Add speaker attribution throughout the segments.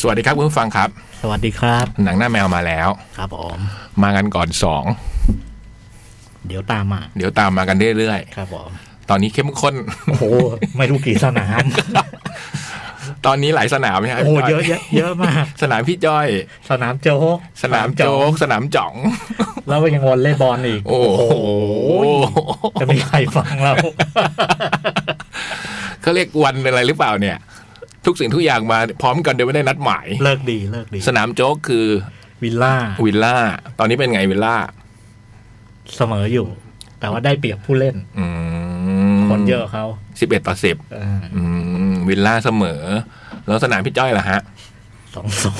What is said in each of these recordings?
Speaker 1: สวัสดีครับคุณผู้ฟังครับ
Speaker 2: สวัสดีครับ
Speaker 1: หนังหน้าแมวมาแล้ว
Speaker 2: ครับผม
Speaker 1: มากันก่อนสอง
Speaker 2: เดี๋ยวตามมา
Speaker 1: เดี๋ยวตามมากันเรื่อย
Speaker 2: ครับผม
Speaker 1: ๆ ตอนนี้เข้มข้น
Speaker 2: โอ้โห ไม่รู้กี่สนาม
Speaker 1: ตอนนี้หลายสนามไหมครับ
Speaker 2: โอ้โห
Speaker 1: พี่
Speaker 2: เย
Speaker 1: จ้
Speaker 2: อะเยอะเยอะมาก
Speaker 1: สนามพี่จ้อย
Speaker 2: สนามโจ๊ก
Speaker 1: สนามโจ๊กสนามจ่อง
Speaker 2: แล้วก็ยังวอลเลย์บอลอีก
Speaker 1: โอ้โห
Speaker 2: จะมีใครฟังเรา
Speaker 1: เขาเรียกวันเป็นอะไรหรือเปล่าเนี่ย ทุกสิ่งทุกอย่างมาพร้อมกันโดยไม่ได้นัดหมาย
Speaker 2: เลิกดีเลิกดี
Speaker 1: สนามโจ๊กคือ
Speaker 2: วิลล่า
Speaker 1: วิลล่า ตอนนี้เป็นไงวิลล่า
Speaker 2: เสมออยู่ แต่ว่าได้เปรียบผู้เล่น
Speaker 1: อืม
Speaker 2: คนเยอะเขา
Speaker 1: สิบเอ็ดต่อสิบ
Speaker 2: เออ
Speaker 1: วิลล่าเสมอ แล้วสนามพี่จ้อยล่ะฮะ
Speaker 2: สองสอง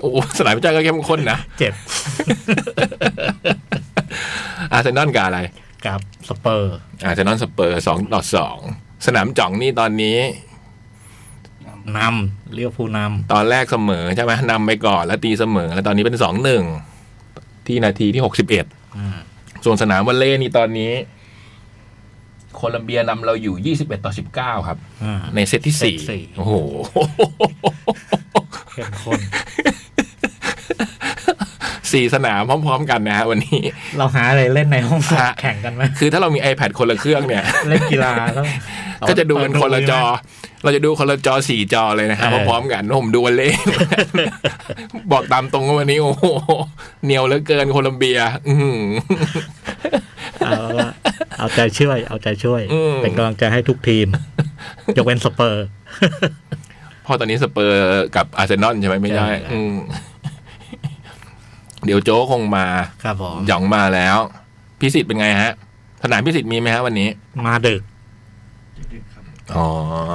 Speaker 1: โอ้โหสนามพี่จ้อยก็เข้มข้นนะ
Speaker 2: เจ็บ
Speaker 1: อาร์เซนอลกับอะไร
Speaker 2: กับสเปอร์
Speaker 1: อาร์เซนอลสเปอร์สองต่อสองสนามจ่องนี่ตอนนี้
Speaker 2: นำเลี้ยวผู้น
Speaker 1: ตอนแรกเสมอใช่ไหมนำไปก่อนแล้วตีเสมอ แล้วตอนนี้เป็นสองหนึ่งที่นาทีที่หกสิบเอ็ด
Speaker 2: ำอืม
Speaker 1: ส่วนสนามวอลเล่นี่ตอนนี้ โคลัมเบียนำเราอยู่ยี่สิบเอ็ดต่อสิบเก้าครับ
Speaker 2: อ่า
Speaker 1: ในเซตที่สี่
Speaker 2: เซตสี่
Speaker 1: โอ้โห
Speaker 2: เข้มข้น
Speaker 1: สี่สนามพร้อมๆกันนะฮะวันนี้
Speaker 2: เราหาอะไรเล่นในห้อง
Speaker 1: ฮะ
Speaker 2: แข่งกันไหม
Speaker 1: คือถ้าเรามี iPad คนละเครื่องเนี่ย
Speaker 2: เล่นกีฬาแล้ว
Speaker 1: ก็จะดูกันคนละจอ เราจะดูคนละจอสี่จอเลยนะฮะ
Speaker 2: เออ
Speaker 1: พร้อมๆกันผมดูวันเล่ บอกตามตรงว่าวันนี้โอ้โหเหนียวเหลือเกินโคลัมเบีย อือหือ
Speaker 2: เอาละเอาใจช่วย เอาใจช่วย
Speaker 1: อืม
Speaker 2: เป็นกำลังใจให้ทุกทีม ยกเว้นสเปอร์
Speaker 1: เพอตอนนี้สเปอร์กับอาร์เซนอลใช่ไหมไม่ได้
Speaker 2: ใช่
Speaker 1: อืมเดี๋ยวโจ้คงมา
Speaker 2: ครับผม
Speaker 1: หยองมาแล้ว พิสิทธิ์เป็นไงฮะ สนามพิสิทธิ์มีไหมฮะวันนี้
Speaker 2: มาดึก
Speaker 1: อ๋อ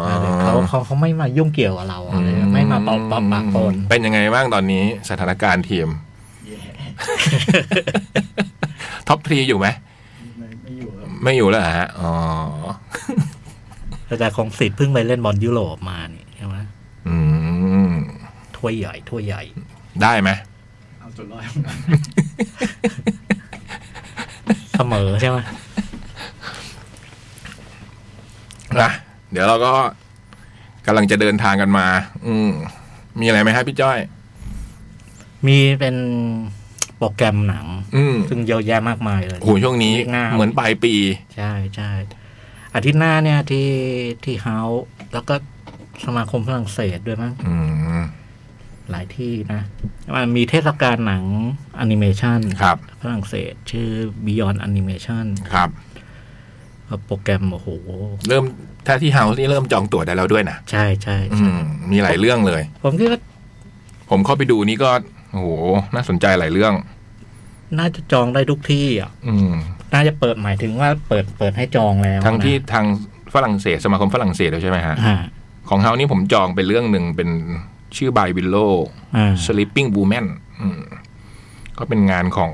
Speaker 2: มาดึกเขาเขาเขาไม่มายุ่งเกี่ยวกับเราอะไรไม่มาปอบปอบปากปน
Speaker 1: เป็นยังไงบ้างตอนนี้สถานการณ์ทีม
Speaker 3: แย่
Speaker 1: ท็อปทรีอยู่ไหม
Speaker 3: ไม่ไม่อยู่ครับ
Speaker 1: ไม่อยู่แล้วเหรอฮะ อ๋อ
Speaker 2: แต่ของสิทธิ์เพิ่งไปเล่นบอลยุโรปมานี่ใช่ไหม
Speaker 1: อืม
Speaker 2: ถ้วยใหญ่ถ้วยใหญ่
Speaker 1: ได้ไหม
Speaker 3: เอาตัวรอด
Speaker 2: เสมอใช่ไหม
Speaker 1: นะเดี๋ยวเราก็กำลังจะเดินทางกันมา อืม มีอะไรไหมฮะพี่จ้อย
Speaker 2: มีเป็นโปรแกรมหนัง
Speaker 1: อืม
Speaker 2: ซึ่งเยอะแยะมากมายเลย
Speaker 1: โหช่วงนี้
Speaker 2: เรียกหน้า
Speaker 1: เหมือนปลายปี
Speaker 2: ใช่ใช่อาทิตย์หน้าเนี่ยที่ที่เฮาส์แล้วก็สมาคมฝรั่งเศสด้วยมั้ง
Speaker 1: อืม
Speaker 2: หลายที่นะ มันมีเทศกาลหนังแอนิเมชัน
Speaker 1: ครับ
Speaker 2: ฝรั่งเศสชื่อ Beyond Animation
Speaker 1: ครับ
Speaker 2: โปรแกรม โอ้โห
Speaker 1: เริ่มถ้าที่เฮาส์นี่เริ่มจองตั๋วได้แล้วด้วยนะ
Speaker 2: ใช่ใช่
Speaker 1: อืม มีหลายเรื่องเลย
Speaker 2: ผมคิดว่า
Speaker 1: ผมเข้าไปดูนี่ก็โอ้โหน่าสนใจหลายเรื่อง
Speaker 2: น่าจะจองได้ทุกที่อ่ะ
Speaker 1: อืม
Speaker 2: น่าจะเปิดหมายถึงว่าเปิดเปิดให้จองแล้ว
Speaker 1: ทั้งที่
Speaker 2: นะ
Speaker 1: ทางฝรั่งเศสสมาคมฝรั่งเศสแล้วใช่ไหมฮะ
Speaker 2: อ่า
Speaker 1: ของเฮานี่ผมจองไปเรื่องหนึ่งเป็นชื่อบายวิลโล
Speaker 2: อ่า
Speaker 1: Sleeping Woman อืมก็เป็นงานของ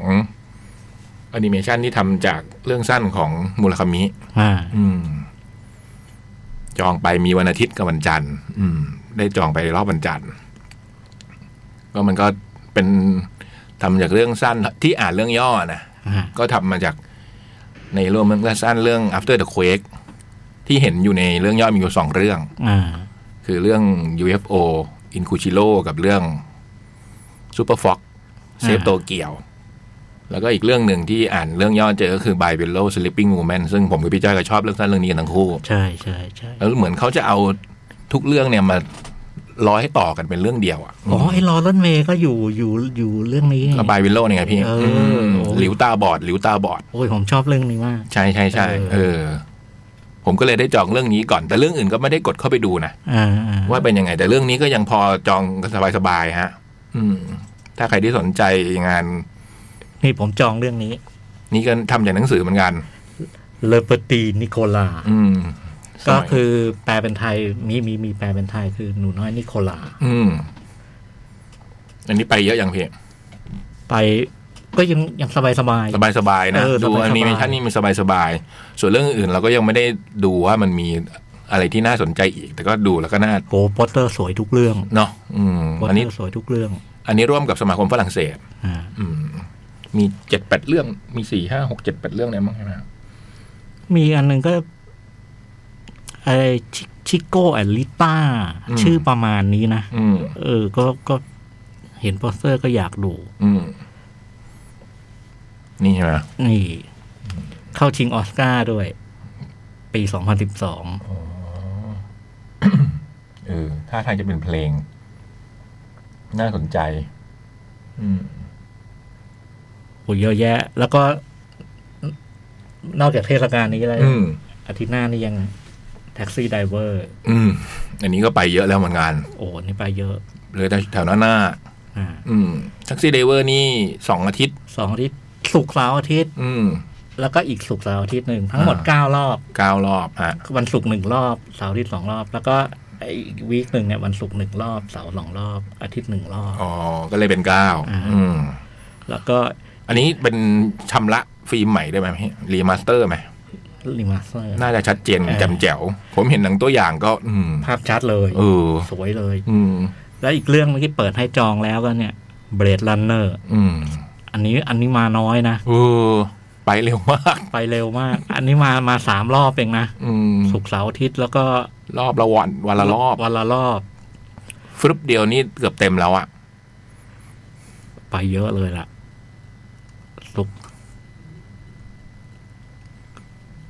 Speaker 1: แอนิเมชันที่ทำจากเรื่องสั้นของมูลคามิ
Speaker 2: อ่า
Speaker 1: อืม จองไปมีวันอาทิตย์กับวันจันทร์ อืม ได้จองไปรอบวันจันทร์ ก็มันก็เป็นทำจากเรื่องสั้นที่อ่านเรื่องย่อนะ
Speaker 2: อ่า
Speaker 1: ก็ทำมาจากในเรื่องเรื่องสั้นเรื่อง After the Quake ที่เห็นอยู่ในเรื่องย่อมีอยู่สองเรื่อง
Speaker 2: อ่า
Speaker 1: คือเรื่อง UFO อินคูชิโร่กับเรื่องซูเปอร์ฟ็อกเซฟโตเกียว แล้วก็อีกเรื่องหนึ่งที่อ่านเรื่องย่อเจอก็คือ By Bellow Sleeping Woman ซึ่งผมกับพี่จ้อยก็ชอบเรื่องสั้นเรื่องนี้กันทั้งคู่
Speaker 2: ใช่ใช่ใช่
Speaker 1: แล้วเหมือนเขาจะเอาทุกเรื่องเนี่ยมาร้อยให้ต่อกันเป็นเรื่องเดียวอ่ะ
Speaker 2: อ๋อไอ้รอรถเมย์ก็อยู่อยู่อยู่เรื่องนี้
Speaker 1: ระบายวิลโล่เนี่ยไงพี่
Speaker 2: เออ
Speaker 1: ม
Speaker 2: โอ้ย
Speaker 1: หลิวตาบอดหลิวตาบอด
Speaker 2: โอ้ยผมชอบเรื่องนี้มาก
Speaker 1: ใช่ใช่ใช่เอ
Speaker 2: เออ
Speaker 1: อ ผมก็เลยได้จองเรื่องนี้ก่อน แต่เรื่องอื่นก็ไม่ได้กดเข้าไปดูนะ
Speaker 2: อ่าอ่า
Speaker 1: ว่าเป็นยังไง แต่เรื่องนี้ก็ยังพอจองกันสบายๆฮะ อืม ถ้าใครที่สนใจงาน
Speaker 2: นี่ผมจองเรื่องนี้
Speaker 1: นี้ก็ทำจากหนังสือเหมือนกัน
Speaker 2: เลเปอร์ตีนิโคลา
Speaker 1: อืม
Speaker 2: ก็
Speaker 1: อ
Speaker 2: คือแปลเป็นไทยมีมีมีแปลเป็นไทยคือหนูน้อยนิโคลา
Speaker 1: อืม อันนี้ไปเยอะอย่างพี่
Speaker 2: ไปก็ยังยังสบายสบาย
Speaker 1: สบายๆนะ
Speaker 2: เออ
Speaker 1: ดู
Speaker 2: สบายๆ
Speaker 1: แอนิเมชันนี่มันสบายๆส่วนเรื่องอื่นเราก็ยังไม่ได้ดูว่ามันมีอะไรที่น่าสนใจอีก แต่ก็ดูแล้วก็น่า
Speaker 2: โหโปสเตอร์สวยทุกเรื่อง
Speaker 1: เนาะอืม
Speaker 2: โปส
Speaker 1: อัน
Speaker 2: เต
Speaker 1: นี้
Speaker 2: อร์สวยทุกเรื่อง
Speaker 1: อันนี้ร่วมกับสมาคมฝรั่งเศส
Speaker 2: อ่า
Speaker 1: อืม มีเจ็ดแปดเรื่อง มีสี่ห้าหกเจ็ดแปดเรื่องเนี่ยมั้งใช่ไหม
Speaker 2: มีอันหนึ่งก็ไอชิ ชิโก้แอลิต้า
Speaker 1: อืม
Speaker 2: ชื่อประมาณนี้นะ
Speaker 1: อืม
Speaker 2: เออ ก็ก็เห็นโปสเตอร์ก็อยากดู
Speaker 1: อืม นี่ใช่ไหม
Speaker 2: นี่ เข้าชิงออสการ์ด้วย ปี 2012
Speaker 1: เออท่าทางจะเป็นเพลง น่าสนใจ อืม
Speaker 2: โหเยอะแยะ แล้วก็นอกจากเทศกาลนี้แล้ว
Speaker 1: อืม
Speaker 2: อาทิตย์หน้านี่ยังแท็กซี่ไดเวอร์
Speaker 1: อืม อันนี้ก็ไปเยอะแล้วเหมือนกัน
Speaker 2: โอ้โหนี่ไปเยอะ
Speaker 1: เลยแถวหน้าหน้า
Speaker 2: อ่า
Speaker 1: อืมแท็กซี่เดเวอร์นี่สองอาทิตย์
Speaker 2: สองอาทิตย์ศุกร์เสาร์อาทิตย์
Speaker 1: อืม
Speaker 2: แล้วก็อีกศุกร์เสาร์อาทิตย์หนึ่งทั้งหมดเก้ารอบ
Speaker 1: เก้ารอบฮะ
Speaker 2: วันศุกร์หนึ่งรอบเสาร์อาทิตย์สองรอบ แล้วก็ไอ้วีคหนึ่งเนี่ยวันศุกร์หนึ่งรอบเสาร์สองรอบ อาทิตย์หนึ่งรอบ
Speaker 1: อ๋อ ก็เลยเป็นเก้า
Speaker 2: อ่า
Speaker 1: อืม
Speaker 2: แล้วก็
Speaker 1: อันนี้เป็นชำระฟิล์มใหม่ได้ไหมพี่รีมาสเตอร์ไหม
Speaker 2: รีมาสเตอร์
Speaker 1: น่าจะชัดเจน
Speaker 2: เออ
Speaker 1: แจำแจ๋ว ผมเห็นหนังตัวอย่างก็ อืม
Speaker 2: ภาพชัดเลย
Speaker 1: เออ
Speaker 2: สวยเลย
Speaker 1: อืม
Speaker 2: แล้วอีกเรื่องเมื่อกี้เปิดให้จองแล้วก็เนี่ยเบรด e ันเนอร์
Speaker 1: อืม
Speaker 2: อันนี้อันนี้มาน้อยนะ
Speaker 1: เออ ไปเร็วมาก
Speaker 2: ไปเร็วมาก อันนี้มามาสามรอบเองนะ
Speaker 1: อืม
Speaker 2: ศุกร์เสาร์อาทิตย์แล้วก็
Speaker 1: รอบละวัน วันละรอบ
Speaker 2: วันละรอบ
Speaker 1: ฟรึบเดียวนี่เกือบเต็มแล้วอะ
Speaker 2: ไปเยอะเลยล่ะศุกร์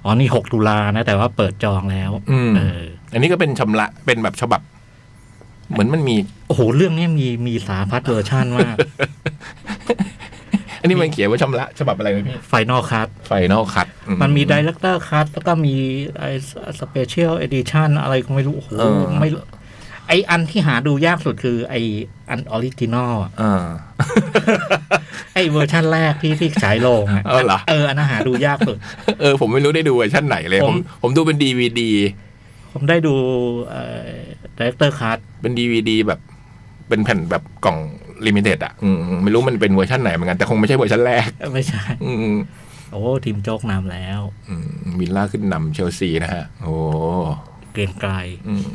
Speaker 2: อ๋อนี่หกตุลานะ แต่ว่าเปิดจองแล้ว
Speaker 1: อืม
Speaker 2: เออ
Speaker 1: อันนี้ก็เป็นชำระ เป็นแบบฉบับ เหมือนมันมี
Speaker 2: โอ้โห เรื่องนี้มีมีสารพัดเวอร์ชันมาก
Speaker 1: อันนี้มันเขียนว่าชำระ ฉบับอะไรไหมพี่
Speaker 2: ไฟนอลคัท
Speaker 1: ไฟนอลคัด
Speaker 2: มันมีดีเลกเตอร์คัทแล้วก็มีไอสเปเชียลเอดิชันอะไรก็ไม่รู้ โอ้โห
Speaker 1: เออ
Speaker 2: ไม่รู้ไออันที่หาดูยากสุดคือไออันออริจินอลอะ
Speaker 1: อ่า
Speaker 2: ไอเวอร์ชันแรกที่ที่ฉายโรงอะ
Speaker 1: เออเหรอ
Speaker 2: เออ อันนั้นหาดูยากสุด
Speaker 1: เออ ผมไม่รู้ได้ดูเวอร์ชันไหนเลย ผมผ
Speaker 2: ผม
Speaker 1: มดูเป็นดีวดี
Speaker 2: ผมได้ดูดีเลกเตอร์คัท
Speaker 1: เป็นดีวดีแบบ เป็นแผ่นแบบกล่องลิมิเต็ดอ่ะอืมไม่รู้มันเป็นเวอร์ชันไหนเหมือนกัน แต่คงไม่ใช่เวอร์ชันแรก
Speaker 2: ไม่ใช่
Speaker 1: อืม
Speaker 2: โอ้ทีมโจ๊กนำแล้ว
Speaker 1: อืมวิลล่าขึ้นนำเชลซีนะฮะ โอ้
Speaker 2: เกรียงไกล
Speaker 1: อืม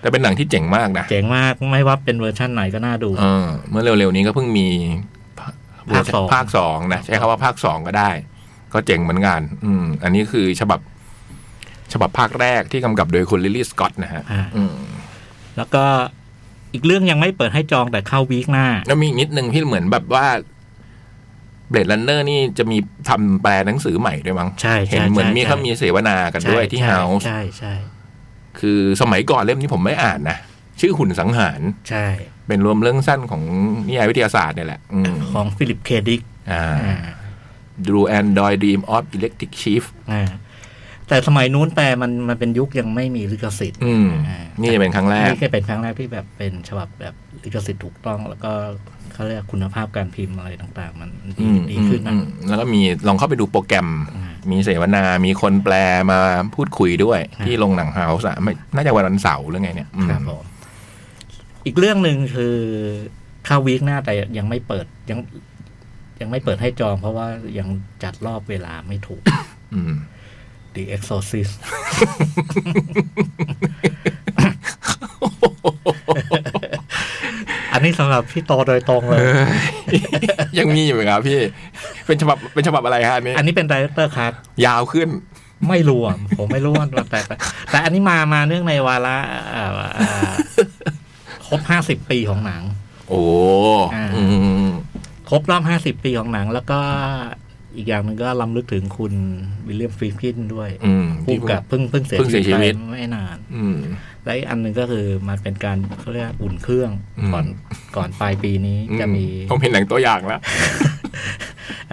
Speaker 1: แต่เป็นหนังที่เจ๋งมากนะ
Speaker 2: เจ๋งมากไม่ว่าเป็นเวอร์ชันไหนก็น่าดู
Speaker 1: เออ เมื่อเร็วๆนี้ก็เพิ่งมี
Speaker 2: ภาคสอง
Speaker 1: ภาคสองนะ ใช้คำว่าภาคสองก็ได้ ก็เจ๋งเหมือนกัน อืม อันนี้คือฉบับ ฉบับภาคแรกที่กำกับโดยคุณลิลลี่สกอตนะฮะ
Speaker 2: อ่า
Speaker 1: อืม
Speaker 2: แล้วก็อีกเรื่องยังไม่เปิดให้จองแต่เข้าวีคหน้า
Speaker 1: แล้วมีอีกนิดนึงที่เหมือนแบบว่าเบลด e ันเนอร์นี่จะมีทำแปลหนังสือใหม่ด้วยมั้ง
Speaker 2: ใช่
Speaker 1: เห็น
Speaker 2: ใช่
Speaker 1: เหมือนมี
Speaker 2: ใช่
Speaker 1: เขามีเสวนากันด้วยที่
Speaker 2: ใช่
Speaker 1: เฮาส์
Speaker 2: ใช่ใช่
Speaker 1: คือสมัยก่อนเล่มนี้ผมไม่อ่านนะ ชื่อหุ่นสังหาร
Speaker 2: ใช่
Speaker 1: เป็นรวมเรื่องสั้นของนิยายวิทยาศาสตร์เนี่ยแหละ อืม
Speaker 2: ของฟิลิปเคดิก
Speaker 1: อ่า
Speaker 2: อ่า
Speaker 1: ดูแอนดรอยดีมออฟอิเล็กทริกชีฟ
Speaker 2: อ่าแต่สมัยนู้นแต่มันมันเป็นยุคยังไม่มีลิขสิทธิ์
Speaker 1: อืม นี่จะเป็นครั้งแรก
Speaker 2: นี่ก็เป็นครั้งแรกที่แบบเป็นฉบับแบบลิขสิทธิ์ถูกต้อง แล้วก็เขาเรียกคุณภาพการพิมพ์อะไรต่างๆ มันดี
Speaker 1: อืม
Speaker 2: ดีขึ้นนะ
Speaker 1: อืมอืมแล้วก็มีลองเข้าไปดูโปรแกรม มีเสวนา มีคนแปลมาพูดคุยด้วย ที่โรงหนังเฮาส์อะไม่น่าจะวันเสาร์หรือไงเนี่ยอืม
Speaker 2: ครับผมอีกเรื่องหนึ่งคือเข้าวีคหน้าแต่ยังไม่เปิดยัง ยังไม่เปิดให้จอง เพราะว่ายังจัดรอบเวลาไม่ถูก
Speaker 1: อืม
Speaker 2: The Exorcist อันนี้สำหรับพี่โตโดยตรงเลย
Speaker 1: ยังมีอยู่ไหมครับพี่ เป็นฉบับเป็นฉบับอะไรฮะอันนี้
Speaker 2: อันนี้เป็นไดเรคเตอร์คัท
Speaker 1: ยาวขึ้น
Speaker 2: ไม่รวม ผมไม่รู้ว่ามันแตกต่างแต่อันนี้มามาเนื่องในวาระเอ่อเอ่อครบห้าสิบปีของหนัง
Speaker 1: โอ้
Speaker 2: อ่า
Speaker 1: อืม
Speaker 2: ครบรอบห้าสิบ50 ปีของหนัง แล้วก็อีกอย่างหนึ่งก็ล้ำลึกถึงคุณวิลเลียมฟรีคินด้วย
Speaker 1: อืม
Speaker 2: ผู้
Speaker 1: ที่
Speaker 2: กำกับเพิ่งเพิ่งเสีย
Speaker 1: เพิ่งเสียชีวิต
Speaker 2: ไปไม่นาน
Speaker 1: อืม
Speaker 2: และอีกอันหนึ่งก็คือมันเป็นการเขาเรียกว่าอุ่นเครื่อง
Speaker 1: อืม
Speaker 2: ก่อนก่อนปลายปีนี้จะมี
Speaker 1: อืผมเห็นหนังตัวอย่างแล้ว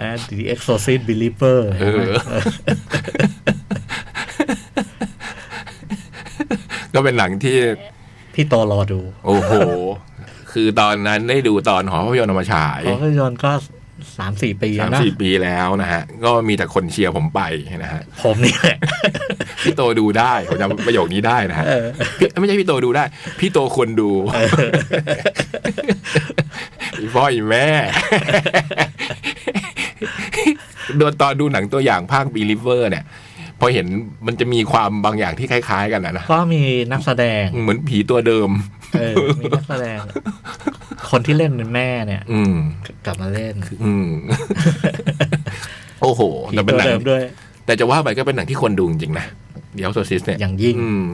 Speaker 2: อ่า The Exorcist Believer
Speaker 1: เออ
Speaker 2: เออ
Speaker 1: ก็เป็นหนัง ที่
Speaker 2: พี่โตรอดู
Speaker 1: โอ้โห คือตอนนั้นได้ดูตอนหอภาพยนตร์เอามาฉาย
Speaker 2: เพราะภาพยนตร์ก็สามสี่ปี
Speaker 1: สา
Speaker 2: แล้ว
Speaker 1: ม
Speaker 2: นะ
Speaker 1: สี่ปีแล้วนะฮะ ก็มีแต่คนเชียร์ผมไปนะฮะ
Speaker 2: ผมนี่ แหละ
Speaker 1: พี่โตดูได้ผมจำประโยคนี้ได้นะฮะ
Speaker 2: เออ
Speaker 1: พี่ไม่ใช่พี่โตดูได้ พี่โตควรดูอีพ่ออีแม่ โดนตอนดูหนังตัวอย่างภาคบีลิเวอร์เนี่ย พอเห็นมันจะมีความบางอย่างที่คล้าย ๆ กันนะนะ
Speaker 2: ก็มีนักแสดง
Speaker 1: เหมือนผีตัวเดิม
Speaker 2: เออมีนักแสดง คนที่เล่นเป็นแม่เนี่ย
Speaker 1: อืม
Speaker 2: กลับมาเล่น
Speaker 1: อื ม โอ้โห
Speaker 2: ผี
Speaker 1: แต่เป็น
Speaker 2: ตัว
Speaker 1: หนัง
Speaker 2: เดิมด้วย
Speaker 1: แต่จะว่าไปก็เป็นหนังที่ควรดูจริงๆนะ เดี๋ยวโซซิสเนี่ย
Speaker 2: อย่างยิ่ง
Speaker 1: อืม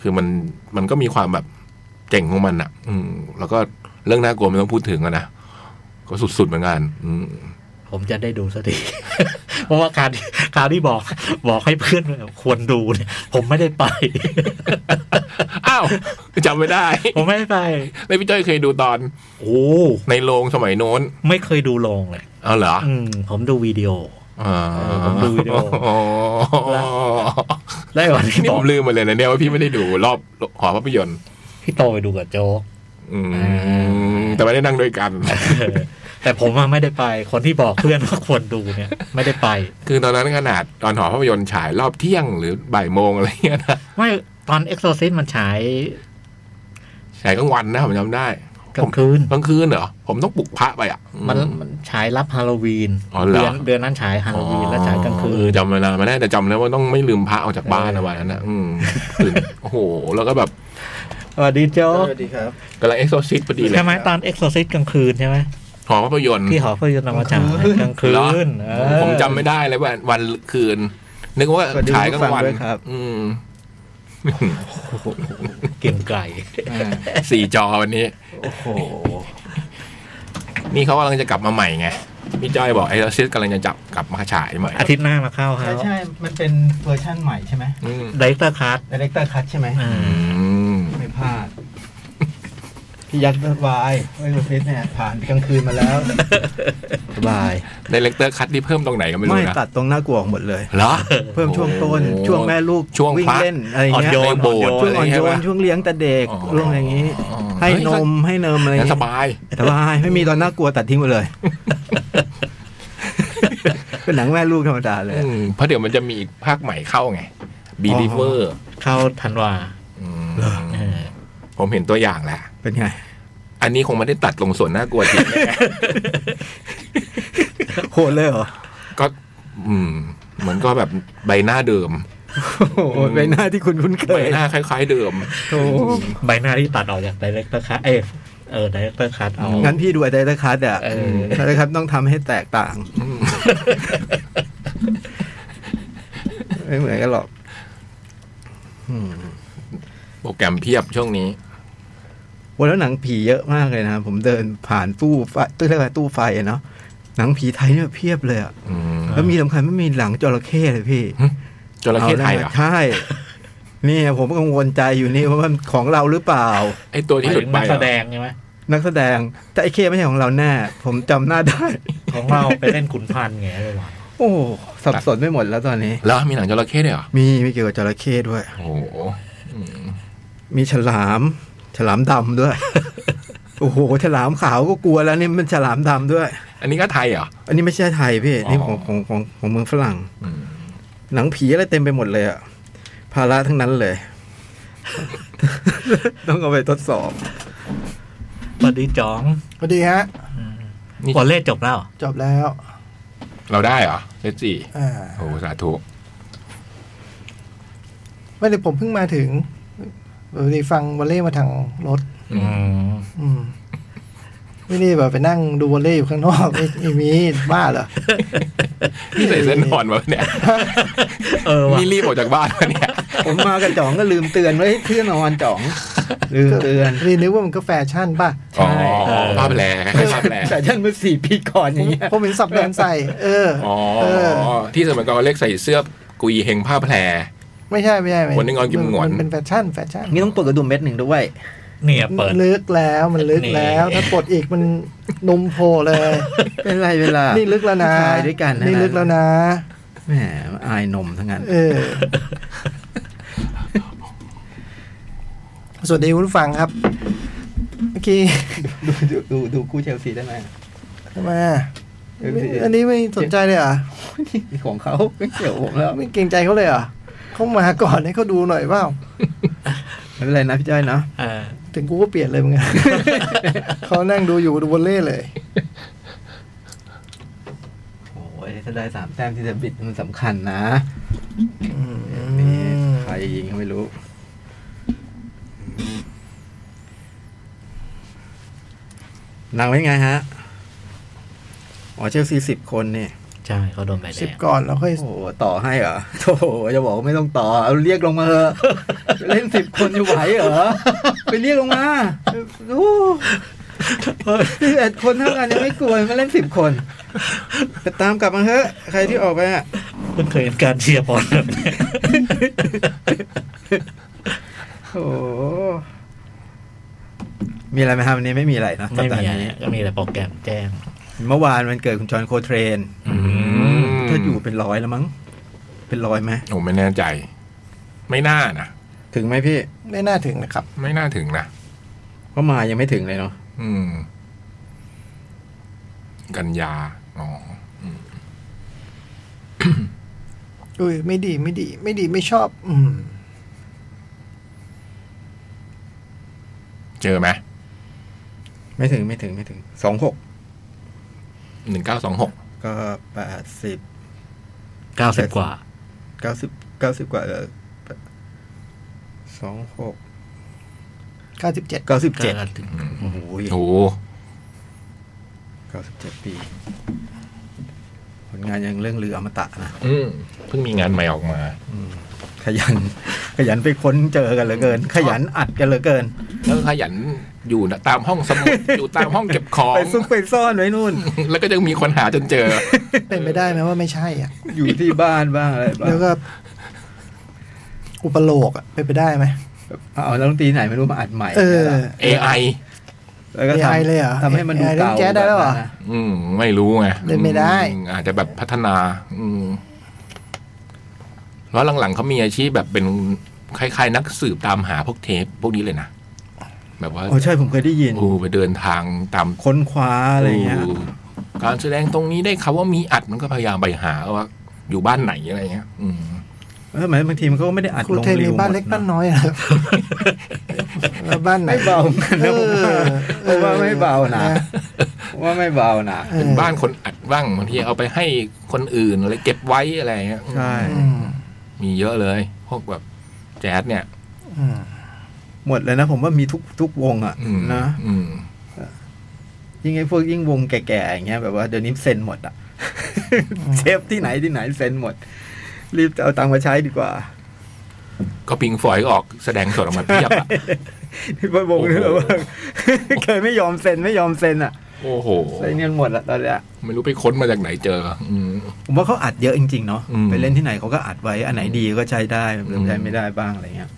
Speaker 1: คือมันมันก็มีความแบบเจ๋งของมันอะ่ะ อืม แล้วก็เรื่องน่ากลัวไม่ต้องพูดถึงอะนะ ก็สุดๆเหมือนกัน อืม
Speaker 2: ผมจะได้ดูสักที เพราะว่าการการที่บอกบอกให้เพื่อนควรดูเนี่ย ผมไม่ได้ไป
Speaker 1: อ้าว จำไม่ได้
Speaker 2: ผมไม่ได้ไป
Speaker 1: แล้วพี่จ้อยเคยดูตอน
Speaker 2: โอ้
Speaker 1: ในโรงสมัยโน้น
Speaker 2: ไม่เคยดูโรงเลย
Speaker 1: เอาเหรอ
Speaker 2: อืม ผมดูวิดีโอ
Speaker 1: อ่า
Speaker 2: เออผมดูวิดีโอ
Speaker 1: อ๋อ
Speaker 2: ได้วันที่
Speaker 1: นี่
Speaker 2: บอ
Speaker 1: ผ
Speaker 2: ก
Speaker 1: มลืมไปเลยนะเนี่ยว่าพี่ไม่ได้ดูรอบหอภาพยนตร์
Speaker 2: พี่โตไปดูกับโจ๊ก
Speaker 1: อืม แต่ไม่ได้นั่งด้วยกัน
Speaker 2: เออแต่ผมอะไม่ได้ไป คนที่บอกเพื่อนว่าควรดูเนี่ย ไม่ได้ไป
Speaker 1: คือตอนนั้นขนาดตอนหอภาพยนตร์ฉายรอบเที่ยงหรือบ่ายโมงอะไรเงี้ยนะ
Speaker 2: ไม่ตอนเอ็กโซซิสมันฉาย
Speaker 1: ฉายกลางวันนะผมจำได้
Speaker 2: กลางคืน
Speaker 1: กลางคืนเหรอ ผมต้องปลุกพระไปอ่ะ
Speaker 2: มัน
Speaker 1: อื
Speaker 2: มันฉายรับฮาโลวีน
Speaker 1: อ๋อเหรอ
Speaker 2: เดืนเดือนนั้นฉายฮาโลวีนและฉายกลางคื
Speaker 1: เออน จำเวลาไม่ได้แต่จำแล้วว่าต้องไม่ลืมพระออกจากบ้าน
Speaker 2: เอ
Speaker 1: นะ
Speaker 2: อ
Speaker 1: วันนั้นนะอืมตื่นโอ้โห แล้วก็แบบ
Speaker 2: สวัสดีโจ๊ก
Speaker 3: สวัสดีครับ
Speaker 1: กำลังเอ็กซ์โซซิตพอดีเลย
Speaker 2: ใช่ไหมตอนเอ็กโซซิสกลางคืนใช่ไหม
Speaker 1: หอภาพยนตร์
Speaker 2: ที่หอภาพยนตร์นำมาฉายกลางคื
Speaker 1: เหรอน
Speaker 2: เออ
Speaker 1: ผมจำไม่ได้เลยวันวันคืน นึกว่า
Speaker 3: สวัสดี
Speaker 1: ฉายกลางวัน
Speaker 3: ผู้ฟังด้วยครับ
Speaker 1: อืม
Speaker 2: เก่งไก่
Speaker 1: สี่จอวันนี้
Speaker 3: โอ้โห
Speaker 1: นี่เขากำลังจะกลับมาใหม่ไงพี่จ้อยบอกไอ้เอ็กซ์โซซิตกำลังจะจับกลับมาฉายใหม่
Speaker 2: อาทิตย์หน้ามาเข้าครั
Speaker 3: ใช่
Speaker 2: บ
Speaker 3: ใช่ มันเป็นเวอร์ชั่นใหม่ใช่ไหม
Speaker 1: อืม
Speaker 2: ไดเตอร์คัส
Speaker 3: ดีเรคเตอร์คัใช่ไหม
Speaker 1: อืม
Speaker 3: ไม่พลาด พี่ยัดวายเอ้ยลูฟิสเนี่ย ผ่านกลางคืนมาแล้ว
Speaker 2: สบาย
Speaker 1: ในเลกเตอร์คัดที่เพิ่มตรงไหนก็ไม่รู้
Speaker 3: ไม่
Speaker 1: นะ
Speaker 3: ตัดตรงหน้ากลัวออกหมดเลย
Speaker 1: เหรอ
Speaker 3: เพิ่มช่วงต้น
Speaker 1: โอ้
Speaker 3: ช่วงแม่ลูก
Speaker 1: ช่วง
Speaker 3: วิ่ง
Speaker 1: พระ
Speaker 3: เล่นอะไร
Speaker 2: อ่อน
Speaker 3: เงี้ย
Speaker 2: โย
Speaker 1: ใน
Speaker 2: น
Speaker 1: โบสถ์
Speaker 2: อ่อนโย
Speaker 3: ช่วน ง
Speaker 1: อะไรอย่างเงี้
Speaker 3: อ่อนโยน
Speaker 1: ย
Speaker 3: ช่วงเลี้ยงแต่เด็ก
Speaker 1: อ๋อ
Speaker 3: ช่วงอะไรอย่างงี้
Speaker 1: อ๋อ
Speaker 3: ให้นมให้เนมอะไร
Speaker 1: งั้นส
Speaker 3: เงี้ย
Speaker 1: บาย
Speaker 3: สบายไม่มีตอนน่ากลัวตัดทิ้งหม ดเลย เป็นหนังแม่ลูกธรรมดาเลย
Speaker 1: อืมเพราะเดี๋ยวมันจะมีอีกภาคใหม่เข้าไง Believer
Speaker 2: เข้าธันวา
Speaker 1: อืม
Speaker 2: เออ
Speaker 1: ผมเห็นตัวอย่างแล้ว
Speaker 3: เป็นไง
Speaker 1: อันนี้คงไม่ได้ตัดลงส่วนน่ากลัวจริง แน่
Speaker 3: โหดเลยเหรอ
Speaker 1: ก็ อืม มันก็แบบใบหน้าเดิม
Speaker 3: โอ้โหใบหน้าที่คุณคุ้นเค
Speaker 1: ใบ
Speaker 3: ย
Speaker 1: หน้าคล้าย ๆเดิม
Speaker 3: โอ้
Speaker 2: ใบหน้าที่ตัดออกจากไดเรคเตอร์คัสเอยเออไดเรคเตอร์คัสเอา
Speaker 3: งั้นพี่ดูไอ้ไดร์คัสอ่ะ
Speaker 2: เออ
Speaker 3: ไดร์คัสต้องทำให้แตกต่าง ไม่เหมือนกันหรอกอืม
Speaker 1: โปรแกรมเพียบช่วงนี้
Speaker 3: วันแล้วหนังผีเยอะมากเลยนะ ผมเดินผ่านตู้ไฟตู้เรียกว่าตู้ไฟอะเนาะ หนังผีไทยเนี่ยเพียบเลยอะ
Speaker 1: อืม
Speaker 3: แล้วมีสำคัญไม่มีหลังจระเข้เลยพี่
Speaker 1: จระเข้ไทยเหรอ
Speaker 3: ใช่ นี่ผมกังวลใจอยู่นี่ว่ามันของเราหรือเปล่า
Speaker 1: ไอตัวที่หลุดไป
Speaker 2: นัก
Speaker 1: เหร
Speaker 2: แส
Speaker 1: อ
Speaker 2: ดงใช่ไหม
Speaker 3: นักแสดง แต่ไอ้เคไม่ใช่ของเราแน่ ผมจำหน้าได้
Speaker 2: ของเราไปเล่นขุนพันธ์ไงเลยวะ
Speaker 3: โอ้สับสนไม่หมดแล้วตอนนี้
Speaker 1: แล้วมีหนังจระเข้ด้วยเหรอ
Speaker 3: มีมีเกี่ยวกับจระเข้ด้วย
Speaker 1: โอ้โหอืม
Speaker 3: มีฉลาม ฉลามดำด้วย โอ้โห ฉลามขาวก็กลัวแล้วนี่มันฉลามดำด้วย
Speaker 1: อันนี้ก็ไทยเหรอ
Speaker 3: อันนี้ไม่ใช่ไทยพี่
Speaker 1: อ๋อ
Speaker 3: นี่ของของของของเมืองฝรั่ง
Speaker 1: อืม
Speaker 3: หนังผีอะไรเต็มไปหมดเลยอะภาระทั้งนั้นเลย ต้องเอาไปทดสอบ
Speaker 2: สวัสดีจ๋อง
Speaker 4: พอดีฮะ
Speaker 2: วอลเล่จบแล้วเหรอ
Speaker 4: จบแล้ว
Speaker 1: เราได้เหรอเลจี
Speaker 4: อ่า
Speaker 1: โอ้โหสาธุ
Speaker 4: ไม่ได้ผมเพิ่งมาถึงพอดีฟังวอลเล่มาทางรถ
Speaker 1: อืม
Speaker 4: อืม ไม่ได้แบบไปนั่งดูวอลเล่อยู่ข้างนอก ไม่ไม่มีบ้าเหรอ
Speaker 1: นี่ใส่เส้นนอนมาปะเนี่ย
Speaker 2: เออว่ะ
Speaker 1: นี่รีบออกจากบ้านมาเนี่ย
Speaker 3: ผมมากับจ่องก็ลืมเตือนไว้เพื่อนนอนจ่อง ลืมเตือน
Speaker 4: พอดีนึกว่ามันก็แฟชั่นป่ะ
Speaker 1: อ๋อภาพแผลคล้ายๆภาพแผล
Speaker 3: แต่ท่านเมื่อสี่ปีก่อน
Speaker 4: ผ
Speaker 3: อย่าม งเงี้ย
Speaker 4: ผมเห็นสับแดนใส่ เออ
Speaker 1: อ๋อ
Speaker 4: เออ
Speaker 1: ที่สมัยก่อนเขาเรียกใส่เสื้อกุยเฮงผ้าแผล
Speaker 4: ไม่ใช่ไม่ใช่ไม่
Speaker 1: วันนี้งอนกินหงอน
Speaker 4: มัเป็นแฟชั่นแฟชั่น
Speaker 3: นี่ต้องเปิดกระดุมเม็ดหนึ่งด้วย
Speaker 2: เนี่ยเปิด
Speaker 4: ลึกแล้วมันลึกแล้ว
Speaker 2: นี่
Speaker 4: ถ้ากดอีกมันนมโผล่เลย
Speaker 3: เป็นไรเวลา
Speaker 4: นี่
Speaker 3: นี่
Speaker 4: ลึกแล้วนะ
Speaker 3: ผู้ชายด้วยกันนะ
Speaker 4: ลึกแล้วนะ
Speaker 3: แหมอายนมทั้งนั้น
Speaker 4: เออ สวัสดีคุณผู้ฟังครับ เมื่อกี้
Speaker 3: ดูดูดูดูคู่เชลซีได้ไหม
Speaker 4: ทำไม
Speaker 3: เออ
Speaker 4: อันนี้ไม่สนใจเลยเหรอ่ะ
Speaker 3: นี่ของเขาไม่เกี่ยวผมแล้ว
Speaker 4: ไม่เกรงใจเขาเลยเหรอ่ะเขามาก่อนให้เขาดูหน่อยเปล่า
Speaker 3: ไม่เป็นไรนะพี่จ้อยเนาะ
Speaker 2: เออ
Speaker 4: ถึงกูก็เปลี่ยนเลย เหมึง เขานั่งดูอยู่ดูวอลเล่เลย
Speaker 3: โอ้ยถ้าได้สามแต้มที่จะบิดมันสำคัญนะ
Speaker 4: อื
Speaker 3: นี่
Speaker 4: ม
Speaker 3: ใครยิงก็ไม่รู้ นางเป็นไงฮะ อ๋อเชลซีสิบคนเนี่ย
Speaker 2: เช ใช่เขาโดนใบแด
Speaker 4: สิบ
Speaker 2: ง
Speaker 4: ก่อนแล้วค่อย
Speaker 3: โอ้โหต่อให้เหรอโอ้โหจะบอกว่าไม่ต้องต่อเอาเรียกลงมาเถอะเล่นสิบคนจะไหวเหรอไปเรียกลงมาโอ้สิบเอ็ดคนเท่ากันยังไม่กลัวมาเล่นสิบคนไปตามกลับมาเถอะใครที่ออกไปอ่ะ
Speaker 2: เพิ่งเคยเห็นการเชียร์บอล แบบนี้
Speaker 3: โอ้โหมีอะไรไหมครับวันนี้ไม่มีอะไรเนอะสัป
Speaker 2: ไม่
Speaker 3: ดา
Speaker 2: มีอะ
Speaker 3: ห์
Speaker 2: ไร
Speaker 3: นี้
Speaker 2: ก็มีแต่โปรแกรมแจ้ง
Speaker 3: เมื่อวานมันเกิดคุณจอห์นโคเทรน
Speaker 1: ม
Speaker 3: ถ้าอยู่เป็นร้อยแล้วมั้งเป็นร้อยไหม
Speaker 1: ผมไม่แน่ใจ ไม่น่านะ
Speaker 3: ถึงไหมพี่
Speaker 4: ไม่น่าถึงนะครับ
Speaker 1: ไม่น่าถึงนะ
Speaker 3: ก็มายังไม่ถึงเลยเนาะ
Speaker 1: อืม กันยา อ๋อ
Speaker 4: อุ้ยไม่ดีไม่ดี ไม่ดีไม่ชอบ อืม
Speaker 1: เจอไหม
Speaker 3: ไม่ถึงไม่ถึงไม่ถึงสองหก
Speaker 1: หนึ่งเก้าสองหก
Speaker 3: ก็แปดสิบ
Speaker 2: เก้าสิบกว่า
Speaker 3: เก้าสิบเก้าสิบกว่าเออสองหก
Speaker 4: 97
Speaker 3: เก้าสิบเจ็ด
Speaker 2: ถึง
Speaker 3: โอ้โห
Speaker 1: โอ้โห
Speaker 3: เก้าสิบเจ็ดปี ผลงานยังเรื่องลืออมตะนะ
Speaker 1: อืมเพิ่งมีงานใหม่ออกมา
Speaker 3: ขยัน ขยันไปค้นเจอกันเหลือเกิน ขยันอัดกันเหลือเกิน
Speaker 1: แล้วขยันอยู่นะตามห้องสมุด อยู่ตามห้องเก็บของ
Speaker 3: ไปซุกไปซ่อนไว้นู่น
Speaker 1: แล้วก็ยังมีคนหาจนเจอ
Speaker 4: เป็นไปได้ไหมว่าไม่ใช่อ่ะ
Speaker 3: อยู่ที่บ้านบ้างอะไรบ้าง
Speaker 4: แล้วก็ อุปโลกอ่ะเป็นไปได้ไหม
Speaker 3: เอาแล้วดนตรีไหนไม่รู้มาอัดใหม่
Speaker 4: เออ
Speaker 1: AI
Speaker 3: แล้วก็
Speaker 4: AI
Speaker 3: ทำ
Speaker 4: เลยเหรอ
Speaker 3: ทำให้มันดู
Speaker 4: AI เล่น
Speaker 3: เก่า
Speaker 4: แจ๊สได้แล้วเหรอ
Speaker 3: บบนั้นนะ
Speaker 1: อืม ไม่รู้ไง
Speaker 4: เล่นไม่ได้
Speaker 1: อือาจจะแบบพัฒนา อืมแล้วหลังๆเขามีอาชีพแบบเป็นคล้ายๆนักสืบตามหาพวกเทปพวกนี้เลยนะ แบบว่า
Speaker 3: โอ้ใช่ผมเคยได้ยิน
Speaker 1: อูไปเดินทางตาม
Speaker 3: ค้นคว้าอะไรเงี้ย
Speaker 1: โอ้การแสดงตรงนี้ได้เขาว่ามีอัดมันก็พยายามไปหาว่า อยู่บ้านไหนอะไรเงี้ย อืม
Speaker 3: เออหมายบางทีมันก็ไม่ได้อัด
Speaker 4: ครู
Speaker 3: ลง
Speaker 4: เทน
Speaker 3: รี
Speaker 4: มี
Speaker 3: ว
Speaker 4: บ้า
Speaker 3: ห
Speaker 4: น
Speaker 3: ม
Speaker 4: เล็ก
Speaker 3: ดะ
Speaker 4: บ้านน้อยอะครับ แล้วบ้านไหน
Speaker 3: ไม่เบาเหมือนกันนะผมว่า
Speaker 4: เออ
Speaker 3: ผมว่าไม่เบานะ
Speaker 4: ออ
Speaker 3: ผมว่าไม่เบานะ
Speaker 4: ออ
Speaker 1: เป็นบ้านคนอัดบ้างบางทีเอาไปให้คนอื่นอะไรเก็บไว้อะไรเงี้ย
Speaker 3: ใช่
Speaker 4: อืม
Speaker 1: มีเยอะเลย พวกแบบแจ๊สเนี่ย
Speaker 4: อืม
Speaker 3: หมดเลยนะ ผมว่ามีทุกทุกวงอ่ะ
Speaker 1: อืม
Speaker 3: นะ
Speaker 1: อืม
Speaker 3: ยิ่งไอ้พวกยิ่งวงแก่ๆอย่างเงี้ยแบบว่าเดี๋ยวนี้เซ็นหมด อ่ะเชฟที่ไหนที่ไหนเซ็นหมด รีบเอาตังค์มาใช้ดีกว่า
Speaker 1: ก็ปิงฝอยก็ออกแสดงสดออกมาเพียบอะ
Speaker 3: ที่ว่าวงนี่แบบว่า เคยไม่ยอมเซ็นไม่ยอมเซ็นอ่ะ
Speaker 1: โอ้โห
Speaker 3: ไอ้เงินหมดละตอนเนี้ย
Speaker 1: ไม่รู้ไปค้นมาจากไหนเจอ อืม
Speaker 3: ผมว่าเขาอัดเยอะจริงๆเนาะ
Speaker 1: อืม
Speaker 3: ไปเล่นที่ไหนเขาก็อัดไว้อันไหนดีก็ใช้ได้หรือใช้
Speaker 1: อืม
Speaker 3: ไม่ได้บ้างอะไรเงี้ย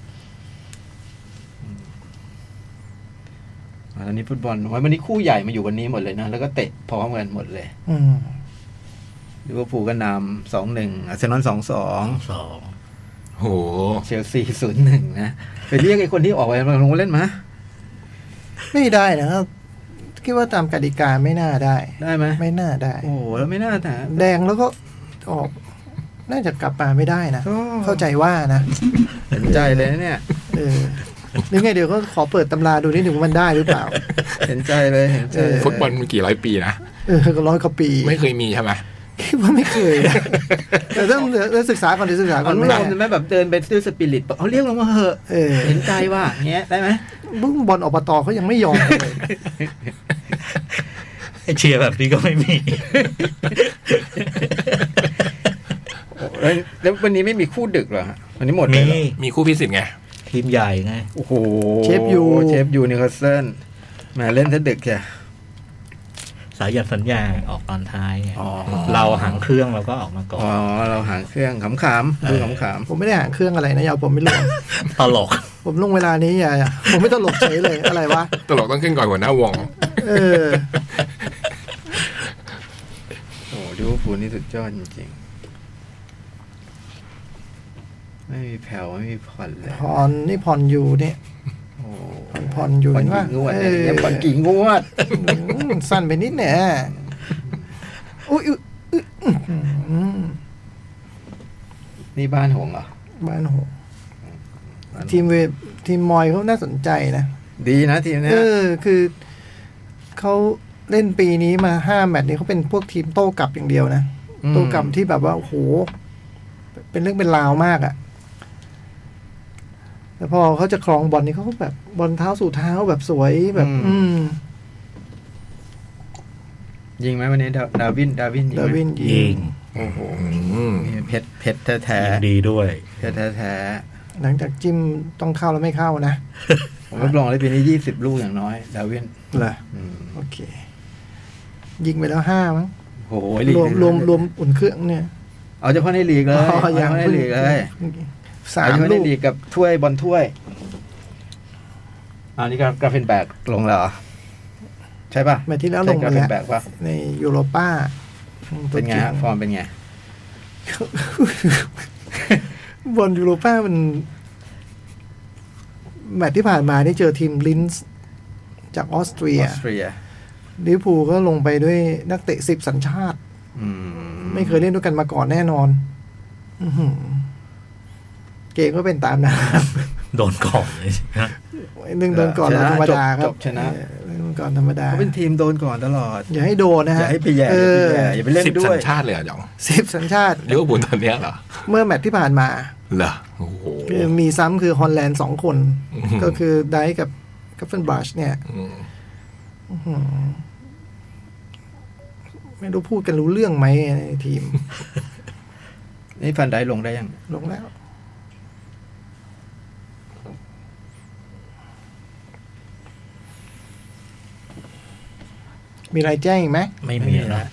Speaker 3: อันนี้ฟุตบอลวันนี้คู่ใหญ่มาอยู่วันนี้หมดเลยนะแล้วก็เตะพร้อมกันหมดเลย
Speaker 4: อืม
Speaker 3: ลิเวอร์พูลก็นำสองหนึ่งอาร์เซนอลสองสอง
Speaker 2: สอง
Speaker 1: โห
Speaker 3: เชลซีศูนย์หนึ่งนะ ไปเรียกไอ้คนที่ออกไปมาลงมาเล่นมา
Speaker 4: ไม่ได้นะครับคิดว่าตามกติกาไม่น่าได้
Speaker 3: ได้ไหม
Speaker 4: ไม่น่าได้
Speaker 3: โอ้โหแล้วไม่น่าถาม
Speaker 4: แดงแล้วก็ออก น่าจะกลับมาไม่ได้นะ
Speaker 3: โอ้
Speaker 4: เข้าใจว่านะ
Speaker 3: เห็นใจเลยนะเนี่ย
Speaker 4: เออหรือไงเดี๋ยวก็ขอเปิดตำราดูนิดหนึ่งว่ามันได้หรือเปล่า
Speaker 3: เห็นใจเลยเห็นใจเย
Speaker 1: ฟุตบอลมันกี่ร้อยปีนะ
Speaker 4: เออก็ร้อยกว่าปี
Speaker 1: ไม่เคยมีใช่ไหม
Speaker 4: คิดว่าไม่เคยนะแต่ต้องเดี๋ยวเดี๋ยวศึกษาก่อนเดี๋ยวศึกษาก่
Speaker 3: มั
Speaker 4: อน
Speaker 3: น
Speaker 4: ไม่
Speaker 3: ล
Speaker 4: ได้
Speaker 3: มใช่ไหมแบบเดินไปด้วยสปิริตบอกเอาเรียกลงมาเหอะ
Speaker 4: เออ
Speaker 3: เห็นใจว่าเงี้ยได้ไหม
Speaker 4: บุ้งบอลอบตเขายังไม่ยอมเลย
Speaker 2: ไอ้เชียร์แบบนี้ก็ไม่มี
Speaker 3: แล้วแล้ววันนี้ไม่มีคู่ดึกเหรอฮะวันนี้หมดเล
Speaker 2: มี
Speaker 3: ยเหรอ
Speaker 1: มีคู่พิสิทธิ์ไง
Speaker 2: ทีมใหญ่ไง
Speaker 3: โอ้โห
Speaker 4: เชฟยู
Speaker 3: เชฟยูนิคาสเซิลแหมาเล่นซะดึกจ้ะ
Speaker 2: สายยันสัญญาออกตอนท้ายไง
Speaker 3: อ๋อ
Speaker 2: เราหางเครื่องเราก็ออกมาก่อน
Speaker 3: อ๋อเราหางเครื่องขำๆดูขำ
Speaker 4: ผมไม่ได้หางเครื่องอะไรนะอยาวผมไม่รู้
Speaker 2: ตลก
Speaker 4: ผมลงเวลานี้อย่าอย่าผมไม่ตลกเฉยเลยอะไรวะ
Speaker 1: ตลกต้องขึ้นก่อนหัวหน้าวง
Speaker 4: เออ
Speaker 3: ๆโอ้โหลิเวอร์พูลนี่สุดยอดจริงๆไม่มีแผ่วไม่มีผ่อนเลย
Speaker 4: พรนี่พรอยู่เนี่ย
Speaker 3: โอ้โห
Speaker 4: พรอยู่
Speaker 3: ผ่อน
Speaker 4: เห็นว่า
Speaker 3: กี่งวดเนี่ยเนี่ยผ่อนกี่งวด
Speaker 4: สั้นไปนิดเนี่ยอุ้ยอุ๊ยอุ๊ยอืม
Speaker 3: นี่บ้านหงส์เหรอ
Speaker 4: บ้านโหทีมเวทีมมอยเขาน่าสนใจนะ
Speaker 3: ดีนะทีมเนี้
Speaker 4: เอย อคือเขาเล่นปีนี้มาห้าแมตช์นี้เขาเป็นพวกทีมโต้กลับอย่างเดียวนะ
Speaker 3: ม
Speaker 4: โต้กลับที่แบบว่าโอ้โหเป็นเรื่องเป็นราวมากอะ่ะแต่พอเขาจะครองบอลนี่เขาก็แบบบอลเท้าสู่เท้าแบบสวยแบบ อืม
Speaker 3: ยิงไหมวันนี้ดาดาวินดาวินยิง
Speaker 4: ดา
Speaker 3: ไหม
Speaker 4: วินยิ
Speaker 2: ยิ
Speaker 4: ง
Speaker 2: ง
Speaker 3: โอ้โห
Speaker 1: อืม
Speaker 3: นี่เพชรเพชรแท้
Speaker 2: ยิงดีด้วย
Speaker 3: ๆเพชรแท้
Speaker 4: หลังจากจิ้มต้องเข้าแล้วไม่เข้านะ
Speaker 3: ๆผมรับรองเลยปีนี้ยี่สิบลูกอย่างน้อย ดาวิน
Speaker 4: เหรอ
Speaker 3: อืม
Speaker 4: โอเค ยิงไปแล้วห้ามั้ง
Speaker 3: โอ้โหลีก
Speaker 4: รวม
Speaker 3: นี้
Speaker 4: รวมรวมอุ่นเครื่องเนี่ย
Speaker 3: เอาเฉพาะในลีกเลย
Speaker 4: อ๋อ
Speaker 3: เอาเฉพาะในลีกเลย
Speaker 4: สาม
Speaker 3: เอเฉพาะใน
Speaker 4: ลูก
Speaker 3: ลีกกับถ้วยบอลถ้วยอันนี้กราฟกราฟินแบกลงแล้วเหรอใช่ป่ะ
Speaker 4: แมตช์ที่แล้วล
Speaker 3: ใช่ก
Speaker 4: งไป
Speaker 3: ราฟิ
Speaker 4: แล้
Speaker 3: นแบ
Speaker 4: ว
Speaker 3: กป่ะ
Speaker 4: ในยูโรป้า
Speaker 3: เป็นไงฮะฟอร์มเป็นไง
Speaker 4: บอลยูโรป้ามัน แมตช์ที่ผ่านมานี่เจอทีมลินส์จากออสเตรี
Speaker 3: อย อสเตรีย
Speaker 4: ลิเวอร์พูลก็ลงไปด้วยนักเตะสิบสัญชาติ
Speaker 3: อื
Speaker 4: ไม่เคยเล่นด้วยกันมาก่อนแน่นอน อื้อหือเกมก็เป็นตามนะ
Speaker 2: โดนกล่องเลยนะ
Speaker 4: หนึ่งโดนก่อนเราธรรมดาค
Speaker 3: จ
Speaker 4: รับบ
Speaker 3: ชนะ
Speaker 4: เออหนึ่งโดนก่อนธรรมดา
Speaker 3: เขาเป็นทีมโดนก่อนตลอด
Speaker 4: อย่าให้โดนนะ
Speaker 3: อ
Speaker 4: ฮะ
Speaker 3: ย่าให้ไปแย่
Speaker 4: เออ
Speaker 3: อย่าไปแย่อย่าไปเล่น
Speaker 1: สิบ
Speaker 3: ด้
Speaker 1: สั
Speaker 3: วย
Speaker 1: ญชาติเลยเหรอ่ะจ่อง
Speaker 4: สิบสัญชาติ
Speaker 1: ลิเวอร์พูลตอนเนี้ยเหรอ
Speaker 4: เมื่อแมตช์ที่ผ่านมา
Speaker 1: เหรอโอ้โห
Speaker 4: คือมีซ้ำคือฮอลแลนด์สองคน
Speaker 1: อื้อหือ
Speaker 4: ก็คือไดฟ์กับกัฟเฟนบรัชเนี่ย
Speaker 1: อืม
Speaker 4: อืมไม่รู้พูดกันรู้เรื่องไหมในทีม
Speaker 3: นี่ฟันไดลงได้ยัง
Speaker 4: ลงแล้ว มีอะไรแจ้งอีกไหม
Speaker 2: ไม่มีนะ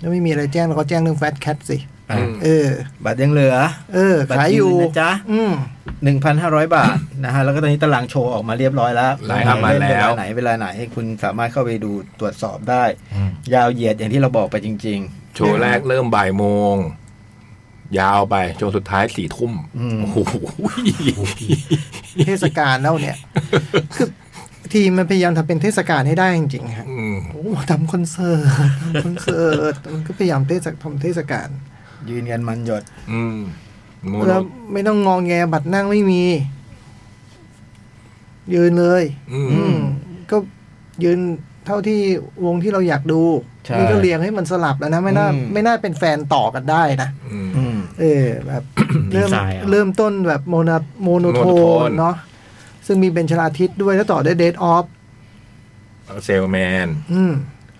Speaker 4: ถ้าไม่มีอะไรแจ้งเราก็แจ้งเรื่องแฟตแคทสิ
Speaker 2: อ่ะ
Speaker 4: เออ
Speaker 3: บัตรยังเหลือ
Speaker 4: เออ
Speaker 3: บัตร
Speaker 4: ขายอยู่
Speaker 3: ยืนนะจ๊ะ
Speaker 4: อืม
Speaker 3: หนึ่งพันห้าร้อยบาท นะฮะ แล้วก็ตอนนี้ตารางโชว์ออกมาเรียบร้อยแล้ว
Speaker 1: ไลน์อัพมา
Speaker 3: เน
Speaker 1: แล้
Speaker 3: เว
Speaker 1: ว
Speaker 3: ลาไหนเวลาไหนคุณสามารถเข้าไปดูตรวจสอบได้
Speaker 2: อืม
Speaker 3: ยาวเหยียดอย่างที่เราบอกไปจริง
Speaker 1: โชว์แรกเริ่มบ่ายโมง ยาวไปโชว์สุดท้ายสี่ทุ่ม
Speaker 3: อืม
Speaker 1: โอ้โห
Speaker 4: เทศกาลแล้วเนี่ย คือทีมมันพยายามทำเป็นเทศกาลให้ได้จริงๆฮะ
Speaker 1: อืม
Speaker 4: โอ้ทำคอนเสิร์ตทำคอนเสิร์ตมันก็พยายามเทศกาลทำเทศกาล
Speaker 3: ๆ ยืนกันมันหยด
Speaker 1: อืมโมโน
Speaker 4: แล้วไม่ต้องงองแงบัตรนั่งไม่มี ยืนเลย
Speaker 1: อืม
Speaker 4: อืม ก็ยืนเท่าที่วงที่เราอยากดู
Speaker 3: ใช่
Speaker 4: นี่ก็เรียงให้มันสลับแล้วนะ ไม่น่า
Speaker 3: อืม
Speaker 4: ไม่น่าเป็นแฟนต่อกันได้นะ
Speaker 1: อืม
Speaker 3: อืม
Speaker 4: เออ แบบ
Speaker 2: ดี
Speaker 4: เริ่ม
Speaker 2: ไซน์เอา
Speaker 4: เริ่มต้นแบบโมนาโมโนโท
Speaker 1: โมโนโทน
Speaker 4: นเนาะซึ่งมีเป็นชลาทิศด้วยแล้วต่อด้วยเดทออฟ
Speaker 1: เซลแมน
Speaker 4: อืม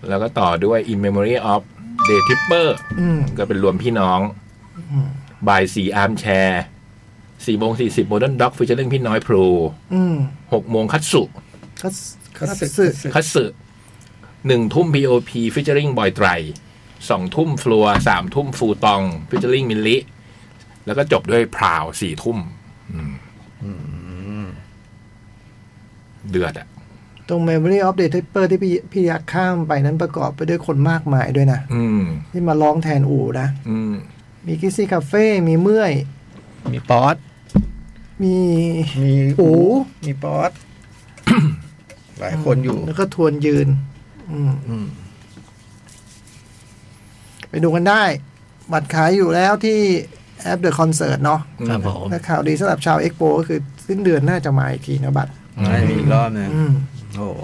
Speaker 1: แล้วก็ต่อด้วย In Memory of Day Tripper
Speaker 4: อืม
Speaker 1: ก็เป็นรวมพี่น้อง
Speaker 4: อืม
Speaker 1: บ่ายสี่อาร์มแชร์สี่โมงสี่สิบโมเดิร์นด็อกฟิชเชอร์เรื่องพี่น้อยพลู
Speaker 4: อืม
Speaker 1: หกโมงคัตสุ
Speaker 4: คัส
Speaker 3: คั
Speaker 4: คั
Speaker 3: ส
Speaker 4: ส
Speaker 3: สึ
Speaker 4: สึ
Speaker 1: คัตสึหนึ่งทุ่ม POP ฟิชเชอริงบอยไตรสองทุ่มฟลัวสามทุ่มฟูตองฟิชเชอริงมิลลิ แล้วก็จบด้วยพราวสี่ทุ่มอืมเดือดอะ
Speaker 4: ตรง Memory of the Tripper ที่พี่พี่ยักษ์ข้ามไปนั้นประกอบไปด้วยคนมากมายด้วยนะ
Speaker 1: อืม
Speaker 4: ที่มาร้องแทนอูนะ
Speaker 1: อืม
Speaker 4: มีกิซี่คาเฟ่มีเมื่อย
Speaker 3: มีป๊อต
Speaker 4: มี
Speaker 3: มี
Speaker 4: อู
Speaker 3: มีป๊อต หลายคนอยู่
Speaker 4: แล้วก็ทวนยืน อืม
Speaker 3: อืม
Speaker 4: ไปดูกันได้ บัตรขายอยู่แล้วที่แอปเดอะคอนเสิร์ตเนาะ
Speaker 2: ครับผม
Speaker 4: และข่าวดีสำหรับชาวเอ็กโปก็คือสิ้นเดือนน่าจะมาอีกทีนะบัตร
Speaker 3: น่าจะมีอีกรอบหนึง
Speaker 4: อืม
Speaker 3: โอ้โห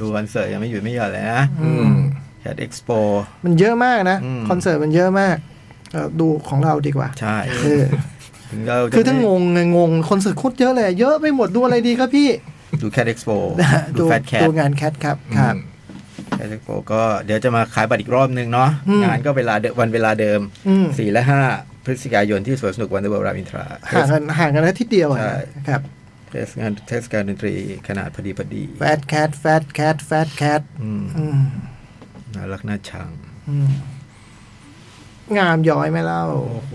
Speaker 3: ดูคอนเสิร์ตยังไม่หยุดไม่หย่อนเลยนะ
Speaker 1: อืม
Speaker 3: แคดเอ็กซ์โป
Speaker 4: มันเยอะมากนะ
Speaker 3: อืม
Speaker 4: คอนเสิร์ตมันเยอะมากเอ่อดูของเราดีกว่า
Speaker 3: ใช่
Speaker 4: เออ
Speaker 3: ถึงเราจะ
Speaker 4: คือถ้า
Speaker 3: ไม่
Speaker 4: งงไงงงคอนเสิร์ตโคตรเยอะเลย เยอะไปหมดดูอะไรดีครับพี่
Speaker 3: ดูแคดเอ็กซ์โปดูแฟ t แค t
Speaker 4: ดูงานแคทครับครับ
Speaker 3: แคดเอ็กซ์โปก็เดี๋ยวจะมาขายบัตรอีกรอบนึงเนาะ
Speaker 4: อืม
Speaker 3: งานก็เวลาเดิมวันเวลาเดิม
Speaker 4: อืม
Speaker 3: 4 และ 5 พฤศจิกายนที่สวนสนุกวันเดอร์เวิลด์รามอินทรา
Speaker 4: ห่างกัน ห่างกันแค่ทิศเดียวอะ
Speaker 3: ใช่
Speaker 4: ครับ
Speaker 3: เทศงานเทศกาลดนตรีขนาดพอดีพอดี
Speaker 4: แฟตแคทแฟตแคทแฟตแคท
Speaker 3: อืมน่ารักน่าชัง
Speaker 4: งามย้อยไหม่เล่า
Speaker 3: โอ้โห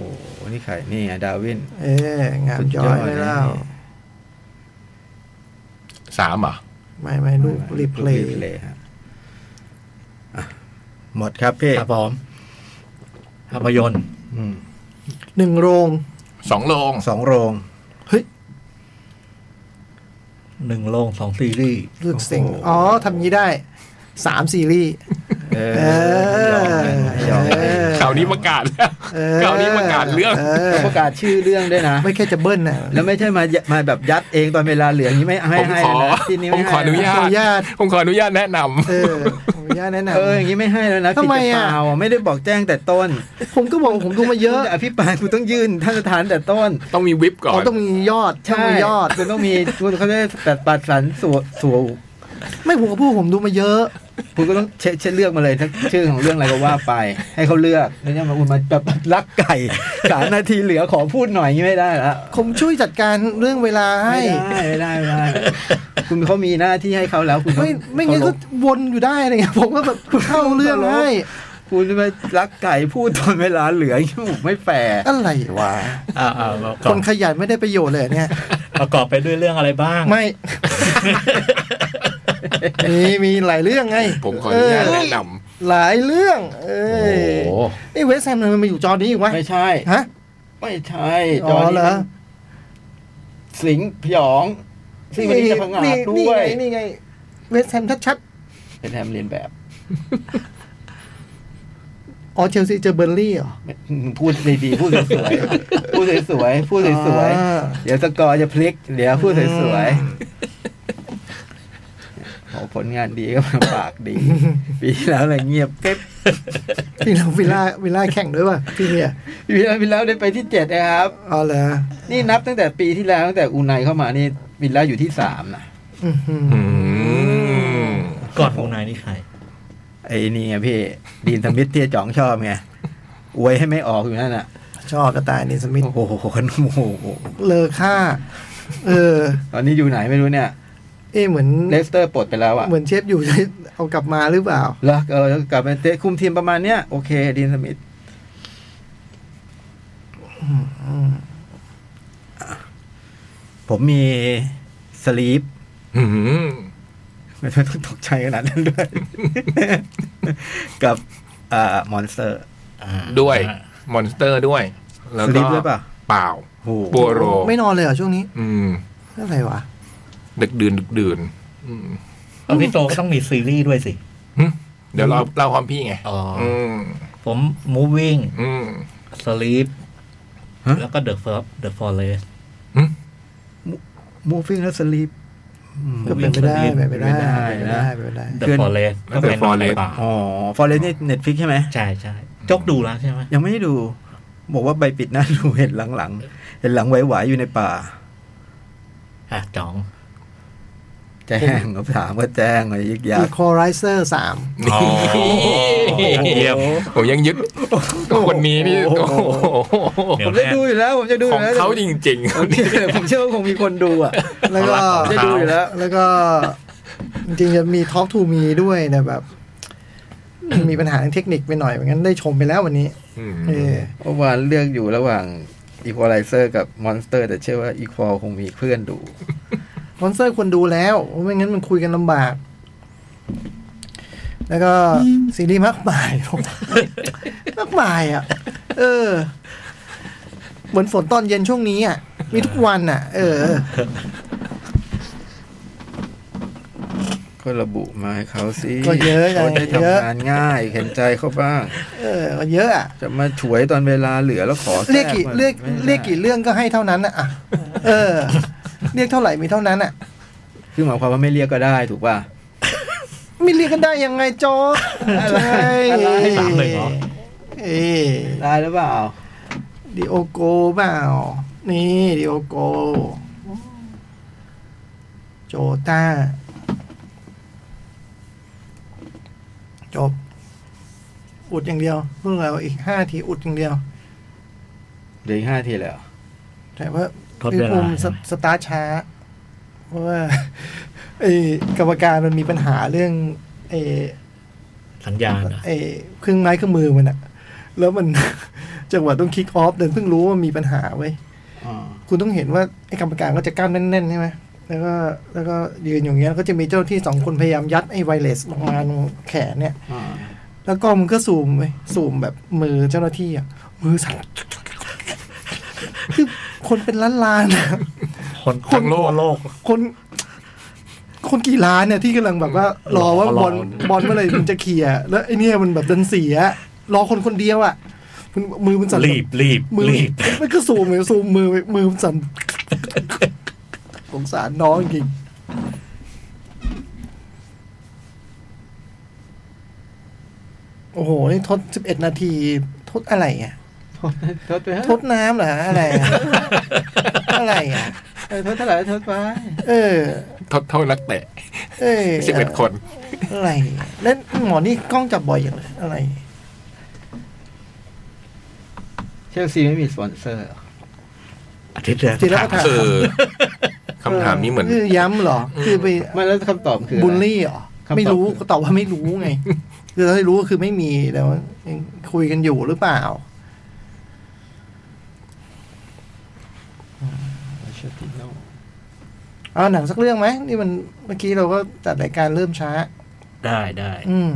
Speaker 3: นี่ใครนี่ไงดาวิน
Speaker 4: เอองามย้อยไหม่เล่า
Speaker 1: สามเหรอ่ะ
Speaker 4: ไม่ไม่ลูกรีเพลย์
Speaker 3: ย์ฮะอ่ะหมดครับพี่
Speaker 2: ครับผมภาพยนตร์
Speaker 3: อืม
Speaker 4: หนึ่งโรง
Speaker 1: สองโรง
Speaker 3: สองโรง
Speaker 4: เฮ้ย
Speaker 2: หนึ่งโรงสองซีรีส์
Speaker 4: รู้สึกเสียงอ๋อทำงี้ได้สามซีรีส์
Speaker 3: เอ
Speaker 4: เออ
Speaker 3: ยอมให้ยอมให้
Speaker 4: เออ
Speaker 1: ข่าวนี้ประกาศแล้ว
Speaker 4: เออ
Speaker 1: ข่าวนี้ประกาศเรื่อง
Speaker 4: เออ
Speaker 3: เขาประกาศชื่อเรื่องด้วยนะ
Speaker 4: ไม่แค่จะเบิ้ลนะ
Speaker 3: แล้วไม่ใช่มามาแบบยัดเองตอนเวลาเหลืออย่างนี้ไม่ให้
Speaker 1: ผม
Speaker 3: ให้
Speaker 1: ขอ
Speaker 3: แล้วนะที่นี่
Speaker 1: ผม
Speaker 3: ไม่
Speaker 1: ขอ
Speaker 3: ให้
Speaker 1: อนุญาต
Speaker 4: ขออนุญาต
Speaker 1: ผมขออนุญาตแนะน
Speaker 4: เออขออนุญาตแนะนำ
Speaker 3: เอออย่างนี้ไม่ให้แล้วนะ
Speaker 4: ทำไม
Speaker 3: ผิดกั
Speaker 4: อ่ะ
Speaker 3: บเปล่าไม่ได้บอกแจ้งแต่ต้น
Speaker 4: ผมก็บอกผมดูมาเยอะ
Speaker 3: คุณจอภิปรายคุณต้องยื่นท่านประธานแต่ต้น
Speaker 1: ำต้องมีวิปก่อ
Speaker 4: เขา
Speaker 1: น
Speaker 4: ต้องมียอดต้องมียอด
Speaker 3: คุณต้องมีคุณเขาได้แต่ปัดสันสู่สู่
Speaker 4: ไม่ผมก็พูดผมดูมาเยอะ
Speaker 3: คุณก็ต้องเชเชเลือกมาเลยทั้งชื่อของเรื่องอะไรก็ว่าไป ให้เขาเลือกไม่ใช่มาคุณมาแบบรักไก่สามนาทีเหลือขอพูดหน่อยอย่างนี้ไม่ได้ละ
Speaker 4: ผมช่วยจัดการเรื่องเวลาให้
Speaker 3: ไม่ได้ไม่ได้ไม่ได้ คุณเขามีหน้าที่ให้เขาแล้ว คุณ
Speaker 4: ไม่ไม่งั้นก็
Speaker 3: เคารพ
Speaker 4: วนอยู่ได้อะไรเงี้ยผมก็แบบเข้าเรื่องให้
Speaker 3: คุณมารักไก่พูดตอนเวลาเหลืออยู่ไม่แฝง
Speaker 4: อะไรวะ
Speaker 2: อ่าอ่าประก
Speaker 4: ค
Speaker 2: อบ
Speaker 4: นขยันไม่ได้ประโยชน์เลยเนี่ย
Speaker 2: ประกอบไปด้วยเรื่องอะไรบ้าง
Speaker 4: ไม่ มีมีหลายเรื่องไง
Speaker 1: ผมขออนุญาต
Speaker 4: เ
Speaker 1: แนะน
Speaker 4: หลายเรื่อง เอ
Speaker 1: ำโอ้
Speaker 4: ้ย
Speaker 1: โห
Speaker 4: ไอ้เวสแฮมมันมาอยู่จอนี้อีกวะ
Speaker 3: ไม่ใช่
Speaker 4: ฮะ
Speaker 3: ไม่ใช่
Speaker 4: อ๋อเหรอ
Speaker 3: สิงห์พยองสิงห์มันจะพังงาดด้วย
Speaker 4: นี่ไงนี่ไงเวสแฮมชัด
Speaker 3: เป็นแฮมเรียนแบบ
Speaker 4: ๆอ๋อเชลซีเจอเบอร์นลี่เหรอ
Speaker 3: พูดดีๆพูดสวยๆพูดสวยๆพูดสวยๆ
Speaker 4: อ่า
Speaker 3: เดี๋ยวสกอร์จะพลิก เดี๋ยวพูดสวย
Speaker 4: อืม
Speaker 3: ๆโอ้ผลงานดีก็มาปากดี ปีที่แล้วอะไรเงียบเก็บ
Speaker 4: พี่เราวิลล่าวิลล่าแข่งด้วยป่ะพี่เนี่ย
Speaker 3: ปีที่แล้วปีแล้วได้ไปที่เจ็ดนะครับ
Speaker 4: อ๋อเหรอ
Speaker 3: นี่นับตั้งแต่ปีที่แล้วตั้งแต่อูไนเข้ามานี่วิลล่าอยู่ที่สามนะ
Speaker 4: อื้อหือ
Speaker 1: อืม
Speaker 2: ก่อนของนายนี่ใคร
Speaker 3: ไอ้นี่ไงพี่ ดีนสมิธที่ไอ้จ่องชอบไงอวยให้ไม่ออกอยู่นั่นน่ะ
Speaker 4: ชอบกระต่ายนิสมิธ
Speaker 3: โอ้โหโอ้โห
Speaker 4: เลอค่า เออ
Speaker 3: ตอนนี้อยู่ไหนไม่รู้เนี่ย
Speaker 4: เอ๊ะเหมือน
Speaker 3: เลสเตอร์ปลดไปแล้วอะ
Speaker 4: เหมือนเชฟอยู่ เอากลับมาหรือเปล่า
Speaker 3: แล้วเออกลับมาเตะคุมทีมประมาณเนี้ยโอเค ดีนสมิธผมมีสลีป
Speaker 1: อืม
Speaker 3: ไม่ต้องตกใจขนาดนั้นด้วย กับอ่ามอนสเตอร์
Speaker 1: ด้วยมอนสเตอร์ด้วย แล้ว
Speaker 3: สลิ
Speaker 1: ก็
Speaker 3: ปด้วยป่ะ
Speaker 1: เปล่า
Speaker 3: โอ้โห
Speaker 1: ปัวโร
Speaker 4: ไม่นอนเลยเหรอช่วงนี้
Speaker 1: อืม
Speaker 4: อะไรวะ
Speaker 1: ดึกดื่นดึกดื่นอืม
Speaker 2: เอาพี่โตก็ต้องมีซีรีส์ด้วยสิ
Speaker 1: หึเดี๋ยวเราเล่าความพี่ไง
Speaker 2: อ๋ออื
Speaker 1: ม
Speaker 2: ผม moving
Speaker 1: อืม
Speaker 2: sleep
Speaker 1: ฮะ
Speaker 2: แล้วก็ the first the forest
Speaker 1: หึ
Speaker 3: มูฟิ่งและสลีป
Speaker 4: ก็เป็นไปได้เป็นไปได้
Speaker 3: เป็นไปได้
Speaker 4: เป็นไป
Speaker 3: นะ
Speaker 2: the
Speaker 4: ได้เป็นไปได้
Speaker 3: คือ
Speaker 2: forest ก็เป็น
Speaker 1: The Forest
Speaker 2: ในป่า
Speaker 3: อ๋อ ฟอร์เรนนี่เน็ตฟิกใช่ไหม
Speaker 2: ใช่ใช่จกดูแล้วใช่ไหม
Speaker 3: ยังไม่ได้ดู บอกว่าใบปิดหน้าดู เห็นหลังๆ เห็นหลังไหวๆอยู่ในป่า
Speaker 2: อ่ะจอง
Speaker 3: แจ้งก็ถามก็แจ้งอะไรยิกยั
Speaker 4: อี
Speaker 3: ก
Speaker 4: โคไรเซอร์สาม
Speaker 1: นี่เยี่ยมผมยังยึดคนนี้นี่โอ้โห
Speaker 3: ผมจะดูอยู่แล้ว ผมจะดู
Speaker 1: ข
Speaker 3: อ
Speaker 1: อง
Speaker 3: ยู่แล้ว
Speaker 1: เขาจริง
Speaker 3: ผมเชื่อผมเชื่อว่าคงมีคนดูอ่ะ
Speaker 4: แล้วก็
Speaker 1: เอา
Speaker 3: จะ
Speaker 1: ละ
Speaker 3: ดูอยู่แล้ว
Speaker 4: แล้วก็จริงๆจะมีท็อกทูมีด้วยนะแบบ มีปัญหาทางเทคนิคไปหน่อยเหมือนกันได้ชมไปแล้ววันนี้
Speaker 1: ๆอืม
Speaker 4: เออ
Speaker 3: เมื่อวานเลือกอยู่ระหว่างอีควอไลเซอร์กับมอนสเตอร์ แต่เชื่อว่าอีควอคงมีเพื่อนดู
Speaker 4: คอนเซอร์ควรดูแล้วไม่งั้นมันคุยกันลำบาก แล้วก็ซีรีส์มากมาย มากมายอ่ะ เออ เหมือนฝนตอนเย็นช่วงนี้อ่ะ มีทุกวันอ่ะ เออ
Speaker 3: ก็ระบุมาให้เขาสิ
Speaker 4: ก็เยอะไง
Speaker 3: เขาได้
Speaker 4: เยอะ
Speaker 3: ทำงานง่ายเห็นใจเขาบ้าง
Speaker 4: เออมันเยอะอ่ะ
Speaker 3: จะมาฉวยตอนเวลาเหลือแล้วขอแทร
Speaker 4: เรียกกี่
Speaker 3: มัน
Speaker 4: เรียก
Speaker 3: ไม่ได้
Speaker 4: เรียกกี่เรื่องก็ให้เท่านั้นน่ะอ่ะ เออ เรียกเท่าไหร่มีเท่านั้นอ่ะ
Speaker 3: คือหมายความว่าไม่เรียกก็ได้ถูกป่ะ
Speaker 4: ไม่เรียกกันได้ยังไงจอ
Speaker 3: อะไรอะไร
Speaker 2: สามหนึ่งเหรอ
Speaker 4: เอ้ย
Speaker 3: ได้หรือเปล่า
Speaker 4: ดิโอโกเปล่านี่ดิโอโก โจต้า จบ อุดอย่างเดียว เพิ่งเราอีกห้าทีอุดอย่างเดียว
Speaker 3: เหลืออีกห้าทีเลยเหรอ
Speaker 4: แต่ว่า
Speaker 2: ทดเว
Speaker 4: ลิวอ
Speaker 2: ลา
Speaker 4: ร์พูสตสตาร์ทช้า เพราะ ว่าไอ้กรรมการมันมีปัญหาเรื่องไอ้
Speaker 2: สัญญาณอะ
Speaker 4: ไอ้เครื่องไม้เครื่องมือมันอะแล้วมัน จังหวะต้องคิกออฟเดินเพิ่งรู้ว่ามีปัญหาเว้ย
Speaker 3: อ๋อ
Speaker 4: คุณต้องเห็นว่าไอ้กรรมการก็จะก้ามแน่นๆใช่ไหมแล้วก็แล้วก็ยืนอย่างเงี้ยแล้วก็จะมีเจ้าหน้าที่สองคนพยายามยัดไอ้ไวเลสลงมาตรงแขนเนี่ย
Speaker 3: อ๋อ
Speaker 4: แล้วก็มันก็ซูมไปซูมแบบมือเจ้าหน้าที่อ่ะ มือสั่น คือคนเป็นล้านล้านๆอะ
Speaker 2: คน
Speaker 1: คนโลก
Speaker 2: ทั่วโลก
Speaker 4: คน คนกีฬาเนี่ยที่กำลังแบบว่า รอว่า
Speaker 2: เขาร
Speaker 4: บ
Speaker 2: อ
Speaker 4: อลบอลเมื่อไหร่มันจะเคลียร์แล้วไอเนี่ยมันแบบดันเสีย รอคนคนเดียวอ่ะมันมือมันสั่น
Speaker 2: รีบรีบ
Speaker 4: มือ
Speaker 2: รีบ
Speaker 4: มันก็ซูมเลยซูมมือมือมันสั่นสงสารน้องจริงโอ้โห นี่ทดสิบเอ็ดนาที ทดอะไรอ่ะ
Speaker 3: โทษโทษไปเถอะ
Speaker 4: ทดน้ำเหรอฮะอะไรอะอะไรอ่ะ
Speaker 3: เออโทษเท่าไหร่โทษไป
Speaker 4: เออ
Speaker 1: ทดเท่านักเตะ
Speaker 4: เอ้ย
Speaker 1: สิบเอ็ดคน
Speaker 4: อะไรเล่นหมอนี่กล้องจับบ่อยอย่างเลยอะไร
Speaker 3: เชลซีไม่มีสปอนเซอร์เหรอ
Speaker 2: อาทิตย์ละ
Speaker 4: อาทิตย์ละ
Speaker 2: ครั้ง
Speaker 1: เออคำถามนี้เหมือน
Speaker 4: คือย้ำเหรอ คือไป
Speaker 3: ไม่แล้วคำตอบคืออะไร
Speaker 4: บูลลี่เหรอ
Speaker 3: คำตอบ
Speaker 4: ไม่รู้ก็ตอบว่าไม่รู้ไง คือถ้ารู้ก็คือไม่มีแต่ว่ายังคุยกันอยู่หรือเปล่า
Speaker 3: มาเชลติโน่
Speaker 4: เอาหนังสักเรื่องไหมนี่มันเมื่อกี้เราก็จัดรายการเริ่มช้า
Speaker 2: ได้ได้
Speaker 4: อืม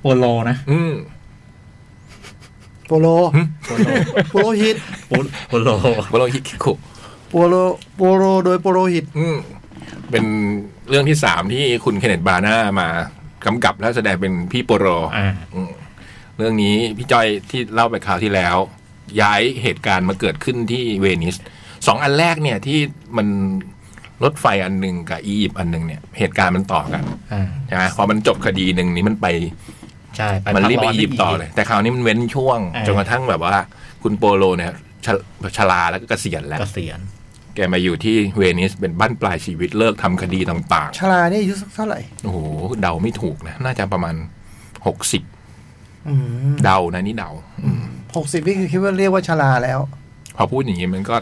Speaker 2: โปโลนะ
Speaker 1: อืม
Speaker 4: โปโล
Speaker 1: หึ
Speaker 4: โปโลฮิต
Speaker 2: โปโปโล
Speaker 1: วโรฮิคิคุ
Speaker 4: โปโลโปโลโดยโปโลฮิต
Speaker 1: อืมเป็นเรื่องที่สามที่คุณเคนเนตบาน่ามากำกับและแสดงเป็นพี่โปโร
Speaker 2: อ่า
Speaker 1: เรื่องนี้พี่จ้อยที่เล่าไปคราวที่แล้ว ย้ายเหตุการณ์มาเกิดขึ้นที่เวนิสสองอันแรกเนี่ยที่มันรถไฟอันหนึ่งกับอียิปต์อันหนึ่งเนี่ยเหตุการณ์มันต่อกัน
Speaker 2: อ่า
Speaker 1: ใช่ไหมพอมันจบคดีหนึ่งนี้มันไป
Speaker 2: ใช่ ไป
Speaker 1: มัน
Speaker 2: พัก
Speaker 1: รีบไป
Speaker 2: ร้น
Speaker 1: อียิปต์
Speaker 2: ที่
Speaker 1: ต่อเลย แต่คราวนี้มันเว้นช่วง
Speaker 2: อ่า
Speaker 1: จนกระทั่งแบบว่า คุณโปโลเนี่ยชะชราแล้วก็เกษียณแล้ว
Speaker 2: เกษียณ
Speaker 1: แกมาอยู่ที่เวนิสเป็นบ้านปลายชีวิตเลิกทำคดีต่าง
Speaker 4: ชลาเนี่ยอายุสักเท่าไหร่
Speaker 1: ๆโอ้โหเดาไม่ถูกนะน่าจะประมาณหกสิบ
Speaker 4: อืม
Speaker 1: เดานะนี่เดา
Speaker 4: หกสิบนี่คือคิดว่าเรียกว่าชลาแล้ว
Speaker 1: พอพูดอย่างนี้มันก็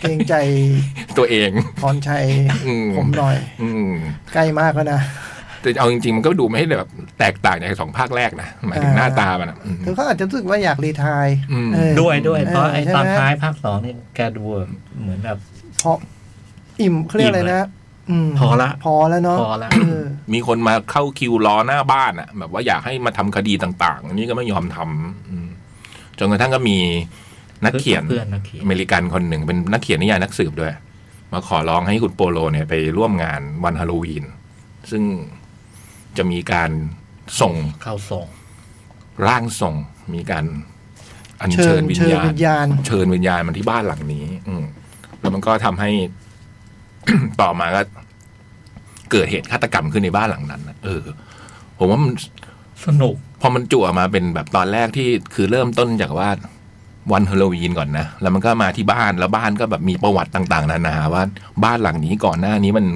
Speaker 4: เกรงใจ
Speaker 1: ตัวเอง
Speaker 4: พรชัย
Speaker 1: อืม
Speaker 4: ผมหน่อย
Speaker 1: อืม
Speaker 4: ใกล้มากแล้วนะ
Speaker 1: แต่เอาจริงๆ มันก็ดูไม่ให้แบบแตกต่างจากสองภาคแรกนะหมายถึง
Speaker 4: อ่า
Speaker 1: หน้าตามันอะอืม
Speaker 4: เธอก็อาจจะรู้สึกว่าอยากรีไทาย
Speaker 1: อืม
Speaker 4: เออ
Speaker 2: ด้วยด้วยเพราะไอ้
Speaker 4: ใช่ไหม
Speaker 2: ตอนท้ายภาคสองนี่แกดูเหมือนแบบ
Speaker 4: เพราะอิ่มเขาเรียกอะไรนะม
Speaker 2: พอละ
Speaker 4: พอแล้วเนาะ
Speaker 2: พอละ
Speaker 4: เอ
Speaker 1: มีคนมาเข้าคิวรอหน้าบ้านอะแบบว่าอยากให้มาทำคดีต่างๆ อันนี้ก็ไม่ยอมทำอืมจนกระทั่งก็มีนักเขียน
Speaker 2: เพื่อนนักเขียน
Speaker 1: อเมริกันคนหนึ่งเป็นนักเขียนนิยายนักสืบด้วย มาขอร้องให้คุณโปโลเนี่ยไปร่วมงานวันฮาโลวีน ซึ่งจะมีการส่ง
Speaker 2: เข้าส่ง
Speaker 1: ร่างส่ง มีการอัญ
Speaker 4: เชิ
Speaker 1: เชิ
Speaker 4: ญ
Speaker 1: ญวิญ
Speaker 4: เชิญ
Speaker 1: ญา
Speaker 4: วิ
Speaker 1: ณ
Speaker 4: ญญาณ
Speaker 1: เชิญวิญญาณมันที่บ้านหลังนี้ อืมแล้วมันก็ทำให้ ต่อมาก็ เกิดเหตุฆาตกรรมขึ้นในบ้านหลังนั้นน่ะเออ ผมว่ามัน
Speaker 2: สนุก
Speaker 1: พอมันจั่วมาเป็นแบบตอนแรกที่คือเริ่มต้นจากว่าวันฮาโลวีนก่อนนะ แล้วมันก็มาที่บ้านแล้วบ้านก็แบบมีประวัติต่าง ๆ นานาว่า บ้านหลังนี้ก่อนหน้านี้มัน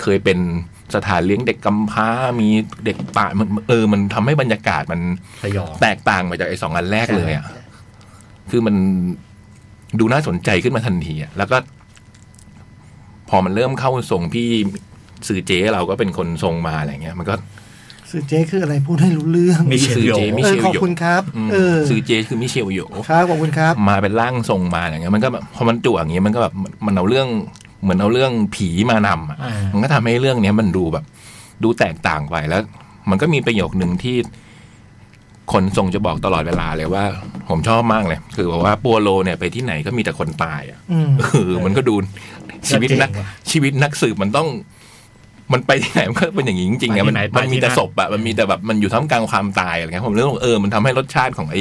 Speaker 1: เคยเป็นสถานเลี้ยงเด็กกำพร้ามีเด็กป่ามันเออ มันทำให้บรรยากาศมัน
Speaker 2: สยอง
Speaker 1: แตกต่างมาจากไอ้สองอันแรกเลยอ่ะ คือมันดูน่าสนใจขึ้นมาทันทีอะแล้วก็ พอมันเริ่มเข้าทรงพี่สื่อเจ๊เราก็เป็นคนทรงมาอะไรเงี้ย มันก็
Speaker 4: สื่อเจ๊คืออะไรพูดให้รู้เรื่อง
Speaker 2: มีเชลโย
Speaker 1: สื่อเจมิ
Speaker 4: เออ
Speaker 1: เชลโย
Speaker 4: ขอบคุณครับ
Speaker 1: อืม
Speaker 4: เออ
Speaker 1: สื่อเจ๊คือมิเชลโย
Speaker 4: ครับขอบคุณครับ
Speaker 1: มาเป็นร่างทรงมาอะไรเงี้ย มันก็แบบพอมันจั่วอย่างเงี้ยมันก็แบบมันเอาเรื่องเหมือนเอาเรื่องผีมานำอะ
Speaker 2: อ่า
Speaker 1: มันก็ทำให้เรื่องเนี้ยมันดูแบบ ดูแตกต่างไปแล้ว มันก็มีประโยคหนึ่งที่ คนทรงจะบอกตลอดเวลาเลยว่า ผมชอบมากเลย คือบอกว่าปัวโลเนี่ยไปที่ไหนก็มีแต่คนตายอ่ะ
Speaker 4: อืม
Speaker 1: เออมันก็ดูชีวิตนัก
Speaker 2: เจ๋งว่ะ
Speaker 1: ชีวิตนักสืบมันต้อง มันไปที่ไหนมันก็เป็นอย่างนี้จริงๆไง
Speaker 2: ไปที่
Speaker 1: มัน
Speaker 2: ไหนไป
Speaker 1: มันมี
Speaker 2: ที่
Speaker 1: แต่
Speaker 2: นั่น
Speaker 1: ศพอะมันมีแต่แบบมันอยู่ท่ามกลางความตายอะไรเงี้ยผมเรื่องเออมันทำให้รสชาติของไอ้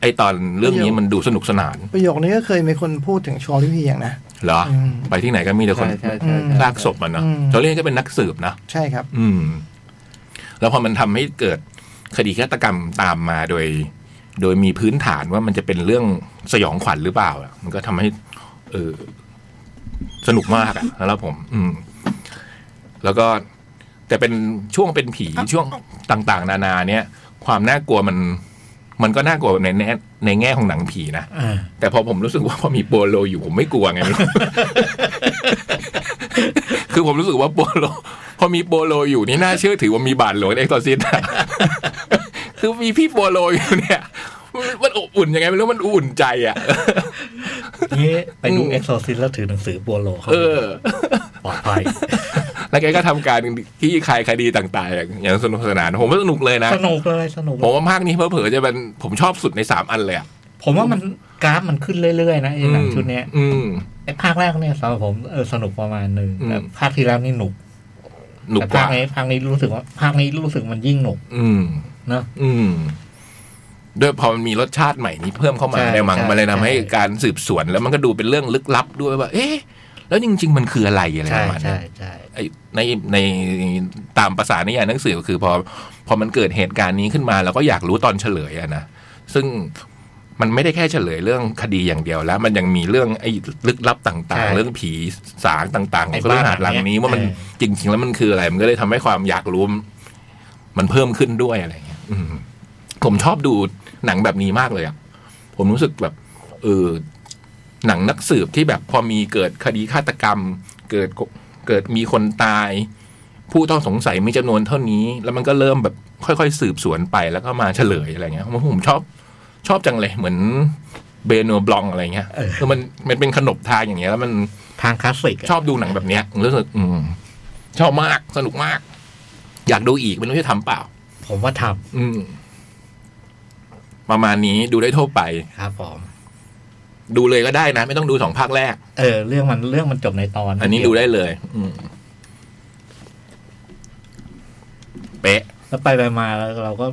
Speaker 1: ไอ้ตอนเรื่องนี้มันดูสนุกสนาน
Speaker 4: ประโยคนี้ก็เคยมีคนพูดถึงชอลิเพียงนะ
Speaker 1: เหรอ
Speaker 4: อืม
Speaker 1: ไปที่ไหนก็มีแต่คน
Speaker 3: ใช่ใช่ใช่ใช่
Speaker 1: ลากศพมันเนาะ
Speaker 4: อืม
Speaker 1: โจเล่ก็เป็นนักสืบนะ
Speaker 4: ใช่ครับ
Speaker 1: อืม แล้วพอมันทำให้เกิดคดีฆาตกรรมตามมาโดย โดยมีพื้นฐานว่ามันจะเป็นเรื่องสยองขวัญหรือเปล่าอะมันก็ทำให้ เออ สนุกมากอะแล้วผม อืม แล้วก็ แต่เป็นช่วงเป็นผีช่วงต่าง ๆ นานา เนี่ย ความน่ากลัวมัน มันก็น่ากลัวในแง่ในแง่ของหนังผีนะ
Speaker 2: อ่า
Speaker 1: แต่พอผมรู้สึกว่าพอมีโปโลอยู่ผมไม่กลัวไง ไม่รู้ คือผมรู้สึกว่าโปโล พอมีโปโลอยู่นี่น่าเชื่อถือว่ามีบาทหลวงเอ็กซ์ตอซิส คือมีพี่โปโลอยู่เนี่ยมันมันอบอุ่นยังไงไม่รู้มันอุ่นใจอ่ะ
Speaker 2: นี่ไปดู
Speaker 1: อืม
Speaker 2: เอ็กซ์โซซิสแล้วถือหนังสือโปโลเขา
Speaker 1: เออ
Speaker 2: ปลอดภัย
Speaker 1: แล้วแกก็ทำการที่คลายคดีต่างๆ อย่างสนุกสนานผมว่าสนุกเลยนะ
Speaker 2: สนุกเลยสนุก
Speaker 1: ผมว่าภาคนี้เผลอๆจะเป็นผมชอบสุดในสามอันเลยอะ
Speaker 2: ผมว่ามันกราฟมันขึ้นเรื่อยๆนะไอ้หนังชุดเนี้ย
Speaker 1: อืม
Speaker 2: ไอ้ภาคแรกเนี่ยสำหรับผมเออสนุกประมาณหนึ่ง
Speaker 1: อืม
Speaker 2: แต่ภาคที่แล้วนี่หนุก
Speaker 1: หนุก
Speaker 2: แต่
Speaker 1: ก
Speaker 2: ภา
Speaker 1: ว่า
Speaker 2: คนี้ภาคนี้รู้สึกว่าภาคนี้รู้สึกมันยิ่งหนุก
Speaker 1: อืม
Speaker 2: เนอะ
Speaker 1: อืมด้วยพอมันมีรสชาติใหม่นี้เพิ่มเข้ามา
Speaker 2: ใช่
Speaker 1: ในมัง
Speaker 2: ใช่
Speaker 1: มันเลยทำให้
Speaker 2: ใช่
Speaker 1: การสืบสวนแล้วมันก็ดูเป็นเรื่องลึกลับด้วยว่า เอ๊ะ แล้วจริง ๆ มันคืออะไรอะไร
Speaker 2: ใช่
Speaker 1: ประมาณ
Speaker 2: ใช่
Speaker 1: เนี้ย
Speaker 2: ใช่
Speaker 1: ไอ้ในในตามภาษานิยายหนังสือก็คือพอ พอมันเกิดเหตุการณ์นี้ขึ้นมาเราก็อยากรู้ตอนเฉลยอะนะ ซึ่ง มันไม่ได้แค่เฉลยเรื่องคดีอย่างเดียวแล้ว มันยังมีเรื่องไอ้ลึกลับต่าง
Speaker 2: ใช่
Speaker 1: ๆ เรื่องผีสางต่างๆข
Speaker 2: ไอ้
Speaker 1: องคฤหาสน์หลังนี้
Speaker 2: บ้านหลังเนี้
Speaker 1: ว่ามั
Speaker 2: ย
Speaker 1: น
Speaker 2: เอ
Speaker 1: จริงๆแล้วมันคืออะไร มันก็เลยทำให้ความอยากรู้มันมันเพิ่มขึ้นด้วยอะไรอย่างเงี้ยอืมผมชอบดูหนังแบบนี้มากเลยอ่ะผมรู้สึกแบบเออหนังนักสืบที่แบบพอมีเกิดคดีฆาตกรรม เกิดเกิดมีคนตาย ผู้ต้องสงสัยมีจำนวนเท่านี้ แล้วมันก็เริ่มแบบค่อยๆ สืบสวนไปแล้วก็มาเฉลยอะไรเงี้ยผมผมชอบ ชอบจังเลยเหมือนเบโนบลองอะไรเงี้ย
Speaker 2: เออ
Speaker 1: คือมันมันเป็นขนบทางอย่างเงี้ยแล้วมัน
Speaker 2: ทางคลาสสิกอะ
Speaker 1: ชอบดูหนังแบบเนี้ยรู้สึกอืมชอบมากสนุกมาก อยากดูอีกไม่รู้จะทำเปล่า
Speaker 2: ผมว่าท
Speaker 1: อืม ประมาณนี้ดูได้ทั่วไป
Speaker 2: ำครับผม
Speaker 1: ดูเลยก็ได้นะ ไม่ต้องดูสองภาคแรก
Speaker 2: เออ เรื่องมันเรื่องมันจบในตอน
Speaker 1: อันนี้ดูได้เลย อืมเป๊ะ
Speaker 2: แล้วไปไปมาแล้วเราก็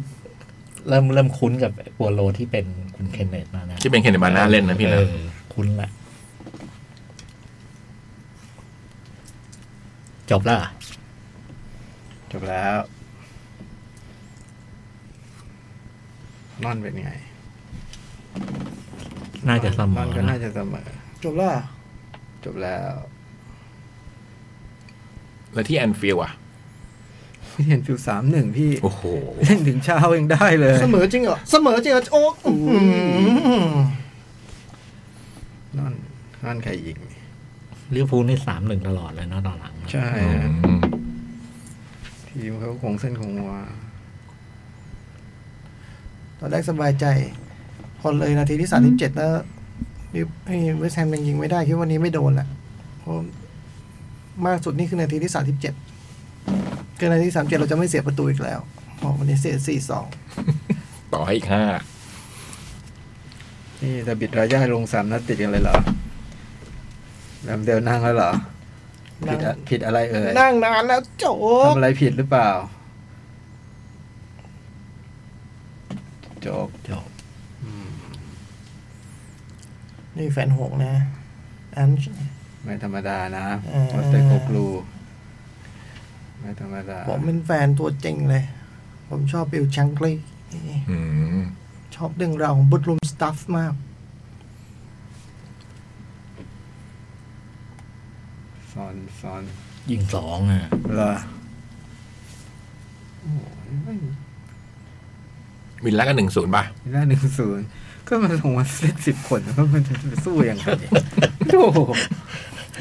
Speaker 2: เริ่มเริ่มคุ้นกับบัวโลที่เป็นคุณเคนเนตมานะ
Speaker 1: ที่เป็นเคนเนตมาน่าเล่นนะพี่นะ
Speaker 2: เออคุ้นละจบแล้วเหรอ
Speaker 3: จบแล้ว นอนเป็นไง
Speaker 2: น่าจะเสม
Speaker 3: นอ
Speaker 2: อน
Speaker 3: ก็
Speaker 2: นะ
Speaker 3: น่าจะเสมอ
Speaker 4: จบแล้วเหรอ
Speaker 3: จบแล้ว
Speaker 1: แล้วที่แอนฟิลด์อ่ะ
Speaker 3: พี่เห็นฟิวสามหนึ่งพี่
Speaker 1: โอ้โห
Speaker 3: เล่นถึงเช้ายังได้เลย
Speaker 4: เสมอจริงเหรอเสมอจริงเหรอโอ๊กอื้อหือน
Speaker 3: อนนอนใครอีกนี่
Speaker 2: ลิเวอร์พูลนี่สามหนึ่งตลอดเลยเนาะตอนหลังนะ
Speaker 3: ใช่
Speaker 1: อื
Speaker 3: นะ
Speaker 1: ม
Speaker 3: ทีมเขาคงเส้นคงวา
Speaker 4: ตอนแรกสบายใจ พอเลยนาทีที่สามสิบเจ็ดแล้วลิเวอร์ให้เวสต์แฮมยังยิงไม่ได้คิดว่าวันนี้ไม่โดนแหละเพราะมากสุดนี่คือนาทีที่สามสิบเจ็ดเกินนาทีสามเจ็ดเราจะไม่เสียประตูอีกแล้วบอกวันนี้เสียสี่สอง
Speaker 1: ต่อให้อีกห้า
Speaker 3: นี่ดาบิดรายาลงสามนัดติดกันเลยเหรอแลมเดลนั่งแล้วเหรอ ผิดอะผิดอะไรเอ่ย
Speaker 4: นั่งนานแล้วโจ๊ก
Speaker 3: ทำอะไรผิดหรือเปล่า โจก
Speaker 2: จบ
Speaker 4: นี่แฟนหงส์นะอัน
Speaker 3: ไม่ธรรมดานะ
Speaker 4: เออ
Speaker 3: วอสเตโกกลูไม่ธรรมดา
Speaker 4: ผมเป็นแฟนตัวจริงเลย ผมชอบบิลชังกลี
Speaker 1: อืม
Speaker 4: ชอบเรื่องราวของบุตรลุมสตัฟมาก
Speaker 3: ซอนซอน
Speaker 2: ยิงสองอ่ะ
Speaker 3: เหรอโอ้ยไม่
Speaker 1: วินแล้วก็หนึ่งศูนย์ป่ะ
Speaker 3: ไม่ได้หนึ่งศูนย์ก็มันลงมาเล่นสิบคนก็มันจะไปสู้ยังไงโอ้โห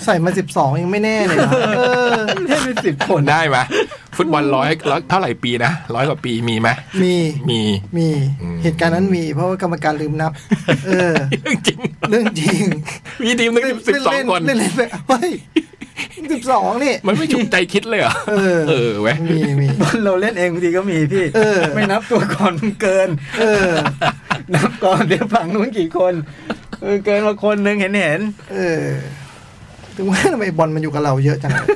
Speaker 4: ใส่มาสิบสองยังไม่แน่เลยนะเออ
Speaker 3: เล่นเป็นสิบคน
Speaker 1: ได้ไหมฟุตบอลร้อยร้อยเท่าไหร่ปีนะร้อยกว่าปีมีไหม
Speaker 4: มี
Speaker 1: มี
Speaker 4: มี
Speaker 1: อืม
Speaker 4: เหตุการณ์นั้นมี เพราะว่ากรรมการลืมนับ เออ
Speaker 1: เรื่องจริง
Speaker 4: เรื่องจริง
Speaker 1: มีทีมหนึงสิบสองคน
Speaker 4: เล่นเล่นเล่นเฮ้ยสิบสองนี่
Speaker 1: มันไม่จุกใจคิดเลยเหรอ
Speaker 4: เออ
Speaker 1: เออเว้ย
Speaker 4: มีมี
Speaker 3: ตอนเราเล่นเองบางทีก็มีพี่
Speaker 4: เออ
Speaker 3: ไม่นับตัวก่อนมันเกิน
Speaker 4: เออ
Speaker 3: นับก่อนเดี๋ยวฝั่งนู้นกี่คนเออเกินมาคนหนึ่งเห็นเห็น
Speaker 4: เออ ถึงว่าทำไมบอลมันอยู่กับเราเยอะจังเลย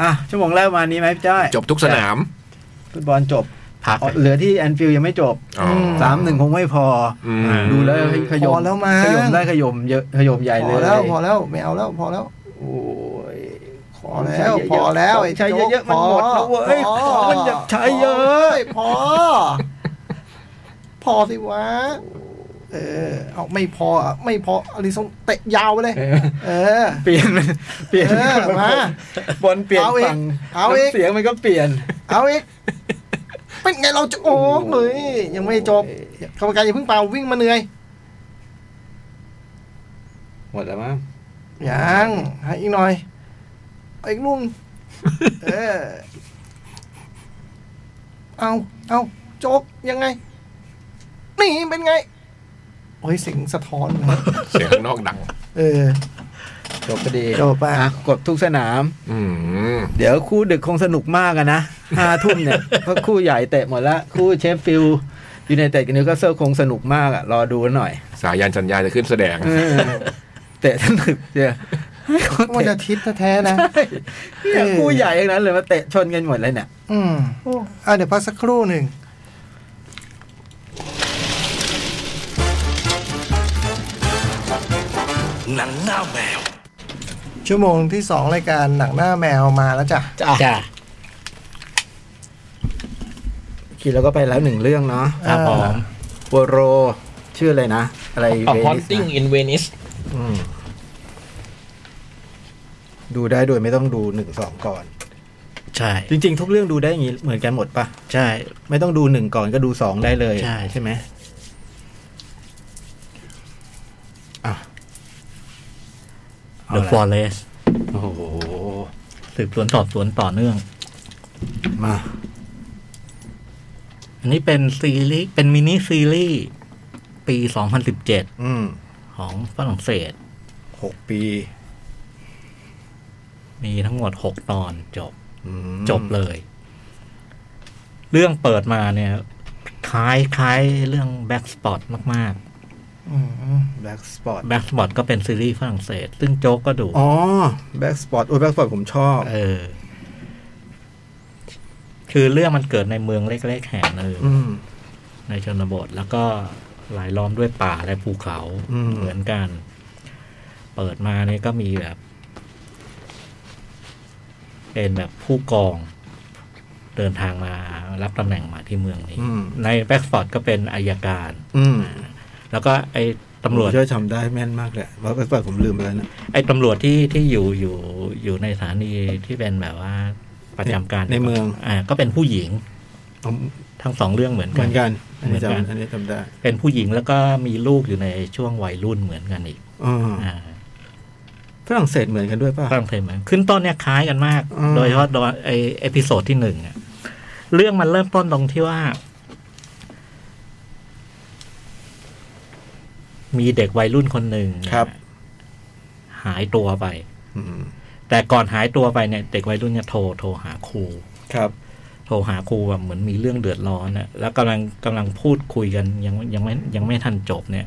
Speaker 3: อ่ะ ชั่วโมงแรกวันนี้ไหมพี่จ้อย
Speaker 1: จบทุกสนาม
Speaker 3: ฟุตบอลจบ
Speaker 2: พัก
Speaker 3: อ๋อเหลือที่แอนฟิลยังไม่จบ
Speaker 1: อ๋อ
Speaker 3: สามหนึ่งคงไม่พออ
Speaker 1: ม
Speaker 3: ดูแล้วขย
Speaker 4: พ
Speaker 3: ม
Speaker 4: อแล้วมั้
Speaker 3: ขยม
Speaker 4: ง
Speaker 3: ได้ขยมเยอะขยมใหญ่
Speaker 4: พ
Speaker 3: เล
Speaker 4: อย แล้วพอแล้วไม่เอาแล้วพอแล้ว
Speaker 3: โอ้ยข
Speaker 4: พอแล้วพอแล้ว
Speaker 3: ใช้เยอะๆมันหมดแล้วเว้ย
Speaker 4: พ
Speaker 3: ของมันจะใช้เยอะ
Speaker 4: พอ พอสิวะ เออ เอาไม่พออ่ะไม่พออลิซงเตะยาวไปเลย
Speaker 3: เออ
Speaker 4: เออ
Speaker 3: เปลี่ยน มันเปลี่ยน
Speaker 4: เออมา
Speaker 3: บอลเปลี่ยน
Speaker 4: เอาอีก
Speaker 3: ฝั่ง
Speaker 4: เอาอีก
Speaker 3: น้ำเสียงมันก็เปลี่ยน
Speaker 4: เอาอีกเป็นไงเราจะโอ้เฮ้ยยังไม่จบกรรมการอย่าเพิ่งเป่าวิ่งมาเหนื่อย
Speaker 3: หมดแล้วมั้ง
Speaker 4: ยังให้อีกหน่อยเอาอีกลุ งเออ เอาเอาโจกยังไง นี่เป็นไง โอ้ยเสียงสะท้อน เลย
Speaker 1: เสียงข้างนอกดัง
Speaker 4: เออ
Speaker 3: จบพอดี
Speaker 4: จบไป
Speaker 3: อ่ะกดทุกสนาม
Speaker 1: อืม
Speaker 3: เดี๋ยวคู่ดึกคงสนุกมากอะนะ ห้าทุ่มเนี่ย เพราะคู่ใหญ่เตะหมดละ คู่เชฟฟิลด์ยูไนเต็ดกับนิวคาสเซิลคงสนุกมากอะรอดูหน่อย
Speaker 1: สายันสัญญาจะขึ้นแสดง
Speaker 3: เออเตะทั้งดึกเจ้าให้เขา
Speaker 4: วัน
Speaker 3: เตะ
Speaker 4: อาทิตย์แท้ ๆนะ
Speaker 3: เนี่ยคู่ใหญ่ทั้งนั้นเลยมาเตะชนกันหมดเลยเนี่ย
Speaker 4: อืมอ่ะเดี๋ยวพักสักครู่หนึ่งหนังหน้าแมว ชั่วโมงที่สองรายการหนังหน้าแมวมาแล้วจ้ะ
Speaker 2: จ้ะ
Speaker 3: โอเค กี้เราก็ไปแล้วหนึ่งเรื่องเนาะ
Speaker 2: ครับผม
Speaker 3: โปโร ชื่ออะไรนะ อะไร
Speaker 1: อ๋อ
Speaker 3: เวนิส
Speaker 1: Haunting in Venice
Speaker 3: อืมดูได้โดยไม่ต้องดูหนึ่งสองก่อน
Speaker 2: ใช่
Speaker 3: จริง ๆ ทุกเรื่องดูได้อย่างงี้เหมือนกันหมดปะ
Speaker 2: ใช่
Speaker 3: ไม่ต้องดูหนึ่งก่อนก็ดูสองได้เลย
Speaker 2: ใช่
Speaker 3: ใช่ไหมอ่ะเอา
Speaker 2: The
Speaker 3: ละ
Speaker 2: Forest
Speaker 3: โอ้โห
Speaker 2: สืบสวนสอบสวนต่อเนื่อง
Speaker 3: มา
Speaker 2: อันนี้เป็นซีรีส์เป็นมินิซีรีส์ปี 2017
Speaker 3: อืม
Speaker 2: ของฝรั่งเศส
Speaker 3: หกปี
Speaker 2: มีทั้งหมด 6 ตอนจบ
Speaker 3: อืม
Speaker 2: จบเลย เรื่องเปิดมาเนี่ย คล้ายคล้ายเรื่อง Back Spot มาก
Speaker 4: อืม
Speaker 3: แบ็กสปอร์ต
Speaker 2: ๆ Back Spot ก็เป็นซีรีส์ฝรั่งเศส ซึ่งโจ๊กก็ดู
Speaker 3: อ๋อแบ็กสปอร์ตโอ้ยแบ็กสปอร์ตผมชอบ
Speaker 2: เออ คือเรื่องมันเกิดในเมืองเล็ก ๆ แห่งหนึ่ง
Speaker 3: อืม
Speaker 2: ในชนบท แล้วก็หลายล้อมด้วยป่าและภูเขา
Speaker 3: อืม
Speaker 2: เหมือนกัน เปิดมาเนี่ยก็มีแบบ เป็นแบบผู้กอง เดินทางมารับตำแหน่งมาที่เมืองนี้
Speaker 3: อืม
Speaker 2: ในแบ็กฟอร์ดก็เป็นอายการ
Speaker 3: อืม
Speaker 2: แล้วก็ไอ้ตำรวจ
Speaker 3: ผมช่วยทำได้แม่นมากเลยแบ็กสปอร์ตผมลืมไปแล้วนะ
Speaker 2: ไอ้ตำรวจที่ที่อยู่อยู่อยู่ในสถานีที่เป็นแบบว่าประจำการ
Speaker 3: ในเมือง
Speaker 2: อ่าก็เป็นผู้หญิง
Speaker 3: อ๋อ
Speaker 2: ทั้งสองเรื่องเหมือน
Speaker 3: เห
Speaker 2: กั
Speaker 3: มื
Speaker 2: น
Speaker 3: อนกัน อันนี้
Speaker 2: เหมือนกัน
Speaker 3: จำอันนี้จำได้
Speaker 2: เป็นผู้หญิงแล้วก็มีลูกอยู่ในช่วงวัยรุ่นเหมือนกันอีก
Speaker 3: อ๋อ
Speaker 2: อ่า
Speaker 3: ฝรั่งเศสเหมือนกันด้วยป่ะ
Speaker 2: ฝรั่งเศสเหมือนขึ้นต้นเนี่ยคล้ายกันมาก
Speaker 3: อืม
Speaker 2: โดยเฉพาะตอนไอเอพิโซดที่หนึ่งอะเรื่องมันเริ่มต้นตรงที่ว่า มีเด็กวัยรุ่นคนหนึ่ง
Speaker 3: ครับ
Speaker 2: หายตัวไป
Speaker 3: อืม
Speaker 2: แต่ก่อนหายตัวไปเนี่ยเด็กวัยรุ่นเนี่ยโทรโทรหาครู
Speaker 3: ครับ
Speaker 2: โทรหาครูแบบเหมือนมีเรื่องเดือดร้อนนะแล้วกำลังกำลังพูดคุยกันยังยังไม่ยังไม่ทันจบเนี่ย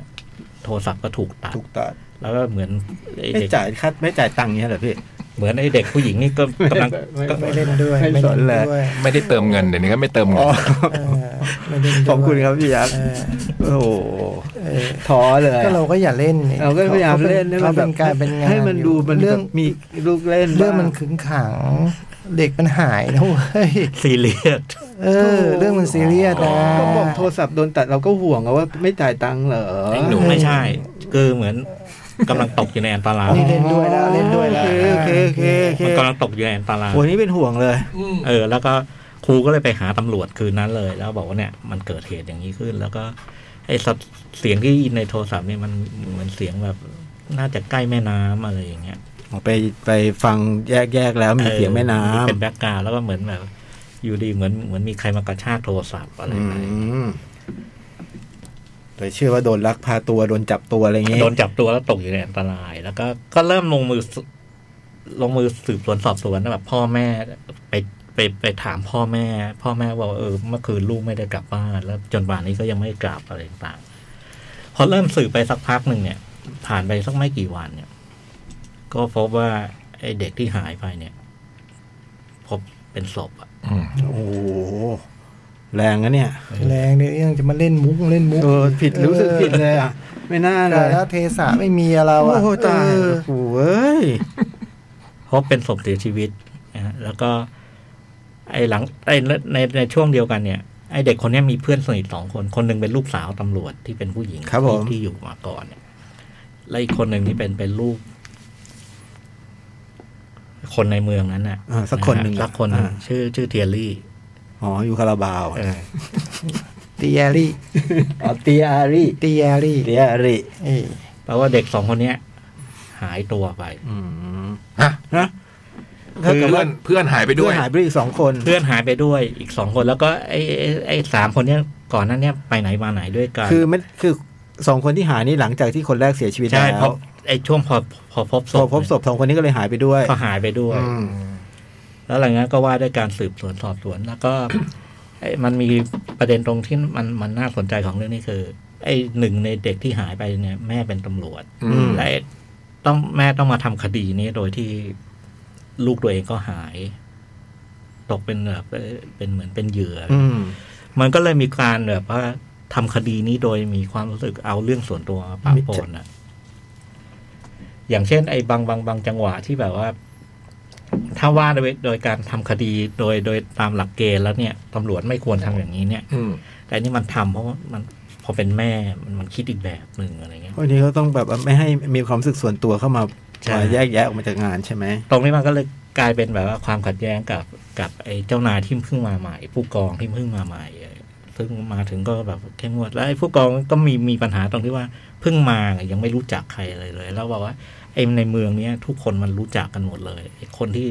Speaker 2: โทรศัพท์ก็ถูกตัด
Speaker 3: ถูกตัด
Speaker 2: แล้วก็เหมือนไอ้
Speaker 3: ไม่
Speaker 2: เด็ก
Speaker 3: จ่ายค่าไม่จ่ายตังค์เนี้ยเหรอพี่
Speaker 2: เหมือนไอ้เด็กผู้หญิง นี่ก็กำลัง
Speaker 3: ไม่
Speaker 2: ก็
Speaker 3: ไม่
Speaker 4: ไม่เล่นด้วย
Speaker 3: ไม่
Speaker 4: ไม่
Speaker 3: ส
Speaker 4: เล่
Speaker 3: น
Speaker 4: น
Speaker 3: เลย
Speaker 4: ด้วย
Speaker 1: ไม่ได้เติมเงินเดี๋ยวนี้ก็ไม่เติมเงิน
Speaker 4: เออไม่เล่นด้วย
Speaker 3: ขอบคุณครับพี่ยักษ์
Speaker 4: เออ
Speaker 3: โอ้โห
Speaker 4: เออ
Speaker 3: ท้อเลย
Speaker 4: ก็
Speaker 3: อะ
Speaker 4: เราก็อย่าเล่นนี่
Speaker 3: เราก็พยายามเล่นให้
Speaker 4: เขา
Speaker 3: แบ
Speaker 4: เป็
Speaker 3: บ
Speaker 4: นการเป็นงาน
Speaker 3: ให้มันดูมัน
Speaker 4: เรื่
Speaker 3: เรื่
Speaker 4: อ
Speaker 3: องงมีลูกเล่น
Speaker 4: เรื่องมัน
Speaker 3: บ้า
Speaker 4: ขึงขัง เด็กมันหายนะเว้ย
Speaker 2: ซีเรียส
Speaker 4: เออ เรื่องมันซีเรียสนะ
Speaker 3: ก็บอกโทรศัพท์โดนตัดเราก็ห่วงอะว่าไม่จ่ายตังค์เหรอ
Speaker 1: ไอ้หนู
Speaker 2: ไม่ใช่ คือเหมือนกำลังตกอยู่ในอันตราย
Speaker 4: นี่เล่นด้วยแล้วเล่นด้วยแล้ว
Speaker 3: โอเคโอเคโอเคโอเค
Speaker 2: มันกำลังตกอยู่ในอันตราย
Speaker 3: โอ้ยนี่เป็นห่วงเลย
Speaker 2: เออ แล้วก็ครูก็เลยไปหาตำรวจคืนนั้นเลย แล้วบอกว่าเนี่ยมันเกิดเหตุอย่างนี้ขึ้น แล้วก็ไอ้สัตว์เสียงที่ในโทรศัพท์เนี่ยมันเหมือนเสียงแบบ น่าจะใกล้แม่น้ำอะไรอย่างเงี้ย
Speaker 3: ไปไปฟังแยกแยกๆแล้วมีเสียงแม่น้ำ
Speaker 2: เป็นแบ็กกราวด์แล้วก็เหมือนแบบ อยู่ดีเหมือนเหมือนมีใครมากระชากโทรศัพท์อะไร
Speaker 3: อื
Speaker 2: ไป
Speaker 3: มแต่เชื่อว่าโดนลักพาตัวโดนจับตัวอะไรอย่างเงี้ย
Speaker 2: โดนจับตัวแล้วตกอยู่ในอันตราย แล้วก็ก็เริ่มลงมือสลงมือสืบสวนสอบสวนแบบพ่อแม่ไปไปไปถามพ่อแม่ พ่อแม่ว่าเออเมื่อคืนลูกไม่ได้กลับบ้านแล้วจนป่านนี้ก็ยังไม่กลับอะไรต่างๆพอเริ่มสืบไปสักพักหนึ่งเนี่ย ผ่านไปสักไม่กี่วันเนี่ย ก็พบว่าไอเด็กที่หายไปเนี่ย พบเป็นศพอะ
Speaker 1: อืม
Speaker 3: โอ้โหแรงนะเนี่ย
Speaker 4: แรงเนี่ยยังจะมาเล่นมุกเล่นมุก
Speaker 3: เออผิดรู้สึกผิดเลยอ่ะ ไม่น่าเล
Speaker 4: กาย ลเทศะไม่มีอะเรา
Speaker 3: โอ้
Speaker 4: อะ
Speaker 3: โหตาย
Speaker 4: เออ
Speaker 3: โอ้โหเอ้ย
Speaker 2: เพราะเป็นศพเสียชีวิตนะฮะแล้วก็ ไอ้หลังไอ้ในในช่วงเดียวกันเนี่ย ไอ้เด็กคนเนี้ยมีเพื่อนสนิทสองคน คนหนึ่งเป็นลูกสาวตำรวจที่เป็นผู้หญิง
Speaker 3: ครับผม
Speaker 2: ที่ที่อยู่มาก่อนเนี่ยและอีกคนหนึ่งนี่เป็นเป็นลูก คนในเมืองนั้นน่ะ
Speaker 3: อ่าสักคนหนึ่ง
Speaker 2: ะฮะสักคนหนึ่ง
Speaker 3: อ่า
Speaker 2: ชื่อชื่อเทียรี่
Speaker 3: อ๋ออยู่คาราบาว
Speaker 2: เออ
Speaker 4: ตียรี่
Speaker 3: อ๋อเตียอารี
Speaker 4: ตียรี่
Speaker 3: เตียอารี
Speaker 4: เอ้ย
Speaker 2: แปลว่าเด็กสองคนเนี้ย หายตัวไป
Speaker 3: อืม
Speaker 1: ฮะ
Speaker 3: นะ
Speaker 1: คื
Speaker 3: ถ้า
Speaker 1: อ
Speaker 3: เกิด
Speaker 1: เพื่
Speaker 3: ว่า
Speaker 1: อนเพื่อนหายไปด้วย
Speaker 3: เพื่อนหายไปอีกสองคน
Speaker 2: เพื่อนหายไปด้วยอีกสองคน แล้วก็ไอ้ไอ้ไอ้สามคนเนี้ยก่อนหนั้นเนี้ยไปไหนมาไหนด้วยกัน
Speaker 3: คือไม่คือสองคนที่หายนี่หลังจากที่คนแรกเสียชีวิต
Speaker 2: ใช่
Speaker 3: แล้
Speaker 2: พอ
Speaker 3: ว
Speaker 2: ไอ้ช่วงพอพอพบศ
Speaker 3: พอ
Speaker 2: พ
Speaker 3: พบศพสองคนนี้ก็เลยหายไปด้วย
Speaker 2: ก็หายไปด้วย
Speaker 3: อืม
Speaker 2: แล้วหลังจากนั้นก็ว่าด้วยการสืบสวนสอบสวนแล้วก็ ไอ้มันมีประเด็นตรงที่มันมันน่าสนใจของเรื่องนี้คือ ไอ้หนึ่งในเด็กที่หายไปเนี่ย แม่เป็นตำรวจ
Speaker 1: อืม
Speaker 2: และไอ้ต้องแม่ต้องมาทำคดีนี้โดยที่ลูกตัวเองก็หาย ตกเป็นแบบเอ่อเป็นเหมือนเป็นเหยื่ออ
Speaker 3: อืม
Speaker 2: มันก็เลยมีการแบบว่าทำคดีนี้โดยมีความรู้สึกเอาเรื่องส่วนตัวมาปะปนอะอย่างเช่น ไอ้บางบางบางจังหวะที่แบบว่า ถ้าว่าโดยโดยการทำคดีโดยโดยตามหลักเกณฑ์แล้วเนี่ยตำรวจไม่ควรทำอย่างนี้เนี่ย
Speaker 1: อืม
Speaker 2: แต่อันนี่มันทำเพราะว่ามันพอเป็นแม่มันมันคิดอีกแบบหนึ่งอะไรเงี้ย
Speaker 3: วันนี้ก็ต้องแบบไม่ให้มีความรู้สึกส่วนตัวเข้ามา
Speaker 2: ใช่
Speaker 3: มาแยกแยะออกมาจากงานใช่ไหม
Speaker 2: ตรงนี้มันก็เลยกลายเป็นแบบว่าความขัดแย้งกับกับไอ้เจ้านายที่เพิ่งมาใหม่ ผู้กองที่เพิ่งมาใหม่ซึ่งมาถึงก็แบบเข้มงวดแล้วไอ้ผู้กองก็มีมีปัญหาตรงที่ว่าเพิ่งมาไงยังไม่รู้จักใครเลยเลย แล้วบอกว่าไอ้ในเมืองเนี้ย ทุกคนมันรู้จักกันหมดเลยไอ้คนที่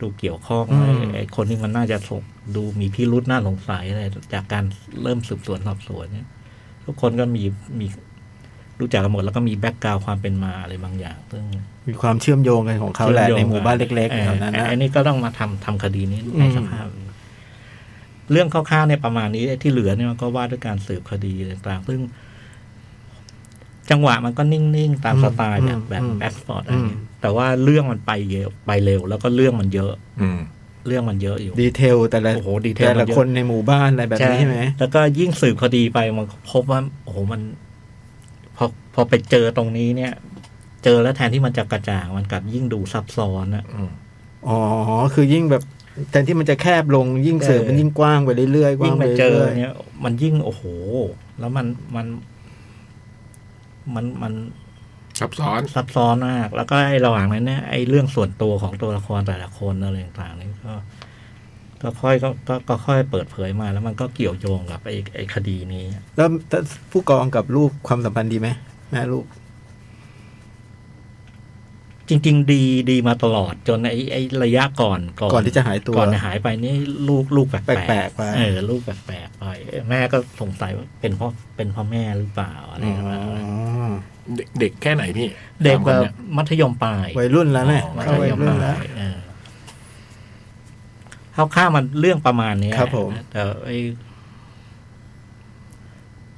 Speaker 2: ดูเกี่ยวข้องไอ้ไอ้คนที่มันน่าจะสงดูมีพิรุษน่าสงสัยอะไรจากการเริ่มสืบสวนสอบสวนเนี่ย ทุกคนก็มีมีรู้จักกันหมด แล้วก็มีแบ็กกราวความเป็นมาอะไรบางอย่าง ซึ่ง
Speaker 3: มีความเชื่อมโยงกันของเขาแหละในหมู่บ้านเล็กๆแถวนั้น
Speaker 2: ออ
Speaker 3: นะ
Speaker 2: ไอ้นี่ก็ต้องมาทำทำคดีนี้ในสภาพนี้เรื่องคร่าวๆเนี่ยประมาณนี้ไอ้ที่เหลือเนี่ยมันก็ว่าด้วยการสืบคดีต่างๆ ซึ่ง จังหวะมันก็นิ่งๆ ตามสไตล์แบบ
Speaker 3: อืม
Speaker 2: แบบ
Speaker 3: อืม
Speaker 2: แอสปอร์ตอะไรเงี้ย
Speaker 3: อืม
Speaker 2: แต่ว่าเรื่องมันไปเยอะไปเร็ว แล้วก็เรื่องมันเยอะ
Speaker 1: อืม
Speaker 2: เรื่องมันเยอะอยู่
Speaker 3: ดีเทลแต่ละ
Speaker 2: โอ้โหดีเทล
Speaker 3: แต่
Speaker 2: มั
Speaker 3: ละ
Speaker 2: นเยอะ
Speaker 3: คนในหมู่บ้านอะไรแบบนี้ใช่ไหม
Speaker 2: แล้วก็ยิ่งสืบคดีไปมันก็พบว่า โอ้โหมัน พอพอไปเจอตรงนี้เนี่ย เจอแล้วแทนที่มันจะกระจ่างมันกลับยิ่งดูซับซ้อนอะ
Speaker 3: อ๋อคือยิ่งแบบแทนที่มันจะแคบลงยิ่งเสริม
Speaker 2: เออ
Speaker 3: มันยิ่งกว้างไปเรื่อยๆก
Speaker 2: ยิ่
Speaker 3: ว้าง ง
Speaker 2: ไป
Speaker 3: ไป
Speaker 2: เจอ
Speaker 3: เรื่อย
Speaker 2: เนี่ย มันยิ่งโอ้โห แล้วมันมันมันมัน
Speaker 1: ซับซ้อน
Speaker 2: ซับซ้อนมาก แล้วก็ไอ้ระหว่างนั้นเนี่ยไอ้เรื่องส่วนตัวของตัวละครแต่ละคนอะไรต่างๆนี่ก็ ก็ค่อยก็ก็ก็ค่อยเปิดเผยมาแล้วมันก็เกี่ยวโยงกับไอ้ไอ้คดีนี้
Speaker 3: ๆแล้วผู้กองกับลูกความสัมพันธ์ดีไหมแม่ลูก
Speaker 2: จริง ๆ ดีดีมาตลอดจนไอ้ไอ้ระยะก่อน
Speaker 3: ก่อนที่จะหายตัว
Speaker 2: ก่อนจะหายไปนี่ลูกลูกแปลก
Speaker 3: แปลกๆไป
Speaker 2: เออลูกแปลกๆไปแม่ก็สงสัยว่าเป็นเพราะเป็นเพราะแม่หรือเปล่าอะไร
Speaker 3: อ๋
Speaker 2: ประมาณนั้น
Speaker 3: อ
Speaker 1: เด็กเด็กแค่ไหนพี่
Speaker 2: เด็ก
Speaker 1: สามค
Speaker 2: แบ
Speaker 1: น
Speaker 2: บ
Speaker 1: นี่ย
Speaker 2: มัธยมปลาย
Speaker 3: วัยรุ่นแล้วเนี่ย
Speaker 2: มั
Speaker 3: เข้า
Speaker 2: ธ
Speaker 3: วัย
Speaker 2: ยม
Speaker 3: รุ่
Speaker 2: ป
Speaker 3: นแล้
Speaker 2: ลา
Speaker 3: วย
Speaker 2: เออคร่าวๆมันเรื่องประมาณเนี้ย
Speaker 3: ครับผม
Speaker 2: แต่ไอ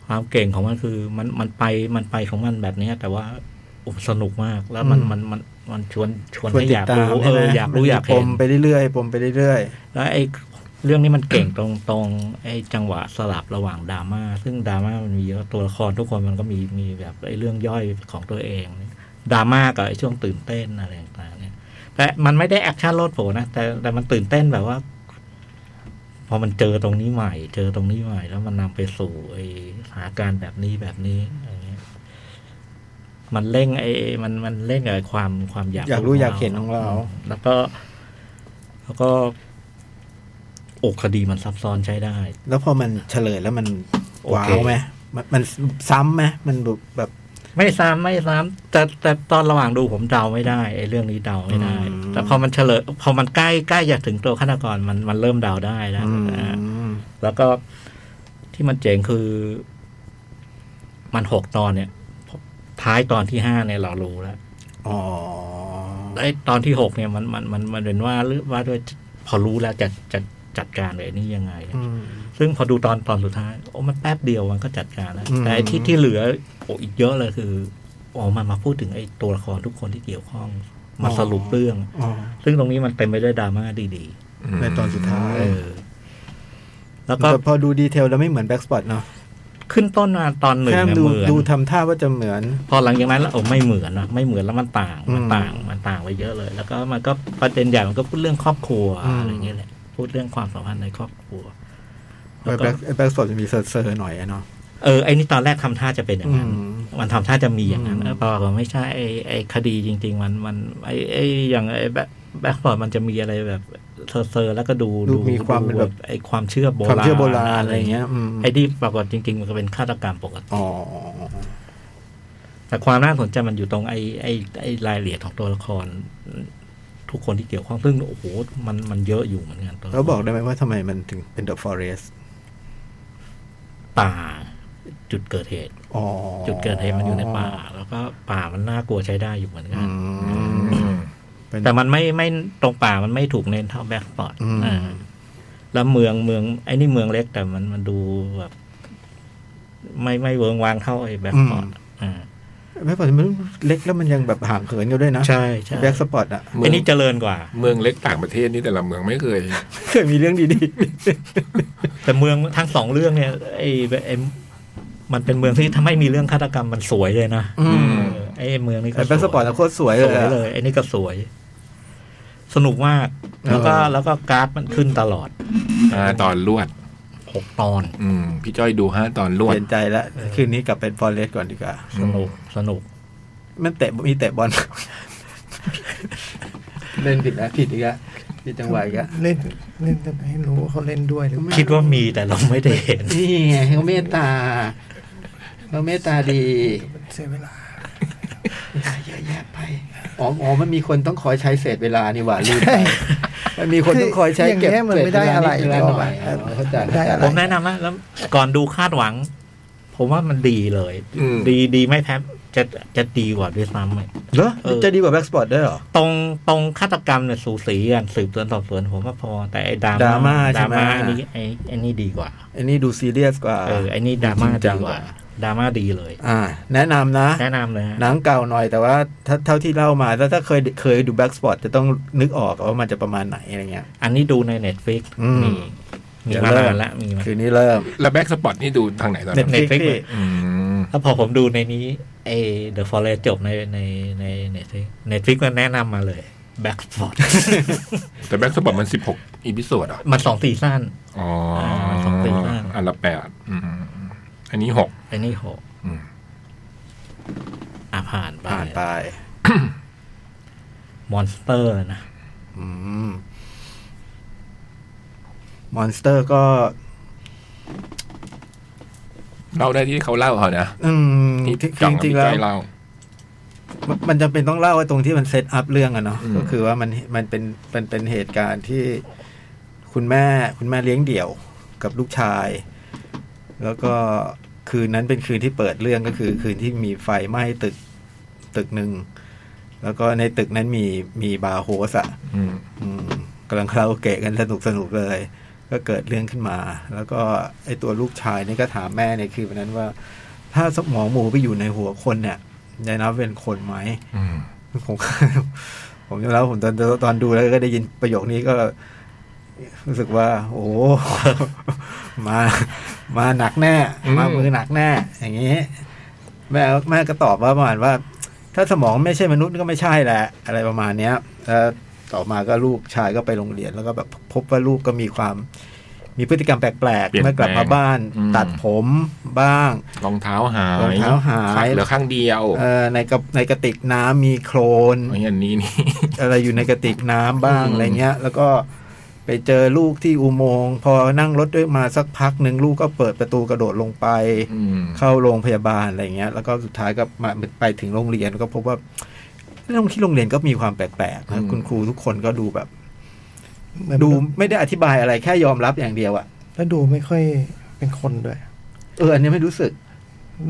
Speaker 2: ความเก่งของมันคือ มันมันไปมันไปของมันแบบเนี้ย แต่ว่าโอ้สนุกมาก แล้วมัน
Speaker 3: อืม
Speaker 2: มันมันมันชวนชวน
Speaker 3: ชวน
Speaker 2: ให้อ
Speaker 3: ติด
Speaker 2: ยาก
Speaker 3: ตาม
Speaker 2: รู้เอ
Speaker 3: ใช่ไห
Speaker 2: อ
Speaker 3: ม
Speaker 2: อยากรู้อยาก
Speaker 3: ป
Speaker 2: เห็น
Speaker 3: มไปเรื่อยๆปมไปเรื่อย
Speaker 2: แล้วไอเรื่องนี้มันเก่งตรงตรงไอจังหวะสลับระหว่างดราม่าซึ่งดราม่ามันมีเยอะตัวละครทุกคนมันก็มีมีแบบไอเรื่องย่อยของตัวเอง ดราม่ากับไอ้ช่วงตื่นเต้นอะไรต่างๆเนี่ย แต่มันไม่ได้แอคชั่นโลดโผนะ แต่แต่มันตื่นเต้นแบบว่า พอมันเจอตรงนี้ใหม่ เจอตรงนี้ใหม่ แล้วมันนำไปสู่ไอ้สถานการณ์แบบนี้แบบนี้อะไรเงี้ยมันเร่งไอ้มันมันเร่งกับไอ้ความความอยาก
Speaker 3: ๆ อยากรู้อยากเห็นของเรา
Speaker 2: แล้วก็ แล้วก็โอกคดีมันซับซ้อนใช้ได้
Speaker 3: แล้วพอมันเฉลยแล้วมัน
Speaker 2: โอ
Speaker 3: ว้า
Speaker 2: เค
Speaker 3: วไหมมันมันซ้ำไหมมันแบบแบบ
Speaker 2: ไม่ซ้ำไม่ซ้ำแต่แต่ตอนระหว่างดูผมเดาไม่ได้ไอ้เรื่องนี้เดาไม่ได้ แต่พอมันเฉลยพอมันใกล้ใกล้จะถึงตัวฆาตกรมันมันเริ่มเดาได้แล้ว
Speaker 3: อื
Speaker 2: นะฮะ
Speaker 3: ม
Speaker 2: แล้วก็ที่มันเจ๋งคือ มันหกตอนเนี่ยท้ายตอนที่ห้าเนี่ยเรารู้แล้ว
Speaker 3: อ๋อ
Speaker 2: ไอ้ตอนที่หกเนี่ยมันมันมันมันเป็นว่าหรือว่าด้วยพอรู้แล้วจะจะจัดการเลยนี่ยังไง
Speaker 3: อืม
Speaker 2: ซึ่งพอดูตอนตอนสุดท้าย โอ้มันแป๊บเดียวมันก็จัดการแล้ว
Speaker 3: อืม
Speaker 2: แต่ไอ้ที่ที่เหลือโอ้อีกเยอะเลยคืออ๋อมันมาพูดถึงไอ้ตัวละครทุกคนที่เกี่ยวข้อง มาสรุปเรื่อง
Speaker 3: อ๋อ
Speaker 2: ซึ่งตรงนี้มันเต็มไปด้วยดราม่าดี
Speaker 3: ในตอนสุดท้าย
Speaker 2: ๆเออ แล้วก็
Speaker 3: แต่พอดูดีเทลแล้วไม่เหมือนแบ็กสปอตเนาะ
Speaker 2: ขึ้นต้นมาตอนหนึ่ง
Speaker 3: แค่
Speaker 2: เนี่ย
Speaker 3: ดู
Speaker 2: เหมือน
Speaker 3: ดูทำท่าว่าจะเหมือน
Speaker 2: พอหลังจากนั้นแล้วโอ้ไม่เหมือนนะไม่เหมือนแล้วมันต่างมัน
Speaker 3: อืม
Speaker 2: ต่างมันต่างไปเยอะเลย แล้วก็มันก็ประเด็นใหญ่มันก็พูดเรื่องครอบครัว
Speaker 3: อืม
Speaker 2: อะไรอย่างเงี้ยแหละพูดเรื่องความสัมพันธ์ในครอบครัวแล้ว
Speaker 3: แบ็
Speaker 2: ก็
Speaker 3: กแบ็กสปอตจะมีเซอร์ๆหน่อยอะเนาะ
Speaker 2: เออไอ้นี่ตอนแรกทำท่าจะเป็นอย่างนั้น
Speaker 3: อืม
Speaker 2: มันทำท่าจะมีอย่างนั้นเออปรากฏไม่ใช่ไอ้ไอ้คดีจริง ๆ มันมันไอ้ไอ้อย่างไอ้แบ็คแบ็คฟอร์ดมันจะมีอะไรแบบเซอร์ๆแล้วก็ดู
Speaker 3: ดูมีความเป็นแบบ
Speaker 2: ไอ้ความเชื่อโบราณ
Speaker 3: ความเชื่อโบราณอะไรอย่างเงี้ยอืม
Speaker 2: ไอ้ที่ปรากฏจริง ๆ มันก็เป็นฆาตกรรมปกติ
Speaker 3: อ๋อ
Speaker 2: แต่ความน่าสนใจมันอยู่ตรงไอ้ไอ้ไอ้รายละเอียดของตัวละคร ทุกคนที่เกี่ยวข้องซึ่งโอ้โหมันมันเยอะอยู่เหมือนกันตัวละคร
Speaker 3: แล้วบอกได้ไหมว่าทำไมมันถึงเป็น The Forest
Speaker 2: ป่า จุดเกิดเหตุ
Speaker 3: อ๋อ
Speaker 2: จุดเกิดเหตุมันอยู่ในป่า แล้วก็ป่ามันน่ากลัวใช้ได้อยู่เหมือนกั
Speaker 3: อื
Speaker 2: น
Speaker 3: ม
Speaker 1: อืม
Speaker 3: เป็น
Speaker 2: แต่มันไม่ไม่ตรงป่ามันไม่ถูกเน้นเท่าแบ็กสปอร์ต
Speaker 3: อืม
Speaker 2: อ่าแล้วเมืองเมืองไอ้นี่เมืองเล็กแต่มันมันดูแบบ ไม่ไม่เวิงวางเท่าไอ้แบ็กสปอร์ตอ่า
Speaker 3: แบ็กสปอตมันเล็กแล้วมันยังแบบห่างเหินกันด้วยนะ
Speaker 2: ใช่ใช่
Speaker 3: แบ็กสปอตอะ
Speaker 2: ไอ้นี่เจริญกว่า
Speaker 1: เมืองเล็กต่างประเทศนี่แต่ละเมืองไม่เคย
Speaker 3: เคยมีเรื่องดี
Speaker 2: แต่เมืองทั้งสองเรื่องเนี่ยไอ้ไอ้มันเป็นเมืองที่ถ้าไม่มีเรื่องฆาตกรรมมันสวยเลยนะ
Speaker 3: ๆอืม
Speaker 2: เออไอ้เมืองนี่ก็
Speaker 3: แต่แบ็กสปอร์ต
Speaker 2: ส
Speaker 3: นะโคตรสวย
Speaker 2: วย
Speaker 3: เลยอะ
Speaker 2: เลยไอ้นี่ก็สวย สนุกมาก แล้วก็แล้วก็กราฟมันขึ้นตลอด
Speaker 1: ห้าตอนลวด
Speaker 2: หกตอน
Speaker 1: อืม พี่จ้อยดูห้าตอนลวด
Speaker 3: เปลี่ยนใจแล้วคืนนี้กลับเป็นฟอร์เรสก่อนดีกว่า
Speaker 2: สนุกสนุก
Speaker 3: มันเตะมีเตะบอลเล่นผิดแล้วผิดอีกแล้วผิดจังหวะอีกแล้ว
Speaker 4: เล่นเล่นแต่ให้รู้ว่าเขาเล่นด้วยหรือไม่
Speaker 2: คิดว่ามีแต่เราไม่ได้เห็น
Speaker 3: นี่ไงเขาเมตตาเขาเมตตาดี
Speaker 4: เสียเวลา
Speaker 3: อย่าเยอะแยะไปอ๋ออ๋อมันมีคนต้องคอยใช้เศษเวลานี่หว่าลืมไปมันมีคนต้องคอยใช้เก็บ
Speaker 4: คืออย่างเงี้ยมัน
Speaker 3: เศษ
Speaker 4: ไม่
Speaker 3: เว
Speaker 4: ได้
Speaker 3: ลา
Speaker 4: อะไร
Speaker 3: นิดเวลาหน่อย
Speaker 4: หรอก
Speaker 3: อ๋อเข้าใจ
Speaker 4: ไม่ได้อะไร
Speaker 2: ผมแนะนำนะแล้วก่อนดูคาดหวัง ผมว่ามันดีเลย
Speaker 1: อืม
Speaker 2: ดีดีไม่แพ้จะจะดีกว่าด้วยซ้ำอะ
Speaker 3: เหรอ
Speaker 2: เออ
Speaker 3: จะดีกว่าแบ็กสปอร์ตได้เหรอ
Speaker 2: ตรงตรงฆาตกรรมเนี่ยสูสีกันสืบสวนสอบสวนผมว่าพอ แต่ไอ้ดรา
Speaker 3: ดราม่า
Speaker 2: ม่า
Speaker 3: ใช่
Speaker 2: ดรา
Speaker 3: ไหม
Speaker 2: ม่านี่ไอ้ไอ้นี่ดีกว่า
Speaker 3: อันนี้ดูซีเรียสกว่า
Speaker 2: เออไอ้นี่ดราม่า
Speaker 3: จริงจั
Speaker 2: ดี
Speaker 3: ง
Speaker 2: กว่า
Speaker 3: ว่ะ
Speaker 2: ดราม่าดีเลย
Speaker 3: อ่า แนะนำนะ
Speaker 2: แนะนำเลยฮะ
Speaker 3: หนังเก่าหน่อยแต่ว่าถ้าเท่าที่เล่ามาแล้วถ้าเคยเคยดูแบ็กสปอตจะต้องนึกออกว่ามันจะประมาณไหนอะไรเงี้ย
Speaker 2: อันนี้ดูในเน็ตฟิก
Speaker 3: อืม
Speaker 2: มีมี
Speaker 3: เดี๋ยว
Speaker 2: มา
Speaker 3: เริ่
Speaker 2: นาม นละมีมา
Speaker 3: คืนนี้เริ่ม
Speaker 1: แล้วแบ็กสปอตนี่ดูทางไหนตอน
Speaker 2: เน็
Speaker 1: นั้
Speaker 2: ต
Speaker 1: น
Speaker 2: Netflix
Speaker 3: พี่
Speaker 2: เลย
Speaker 1: อืม
Speaker 2: ถ้าพอผมดูในนี้เอ The Forest จบในในในเน็ตฟิกเน็ตฟิกมันแนะนำมาเลย Backspot
Speaker 1: แต่แบ็กสปอตมันสิบหกอีพิโซดอ่ะ
Speaker 2: มันสองซีซั่น
Speaker 1: อ๋อ
Speaker 2: สองปีมาก
Speaker 1: อันละแปดอืมอันนี้หก
Speaker 2: อันนี้โห
Speaker 1: อืม
Speaker 2: อ่ะผ่านไป
Speaker 3: ผ่านไป
Speaker 2: มอนสเตอร์นะ
Speaker 3: มอนสเตอร์ก็
Speaker 1: เล่าได้ที่เขาเล่าเขานะ
Speaker 3: อืม
Speaker 1: ที่
Speaker 3: ที่
Speaker 1: จ
Speaker 3: จ
Speaker 1: อง
Speaker 3: ริ
Speaker 1: ริ
Speaker 3: ง
Speaker 1: ง
Speaker 3: ๆแล้ว
Speaker 1: ๆเล่า
Speaker 3: มันมันจำเป็นต้องเล่าไอ้ตรงที่มันเซตอัพเรื่องอะเนาะ
Speaker 1: อืม
Speaker 3: ก็คือว่ามันมันเป็นเป็นเป็นเหตุการณ์ที่คุณแม่คุณแม่เลี้ยงเดี่ยวกับลูกชาย แล้วก็คืนนั้นเป็นคืนที่เปิดเรื่องก็คือ คืนที่มีไฟไหม้ตึกตึกหนึ่ง แล้วก็ในตึกนั้นมีมีบาร์โฮสอะ
Speaker 1: อืม
Speaker 3: อืมกำลังคาราโอเกะกันสนุกสนุกเลย ก็เกิดเรื่องขึ้นมา แล้วก็ไอตัวลูกชายนี่ก็ถามแม่ในคืนวันนั้นว่า ถ้าสมองหมูไปอยู่ในหัวคนเนี่ยจะนับเป็นคนไหม
Speaker 1: อืม
Speaker 3: ผม ผมยอมรับผมตอนตอนดูแล้วก็ได้ยินประโยคนี้ก็ รู้สึกว่า โอ้โห มามาหนักแน่
Speaker 1: อืม
Speaker 3: มามือหนักแน่ อย่างนี้ แม่แม่ก็ตอบว่าประมาณว่า ถ้าสมองไม่ใช่มนุษย์ก็ไม่ใช่แหละ อะไรประมาณเนี้ยแล้วต่อมาก็ลูกชายก็ไปโรงเรียน แล้วก็แบบพบว่าลูกก็มีความ มีพฤติกรรมแปลก
Speaker 1: เปลี่
Speaker 3: ๆ
Speaker 1: ยน
Speaker 3: เมื่อกลับมาบ้าน
Speaker 1: อืม
Speaker 3: ตัดผมบ้าง
Speaker 1: รองเท้าหาย
Speaker 3: รองเท้าหา
Speaker 1: ข้
Speaker 3: ย
Speaker 1: งเหลือข้างเดียว
Speaker 3: เอ่อในกระในกระติกน้ำมีโครน
Speaker 1: ไอ้อันนี้นี่
Speaker 3: อะไรอยู่ในกระติกน้ำบ้าง
Speaker 1: อืม
Speaker 3: อะไรเงี้ย แล้วก็ไปเจอลูกที่อุโมงค์พอนั่งรถด้วยมาสักพักหนึ่งลูกก็เปิดประตูกระโดดลงไป
Speaker 1: อืม
Speaker 3: เข้าโรงพยาบาลอะไรเงี้ย แล้วก็สุดท้ายก็มาไปถึงโรงเรียนก็พบว่าเรื่องที่โรงเรียนก็มีความแปลกๆ
Speaker 1: อื
Speaker 3: นะ
Speaker 1: ม
Speaker 3: คุณครูทุกคนก็ดูแบบ
Speaker 4: เหมือน
Speaker 3: ดูไม่ได้อธิบายอะไรแค่ยอมรับอย่างเดียวอะ
Speaker 4: แล้วดูไม่ค่อยเป็นคนด้วย
Speaker 3: เอออันเนี้ยไม่รู้สึก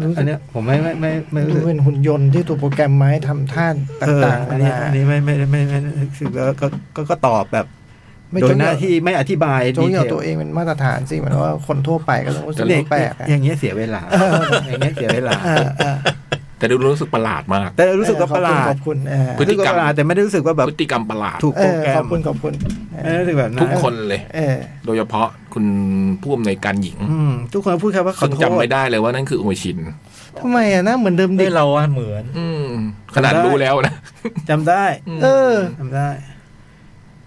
Speaker 4: รู้
Speaker 3: อั
Speaker 4: สึ
Speaker 3: น
Speaker 4: ก
Speaker 3: เนี้ยผมไม่ไม่ไม่ไม่รู้
Speaker 4: ดู
Speaker 3: สึก
Speaker 4: เป็นหุ่นยนต์ที่ตัวโปรแกรมไม้ทำท่าต
Speaker 3: เออ่
Speaker 4: างๆ
Speaker 3: อั
Speaker 4: นาน
Speaker 3: นี้
Speaker 4: นา
Speaker 3: อันนี้ไม่ไม่ไม่ไม่ไม่รู้สึกแล้วก็ก็ก็ตอบแบบ
Speaker 4: ไม่
Speaker 3: โด
Speaker 4: จ
Speaker 3: ย
Speaker 4: ง
Speaker 3: หน้า
Speaker 4: อย่า
Speaker 3: ที่ไม่อธิบาย
Speaker 4: จง
Speaker 3: ดี
Speaker 4: อ
Speaker 3: เท
Speaker 4: ย่า
Speaker 3: ล
Speaker 4: ตัวเองเป็นมาตรฐานสิเหมือนว่าคนทั่วไปก็ต้องรู้สึก
Speaker 3: เด็ก
Speaker 4: แปลก
Speaker 3: อย่างเงี้ยเสียเวลา อย่างเงี้ยเสียเวลา
Speaker 4: เออเออ
Speaker 1: แต่ดูรู้สึกประหลาดมาก
Speaker 3: แต่รู้สึกว่าประหลา
Speaker 4: ข
Speaker 3: ด
Speaker 4: อบคุณขอบคุณเออ
Speaker 1: พฤติ
Speaker 3: รู้สึก
Speaker 1: กรร
Speaker 3: ว่าม ประหลาดแต่ไม่ได้รู้สึกว่าแบบ
Speaker 1: พฤติกรรมประหลาด
Speaker 3: ถูกโป
Speaker 4: เอ
Speaker 3: ร
Speaker 4: อ
Speaker 3: แกร
Speaker 4: ขอ
Speaker 3: ม
Speaker 4: บคุณขอบคุณ
Speaker 3: ไม่ได้รู้สึกแบบนั้น
Speaker 1: ทุกคนเลย
Speaker 4: เออ
Speaker 1: โดยเฉพาะคุณผู้อำนวยการหญิง
Speaker 3: อืมทุกคนพูดแค่ว่าขอ
Speaker 1: ซึ่ง
Speaker 3: โทษ
Speaker 1: จำไม่ได้เลยว่านั่นคือโอชิน
Speaker 4: ทำไมอ่ะหน้าเหมือนเดิมเด็
Speaker 2: นี่
Speaker 4: ก
Speaker 2: เราว่าเหมือน
Speaker 1: อืม ขนาด
Speaker 3: จำได้
Speaker 1: รู้แล้วนะ
Speaker 3: จำได้
Speaker 4: เออ
Speaker 3: จำได้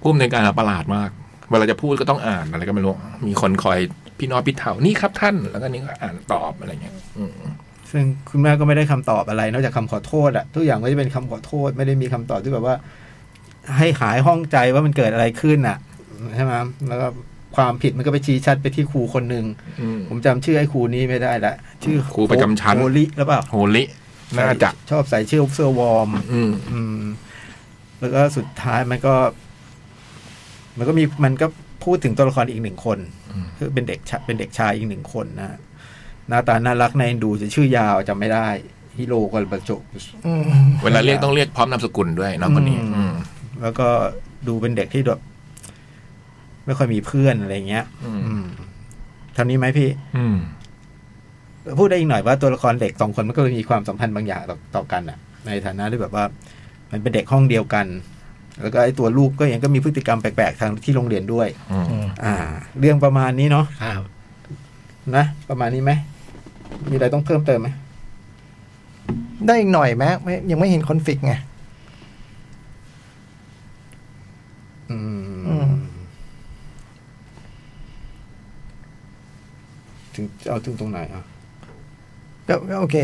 Speaker 1: ผู้อำนวยการประหลาดมาก เวลาจะพูดก็ต้องอ่านอะไรก็ไม่รู้ มีคนคอยพี่น้อยพี่เถานี่ครับท่าน แล้วก็นี่ก็อ่านตอบอะไรเงี้ย อืม
Speaker 3: ซึ่งคุณแม่ก็ไม่ได้คำตอบอะไร นอกจากคำขอโทษอะทุกอย่างก็จะเป็นคำขอโทษ ไม่ได้มีคำตอบที่แบบว่า ให้หายห้องใจว่ามันเกิดอะไรขึ้นอะใช่ไหมแล้วก็ความผิดมันก็ไปชี้ชัดไปที่ครูคนหนึ่ง
Speaker 1: อืม
Speaker 3: ผมจำชื่อไอ้ครูนี้ไม่ได้ละชื่อ
Speaker 1: ครูประจำชั้น
Speaker 3: โอลิหรือเปล่า
Speaker 1: โฮลิน่าจะ
Speaker 3: ชอบใส่เสื้อเสื้อวอร์ม
Speaker 1: อืม
Speaker 3: อืม แล้วก็สุดท้ายมันก็ มันก็มีมันก็พูดถึงตัวละครอีกหนึ่งคน
Speaker 1: อืม
Speaker 3: คือเป็นเด็กชะเป็นเด็กชายอีกหนึ่งคนนะหน้าตาน่ารักนาเอ็นดูจะชื่อยาวจำไม่ได้ฮิโรกัลบะโจ
Speaker 4: อืม
Speaker 1: เวลาเรียกต้องเรียกพร้อมนามสกุลด้วยน้องคนนี้
Speaker 3: อืม
Speaker 1: อืม
Speaker 3: แล้วก็ดูเป็นเด็กที่แบบไม่ค่อยมีเพื่อนอะไรเงี้ย
Speaker 1: อืม
Speaker 3: อืมเทำนี้ไหมพี่
Speaker 1: อืม
Speaker 3: พูดได้อีกหน่อยว่าตัวละครเด็กสองคนมันก็เลยมีความสัมพันธ์บางอย่างต่อต่อกันอะในฐานะที่แบบว่า มันเป็นเด็กห้องเดียวกัน แล้วก็ไอ้ตัวลูกก็ยังก็มีพฤติกรรมแปลกๆทางที่โรงเรียนด้วย
Speaker 1: อืม
Speaker 2: อืม
Speaker 3: อ่า เรื่องประมาณนี้เนาะ
Speaker 2: ครับ
Speaker 3: นะประมาณนี้ไหมมีอะไรต้องเพิ่มเติมไหม
Speaker 4: ได้อีกหน่อยไหมไม่ยังไม่เห็นคอนฟลิกต์ไง
Speaker 3: ถึงเอาถึงตรงไหนอ่ะ
Speaker 4: ก็ก็โอเค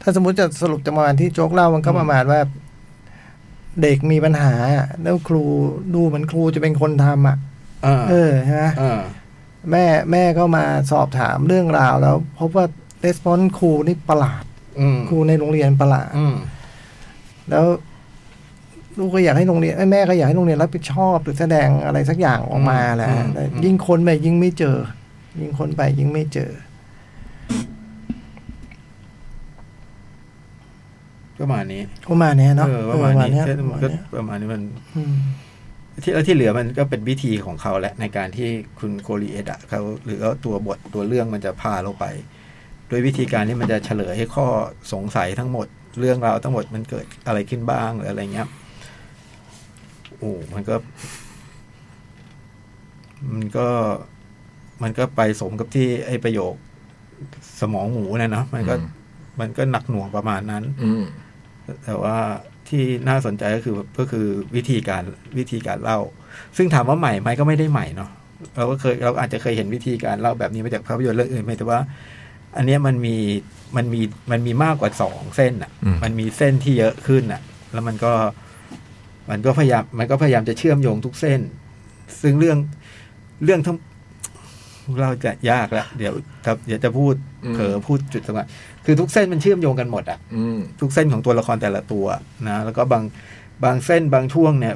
Speaker 4: ถ้าสมมติจะสรุปจากประมาณที่โจ๊กเล่ามันก็ประมาณว่า เด็กมีปัญหาอะแล้วครูดูเหมือนครูจะเป็นคนทำอ่ะ
Speaker 3: อ่า
Speaker 4: เออใช่ไหม
Speaker 3: อ่า
Speaker 4: แม่แม่ก็มาสอบถามเรื่องราวแล้ว พบว่าレスปอนครูนี่ประหลาด
Speaker 3: อืม
Speaker 4: ครูในโรงเรียนประหลาด
Speaker 3: อืม
Speaker 4: แล้วลูกก็อยากให้โรงเรียนเอ้ยแม่ก็อยากให้โรงเรียนรับผิดชอบหรือแสดงอะไรสักอย่างออกมาแหละแต่ยิ่งค้นไปยิ่งไม่เจอ ยิ่งค้นไปยิ่งไม่เจอ
Speaker 3: ประมาณนี้
Speaker 4: ประมาณเนี้ยเนาะ
Speaker 3: เออประมาณนี้
Speaker 4: เออประมาณ
Speaker 3: ก็
Speaker 4: เนี้ย
Speaker 3: ประมาณนี้มัน
Speaker 4: อืม
Speaker 3: ที่แล้วที่เหลือมันก็เป็นวิธีของเขาแหละในการที่คุณโคลีเอดอะเขาหรือว่าตัวบทตัวเรื่องมันจะพาเราไป โดยวิธีการที่มันจะเฉลยให้ข้อสงสัยทั้งหมด เรื่องราวทั้งหมดมันเกิดอะไรขึ้นบ้างหรืออะไรเงี้ยโอ้มันก็ มันก็ มันก็ไปสมกับที่ไอ้ประโยคสมองหมูนะเนาะมันก็
Speaker 1: อืม
Speaker 3: มันก็หนักหน่วงประมาณนั้น
Speaker 1: อืม
Speaker 3: แต่ว่าที่น่าสนใจก็คือก็คือวิธีการวิธีการเล่า ซึ่งถามว่าใหม่ไหมก็ไม่ได้ใหม่เนาะเราก็เคยเราอาจจะเคยเห็นวิธีการเล่าแบบนี้มาจากภาพยนตร์เรื่องอื่นไหมแต่ว่า อันเนี้ยมันมีมันมีมันมีมากกว่าสองเส้นอ่ะ
Speaker 1: อืม
Speaker 3: มันมีเส้นที่เยอะขึ้นอ่ะ แล้วมันก็มันก็พยายามมันก็พยายามจะเชื่อมโยงทุกเส้น ซึ่งเรื่องเรื่องทั้งเราจะยากละเดี๋ยวครับเดี๋ยวจะพูดเผลอพูดจุดตรงนั้นคือทุกเส้นมันเชื่อมโยงกันหมดอ่ะ
Speaker 1: อืม
Speaker 3: ทุกเส้นของตัวละครแต่ละตัวนะแล้วก็บางบางเส้นบางช่วงเนี่ย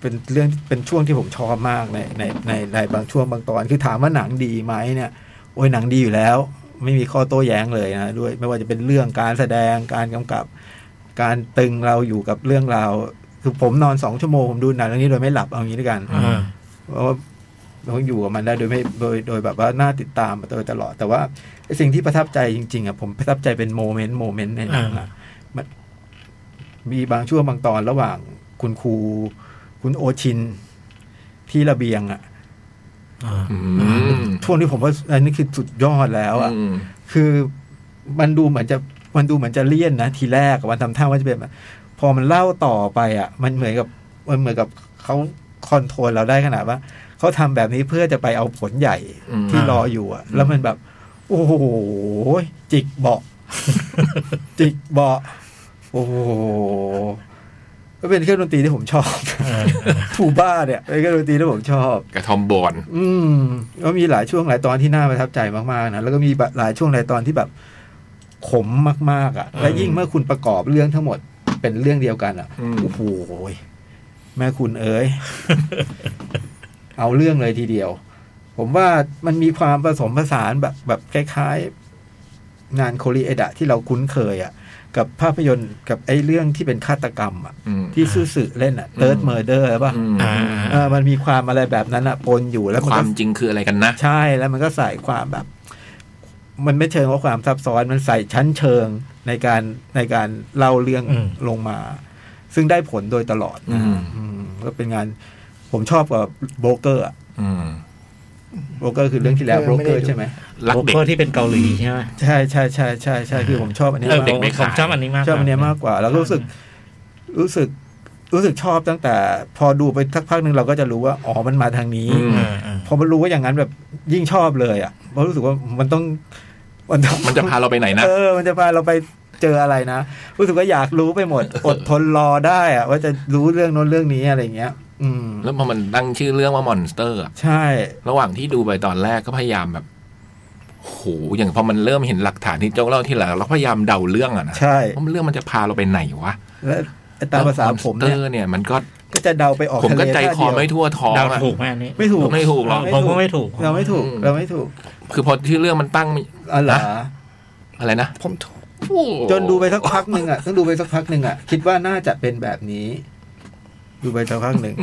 Speaker 3: เป็นเรื่องเป็นช่วงที่ผมชอบมากในในในในบางช่วงบางตอน คือถามว่าหนังดีไหมเนี่ย โอ้ยหนังดีอยู่แล้ว ไม่มีข้อโต้แย้งเลยนะด้วย ไม่ว่าจะเป็นเรื่องการแสดงการกำกับ การตึงเราอยู่กับเรื่องราวคือผมนอนสองชั่วโมงผมดูหนังเรื่องนี้โดยไม่หลับเอางี้ด้วยกัน
Speaker 2: อ่า
Speaker 3: เพราะว่าเราอยู่กับมันได้โดยไม่โดยโดยแบบว่าน่าติดตามมาโดยตลอด แต่ว่าไอ้สิ่งที่ประทับใจจริงๆอ่ะผมประทับใจเป็นโมเมนต์โมเมนต์ในหนังอ่ะมันมีบางช่วงบางตอนระหว่างคุณครูคุณโอชินที่ระเบียงอ่ะ
Speaker 2: อ่า
Speaker 1: อืม
Speaker 3: ช่วงที่ผมว่าอันนี้คือสุดยอดแล้วอ่ะ
Speaker 1: อืม
Speaker 3: คือมันดูเหมือนจะมันดูเหมือนจะเลี่ยนนะทีแรกอะมันทำท่าว่าจะเป็นแบบพอมันเล่าต่อไปอ่ะ มันเหมือนกับมันเหมือนกับเขาคอนโทรลเราได้ขนาดว่าเขาทำแบบนี้เพื่อจะไปเอาผลใหญ่
Speaker 1: อืม
Speaker 3: ที่รออยู่อ่ะ แล้วมันแบบ โอ้โหจิกเบาะ จิกเบาะโอ้โหก็เป็นเครื่องดนตรีที่ผมชอบ ทูบ้าเนี่ยเป็นเครื่องดนตรีที่ผมชอบ
Speaker 1: กระทอมบอล
Speaker 3: อืมก็มีหลายช่วงหลายตอนที่น่าประทับใจมากๆนะแล้วก็มีหลายช่วงหลายตอนที่แบบขมมากๆอะ่ะ และยิ่งเมื่อคุณประกอบเรื่องทั้งหมดเป็นเรื่องเดียวกันอะ่ะ
Speaker 1: อืม
Speaker 3: โอ้โหยแม่คุณเอ๋ย เอาเรื่องเลยทีเดียว ผมว่ามันมีความผสมผสานแบบแบบคล้ายๆ งานโคลีเอดะที่เราคุ้นเคยอะ่ะ กับภาพยนตร์กับไอ้เรื่องที่เป็นฆาตกรรมอะ่ะ
Speaker 1: อืม
Speaker 3: ที่ซื่อสึเล่นอะ่ะเติร์ดเมอร์เดอร์ป่ะ
Speaker 1: อืม
Speaker 2: อ่า
Speaker 3: เออมันมีความอะไรแบบนั้นอะ่ะปนอยู่แล้วน
Speaker 1: ค
Speaker 3: ก็
Speaker 1: วามจริงคืออะไรกันนะ
Speaker 3: ใช่แล้วมันก็ใส่ความแบบ มันไม่เชิงว่าความซับซ้อนมันใส่ชั้นเชิงในการในการเล่าเรื่อง
Speaker 2: อืม
Speaker 3: ลงมา ซึ่งได้ผลโดยตลอดนะ
Speaker 1: อืม
Speaker 3: อืมก็เป็นงาน ผมชอบกับโบรกเกอร์อะ
Speaker 1: อืม
Speaker 3: โบรกเกอร์คือเรื่องที่แล้ว
Speaker 4: เอ
Speaker 3: โบร
Speaker 4: อก ไม่
Speaker 3: เก
Speaker 4: ได้
Speaker 3: อ
Speaker 4: ดู
Speaker 3: ร์ใช่ไหม
Speaker 1: รัก
Speaker 2: โบร
Speaker 1: เด็
Speaker 2: ก
Speaker 1: ก
Speaker 2: เกอร์ที่เป็นเกาหลีใช่ไหม
Speaker 3: ใช่ใช่ใช่ใช่ใช่คือผมชอบอันนี้
Speaker 2: เออ
Speaker 3: มาก
Speaker 2: เด็กไม่
Speaker 3: ผ
Speaker 2: ขาย
Speaker 3: ม
Speaker 2: ชอบอันนี้มาก
Speaker 3: ชอบอันนี้มากกว่า แล้วก็รู้สึก รู้สึก รู้สึกชอบตั้งแต่ พอดูไปสักพักหนึ่งเราก็จะรู้ว่าอ๋อมันมาทางนี้
Speaker 1: อืม
Speaker 2: อ่าอ่า
Speaker 3: พอมันรู้ว่าอย่างนั้นแบบยิ่งชอบเลยอ่ะเพราะรู้สึกว่ามันต้องมันต้อง
Speaker 1: มันจะพาเราไปไหนนะ
Speaker 3: เออ มันจะพาเราไปเจออะไรนะ รู้สึกว่าอยากรู้ไปหมด อดทนรอได้อะว่าจะรู้เรื่องโน้นเรื่องนี้อะไรเงี้ย อืม
Speaker 1: แล้วพอมันตั้งชื่อเรื่องว่ามอนสเตอร์อะ
Speaker 3: ใช่
Speaker 1: ระหว่างที่ดูไปตอนแรกก็พยายามแบบโหอย่างพอมันเริ่มเห็นหลักฐานที่โจ๊กเล่าที่หลังเราพยายามเดาเรื่องอะนะ
Speaker 3: ใช่
Speaker 1: ว่ามันเรื่องมันจะพาเราไปไหนวะ
Speaker 3: และตามภาษาผม
Speaker 1: แล้ว
Speaker 3: เนี่ย
Speaker 1: Monster เนี่ย มันก็
Speaker 3: ก็จะเดาไปออก
Speaker 1: ผม
Speaker 3: ทะเล
Speaker 1: ก็ใจคอไม่
Speaker 3: ท่าเดียว
Speaker 1: ทั่วท้อง
Speaker 2: เดา
Speaker 1: อะ
Speaker 2: ถูกไหมอันนี้
Speaker 3: ไม่ถูก
Speaker 1: ไม่ถูกหรอก
Speaker 2: ผมก็ไม่ถูก
Speaker 3: เราไม่ถูก เราไม่ถูก
Speaker 1: คือพอชื่อเรื่องมันตั้งไม่
Speaker 3: อ๋อเหรอ
Speaker 1: อะไรนะ
Speaker 4: ผมถูก
Speaker 3: จนดูไปสักพักหนึ่งอ่ะต้องดูไปสักพักหนึ่งอ่ะ คิดว่าน่าจะเป็นแบบนี้ ดูไปสักพักหนึ่ง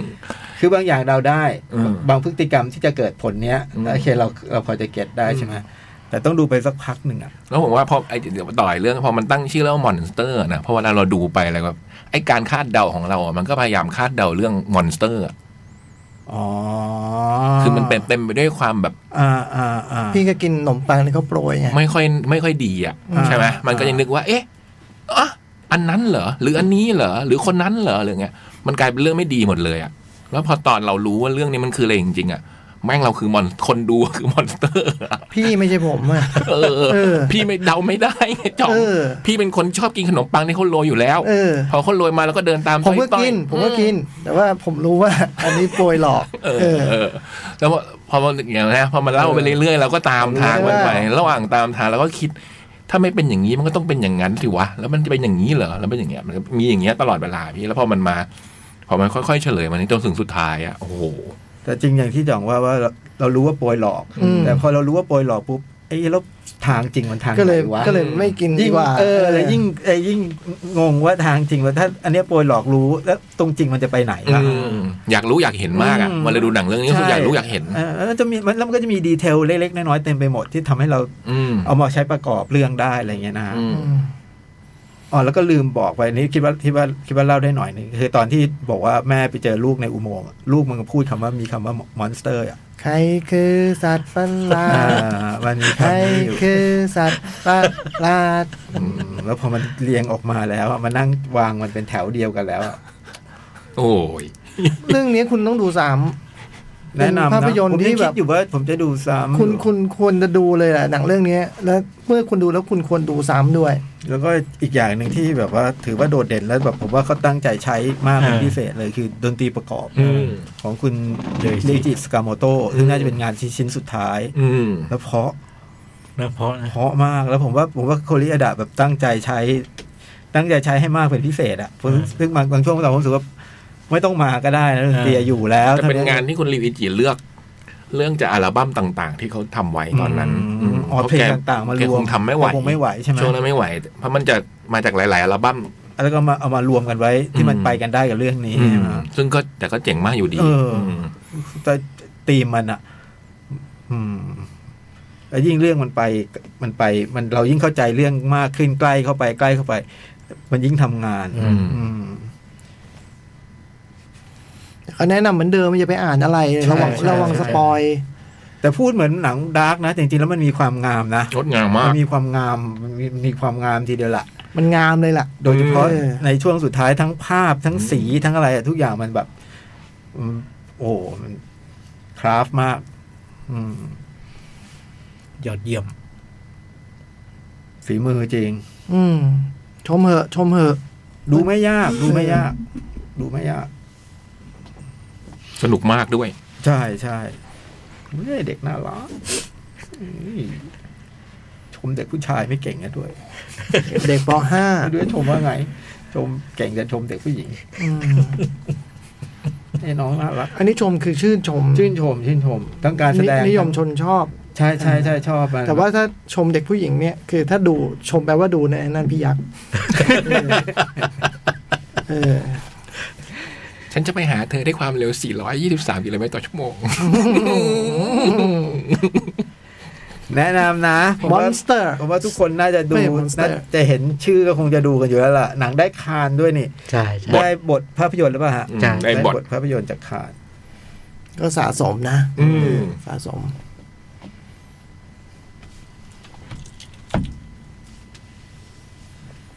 Speaker 3: คือบางอย่างเราได้
Speaker 1: อืม
Speaker 3: บางพฤติกรรมที่จะเกิดผลเนี้ย
Speaker 1: อืม
Speaker 3: โอเคเราเราพอจะเก็ตได้ใช่ไหมแต่ต้องดูไปสักพักหนึ่งอ่ะ
Speaker 1: แล้วผมว่าพอไอเดี๋ยวต่อยเรื่องพอมันตั้งชื่อแล้วมอนสเตอร์นะเพราะเวลาเราดูไปอะไรแบบไอการคาดเดาของเราอะมันก็พยายามคาดเดาเรื่องมอนสเตอร์อะ
Speaker 3: อ๋อ
Speaker 1: คือมันเป็นเต็มไปด้วยความแบบ
Speaker 3: อ่าอ่าอ่า
Speaker 4: พี่ก็กินขนมปังที่เขาโปรยไง
Speaker 1: ไม่ค่อยไม่ค่อยดีอ่ะ
Speaker 3: อ่า
Speaker 1: ใช่ไหม
Speaker 3: อ่ามั
Speaker 1: มันก็ยังนึกว่า เอ๊ะอะอันนั้นเหรอหรืออันนี้เหรอหรือคนนั้นเหรอหรือไงมันกลายเป็นเรื่องไม่ดีหมดเลยอ่ะแล้วพอตอนเรารู้ว่าเรื่องนี้มันคืออะไรจริงๆอ่ะ แม่งเราคือมอนคนดูคือมอนสเตอร์อะ
Speaker 4: พี่ไม่ใช่ผม อะ
Speaker 1: เอ
Speaker 4: เออ
Speaker 1: อ พี่ไม่เดาไม่ได้ไงจอม
Speaker 4: เออ
Speaker 1: พี่เป็นคนชอบกินขนมปังที่เขาโรยอยู่แล้ว
Speaker 4: เออ
Speaker 1: พอเขาโรยมาแล้วก็เดินตาม
Speaker 4: ผมก็
Speaker 1: ต้อยๆ
Speaker 4: กิน ผมก็กิน แต่ว่าผมรู้ว่า อันนี้โปรยหลอก
Speaker 1: เออ
Speaker 4: เออ
Speaker 1: เออ แล้วพอมันอย่างนี้นะพอมันเล่าไปเรื่อยๆเราก็ตามทางมันไประหว่างตามทางเราก็คิด ถ้าไม่เป็นอย่างนี้มันก็ต้องเป็นอย่างนั้นสิวะแล้วมันจะเป็นอย่างนี้เหรอแล้วเป็นอย่างเงี้ยมันก็มีอย่างเงี้ยตลอดเวลาพี่แล้วพอมันมา พอมันค่อยๆเฉลยมันจนถึงสุดท้ายอ่ะโอ้โห
Speaker 3: แต่จริงอย่างที่จ่องว่าว่าเราเรารู้ว่าโปรยหลอก
Speaker 4: อืม
Speaker 3: แต่พอเรารู้ว่าโปรยหลอกปุ๊บไอ้แล้วทางจริงมันทาง
Speaker 4: ก็เลย
Speaker 3: ไหนวะ
Speaker 4: ก็เลยไม่กินดี
Speaker 3: ยิ่ง
Speaker 4: กว่า
Speaker 3: เออแล้วยิ่งไอ้ยิ่งงงว่าทางจริงว่าถ้า อันเนี้ยโปรยหลอกรู้แล้วตรงจริงมันจะไปไหน
Speaker 1: อ
Speaker 3: ล่ะ
Speaker 1: มอยากรู้อยากเห็นมากอ่ะ
Speaker 3: อืม
Speaker 1: มันเลยดูหนังเรื่องนี้คืออยากรู้อยากเห็น
Speaker 3: เออแล้วจะมีมันแล้วมันก็จะมีดีเทลเล็กๆน้อยๆเต็มไปหมดที่ทำให้เรา
Speaker 1: อืม
Speaker 3: เอามาใช้ประกอบเรื่องได้อะไรเงี้ยนะฮะ
Speaker 1: อืม
Speaker 4: อืม
Speaker 3: อ๋อแล้วก็ลืมบอกไปอันนี้คิดว่าคิดว่าคิดว่าเล่าได้หน่อยนึงคือตอนที่บอกว่าแม่ไปเจอลูกในอุโมงค์อะลูกมันก็พูดคำว่ามีคำว่ามอนสเตอร์อ่ะ
Speaker 4: ใครคือสัตว์ประหลา
Speaker 3: อ่า
Speaker 4: ด
Speaker 3: มันมี
Speaker 4: ใคร
Speaker 3: คำนี้อยู่
Speaker 4: คือสัตว์ประหลาด
Speaker 3: อืมแล้วพอมันเรียงออกมาแล้วอะมานั่งวางมันเป็นแถวเดียวกันแล้วอะ
Speaker 1: โอ้ย
Speaker 4: เรื่องนี้คุณต้องดูสาม เป็น
Speaker 3: แนะนำนะ
Speaker 4: ภาพยนตร์
Speaker 3: ผม
Speaker 4: ที่
Speaker 3: ยัง
Speaker 4: แบ
Speaker 3: คิ
Speaker 4: บ
Speaker 3: ดอยู่ว่าผมจะดูซ้ำ
Speaker 4: คุณคุณควรจะดูเลยแหละหนังเรื่องนี้แล้วเมื่อคุณดูแล้วคุณควรดูซ้ำด้วย
Speaker 3: แล้วก็อีกอย่างหนึ่งที่แบบว่าถือว่าโดดเด่นแล้วแบบผมว่าเขาตั้งใจใช้มากเป็นพิเศษเลยคือดนตรีประกอบ
Speaker 1: อืม
Speaker 3: ของคุณ
Speaker 2: เดยจิ
Speaker 3: เดจิสกาโมโตซึ่งน่าจะเป็นงานชิ้นสุดท้าย
Speaker 1: อืม
Speaker 3: แล้วเพราะ
Speaker 2: นะเพราะนะ
Speaker 3: เพราะมากแล้วผมว่าผมว่าโคริอาดะแบบตั้งใจใช้ ตั้งใจใช้ให้มากเป็นพิเศษอะผมซึ่งบางบางช่วงบางตอนผมรู้สึกว่าไม่ต้องมาก็ได้นะดนตรีอยู่แล้ว
Speaker 1: แต่เป็น
Speaker 3: ท่
Speaker 1: งานที่คุณรีวิจิเลือก เรื่องจากอัลบั้มต่าง ๆ ที่เขาทำไว้ตอนนั้น
Speaker 3: อืมอ๋อเพลงต่างๆมาร
Speaker 1: แก
Speaker 3: ว
Speaker 1: ค
Speaker 3: ม
Speaker 1: งทำไม่ไหว
Speaker 3: แกคงไม่ไหวใช่ไหม
Speaker 1: ช่วงนั้นไม่ไหว เพราะมันจะมาจากหลาย ๆ อัลบั้ม
Speaker 3: แล้วก็มาเอามารวมกันไว้ที่มัน
Speaker 1: อืม
Speaker 3: ไปกันได้กับเรื่องนี้
Speaker 1: ซึ่งก็แต่ก็เจ๋งมากอยู่ดี
Speaker 3: เอออื
Speaker 1: ม
Speaker 3: แต่ตีมมันอ่ะ อืมแล้วยิ่งเรื่องมันไปมันไป มันเรายิ่งเข้าใจเรื่องมากขึ้นใกล้เข้าไปใกล้เข้าไป มันยิ่งทำงาน
Speaker 1: อืม
Speaker 3: อืม
Speaker 4: เขาแนะนำเหมือนเดิมอย่าไปอ่านอะไรเลย
Speaker 3: ใช่
Speaker 4: ระวัง
Speaker 3: ใช่
Speaker 4: ระวัง
Speaker 2: ใช่
Speaker 4: สปอย
Speaker 3: แต่พูดเหมือนหนังดาร์กนะแต่จริงๆแล้วมันมีความงามนะ
Speaker 1: งดงามมาก
Speaker 3: มันมีความงามมันมีมีความงามทีเดียวล่ะ
Speaker 4: มันงามเลยล่ะ
Speaker 3: โดยเฉพาะ
Speaker 4: เออ
Speaker 3: ในช่วงสุดท้ายทั้งภาพทั้งสีทั้งอะไรอะทุกอย่างมันแบบอืมโอ้โหมันคราฟมาก อืม
Speaker 2: ยอดเยี่ยม
Speaker 3: ฝีมือจริง
Speaker 4: อืม ชมเหอะ ชมเหอะ
Speaker 3: ดูไม่ยาก ดูไม่ยาก ดูไม่ยาก
Speaker 1: สนุกมากด้วย
Speaker 3: ใช่ใช่เฮ้ยเด็กน่ารักอืมชมเด็กผู้ชายไม่เก่งนะด้วย
Speaker 4: เด็กป
Speaker 3: ไม่
Speaker 4: .5
Speaker 3: ด้วยชมว่าไง ชมเก่งแต่ชมเด็กผู้หญิงไอ้น้องน่ารัก
Speaker 4: อันนี้ชมคือชื่นชม
Speaker 3: ชื่นชมชื่นชมทั้งการแสดง
Speaker 4: นินิยมชนชอบ
Speaker 3: ใช่ใช่ใช่ชอบมัน
Speaker 4: แต่ว่าถ้าชมเด็กผู้หญิงเนี่ย คือถ้าดูชมแปลว่าดูนะนั่นพี่ยั กษ์เออ
Speaker 1: ฉันจะไปหาเธอได้ความเร็ว 423กิโลเมตรต่อชั่วโมง
Speaker 3: แนะนำนะผม
Speaker 4: มอ
Speaker 3: ว่า
Speaker 4: นสเตอร์
Speaker 3: ผมว่าทุกคนน่าจะดู
Speaker 4: ไม่ Monster
Speaker 3: น่าจะเห็นชื่อก็คงจะดูกันอยู่แล้วล่ะ หนังได้คานด้วยนี่
Speaker 2: ใช่ใช่
Speaker 3: ได้บทภาพยนตร์หรือเปล่าฮะ
Speaker 2: ใช่
Speaker 1: ได้บท
Speaker 3: ภาพยนตร์จากคาน
Speaker 4: ก็สะสมนะ
Speaker 1: อืม
Speaker 4: สะสม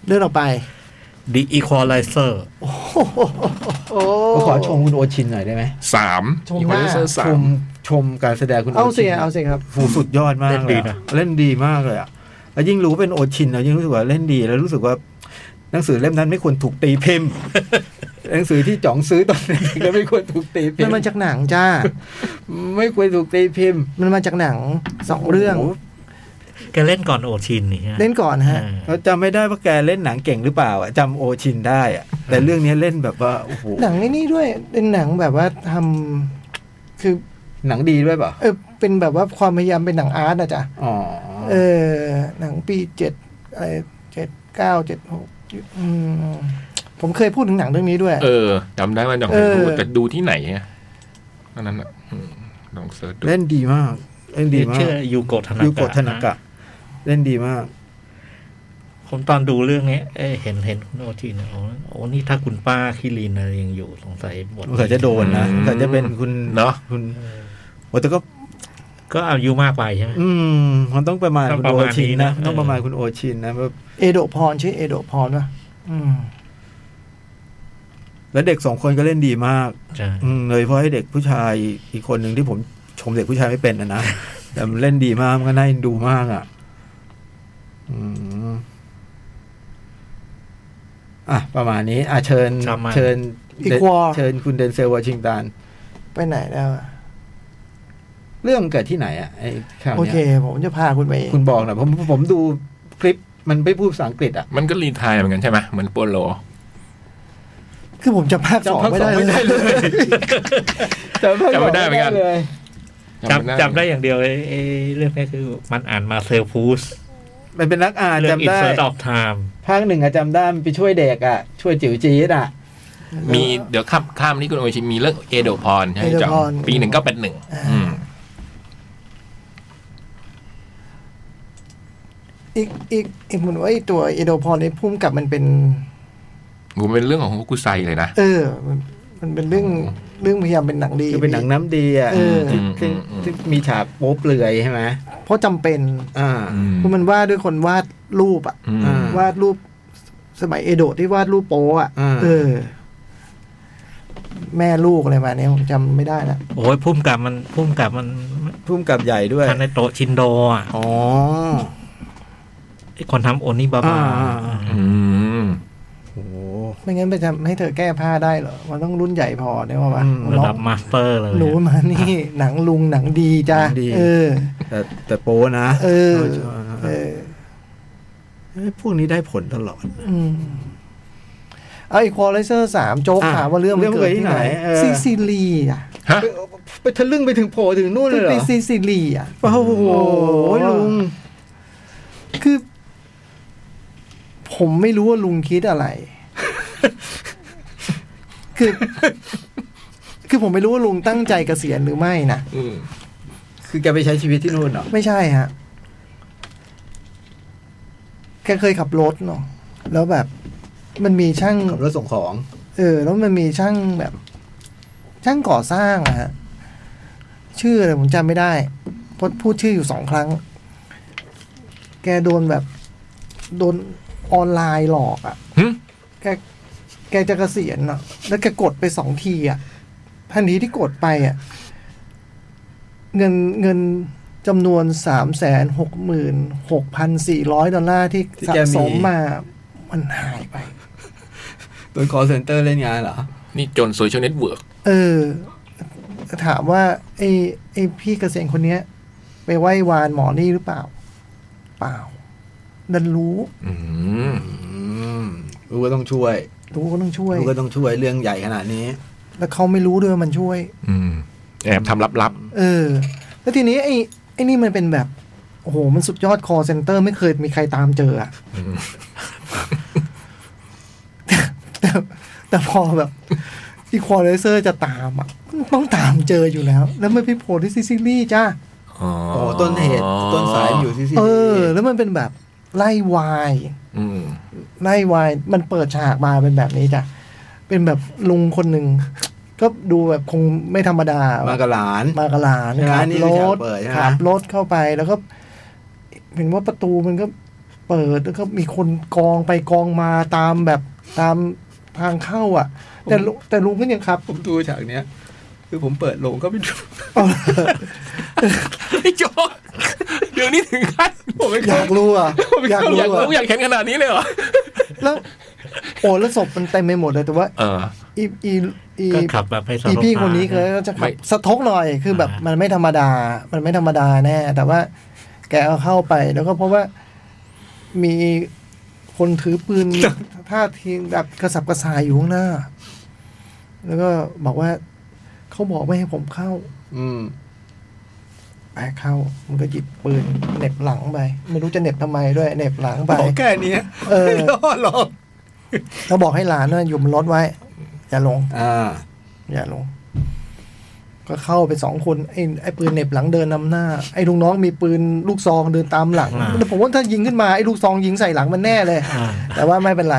Speaker 4: เดินออกไป
Speaker 2: The Equalizer
Speaker 4: โอ้
Speaker 3: ก็ขอชมคุณโอชินหน่อยได้ไหม
Speaker 1: สาม
Speaker 4: ชม
Speaker 1: อีควอ
Speaker 4: มาก
Speaker 1: ไลเซอร์
Speaker 3: ช
Speaker 1: สาม
Speaker 3: มชมการแสดงคุณโอ
Speaker 4: เอาสิ
Speaker 3: ชิน
Speaker 4: เอาสิครับ
Speaker 3: ฟูสุดยอดมาก
Speaker 2: เล่นดี
Speaker 3: เลยอะเล่นดีมากเลยอ่ะแล้วยิ่งรู้ว่าเป็นโอชินเรายิ่งรู้สึกว่าเล่นดีแล้วรู้สึกว่า หนังสือเล่มนั้นไม่ควรถูกตีพิมพ์ หนังสือที่จ๋องซื้อตอนเด็กๆแล้วไม่ควรถูกตีพิ
Speaker 4: มั
Speaker 3: ม
Speaker 4: น
Speaker 3: พ์
Speaker 4: มาจากหนังจ้า
Speaker 3: ไม่ควรถูกตีพิมพ์
Speaker 4: มันมาจากหนังสองเรื่อง
Speaker 3: โโห
Speaker 2: แกเล่นก่อนโอชินนี่ฮะ
Speaker 4: เล่นก่อนฮะ
Speaker 2: อ่า
Speaker 3: เราจำไม่ได้ว่าแกเล่นหนังเก่งหรือเปล่าอะจำโอชินได้อะแต่เรื่องนี้เล่นแบบว่าโอ้โห
Speaker 4: หนังไอ้นี่ด้วย เป็นหนังแบบว่าทำคือ
Speaker 3: หนังดีด้วยเปล่ะ
Speaker 4: เออ เป็นแบบว่าความพยายามเป็นหนังอาร์ตนะจ๊ะ
Speaker 3: อ๋อ
Speaker 4: เออ หนังปีเจ็ดอะไรเจ็ดเก้าเจ็ดหกอืมผมเคยพูดถึงหนังเรื่องนี้ด้วย
Speaker 1: เออจำได้ว่าจองเคยพูดแต่ดูที่ไหนอะอันนั้นอะอืมลองเสิร์ชดู
Speaker 3: เล่นดีมาก เล่นดีมาก
Speaker 2: ชื่อยูโกะธนากะ
Speaker 3: ยูโกะธนากะ เล่นดีมาก
Speaker 2: ผมตอนดูเรื่องเนี้ยเอ้ยเห็นเห็นคุณโอชินอ๋อโอ้นี่ถ้าคุณป้าคิรินอะไรยังอยู่สงสัยบท
Speaker 3: สงสัยจะโดนนะสงสัยจะเป็นคุณ
Speaker 1: เนาะ
Speaker 3: คุณโอ้แต่ก็
Speaker 2: ก็อายุมากไปใช่ไหม
Speaker 3: อืมมันต้องประมาณ
Speaker 2: ต้อง
Speaker 3: คุณ
Speaker 2: ประ
Speaker 3: โอ
Speaker 2: มาณ
Speaker 3: ชิน
Speaker 2: นี้
Speaker 3: นะ
Speaker 2: นะ
Speaker 3: ต้องประมาณคุณโอชินนะแบบ
Speaker 4: เอโดะพรชื่อเอโดะพรป่ะอืม
Speaker 3: แล้วเด็กสองคนก็เล่นดีมาก
Speaker 2: ใช่
Speaker 3: อืมเลยเพราะให้เด็กผู้ชายอีกคนหนึ่งที่ผม ชมเด็กผู้ชายไม่เป็นนะนะ แต่มันเล่นดีมากมันก็น่าเอ็นดูมากอ่ะ อืมอ่ะ ประมาณนี้ อ่ะเชิญ
Speaker 2: ชอบมาก
Speaker 3: เชิญ
Speaker 4: อีกวอร์
Speaker 3: เชิญคุณเดนเซลวอชิงตัน
Speaker 4: ไปไหนแล้วอะ
Speaker 3: เรื่องเกิดที่ไหนอ่ะไอ้ข่าว
Speaker 4: โอ
Speaker 3: เนี้
Speaker 4: เค
Speaker 3: ย
Speaker 4: ผมจะพาคุณไปเอง
Speaker 3: คุณบอกหน่อยผมผมดูคลิปมันไม่พูดภาษาอังกฤษอ่ะ
Speaker 1: มันก็รีไทายเหมือนกันใช่ไหมเหมือนโปโล
Speaker 4: คือผมจำภาคสองไม่ได้เลย
Speaker 3: จำภาคสอ
Speaker 1: จำ
Speaker 3: ง
Speaker 1: ไม่ได้เหมือนกัน
Speaker 3: เลย
Speaker 2: จำจำได้อย่างเดียวไอ้ไอ้เรื่องนี้คือมันอ่านมาเซลฟูส
Speaker 3: มันเป็นนักอ่าน
Speaker 2: เรื่อง
Speaker 3: จำได้
Speaker 2: Insert of Time
Speaker 3: ภาคหนึ่งอะจำได้มันไปช่วยเด็กอะช่วยจิ๋วจี๊ดอะ
Speaker 1: มีเดี๋ยวข้ามข้ามนี่คุณโอชิมีเรื่องเอโดพรใช่ไหมจอม
Speaker 4: Edo-Pon
Speaker 1: ปีหนึ่งก็เป็นหนึ่ง
Speaker 4: อีกอีกอีกผมว่าไอตัวเอโดพรในพุ่มกับมันเป็น
Speaker 1: ผมเป็นเรื่องของฮกุไซเลยนะ
Speaker 4: เออ มันมันเป็นเรื่องเรื่องพยายามเป็นหนังดี
Speaker 3: คือเป็นหนังน้ำดีอะ
Speaker 4: เออ
Speaker 3: ที่ที่
Speaker 1: อืม
Speaker 3: ที่มีฉากโป๊เปลือยใช่ไหม
Speaker 4: เพราะจำเป็น
Speaker 3: อ่า
Speaker 4: เพราะมันวาดด้วยคนวาดรูปอ่ะ
Speaker 1: อืม
Speaker 3: อ่า
Speaker 4: วาดรูปสมัยเอโดะที่วาดรูปโป๊ะอ่ะ
Speaker 3: อ่า
Speaker 4: เออ แม่ลูกอะไรมาเนี่ยผมจำไม่ได้ละ
Speaker 2: โอ้ยพุ่มกับมันพุ่มกับมัน
Speaker 3: พุ่มกับใหญ่ด้วย
Speaker 2: ทันในโตะชินโดอ่ะ
Speaker 3: อ๋อ
Speaker 2: ไอ้คนทำโอนิบาบา
Speaker 3: อ่าอ่า
Speaker 1: อืม
Speaker 3: โอ้โห
Speaker 4: ไม่งั้นไปทำให้เธอแก้ผ้าได้เหรอ มันต้องรุ่นใหญ่พอเนี่ยว่าปะ
Speaker 3: อืม
Speaker 2: ระ
Speaker 4: น้อ
Speaker 2: ดั
Speaker 4: ง
Speaker 2: บมาสเตอร์เลย
Speaker 4: หนูมานี่ หนังลุงหนังดีจ้า
Speaker 3: หนังดี
Speaker 4: เออ
Speaker 3: แต่แต่โป๊นะ
Speaker 4: เออ
Speaker 3: ชบนะ
Speaker 4: เออ
Speaker 3: เอ้ยพวกนี้ได้ผลตลอด
Speaker 4: อืมเอาอีควอไลเซอร์สามโจ๊ก
Speaker 3: อ่ะ
Speaker 4: ถามว่าเรื่องมันเกิดที่ไหน
Speaker 3: เรื่องเกิดที่ไหนเออ
Speaker 4: ซิซิลีอ่ะ
Speaker 1: ฮะ
Speaker 3: ไปไปทะลึ่งไปถึงโผล่ถึงนู่นเลยเหร
Speaker 4: ไป
Speaker 3: อ
Speaker 4: ซิซิลีอ่ะ
Speaker 3: โอ้โหลุง
Speaker 4: คือ ผมไม่รู้ว่าลุงคิดอะไร คือ คือผมไม่รู้ว่าลุงตั้งใจเกษียณหรือไม่นะ
Speaker 1: อืม
Speaker 3: คือแกไปใช้ชีวิตที่นู่นเหรอ
Speaker 4: ไม่ใช่ฮะ แกเคยขับรถเนาะแล้วแบบ มันมีช่าง
Speaker 3: ขับรถส่งของ
Speaker 4: เออ แล้วมันมีช่างแบบ ช่างก่อสร้างอะฮะ ชื่ออะไรผมจำไม่ได้เพราะพูดชื่ออยู่สองครั้ง แกโดนแบบ โดนออนไลน์หลอกอะ
Speaker 1: หึ
Speaker 4: แก แกจะเกษียณอ่ะ แล้วแกกดไปสองทีอ่ะ ทันทีที่กดไปอ่ะ เงินเงินจำนวนสามแสนหกหมื่นหกพันสี่ร้อยดอลลาร์ที่
Speaker 3: ที่
Speaker 4: สะ
Speaker 3: แกมี
Speaker 4: สมมา มันหายไป
Speaker 3: โดนคอเซ็นเตอร์เล่นงานเหรอ
Speaker 1: นี่จนโซเชียลเน็ตเวิร์ก
Speaker 4: เออ ถามว่าไอ้ไอ้พี่เกษียณคนเนี้ย ไปไหว้วานหมอนี่หรือเปล่า เปล่า ดันรู้
Speaker 1: อืม
Speaker 3: อืมรู้ว่าต้องช่วย
Speaker 4: รู้ก็ต้องช่วย
Speaker 3: รู้ก็ต้องช่วยเรื่องใหญ่ขนาดนี้
Speaker 4: แล้วเขาไม่รู้ด้วยว่ามันช่วย
Speaker 1: อืมแอบทำลับ
Speaker 4: เออ แล้วทีนี้ไอ้ไอ้นี่มันเป็นแบบ โอ้โห มันสุดยอดคอเซ็นเตอร์ไม่เคยมีใครตามเจออะ
Speaker 1: ๆอืม
Speaker 4: แต่ แต่พอแบบอีควอไลเซอร์จะตามอ่ะมันต้องตามเจออยู่แล้ว แล้วมันไปโผล่ที่ซิซิลีจ้า
Speaker 1: อ๋อ
Speaker 3: อ๋อ ต้นเหตุต้นสายอยู่ที่ซี
Speaker 4: เออ แล้วมันเป็นแบบไล่วาย
Speaker 1: อืม
Speaker 4: ไล่วายมันเปิดฉากมาเป็นแบบนี้จ้ะเป็นแบบลุงคนหนึ่ง ก็ดูแบบคงไม่ธรรมดา
Speaker 3: มากับหลาน
Speaker 4: มากะลาน
Speaker 3: ใช่ไหม
Speaker 4: ขั
Speaker 3: นี่
Speaker 4: บ
Speaker 3: คือ
Speaker 4: ร
Speaker 3: แถว
Speaker 4: ถ
Speaker 3: เปิดใช่ไหม
Speaker 4: ขับรถเข้าไปแล้วก็ เห็นว่าประตูมันก็เปิดแล้วก็มีคนกองไปกองมาตามแบบตามทางเข้า อ่ะ แต่ลุงแต่ลุงก็ยังขับ
Speaker 3: ผมดูฉากเนี้ย คือผมเปิดโลงก็ไปดู
Speaker 1: ไอ้โจก เดี๋ยวนี้ถึงขั้นผมไม่
Speaker 4: อยากรู้ อ่ะ อยากรู้
Speaker 1: อยาก
Speaker 4: อ่ะ
Speaker 1: รู้อยากเห็นขนาดนี้เลยเหรอ
Speaker 4: แล้วโอ้แล้วศพมันเต็มไปหมดเลยแต่ว่า
Speaker 1: เออ
Speaker 4: อีอีอี
Speaker 2: ก็ขับแบบให้ส
Speaker 4: อี
Speaker 2: รุป
Speaker 4: พี่คนนี้
Speaker 2: มา
Speaker 4: ก็จะขั
Speaker 1: ไม่
Speaker 4: บสะทกหน่อยคือแบบ
Speaker 2: อ่ามั
Speaker 4: มันไม่ธรรมดา มันไม่ธรรมดาแน่ แต่ว่า แกเอาเข้าไปแล้วก็เพราะว่ามีคนถือ ปืน ท่าทีแบบกระสับกระส่ายอยู่ข้างหน้า แล้วก็บอกว่าเขาบอกไม่ให้ผมเข้า
Speaker 3: อืม
Speaker 4: ไปเข้า มันก็หยิบปืนเหน็บหลังไปไม่รู้จะเหน็บทำไมด้วยเหน็บหลังไป
Speaker 3: บอกแค่เนี้ย
Speaker 4: เออ
Speaker 3: ไม่รอดหรอก
Speaker 4: แล้วบอกให้หลานนะอยู่บนรถไว้ อย่าลง
Speaker 3: อ่า
Speaker 4: อย่าลง ก็เข้าไปสองคนไอ้ไอ้ปืนเหน็บหลังเดินนำหน้า ไอ้ลูกน้องมีปืนลูกซองเดินตามหลัง
Speaker 2: อ่า
Speaker 4: แต่ผมว่าถ้ายิงขึ้นมาไอ้ลูกซองยิงใส่หลังมันแน่เลย
Speaker 2: อ่า
Speaker 4: แต่ว่าไม่เป็นไร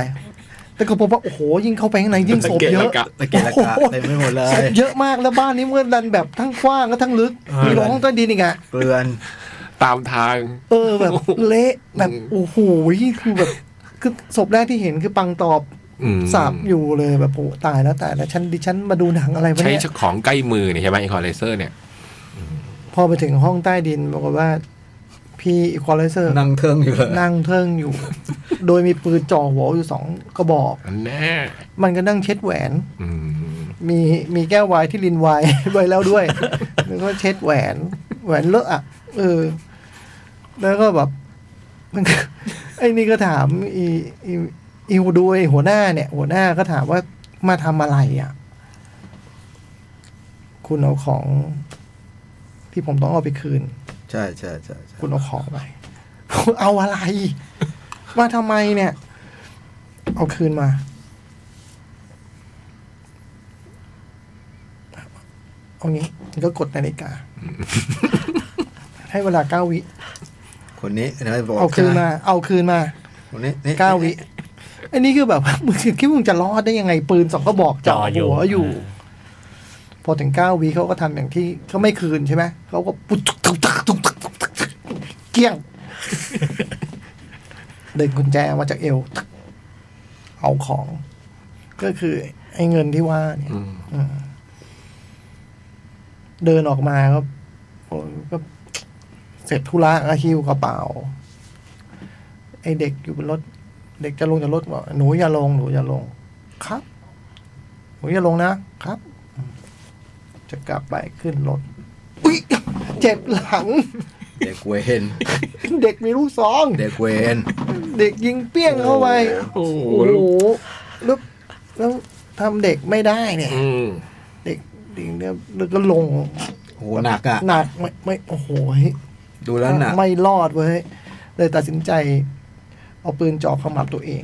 Speaker 4: แต่ก็พบว่าโอ้โหยิ่งเข้าไปข้างในยิ่งศพเยอะ
Speaker 1: สังเกตแล้วกะ
Speaker 3: ตะเกียกตะกะเต็มไปหมดเลย
Speaker 4: ศพเยอะมากแล้วบ้านนี้เมื่อดันแบบทั้งกว้างและทั้งลึก มีร้องใต้ดินอีกอะ
Speaker 3: เปลือน
Speaker 1: ตามทาง
Speaker 4: เออแบบเละแบบโอ้โหคือแบบคือศพแรกที่เห็นคือปังตอบ
Speaker 1: อืม
Speaker 4: สาบอยู่เลยแบบโอ้โหตายแล้วตายแล้วฉันดิฉันมาดูหนังอะไรวะ
Speaker 1: ใช้
Speaker 4: เนี่ย
Speaker 1: ของใกล้มือเนี่ยใช่ไหมไอคอนเลเซอร์เนี่ย
Speaker 4: พอไปถึงห้องใต้ดินปรากฏว่า พี่อีควอไลเซอร์
Speaker 3: นั่งเทิงอยู่เลย
Speaker 4: นั่งเทิงอยู่ โดยมีปืนจ่อหัวอยู่สองกระบอก
Speaker 1: อันแน่
Speaker 4: มันก็นั่งเช็ดแหวน
Speaker 1: อืม
Speaker 4: มีมีแก้วไวน์ที่ลินไวน์ ไว้แล้วด้วย แล้วก็เช็ดแหวน แหวนเลอะอ่ะ เออ แล้วก็แบบ มันก็ไอ้นี่ก็ถามอีอีอีดูไอ้หัวหน้าเนี่ย หัวหน้าก็ถามว่ามาทำอะไรอ่ะ คุณเอาของ ที่ผมต้องเอาไปคืน
Speaker 3: ใช่ใช่ใช่ใช่
Speaker 4: คุณเอาของไป เอาอะไร มาทำไมเนี่ย เอาคืนมา เอางี้มันก็กดนาฬิกา ให้เวลาเก้าวิ
Speaker 3: คนนี้นะบอก
Speaker 4: เอาคืนมา เอาคืนมา
Speaker 3: คนนี้นี่
Speaker 4: เก้าวิ อันนี้คือแบบ มึงคิดว่ามึงจะรอดได้ยังไง ปืนสองก็บอกจ่
Speaker 2: จ่
Speaker 4: อ
Speaker 2: ออยู่
Speaker 4: หัวอยู่ พอถึงเก้าวิเขาก็ทำอย่างที่เขาไม่คืนใช่ไหมเขาก็ปุ๊บตุ๊กตุ๊กตุ๊กตุ๊กตุ๊กตุ๊กตุ๊กเกลี้ยง เดินกุญแจมาจากเอวตุ๊กเอาของ ก็คือไอ้เงินที่ว่าเนี่ย
Speaker 1: อืม
Speaker 4: เดินออกมาก็โอ้ยก็เสร็จธุระก็หิ้วกระเป๋า ไอเด็กอยู่บนรถ เด็กจะลงจากรถบอกหนูอย่าลงหนูอย่าลง ครับ หนูอย่าลงนะครับ จะกลับไปขึ้นรถ อุ้ยเจ็บหลัง
Speaker 3: เด็กเวน
Speaker 4: เด็กมีลูกซอง
Speaker 3: เด็กเวน
Speaker 4: เด็กยิงเปี้ยงเข้าไป
Speaker 1: โอ้โห
Speaker 4: โอ้โหแล้วแล้วทำเด็กไม่ได้เนี่ย
Speaker 1: อืม
Speaker 4: เด็กเด็กเนี่ยแล้วก็ลง
Speaker 3: โอ้โหหนักอ่ะ
Speaker 4: หนักไม่ไม่โอ้โห
Speaker 3: ดูแล้วหนัก
Speaker 4: ไม่รอดเว้ย เลยตัดสินใจ เอาปืนจ่อขมับตัวเอง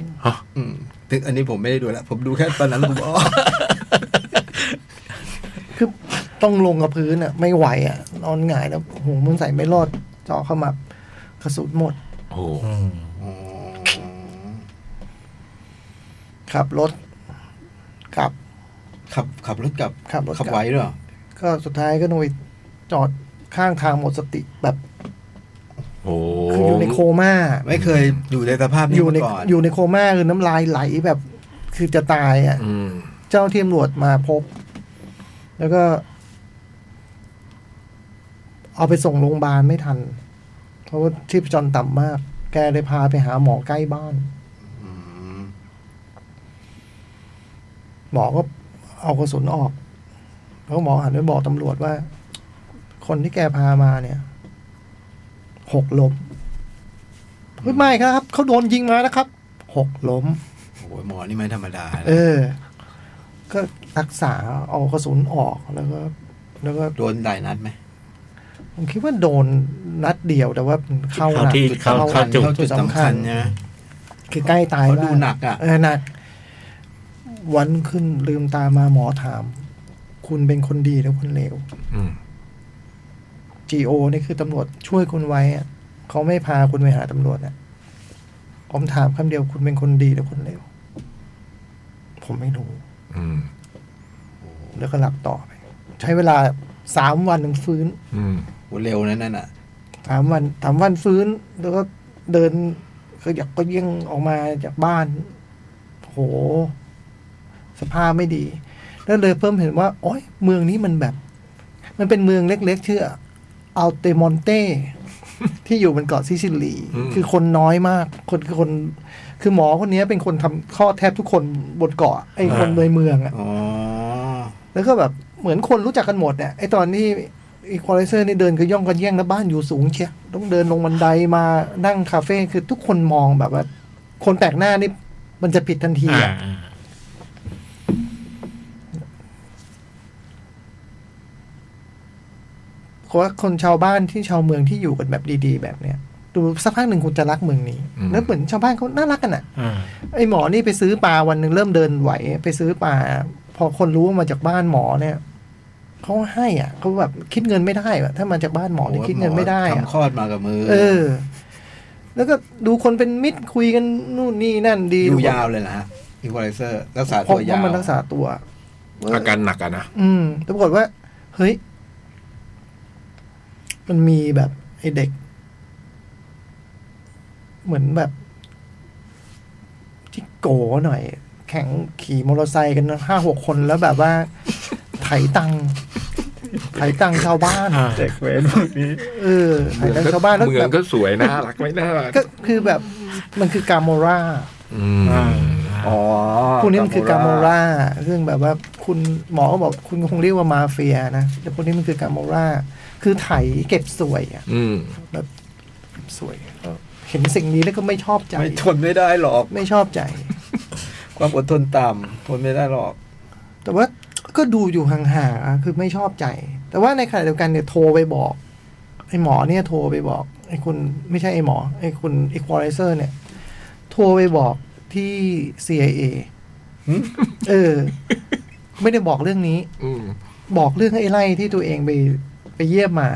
Speaker 3: อืมถึงอันนี้ผมไม่ได้ดูแล้ว ผมดูแค่ตอนนั้นผมบอกอ๋อ
Speaker 4: คือต้องลงกับพื้นอ่ะ ไม่ไหวอ่ะ นอนหงายแล้วโอ้โหมันใส่ไม่รอดจ่อขมับกระสุนหมด
Speaker 1: โอ้โห
Speaker 2: อืม
Speaker 4: ขับรถกลับ
Speaker 3: ขับขับรถกลับ
Speaker 4: ขับรถกลับ
Speaker 3: ขับไว้ด้วยเหรอ
Speaker 4: ก็สุดท้ายก็นวยจอดข้างทางหมดสติแบบ
Speaker 1: โอ้โห
Speaker 4: คืออยู่ในโคม่า
Speaker 3: ไม่เคยอยู่ในสภาพ
Speaker 4: อ
Speaker 3: นี้
Speaker 4: ยู่ใน
Speaker 3: มาก่อน
Speaker 4: อยู่ในโคม่าคือน้ำลายไหลแบบ คือจะตายอ่ะ
Speaker 1: อืม
Speaker 4: เจ้าที่ตำรวจมาพบ แล้วก็ เอาไปส่งโรงพยาบาลไม่ทัน เพราะว่าชีพจรต่ำมาก แกเลยพาไปหาหมอใกล้บ้าน
Speaker 3: อืม
Speaker 4: หมอก็เอากระสุนออก แล้วหมอหันไปบอกตำรวจว่า คนที่แกพามาเนี่ย หกล้มเฮ้ยไม่ครับ เขาโดนยิงมานะครับ หกล้ม
Speaker 3: โอ้โหหมอนี่ไม่ธรรมดานะ
Speaker 4: เออ ก็รักษาเอากระสุนออกแล้วก็ แล้วก็
Speaker 3: โดนหลายนัดไหม
Speaker 4: ผมคิดว่าโดนนัดเดียวแต่ว่ามันเข้า
Speaker 2: เข้า
Speaker 4: หนัก
Speaker 2: ที่
Speaker 4: จุด
Speaker 2: เข้าเข้าจุด
Speaker 4: หนัก
Speaker 3: เข้าจุดสำคัญนะ
Speaker 4: คือใกล้ตาย
Speaker 3: เขาดู
Speaker 4: ม
Speaker 3: หนักอะ
Speaker 4: เออหนัก วันขึ้นลืมตามาหมอถาม คุณเป็นคนดีหรือคนเลว
Speaker 1: อืม
Speaker 4: GO นี่คือตำรวจช่วยคุณไว้อะเขาไม่พาคุณไปหาตำรวจอะผมถามคำเดียวคุณเป็นคนดีหรือคนเลว ผมไม่รู้
Speaker 1: อืม
Speaker 4: แล้วก็หลับต่อไป ใช้เวลาสามวันถึงฟื้น
Speaker 1: อืม
Speaker 3: โอ้เร็วนะนั่นน่ะ
Speaker 4: สามวันสามวันฟื้น แล้วก็เดินก็อยากก็ยิ่งออกมาจากบ้านโห สภาพไม่ดี แล้วเลยเพิ่มเห็นว่า โอ้ยเมืองนี้มันแบบ มันเป็นเมืองเล็กๆชื่ออัลเตมอนเตที่อยู่บนเกาะซิซิลี คือคนน้อยมาก คนคือคน คือหมอคนนี้เป็นคนทำข้อดแทบทุกคนบนเกาะไอ้คน
Speaker 3: อ่า
Speaker 4: ในเมืองอะ
Speaker 3: อ๋อ
Speaker 4: แล้วก็แบบเหมือนคนรู้จักกันหมดเนี่ยไอตอนที่อีควอไลเซอร์นี่เดินก็ย่องกันแย่งแล้วบ้านอยู่สูงเชียต้องเดินลงบันไดมานั่งคาเฟ่คือทุกคนมองแบบว่า คนแปลกหน้านี่มันจะผิดทันที
Speaker 2: อ่า
Speaker 4: อะ
Speaker 2: อ่า
Speaker 4: เพราะว่าคนชาวบ้านที่ชาวเมืองที่อยู่กันแบบดีๆ แบบเนี้ยดูสักพักหนึ่งคุณจะรักเมืองนี้แล้วเหมือนชาวบ้านเขาน่ารักกันอ่ะ
Speaker 2: อ่า
Speaker 4: ไอหมอนี่ไปซื้อปลาวันหนึ่งเริ่มเดินไหว ไปซื้อปลาพอคนรู้ว่ามาจากบ้านหมอเนี่ยเขาให้อ่ะเขาแบบคิดเงินไม่ได้อะถ้ามาจากบ้านหมอนี่คิดเงินไม่ได้อะ
Speaker 3: ทำคลอดมากับมือ
Speaker 4: เออ แล้วก็ดูคนเป็นมิตรคุยกันนู่นนี่นั่นดี
Speaker 3: อยู่ยาวเลยนะอีควอไลเซอร์รักษา
Speaker 4: เพ
Speaker 3: ตั
Speaker 4: ราะ
Speaker 3: วยา
Speaker 4: ว่าว มันรักษาตัว
Speaker 1: อาการหนักอะนะ
Speaker 4: อืมแต่ปรากฏว่า เฮ้ย มันมีแบบไอเด็ก เหมือนแบบ ที่โกหน่อย แข่งขี่มอเตอร์ไซค์กันห้าหกคนแล้วแบบว่า ไถตังค์ ไถตังค์ชาวบ้าน
Speaker 2: อ่า
Speaker 3: เด็กเว้นพวกนี้
Speaker 4: เออไถตังค์ชาวบ้านแล้ว
Speaker 1: เมือ
Speaker 4: แบ
Speaker 1: ง
Speaker 4: บ
Speaker 1: ก็สวยน่ารักไม่น่ารัก
Speaker 4: ก็คือแบบมันคือกาโมรา
Speaker 1: อืม
Speaker 3: อ๋อ
Speaker 4: พวกนี้มันคือกาโมรา ซึ่งแบบว่าคุณหมอก็บอกคุณคงเรียกว่ามาเฟียนะ แต่พวกนี้มันคือกาโมรา คือไถเก็บสวยอะ
Speaker 1: อืม
Speaker 4: แบบเก็บสวยก็เห็นสิ่งนี้แล้วก็ไม่ชอบใจ
Speaker 3: ไม่ทนไม่ได้หรอก
Speaker 4: ไม่ชอบใจ
Speaker 3: ความอดทนต่ำทนไม่ได้หรอก
Speaker 4: แต่ว่าก็ดูอยู่ห่างๆอะคือไม่ชอบใจ แต่ว่าในขณะเดียวกันเนี่ยโทรไปบอกไอ้หมอเนี่ยโทรไปบอกไอ้คุณไม่ใช่ไอ้หมอไอ้คุณอีควอไลเซอร์เนี่ย โทรไปบอกที่ CIA
Speaker 3: หึ
Speaker 4: เออ ไม่ได้บอกเรื่องนี้
Speaker 1: อืม
Speaker 4: บอกเรื่องไอ้ไล่ที่ตัวเองไปไปเยี่ยมมา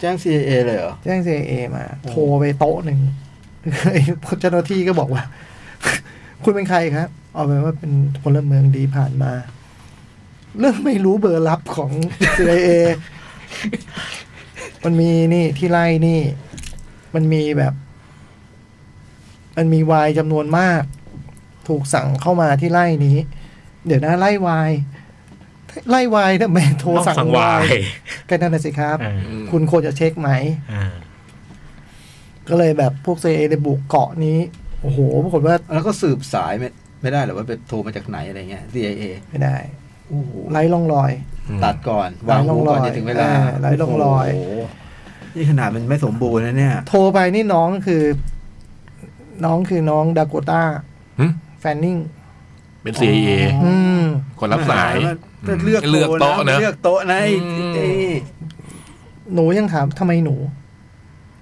Speaker 3: แจ้ง CIA เลยเหรอ
Speaker 4: แจ้ง CIA มา โทรไปโต๊ะหนึ่ง ไอ้เจ้าหน้าที่ก็บอกว่า คุณเป็นใครครับเอาเป็นว่าเป็นพลเมืองดีผ่านมา เรื่องไม่รู้เบอร์ลับของ CIA มันมีนี่ที่ไล่นี่ มันมีแบบ มันมีวายจำนวนมาก ถูกสั่งเข้ามาที่ไล่นี้ เดี๋ยวนะไล่วายไล่วายนะแม่งโทร
Speaker 2: ต้อง
Speaker 4: สั่ง
Speaker 2: สั่งวาว
Speaker 4: าย
Speaker 2: ย
Speaker 4: ก็นั่นน่ะสิครับ
Speaker 2: อ่า
Speaker 4: คุณควรจะเช็คไหม
Speaker 2: อ่า
Speaker 4: ก็เลยแบบพวก CIA ได้บุกเกาะนี้ โอ้โหปรากฏว่า
Speaker 3: แล้วก็สืบสายไม่ไม่ได้เหรอว่าไปโทรมาจากไหนอะไรเงี้ย CIA
Speaker 4: ไม่ได้
Speaker 3: โอ้โห
Speaker 4: ไร้ร่องรอย
Speaker 3: ตัดก่อน วางหูก่อนจะถึงเวลา
Speaker 4: เออไร้ร่องรอย
Speaker 3: โโหนี่ขนาดมันไม่สมบูรณ์นะเนี่ย
Speaker 4: โทรไปนี่น้องคือ น้องคือน้องดาโกต้า
Speaker 1: หึ
Speaker 4: แฟนนิง
Speaker 1: เป็น CIA
Speaker 3: อ๋อ
Speaker 4: อืม
Speaker 1: คนรับสาย
Speaker 3: แต่เลือก
Speaker 1: เลือกโต๊ะ
Speaker 3: น
Speaker 1: นะ
Speaker 3: เลือกโต๊ะนะไอ้
Speaker 1: อืม
Speaker 3: ไอ้
Speaker 4: หนูยังถามทำไมหนู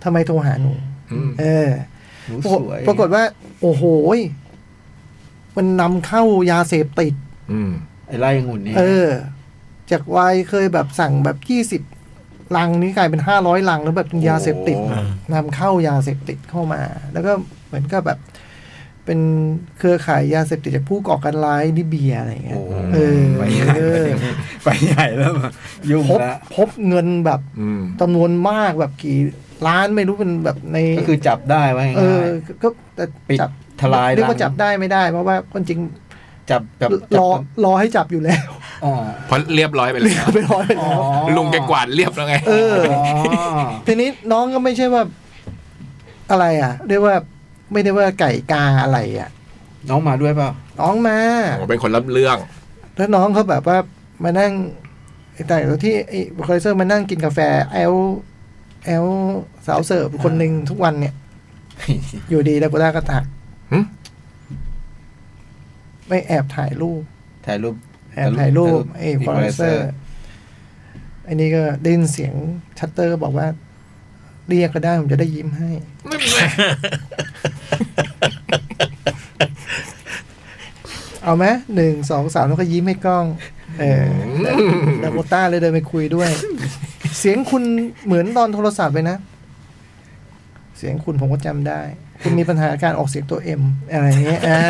Speaker 4: ทำไมโทรหาหนู
Speaker 1: อืม
Speaker 4: เออ
Speaker 3: หนู
Speaker 4: ปรา
Speaker 3: ส
Speaker 4: กฏ
Speaker 3: วย
Speaker 4: ปรากฏว่า โอ้โหยมันนำเข้ายาเสพติด
Speaker 1: อืม
Speaker 3: ไอ้ไล่องุ่นนี่
Speaker 4: เออ จากวายเคยแบบสั่งแบบยี่สิบ20 ลังนี่กลายเป็นห้าร้อยลังแล้วแบบเป็นยาเสพติด
Speaker 2: อ่าน
Speaker 4: ำเข้ายาเสพติดเข้ามา แล้วก็เหมือนกับแบบ เป็นเครือข่ายยาเสพติดจากผู้ก่อการร้ายลิเบียอะไรอย่างเงี้
Speaker 3: โอ้
Speaker 4: ย
Speaker 3: โห
Speaker 4: เออ
Speaker 3: ไปใหญ่แล้วเนี่ยไปใหญ่แล้วมายุ่ง
Speaker 4: พบ
Speaker 3: ละ
Speaker 4: พบเงินแบบ
Speaker 1: อืม
Speaker 4: จำนวนมากแบบกี่ล้านไม่รู้เป็นแบบใน
Speaker 3: ก็คือจับได้ว่า
Speaker 4: เอ
Speaker 3: ง่า
Speaker 4: อย ก็ก็แต่
Speaker 3: ปิด
Speaker 4: จับ
Speaker 3: ทลาย
Speaker 4: เรียก
Speaker 3: รั
Speaker 4: ว่าง จับได้ไม่ได้ เพราะว่าคนจริง
Speaker 3: ๆจับจับจับ
Speaker 4: รอรอให้จับอยู่แล้ว
Speaker 3: อ๋อ
Speaker 1: เพราะเรียบร้อยไป
Speaker 4: เรี
Speaker 1: แล้
Speaker 4: ยว กไปรอไป
Speaker 3: อ๋อ
Speaker 4: แล้ว
Speaker 1: ลุงแกกวาดเรียบแล้วไง
Speaker 4: เออ
Speaker 3: อ๋อ
Speaker 4: ทีนี้น้องก็ไม่ใช่ว่า อะไรอ่ะ เรียกว่าไม่ได้ว่าไก่กาอะไรอ่ะ
Speaker 3: น้องมาด้วย เปล่า
Speaker 4: น้องมา
Speaker 1: โอ้เป็นคนรับเรื่อง
Speaker 4: แล้วน้องเขาแบบว่ามานั่งแต่แล้วที่ไอ้บุคลิเซอร์มานั่งกินกาแฟแอลแอลสาวเสิร์ฟคนหนึ่งทุกวันเนี่ย อยู่ดีแล้วก็ได้กระตัก
Speaker 1: หึ
Speaker 4: ไม่แอบถ่ายรูป
Speaker 3: ถ่ายรูป
Speaker 4: แอบถ่ายรูปไอ้
Speaker 3: ถ่าย
Speaker 4: บุคลิเซอร์ไอ้นี่ก็ได้ยินเสียงชัตเตอร์ก็บอกว่า เรียกก็ได้ผมจะได้ยิ้มให้ เอาไหมหนึ่งสองสามแล้วก็ยิ้มให้กล้อง เออดาโกต้าเลยเดินไปคุยด้วย เสียงคุณเหมือนตอนโทรศัพท์เลยนะ เสียงคุณผมก็จำได้ คุณมีปัญหาการออกเสียงตัวเอ็มอะไรอย่างเงี้ยอ่า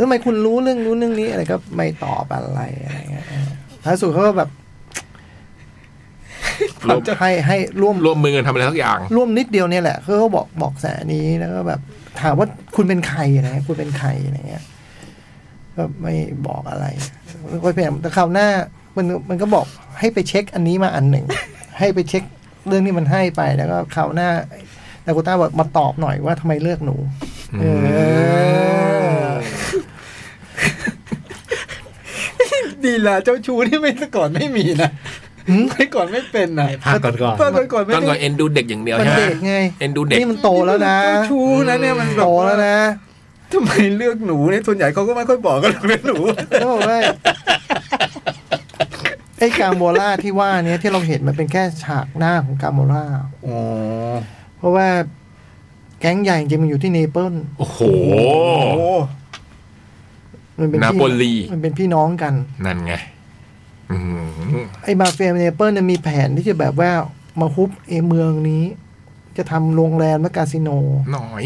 Speaker 4: ทำไมคุณรู้เรื่องนู้นเรื่องนี้อะไรก็ไม่ตอบอะไรอะไรเงี้ยอ่าท้ายสุดเขาก็แบบ
Speaker 1: ร่วม
Speaker 4: ให้ให้ร่วม
Speaker 1: ร่วมมือกันทำอะไรสักอย่าง
Speaker 4: ร่วมนิดเดียวเนี่ยแหละเขาก็บอกบอกแสนี้แล้วก็แบบ ถามว่าคุณเป็นใครอะไรเงี้ยคุณเป็นใครอะไรเงี้ยก็ไม่บอกอะไรก็พยายามแต่คราวหน้า มันมันก็บอกให้ไปเช็คอันนี้มาอันหนึ่ง ให้ไปเช็คเรื่องที่มันให้ไปแล้วก็คราวหน้าดากูต้าบอกมาตอบหน่อยว่าทำไมเลือกหนูเออ
Speaker 3: ดีละเจ้าชูนี่ไม่ก่อนไม่มีนะไม่ก่อนไม่เป็นนะ
Speaker 2: ให้พักก่อนก่อน
Speaker 3: ตอนก่อนไม่
Speaker 1: ต้องก็
Speaker 3: ได้
Speaker 1: เอ็นดูเด็กอย่างเดียว
Speaker 4: มัน
Speaker 1: ใช่ไหม
Speaker 4: เด็กไง
Speaker 1: เอ็นดูเด็ก
Speaker 4: นี่มันโตแล้วนะ
Speaker 3: เจ้าชูนะเนี่ยมัน
Speaker 4: โตแล้วนะ
Speaker 3: ทำไมเลือกหนูเนี่ยส่วนใหญ่เขาก็ไม่ค่อยบอกกันหรอกเรื่องหนู
Speaker 4: ก็บอกว่าไอ้กาโมล่าที่ว่าเนี้ยที่เราเห็นมันเป็นแค่ฉากหน้าของกาโมล่า
Speaker 3: อ๋อ
Speaker 4: เพราะว่าแก๊งใหญ่จริงๆมันอยู่ที่เนเปิล
Speaker 1: โอ้โห
Speaker 4: มันเป็น
Speaker 1: นา
Speaker 4: พี่
Speaker 1: โปลี
Speaker 4: มันเป็นพี่น้องกัน
Speaker 1: นั่นไงอืม
Speaker 4: ไอ้มาเฟียเนเปิลเนี่ยมีแผนที่จะแบบว่ามาฮุบเอเมืองนี้ จะทำโรงแรมและคาสิโน
Speaker 1: หน่อย